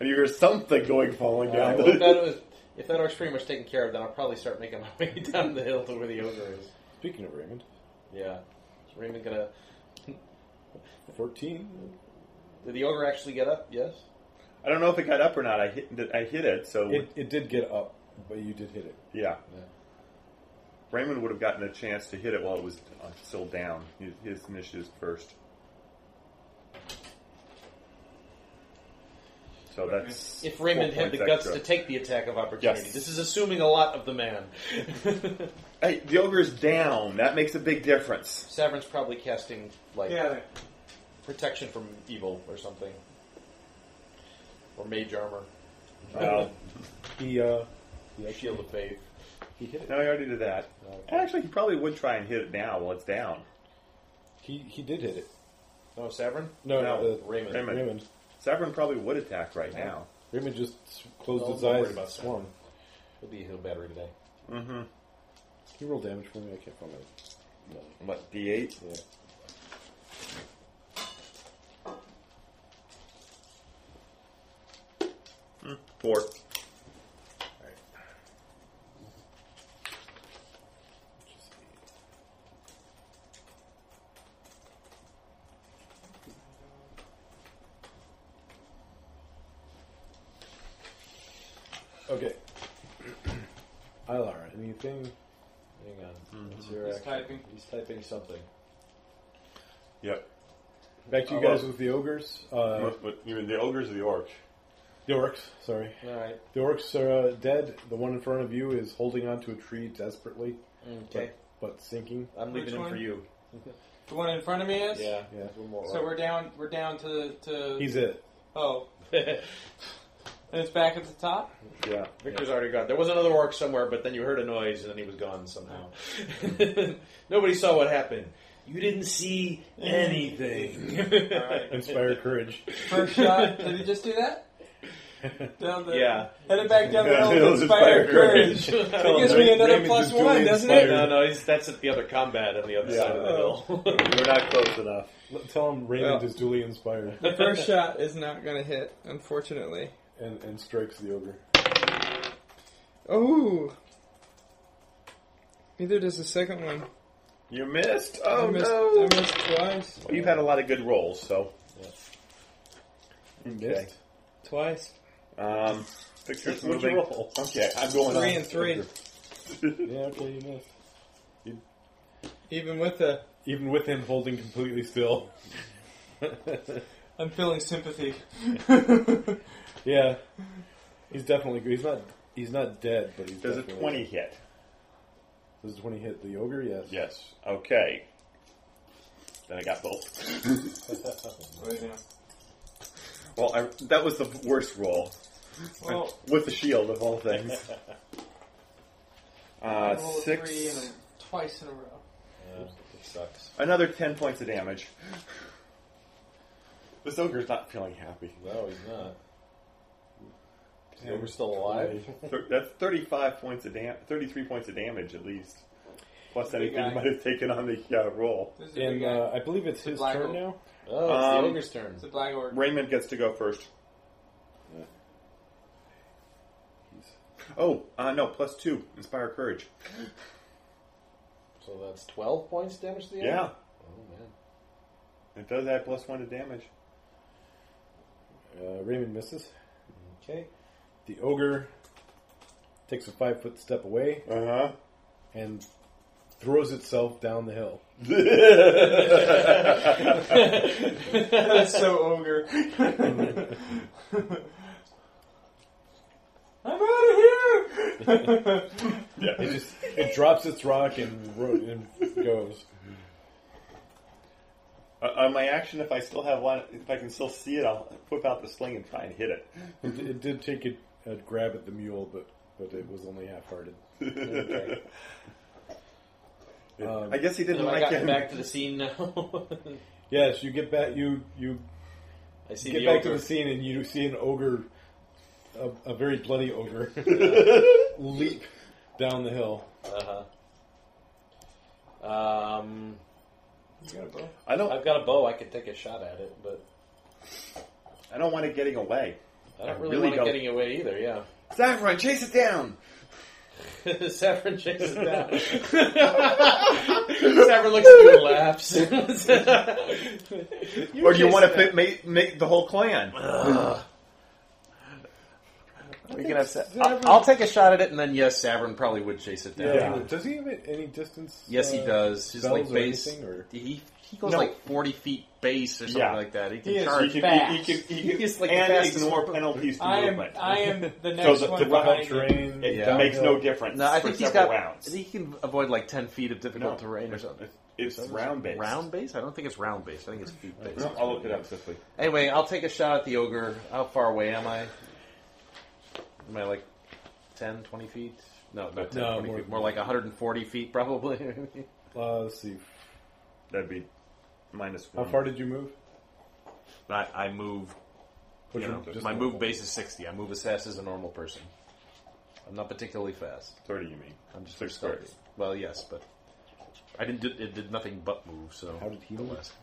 Speaker 4: And you hear something going falling down.
Speaker 1: Well, if, that was, if that orc's pretty much taken care of, then I'll probably start making my way down the hill to where the ogre is.
Speaker 2: Speaking of Raymond,
Speaker 1: Yeah. Is Raymond gonna.
Speaker 2: fourteen.
Speaker 1: Did the ogre actually get up? Yes?
Speaker 4: I don't know if it got up or not. I hit, I hit it, so
Speaker 2: It, it did get up, but you did hit it.
Speaker 4: yeah.
Speaker 1: Yeah.
Speaker 4: Raymond would have gotten a chance to hit it while it was uh, still down. His, his initiative's first. So that's
Speaker 1: If Raymond
Speaker 4: four
Speaker 1: had the
Speaker 4: points
Speaker 1: guts
Speaker 4: extra.
Speaker 1: to take the attack of opportunity.
Speaker 4: Yes.
Speaker 1: This is assuming a lot of the man.
Speaker 4: Hey, the ogre's down. That makes a big difference.
Speaker 1: Savern's probably casting, like,
Speaker 3: Yeah,
Speaker 1: protection from evil or something. Or mage armor.
Speaker 2: Oh.
Speaker 4: Well,
Speaker 2: He uh, he actually
Speaker 1: Shield of faith.
Speaker 2: he hit it.
Speaker 4: no, he already did that. And actually, he probably would try and hit it now while it's down.
Speaker 2: He he did hit it.
Speaker 1: No, Savern?
Speaker 2: No,
Speaker 4: No,
Speaker 2: uh,
Speaker 1: Raymond.
Speaker 4: Raymond.
Speaker 2: Raymond.
Speaker 4: Savrin probably would attack right now.
Speaker 2: Raymond just s- closed
Speaker 1: No,
Speaker 2: his
Speaker 1: don't worry
Speaker 2: eyes and
Speaker 1: about that.
Speaker 2: swung.
Speaker 1: He'll be heal battery today.
Speaker 2: He rolled damage for me. I can't find it.
Speaker 4: What D eight?
Speaker 2: Yeah.
Speaker 4: Hmm, Four.
Speaker 2: Okay. Ilar, anything?
Speaker 1: Hang on. What's your
Speaker 3: He's
Speaker 1: action?
Speaker 3: typing.
Speaker 1: He's typing something.
Speaker 4: Yep.
Speaker 2: Back to you
Speaker 4: Uh,
Speaker 2: guys
Speaker 4: well-
Speaker 2: with the ogres. Uh,
Speaker 4: But- but you mean the ogres or the orc?
Speaker 2: the orcs, sorry.
Speaker 1: All right.
Speaker 2: The orcs are uh, dead. The one in front of you is holding onto a tree desperately,
Speaker 1: Okay.
Speaker 2: but, but sinking.
Speaker 1: I'm
Speaker 3: Which
Speaker 1: leaving him
Speaker 3: one?
Speaker 1: for you.
Speaker 3: The one in front of me is.
Speaker 1: Yeah.
Speaker 2: Yeah.
Speaker 1: There's one more
Speaker 3: So we're down. We're down to to.
Speaker 2: He's it.
Speaker 3: oh,
Speaker 1: orc.
Speaker 3: and it's back at the top.
Speaker 4: Yeah.
Speaker 1: Victor's already gone. There was another orc somewhere, but then you heard a noise and then he was gone somehow. Nobody saw what happened. You didn't see anything.
Speaker 3: All right.
Speaker 2: Inspire courage.
Speaker 3: First shot. Did he just do that? Down the,
Speaker 1: Yeah.
Speaker 3: Headed back down the
Speaker 4: Yeah, it
Speaker 3: hill
Speaker 4: was
Speaker 3: with inspired
Speaker 4: inspired courage.
Speaker 3: courage. That gives me another
Speaker 2: Raymond
Speaker 3: plus
Speaker 2: just doing
Speaker 3: one, doesn't
Speaker 2: inspired.
Speaker 3: it?
Speaker 1: no, no, he's, that's at the other combat on the other
Speaker 4: Yeah.
Speaker 1: side of the hill.
Speaker 4: We're not close enough.
Speaker 2: L- Tell him Raymond is
Speaker 3: Oh.
Speaker 2: duly inspired
Speaker 11: The first shot is not going to hit, unfortunately.
Speaker 2: and, and strikes the ogre.
Speaker 11: Oh! Neither does the second one.
Speaker 4: You missed. Oh
Speaker 11: I missed,
Speaker 4: no!
Speaker 11: I missed twice.
Speaker 4: Well, you've had a lot of good rolls, so. Okay.
Speaker 2: Missed.
Speaker 11: Twice.
Speaker 4: Um, pictures
Speaker 2: What'd you
Speaker 4: moving.
Speaker 2: roll?
Speaker 4: Okay, I'm going
Speaker 11: Three
Speaker 4: on.
Speaker 11: and three.
Speaker 2: Yeah, okay, you missed.
Speaker 11: Even with the.
Speaker 2: Even with him holding completely still.
Speaker 3: I'm feeling sympathy.
Speaker 2: Yeah. He's definitely good. He's not. He's not dead, but he's.
Speaker 4: Does a
Speaker 2: definitely-
Speaker 4: twenty hit?
Speaker 2: Does a twenty hit the ogre? Yes.
Speaker 4: Yes. Okay. Then I got both. Well, I, that was the worst roll
Speaker 3: Well,
Speaker 4: with the shield of all things.
Speaker 3: I
Speaker 4: Uh,
Speaker 3: rolled a
Speaker 4: six.
Speaker 3: three and a, twice in a row.
Speaker 1: Yeah, it sucks.
Speaker 4: Another ten points of damage. This ogre's not feeling happy.
Speaker 1: No, he's not. Yeah, we're still alive.
Speaker 4: Thir- That's 35 points of dam- 33 points of damage at least. Plus anything you
Speaker 3: guy.
Speaker 4: might have taken on the uh, roll.
Speaker 3: This is the big
Speaker 2: And
Speaker 3: guy.
Speaker 2: uh, I believe it's
Speaker 3: The
Speaker 2: his
Speaker 3: black
Speaker 2: turn
Speaker 3: hole.
Speaker 2: now.
Speaker 1: Oh, it's
Speaker 4: Um,
Speaker 1: the ogre's turn.
Speaker 3: it's a black orc.
Speaker 4: Raymond gets to go first. Oh, uh, no, plus two. Inspire courage.
Speaker 1: So that's 12 points damage to the ogre?
Speaker 4: Yeah,
Speaker 1: Oh, man.
Speaker 4: it does add plus one to damage.
Speaker 2: Uh, Raymond misses.
Speaker 1: Okay.
Speaker 2: The ogre takes a five foot step away
Speaker 3: Uh-huh.
Speaker 4: Uh
Speaker 2: and throws itself down the hill.
Speaker 3: That's so ogre. I'm out of here.
Speaker 2: It just it drops its rock and, ro- and goes.
Speaker 4: huh. Uh, On my action, if I still have line, if I can still see it, I'll whip out the sling and try and hit it.
Speaker 2: It, it did take a, a grab at the mule, but but it was only half hearted.
Speaker 4: I guess he didn't
Speaker 1: Am Um, I
Speaker 4: like
Speaker 1: gotten
Speaker 4: him.
Speaker 1: back to the scene now?
Speaker 2: Yes, you get back. You you
Speaker 1: I see
Speaker 2: get
Speaker 1: the
Speaker 2: back
Speaker 1: ogre.
Speaker 2: to the scene and you see an ogre, a, a very bloody ogre, leap down the hill.
Speaker 1: Uh-huh. Um,
Speaker 4: I don't.
Speaker 1: I've got a bow. I could take a shot at it, but
Speaker 4: I don't want it getting away.
Speaker 1: I don't
Speaker 4: I
Speaker 1: really,
Speaker 4: really
Speaker 1: want
Speaker 4: don't.
Speaker 1: it getting away either, yeah.
Speaker 4: Saffron, chase it down.
Speaker 1: Saffron chases it down. Saffron looks at you and laughs.
Speaker 4: or do you want to make, make the whole clan?
Speaker 1: We can have Sa- I'll, I'll take a shot at it, and then yes, Saffron probably would chase it down.
Speaker 2: Yeah. Does he have any distance?
Speaker 1: Yes, he
Speaker 2: uh,
Speaker 1: does. His like
Speaker 2: spells or
Speaker 1: base.
Speaker 2: anything, or-
Speaker 1: He he goes
Speaker 4: No.
Speaker 1: like forty feet base or something
Speaker 4: Yeah.
Speaker 1: like that. He can
Speaker 3: He is
Speaker 4: He
Speaker 1: charge.
Speaker 4: can,
Speaker 3: fast.
Speaker 4: He, he can, he can,
Speaker 1: He's like the
Speaker 4: and
Speaker 1: fastest
Speaker 4: ignore
Speaker 1: weapon.
Speaker 4: penalties to
Speaker 3: I am.
Speaker 4: movement.
Speaker 3: I am the next
Speaker 4: So the,
Speaker 3: one.
Speaker 4: the
Speaker 2: Rough
Speaker 3: behind
Speaker 2: terrain.
Speaker 4: it
Speaker 1: Yeah.
Speaker 4: makes no
Speaker 2: downhill.
Speaker 4: difference.
Speaker 1: No, I
Speaker 4: for
Speaker 1: think he's
Speaker 4: several
Speaker 1: got.
Speaker 4: rounds.
Speaker 1: He can avoid like ten feet of difficult
Speaker 4: No.
Speaker 1: terrain or something.
Speaker 4: It's round based.
Speaker 1: Round base? I don't think it's round based. I think it's feet based.
Speaker 4: No, I'll look it up quickly.
Speaker 1: Anyway, I'll take a shot at the ogre. How far away am I? Am I like 10, 20 feet? No, not 10,
Speaker 2: No,
Speaker 1: 20
Speaker 2: more
Speaker 1: feet.
Speaker 2: than
Speaker 1: More like 140 feet, probably.
Speaker 2: Uh, let's see.
Speaker 4: That'd be minus
Speaker 2: How
Speaker 4: one.
Speaker 2: far did you move?
Speaker 1: I, I move.
Speaker 2: What's
Speaker 1: you
Speaker 2: your-
Speaker 1: know,
Speaker 2: just
Speaker 1: my
Speaker 2: a-
Speaker 1: move base is 60. I move as fast as a normal person. I'm not particularly fast.
Speaker 4: Thirty, you mean?
Speaker 1: I'm just
Speaker 4: Six
Speaker 1: stealthy.
Speaker 4: squares.
Speaker 1: Well, yes, but I didn't. Do, it did nothing but move. So
Speaker 2: How did he
Speaker 1: the
Speaker 2: move?
Speaker 1: last-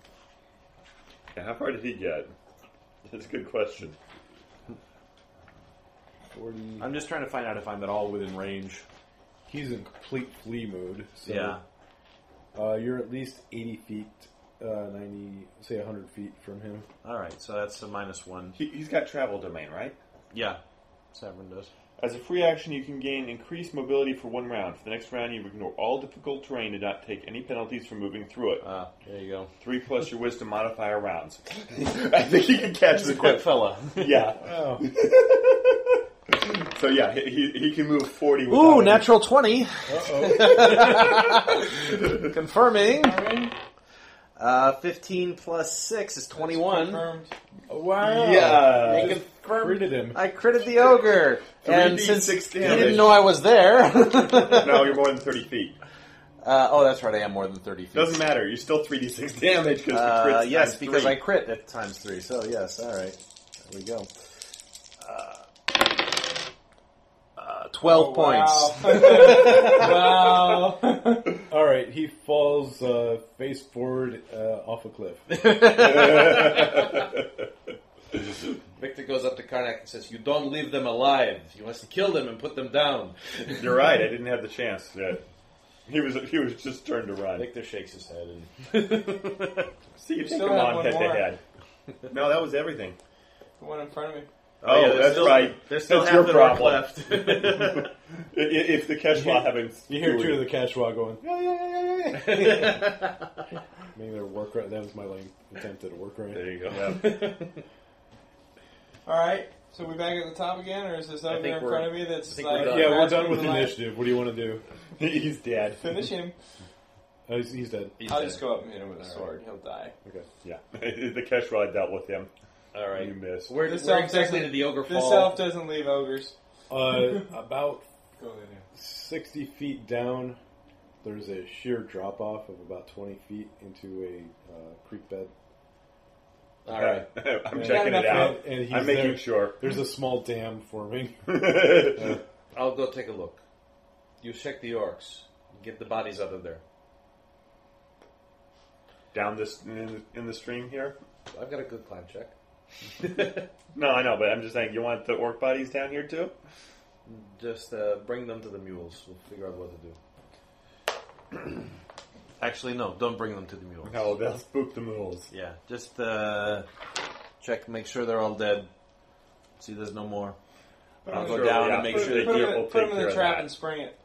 Speaker 4: Yeah, how far did he get? That's a good question.
Speaker 2: Forty.
Speaker 1: I'm just trying to find out if I'm at all within range.
Speaker 2: He's in complete flee mode. So,
Speaker 1: yeah.
Speaker 2: Uh, you're at least eighty feet, uh, ninety, say hundred feet from him.
Speaker 1: All right. So that's a minus one.
Speaker 4: He, he's got travel domain, right?
Speaker 1: Yeah. Severin does.
Speaker 4: As a free action, you can gain increased mobility for one round. For the next round, you ignore all difficult terrain and not take any penalties for moving through it.
Speaker 1: Ah, there you go.
Speaker 4: Three plus your wisdom modifier rounds. I think you can catch
Speaker 1: He's
Speaker 4: the
Speaker 1: a quick
Speaker 4: quick.
Speaker 1: fella.
Speaker 4: Yeah.
Speaker 2: Oh,
Speaker 4: So yeah, he, he, he can move forty. without
Speaker 1: Ooh,
Speaker 4: any-
Speaker 1: natural 20.
Speaker 2: uh-oh.
Speaker 1: Confirming.
Speaker 3: Terrain.
Speaker 1: Uh, 15 plus 6 is 21.
Speaker 3: Confirmed.
Speaker 2: wow!
Speaker 1: They
Speaker 4: Yeah.
Speaker 1: confirmed.
Speaker 2: Critted him.
Speaker 1: I critted the ogre. And
Speaker 4: 3D6
Speaker 1: since he
Speaker 4: damage.
Speaker 1: didn't know I was there. uh,
Speaker 4: No, you're more than thirty feet.
Speaker 1: oh, that's right. I am more than 30 feet.
Speaker 4: Doesn't matter. You're still three d six damage because
Speaker 1: Uh,
Speaker 4: crits
Speaker 1: yes,
Speaker 4: times
Speaker 1: because
Speaker 4: three.
Speaker 1: I crit at times 3. So, yes. All right. There we go. Uh, uh, 12
Speaker 4: Oh,
Speaker 1: points.
Speaker 3: Wow. wow.
Speaker 2: All right, he falls uh, face forward uh, off a cliff.
Speaker 1: Victor goes up to Karnak and says, You don't leave them alive. You must kill them and put them down.
Speaker 4: You're right. I didn't have the chance. Yeah. He was he was just turned to run.
Speaker 1: Victor shakes his head and.
Speaker 4: See, you
Speaker 3: still
Speaker 4: took him
Speaker 3: have
Speaker 4: on
Speaker 3: one
Speaker 4: head to
Speaker 3: more.
Speaker 4: head. No, that was everything.
Speaker 3: the one in front of me.
Speaker 4: Oh,
Speaker 1: yeah, there's
Speaker 4: that's
Speaker 1: still-
Speaker 4: right.
Speaker 1: There's still
Speaker 4: That's
Speaker 1: half
Speaker 4: your
Speaker 1: an orc
Speaker 4: problem.
Speaker 1: left.
Speaker 4: I- i- If the Keshwa happens,
Speaker 2: You hear two of the Kashwa going, yeah, yeah, yeah, yeah, yeah. Maybe they're work. That was my lame attempt at a work
Speaker 4: There
Speaker 2: right.
Speaker 4: you go.
Speaker 3: All right. So we back at the top again, or is this over
Speaker 1: think
Speaker 3: in
Speaker 1: we're-
Speaker 3: front of me? That's
Speaker 1: I think
Speaker 3: like
Speaker 1: we're done.
Speaker 2: Yeah, we're done with
Speaker 3: the
Speaker 2: initiative. What do you want to do?
Speaker 4: He's dead.
Speaker 3: Finish him.
Speaker 2: Oh, he's, he's dead.
Speaker 3: I'll just go up and hit him with a sword. He'll die.
Speaker 2: Okay.
Speaker 4: Yeah, the Keshwa dealt with him.
Speaker 1: All
Speaker 4: You
Speaker 1: right.
Speaker 4: missed.
Speaker 1: Where,
Speaker 3: This
Speaker 1: where
Speaker 3: elf
Speaker 1: exactly did
Speaker 3: doesn't-
Speaker 1: the ogre
Speaker 3: This
Speaker 1: fall?
Speaker 3: elf doesn't leave ogres.
Speaker 2: Uh, about
Speaker 3: Go in there.
Speaker 2: 60 feet down, there's a sheer drop off of about 20 feet into a uh, creek bed.
Speaker 1: All right.
Speaker 4: I'm
Speaker 2: Yeah.
Speaker 4: checking
Speaker 2: Got enough
Speaker 4: it out.
Speaker 2: room. And he's
Speaker 4: I'm making
Speaker 2: there.
Speaker 4: sure.
Speaker 2: There's a small dam forming.
Speaker 1: I'll go take a look. You check the orcs. Get the bodies out of there.
Speaker 4: Down this in, in the stream here.
Speaker 1: I've got a good climb check.
Speaker 4: No, I know, but I'm just saying. You want the orc bodies down here too?
Speaker 1: Just uh, bring them to the mules. We'll figure out what to do. Actually, no. Don't bring them to the mules.
Speaker 4: No, they'll spook the mules.
Speaker 1: Yeah. Just uh, check. Make sure they're all dead. See, there's no more. I'll go
Speaker 4: Sure,
Speaker 1: down
Speaker 4: yeah.
Speaker 1: and make
Speaker 4: Put-
Speaker 1: sure
Speaker 4: put
Speaker 1: that
Speaker 4: them
Speaker 1: you
Speaker 4: in-
Speaker 1: will
Speaker 4: put
Speaker 1: take
Speaker 4: them
Speaker 1: care
Speaker 3: The
Speaker 1: of
Speaker 3: trap
Speaker 1: that.
Speaker 3: and spring it.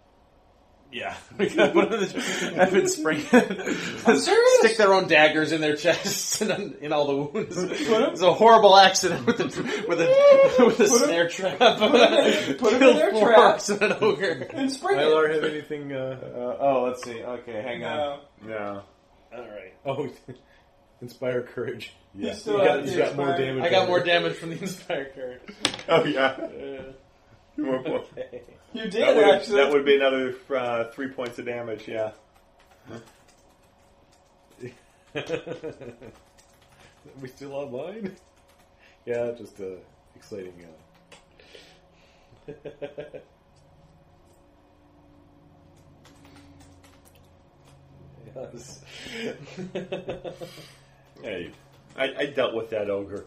Speaker 1: Yeah, I've been spraying. Stick their own daggers in their chests and un- in all the wounds. It's a horrible accident with a with a with a snare trap.
Speaker 3: put 'em in
Speaker 1: Killed
Speaker 3: their
Speaker 1: four
Speaker 3: trap.
Speaker 1: orcs and an ogre.
Speaker 3: And spring it.
Speaker 2: Mylar have anything? Uh,
Speaker 6: Uh, oh, let's see. Okay, hang on.
Speaker 3: No.
Speaker 4: No.
Speaker 1: All right,
Speaker 2: oh, inspire courage.
Speaker 4: Yeah.
Speaker 2: You
Speaker 3: still
Speaker 2: got-
Speaker 3: have
Speaker 2: you
Speaker 3: to
Speaker 2: got more
Speaker 3: expire.
Speaker 2: damage.
Speaker 1: I got
Speaker 2: on
Speaker 1: more
Speaker 2: it.
Speaker 1: damage from the inspire card.
Speaker 4: Oh yeah.
Speaker 1: Uh,
Speaker 4: You want more?
Speaker 3: You did
Speaker 4: That would,
Speaker 3: actually.
Speaker 4: that would be another uh, three points of damage. Yeah.
Speaker 2: We still online? Yeah, just uh, exciting. Uh...
Speaker 1: yes.
Speaker 4: Hey, I, I dealt with that ogre.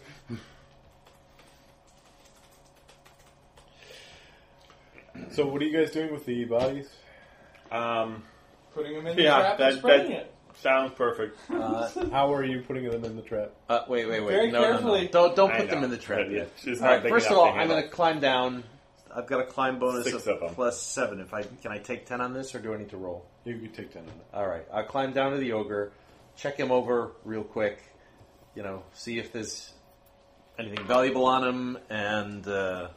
Speaker 2: So, what are you guys doing with the bodies?
Speaker 4: Um,
Speaker 3: Putting him in the
Speaker 4: yeah,
Speaker 3: trap and
Speaker 4: that,
Speaker 3: spraying
Speaker 4: that
Speaker 3: it.
Speaker 4: sounds perfect.
Speaker 1: Uh,
Speaker 2: How are you putting them in the trap?
Speaker 1: uh, wait, wait, wait!
Speaker 3: Very
Speaker 1: no, no, no!
Speaker 3: carefully.
Speaker 1: Don't don't
Speaker 4: I
Speaker 1: put them
Speaker 4: know.
Speaker 1: in the trap
Speaker 4: But
Speaker 1: yet.
Speaker 4: it's just
Speaker 1: All
Speaker 4: not
Speaker 1: right.
Speaker 4: big
Speaker 1: First of
Speaker 4: enough
Speaker 1: all,
Speaker 4: to
Speaker 1: I'm
Speaker 4: handle.
Speaker 1: going to climb down. I've got a climb bonus
Speaker 4: Six of 'em.
Speaker 1: plus seven. If I can, I take ten on this, or do I need to roll?
Speaker 2: You could take ten on it.
Speaker 1: All right, I'll climb down to the ogre, check him over real quick, you know, see if there's anything valuable on him, and uh,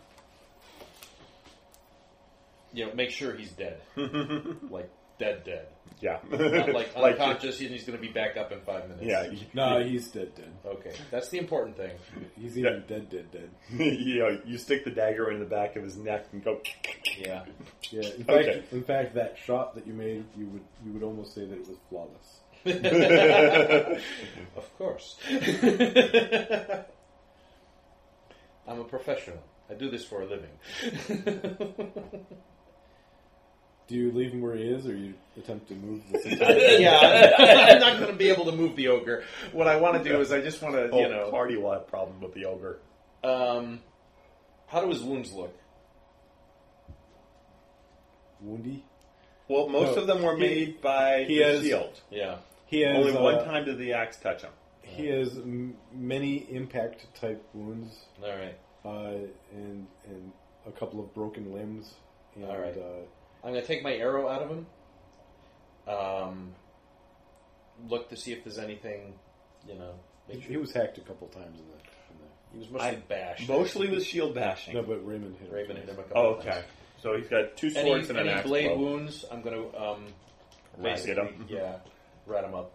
Speaker 1: you know, make sure he's dead, like dead, dead,
Speaker 4: Yeah,
Speaker 1: not like
Speaker 4: Like-
Speaker 1: unconscious, and he's going to be back up in five minutes.
Speaker 4: yeah,
Speaker 2: No, he's dead, dead.
Speaker 1: Okay, that's the important thing.
Speaker 2: He's even dead, dead, dead.
Speaker 4: you know, you stick the dagger in the back of his neck and go.
Speaker 1: Yeah.
Speaker 2: Yeah. In fact,
Speaker 4: Okay.
Speaker 2: in fact, that shot that you made, you would you would almost say that it was flawless.
Speaker 1: Of course. I'm a professional. I do this for a living.
Speaker 2: Do you leave him where he is, or you attempt to move the?
Speaker 1: yeah, I'm, I'm not going to be able to move the ogre. What I want to do is I just want to,
Speaker 4: Oh,
Speaker 1: you know,
Speaker 4: party will have problem with the ogre.
Speaker 1: um, how do his wounds look?
Speaker 2: Woundy.
Speaker 4: Well, most
Speaker 2: No,
Speaker 4: of them were
Speaker 2: he-
Speaker 4: made by
Speaker 2: he
Speaker 4: the
Speaker 2: has-
Speaker 4: shield.
Speaker 1: Yeah.
Speaker 2: He has
Speaker 4: Only
Speaker 2: uh,
Speaker 4: one time did the axe touch him.
Speaker 2: He has m- many impact type wounds,
Speaker 1: All right.
Speaker 2: uh, and and a couple of broken limbs, and
Speaker 1: All right.
Speaker 2: uh,
Speaker 1: I'm going to take my arrow out of him. Um, look to see if there's anything, you know.
Speaker 2: he,
Speaker 1: Make
Speaker 2: he
Speaker 1: sure.
Speaker 2: was hacked a couple times in the. In the
Speaker 1: He was mostly
Speaker 4: I-
Speaker 1: bashed.
Speaker 4: Mostly with shield bashing.
Speaker 2: no, but Raymond hit him.
Speaker 1: Raymond hit him a couple
Speaker 4: oh,
Speaker 1: times.
Speaker 4: okay. So he's got two
Speaker 1: Any,
Speaker 4: swords and an
Speaker 1: any
Speaker 4: axe.
Speaker 1: blade
Speaker 4: blow.
Speaker 1: wounds, I'm going to um,
Speaker 4: Right, get
Speaker 1: basically,
Speaker 4: 'em.
Speaker 1: yeah, rat them up.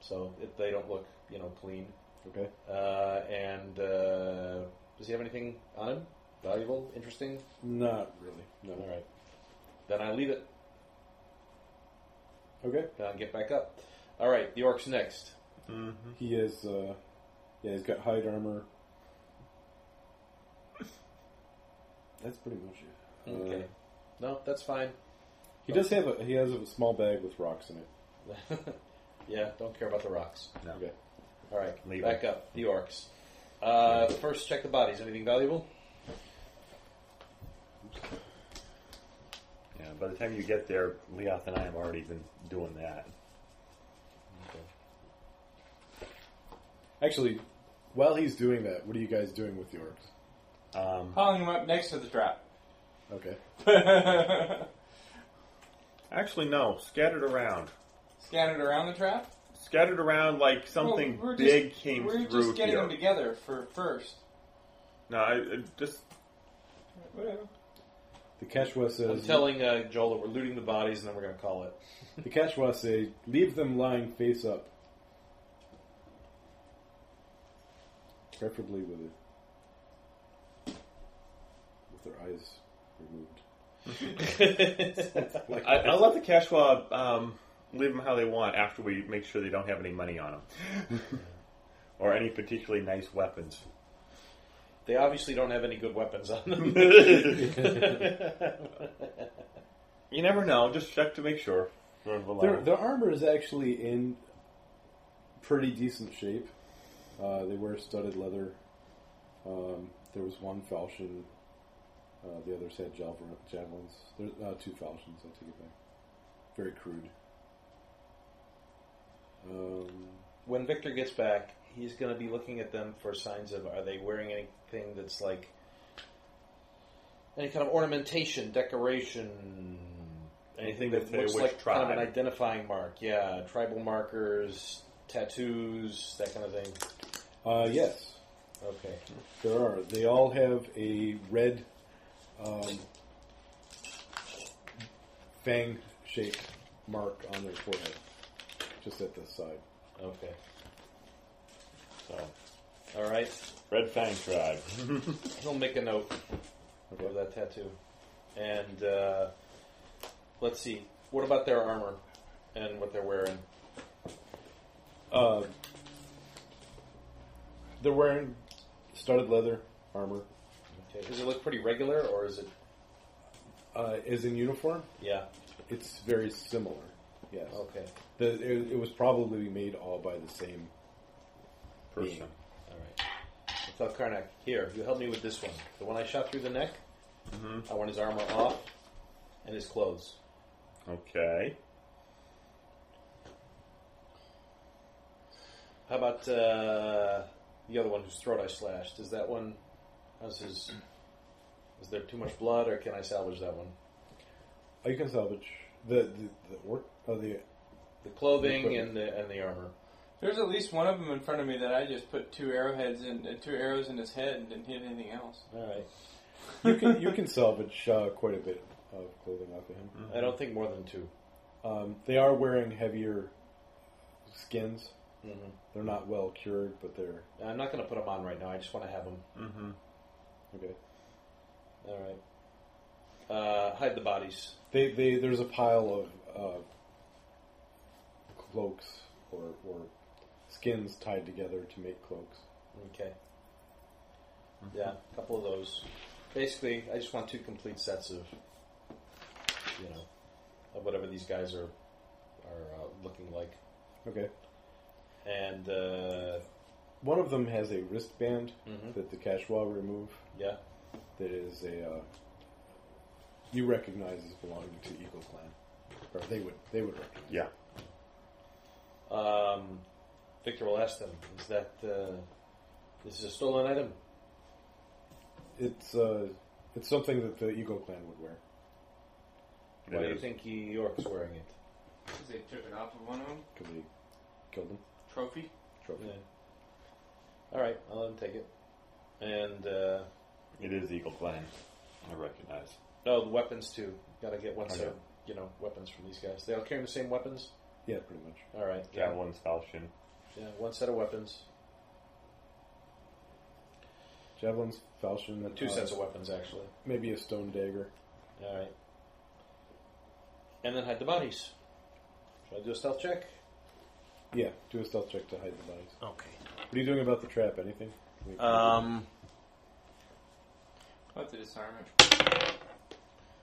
Speaker 1: So if they don't look, you know, clean.
Speaker 2: Okay.
Speaker 1: Uh, and uh, does he have anything on him? Valuable, interesting?
Speaker 2: Not really. No.
Speaker 1: All right. Then I leave it.
Speaker 2: Okay.
Speaker 1: Then I get back up. All right. The orc's next.
Speaker 2: He is. Uh, yeah, he's got hide armor. That's pretty much
Speaker 4: Hmm.
Speaker 2: it. Uh,
Speaker 1: Okay. No, that's fine.
Speaker 2: He does have a he has a small bag with rocks in it.
Speaker 1: yeah, don't care about the rocks.
Speaker 4: No.
Speaker 2: Okay.
Speaker 1: All right.
Speaker 4: Leave
Speaker 1: back up. The orcs. Uh, first, check the bodies. Anything valuable?
Speaker 4: Yeah, by the time you get there, Leoth and I have already been doing that.
Speaker 2: Actually, while he's doing that, what are you guys doing with the orcs?
Speaker 4: Um,
Speaker 3: Piling him up next to the trap.
Speaker 2: Okay.
Speaker 4: actually, no. Scattered around.
Speaker 3: Scattered around the trap.
Speaker 4: Scattered around like something
Speaker 3: Well, we're just-
Speaker 4: big came
Speaker 3: We're
Speaker 4: through
Speaker 3: just getting
Speaker 4: here.
Speaker 3: them together for first.
Speaker 4: no, I, I just
Speaker 3: Whatever.
Speaker 2: The Quechua
Speaker 1: I'm
Speaker 2: says.
Speaker 1: telling uh, Joel that we're looting the bodies, and then we're going to call it.
Speaker 2: the Quechua say, "Leave them lying face up, preferably with it, with their eyes removed."
Speaker 4: I, I'll let the Kashwa um, leave them how they want after we make sure they don't have any money on them. or any particularly nice weapons.
Speaker 1: They obviously don't have any good weapons on them.
Speaker 4: You never know. Just check to make sure.
Speaker 2: Their, their armor is actually in pretty decent shape. Uh, they wear studded leather. Um, there was one falchion. Uh, the others had javel- javelins. There, uh, two falchions, I take it back. Very crude. Um,
Speaker 1: when Victor gets back, he's going to be looking at them for signs of are they wearing anything that's like any kind of ornamentation, decoration, anything that
Speaker 4: Say
Speaker 1: looks
Speaker 4: which
Speaker 1: like kind of an
Speaker 4: tribe.
Speaker 1: identifying mark. Yeah, tribal markers, tattoos, that kind of thing.
Speaker 2: uh, yes,
Speaker 1: Okay.
Speaker 2: there are. They all have a red um, fang shaped mark on their forehead, just at the side.
Speaker 1: Okay.
Speaker 4: So,
Speaker 1: All right.
Speaker 4: Red Fang Tribe.
Speaker 1: He'll make a note of that tattoo. And uh, let's see. What about their armor and what they're wearing?
Speaker 2: Uh, they're wearing studded leather armor.
Speaker 1: Okay. Does it look pretty regular, or is it?
Speaker 2: Uh, is in uniform.
Speaker 1: Yeah.
Speaker 2: It's very similar. Yes.
Speaker 1: Okay.
Speaker 2: The, it, it was probably made all by the same person.
Speaker 1: All right. I tell Karnak, here, you help me with this one. The one I shot through the neck. I want his armor off and his clothes.
Speaker 4: Okay.
Speaker 1: How about uh, the other one whose throat I slashed? Is that one? How's his? Is there too much blood, or can I salvage that one?
Speaker 2: Oh, you can salvage the the, the orc. Oh, the
Speaker 1: The clothing and the and the armor.
Speaker 3: There's at least one of them in front of me that I just put two arrowheads in, uh, two arrows in his head, and didn't hit anything else.
Speaker 1: All right.
Speaker 2: you can you can salvage uh, quite a bit of clothing off of him.
Speaker 1: I don't think more than two.
Speaker 2: Um, they are wearing heavier skins.
Speaker 1: Mhm.
Speaker 2: They're not well cured, but they're
Speaker 1: I'm not going to put them on right now. I just want to have them. Mm-hmm.
Speaker 2: okay.
Speaker 1: All right. Uh, hide the bodies.
Speaker 2: They, they there's a pile of uh, cloaks or, or skins tied together to make cloaks.
Speaker 1: Okay. Yeah, a couple of those. Basically, I just want two complete sets of, you know, of whatever these guys are are uh, looking like.
Speaker 2: Okay.
Speaker 1: And uh,
Speaker 2: One of them has a wristband
Speaker 1: Mhm.
Speaker 2: that the Kashwa remove
Speaker 1: yeah,
Speaker 2: that is a uh, you recognize as belonging to Eagle Clan, or they would they would recognize.
Speaker 4: Yeah.
Speaker 1: um, Victor will ask them: Is that uh, this is a stolen item?
Speaker 2: It's uh, it's something that the Eagle Clan would wear.
Speaker 4: It
Speaker 1: Why do you
Speaker 4: is.
Speaker 1: think he- York's wearing it?
Speaker 3: They took it off of one of them.
Speaker 2: Could they kill them?
Speaker 3: Trophy.
Speaker 2: Trophy.
Speaker 1: Yeah. All right, I'll let him take it. And uh,
Speaker 4: It is Eagle Clan. I recognize.
Speaker 1: no, the weapons too. Got to get one set.
Speaker 4: Okay.
Speaker 1: of, You know, weapons from these guys. They all carry the same weapons.
Speaker 2: Yeah, pretty much.
Speaker 1: All right.
Speaker 4: Javelin's falchion.
Speaker 1: Yeah, one set of weapons.
Speaker 2: Javelins, falchion,
Speaker 1: Two
Speaker 2: uh,
Speaker 1: sets of weapons, actually.
Speaker 2: maybe a stone dagger.
Speaker 1: All right. And then hide the bodies. Should I do a stealth check?
Speaker 2: Yeah, do a stealth check to hide the bodies.
Speaker 1: Okay.
Speaker 2: What are you doing about the trap? Anything?
Speaker 1: Um,
Speaker 3: I'll have to disarm it.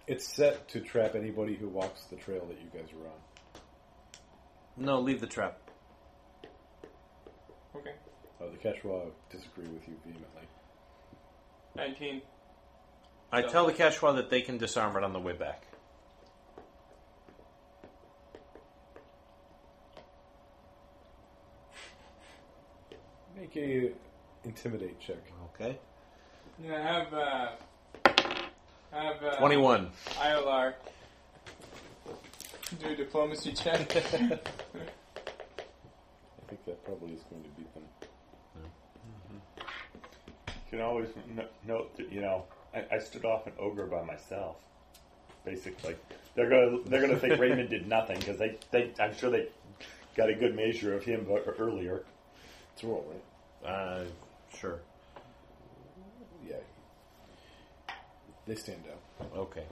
Speaker 2: it's set to trap anybody who walks the trail that you guys are on.
Speaker 1: no, leave the trap.
Speaker 3: Okay.
Speaker 2: Uh, the Quechua disagree with you vehemently.
Speaker 3: 19.
Speaker 1: I tell the Kashwa that they can disarm it on the way back.
Speaker 2: Make a intimidate check.
Speaker 1: Okay.
Speaker 3: Yeah, I have, uh, I have, uh,
Speaker 1: 21.
Speaker 3: ILR. Do a diplomacy check.
Speaker 2: I think that probably is going to beat them.
Speaker 4: You can always n- note that you know I, I stood off an ogre by myself. Basically, they're gonna they're gonna think Raymond did nothing because they, they I'm sure they got a good measure of him e- earlier.
Speaker 2: It's a roll, right?
Speaker 1: Uh, sure.
Speaker 2: Yeah. They stand out.
Speaker 1: Okay.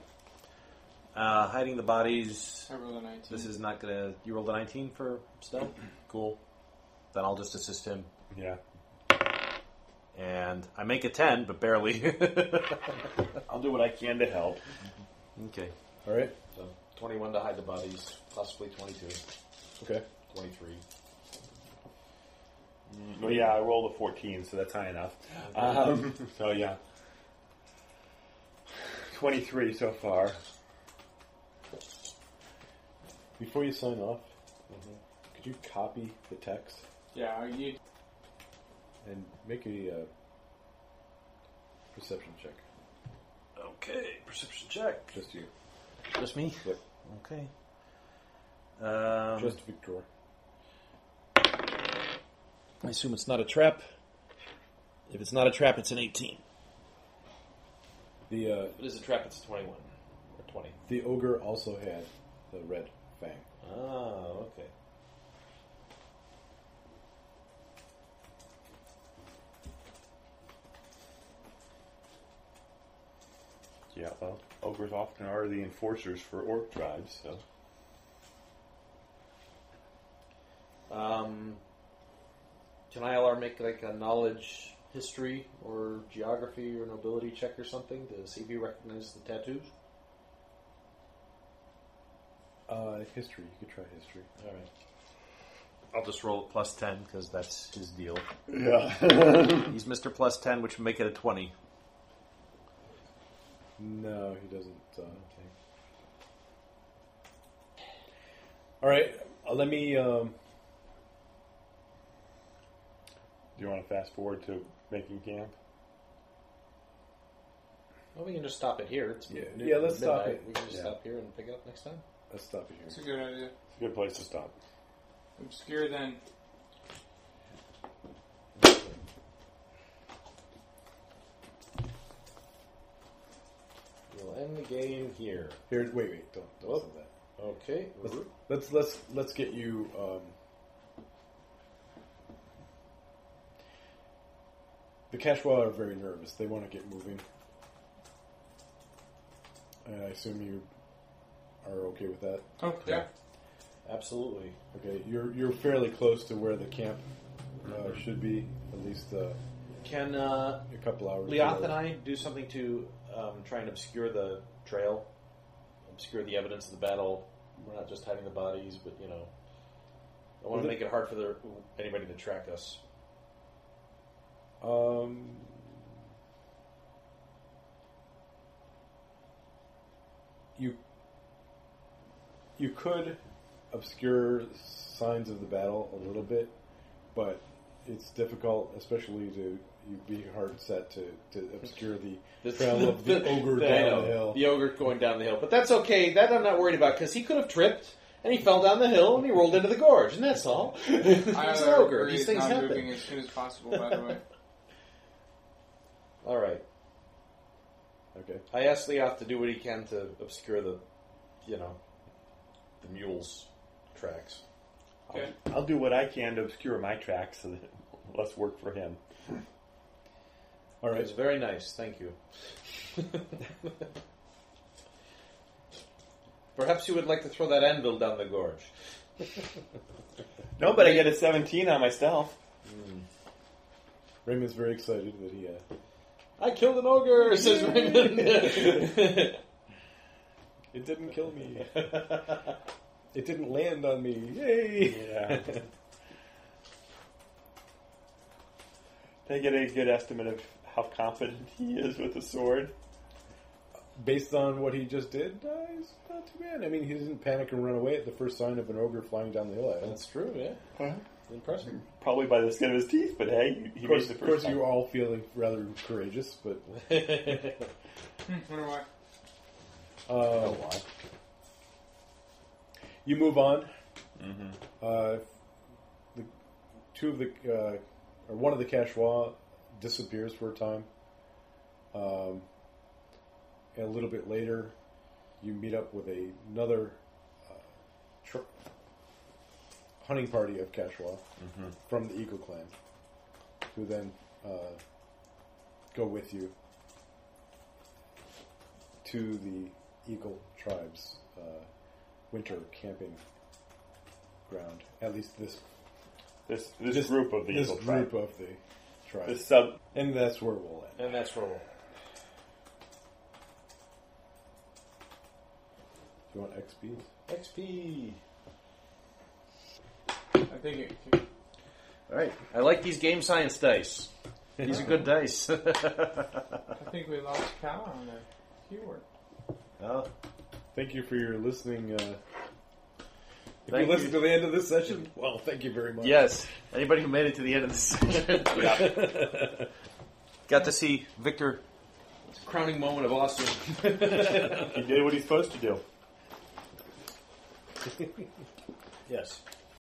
Speaker 1: Uh, hiding the bodies.
Speaker 3: I rolled a 19.
Speaker 1: This is not gonna. You rolled a 19 for stealth? Cool. Then I'll just assist him.
Speaker 4: Yeah,
Speaker 1: And I make a 10, but barely.
Speaker 4: I'll do what I can to help.
Speaker 1: okay.
Speaker 2: All right.
Speaker 17: So 21 to hide the bodies, possibly 22,
Speaker 2: Okay.
Speaker 17: 23.
Speaker 4: Well, yeah, I rolled a 14, so that's high enough. Um, so, yeah. 23 so far.
Speaker 2: Before you sign off, Mm-hmm. could you copy the text
Speaker 3: Yeah, you
Speaker 2: and make a uh, perception check?
Speaker 1: Okay, perception check.
Speaker 2: Just you.
Speaker 1: Just me?
Speaker 2: Yep.
Speaker 1: Okay. Um,
Speaker 2: Just Victor.
Speaker 1: I assume it's not a trap. If it's not a trap, it's an 18.
Speaker 2: The uh,
Speaker 17: If it is a trap, it's 21 or 20.
Speaker 2: the ogre also had the red fang.
Speaker 17: Oh, okay.
Speaker 4: Yeah, well, ogres often are the enforcers for orc tribes, so.
Speaker 17: Um, can ILR make like a knowledge history or geography or nobility check or something to see if he recognizes the tattoos?
Speaker 2: Uh, history. You could try history.
Speaker 17: All right.
Speaker 1: I'll just roll it plus 10 because that's his deal.
Speaker 4: Yeah.
Speaker 1: He's Mr. Plus 10, which would make it a 20.
Speaker 2: No, he doesn't. Uh, okay. All right. Uh, let me. Um,
Speaker 4: Do you want to fast forward to making camp?
Speaker 17: Well, we can just stop it here. It's
Speaker 2: Yeah.
Speaker 17: mid-
Speaker 2: Yeah, let's stop
Speaker 17: midnight.
Speaker 2: it.
Speaker 17: We can just
Speaker 4: Yeah.
Speaker 17: stop here and pick it up next time.
Speaker 2: let's stop it
Speaker 3: It's
Speaker 2: here.
Speaker 3: a good idea.
Speaker 4: It's a good place to stop.
Speaker 3: Obscure then.
Speaker 17: We'll end the game here.
Speaker 2: Here. Wait. Wait. Don't. Don't
Speaker 17: Well,
Speaker 2: send that.
Speaker 17: Oh. Okay.
Speaker 2: Let's, let's let's let's get you. Um, the Kashwa are very nervous. They want to get moving, and I assume you are okay with that.
Speaker 3: Oh, yeah.
Speaker 17: Absolutely.
Speaker 2: Okay, you're you're fairly close to where the camp uh, should be, at least uh,
Speaker 1: Can uh,
Speaker 2: a couple hours.
Speaker 1: Leoth
Speaker 2: early.
Speaker 1: and I do something to um, try and obscure the trail, obscure the evidence of the battle? We're not just hiding the bodies, but you know, I want to make it hard for the, anybody to track us.
Speaker 2: Um, you you could obscure signs of the battle a little bit, but it's difficult, especially to you be hard set to, to obscure the trail of the ogre
Speaker 1: I
Speaker 2: down
Speaker 1: know,
Speaker 2: the hill.
Speaker 1: the ogre going down the hill, but that's okay. That I'm not worried about because he could have tripped and he fell down the hill and he rolled into the gorge, and that's all. He's
Speaker 3: I
Speaker 1: an ogre. These
Speaker 3: is
Speaker 1: things
Speaker 3: not
Speaker 1: happen.
Speaker 3: moving as soon as possible, by the way.
Speaker 1: All right.
Speaker 2: Okay,
Speaker 1: I asked Leoth to do what he can to obscure the, you know, the mule's tracks.
Speaker 3: Okay.
Speaker 4: I'll do what I can to obscure my tracks so that less work for him.
Speaker 2: all
Speaker 1: It's
Speaker 2: right.
Speaker 1: very nice. Thank you. Perhaps you would like to throw that anvil down the gorge.
Speaker 4: No, but I get a 17 on my stealth.
Speaker 2: Raymond's very excited that he. Uh,
Speaker 1: I killed an ogre, says Raymond.
Speaker 2: it didn't kill me. it didn't land on me. Yay!
Speaker 4: Yeah. they get a good estimate of how confident he is with the sword.
Speaker 2: based on what he just did, uh, he's not too bad. I mean, he didn't panic and run away at the first sign of an ogre flying down the hill at him.
Speaker 17: That's true, yeah. Impressive.
Speaker 4: Probably by the skin of his teeth, but hey, he
Speaker 2: Of course,
Speaker 4: made
Speaker 2: of
Speaker 4: the first
Speaker 2: course you all feel rather courageous, but
Speaker 1: Hmm.
Speaker 3: Hmm, Wonder why.
Speaker 2: uh, you move on. Uh, the two of the uh, or one of the Kashwa disappears for a time. Um, and a little bit later, you meet up with a- another uh, tr- hunting party of Kashwa from the Eagle Clan, who then uh, go with you to the Eagle Tribe's uh, winter camping ground. At least this
Speaker 4: This, this
Speaker 2: This-
Speaker 4: group of the
Speaker 2: this
Speaker 4: evil
Speaker 2: group
Speaker 4: tribe.
Speaker 2: of the try.
Speaker 4: The sub.
Speaker 2: And that's where we'll end.
Speaker 1: And that's where we'll.
Speaker 2: Do you want XPs?
Speaker 1: XP.
Speaker 3: I think it, it-
Speaker 1: All right. I like these game science dice. These are good dice.
Speaker 3: I think we lost power on the keyword.
Speaker 1: oh,
Speaker 2: Thank you for your listening. Uh, if
Speaker 1: Thank
Speaker 2: you listened
Speaker 1: you.
Speaker 2: to the end of this session, well, thank you very much.
Speaker 1: yes. Anybody who made it to the end of this session got to see Victor crowning moment of awesome.
Speaker 4: He did what he's supposed to do.
Speaker 1: Yes.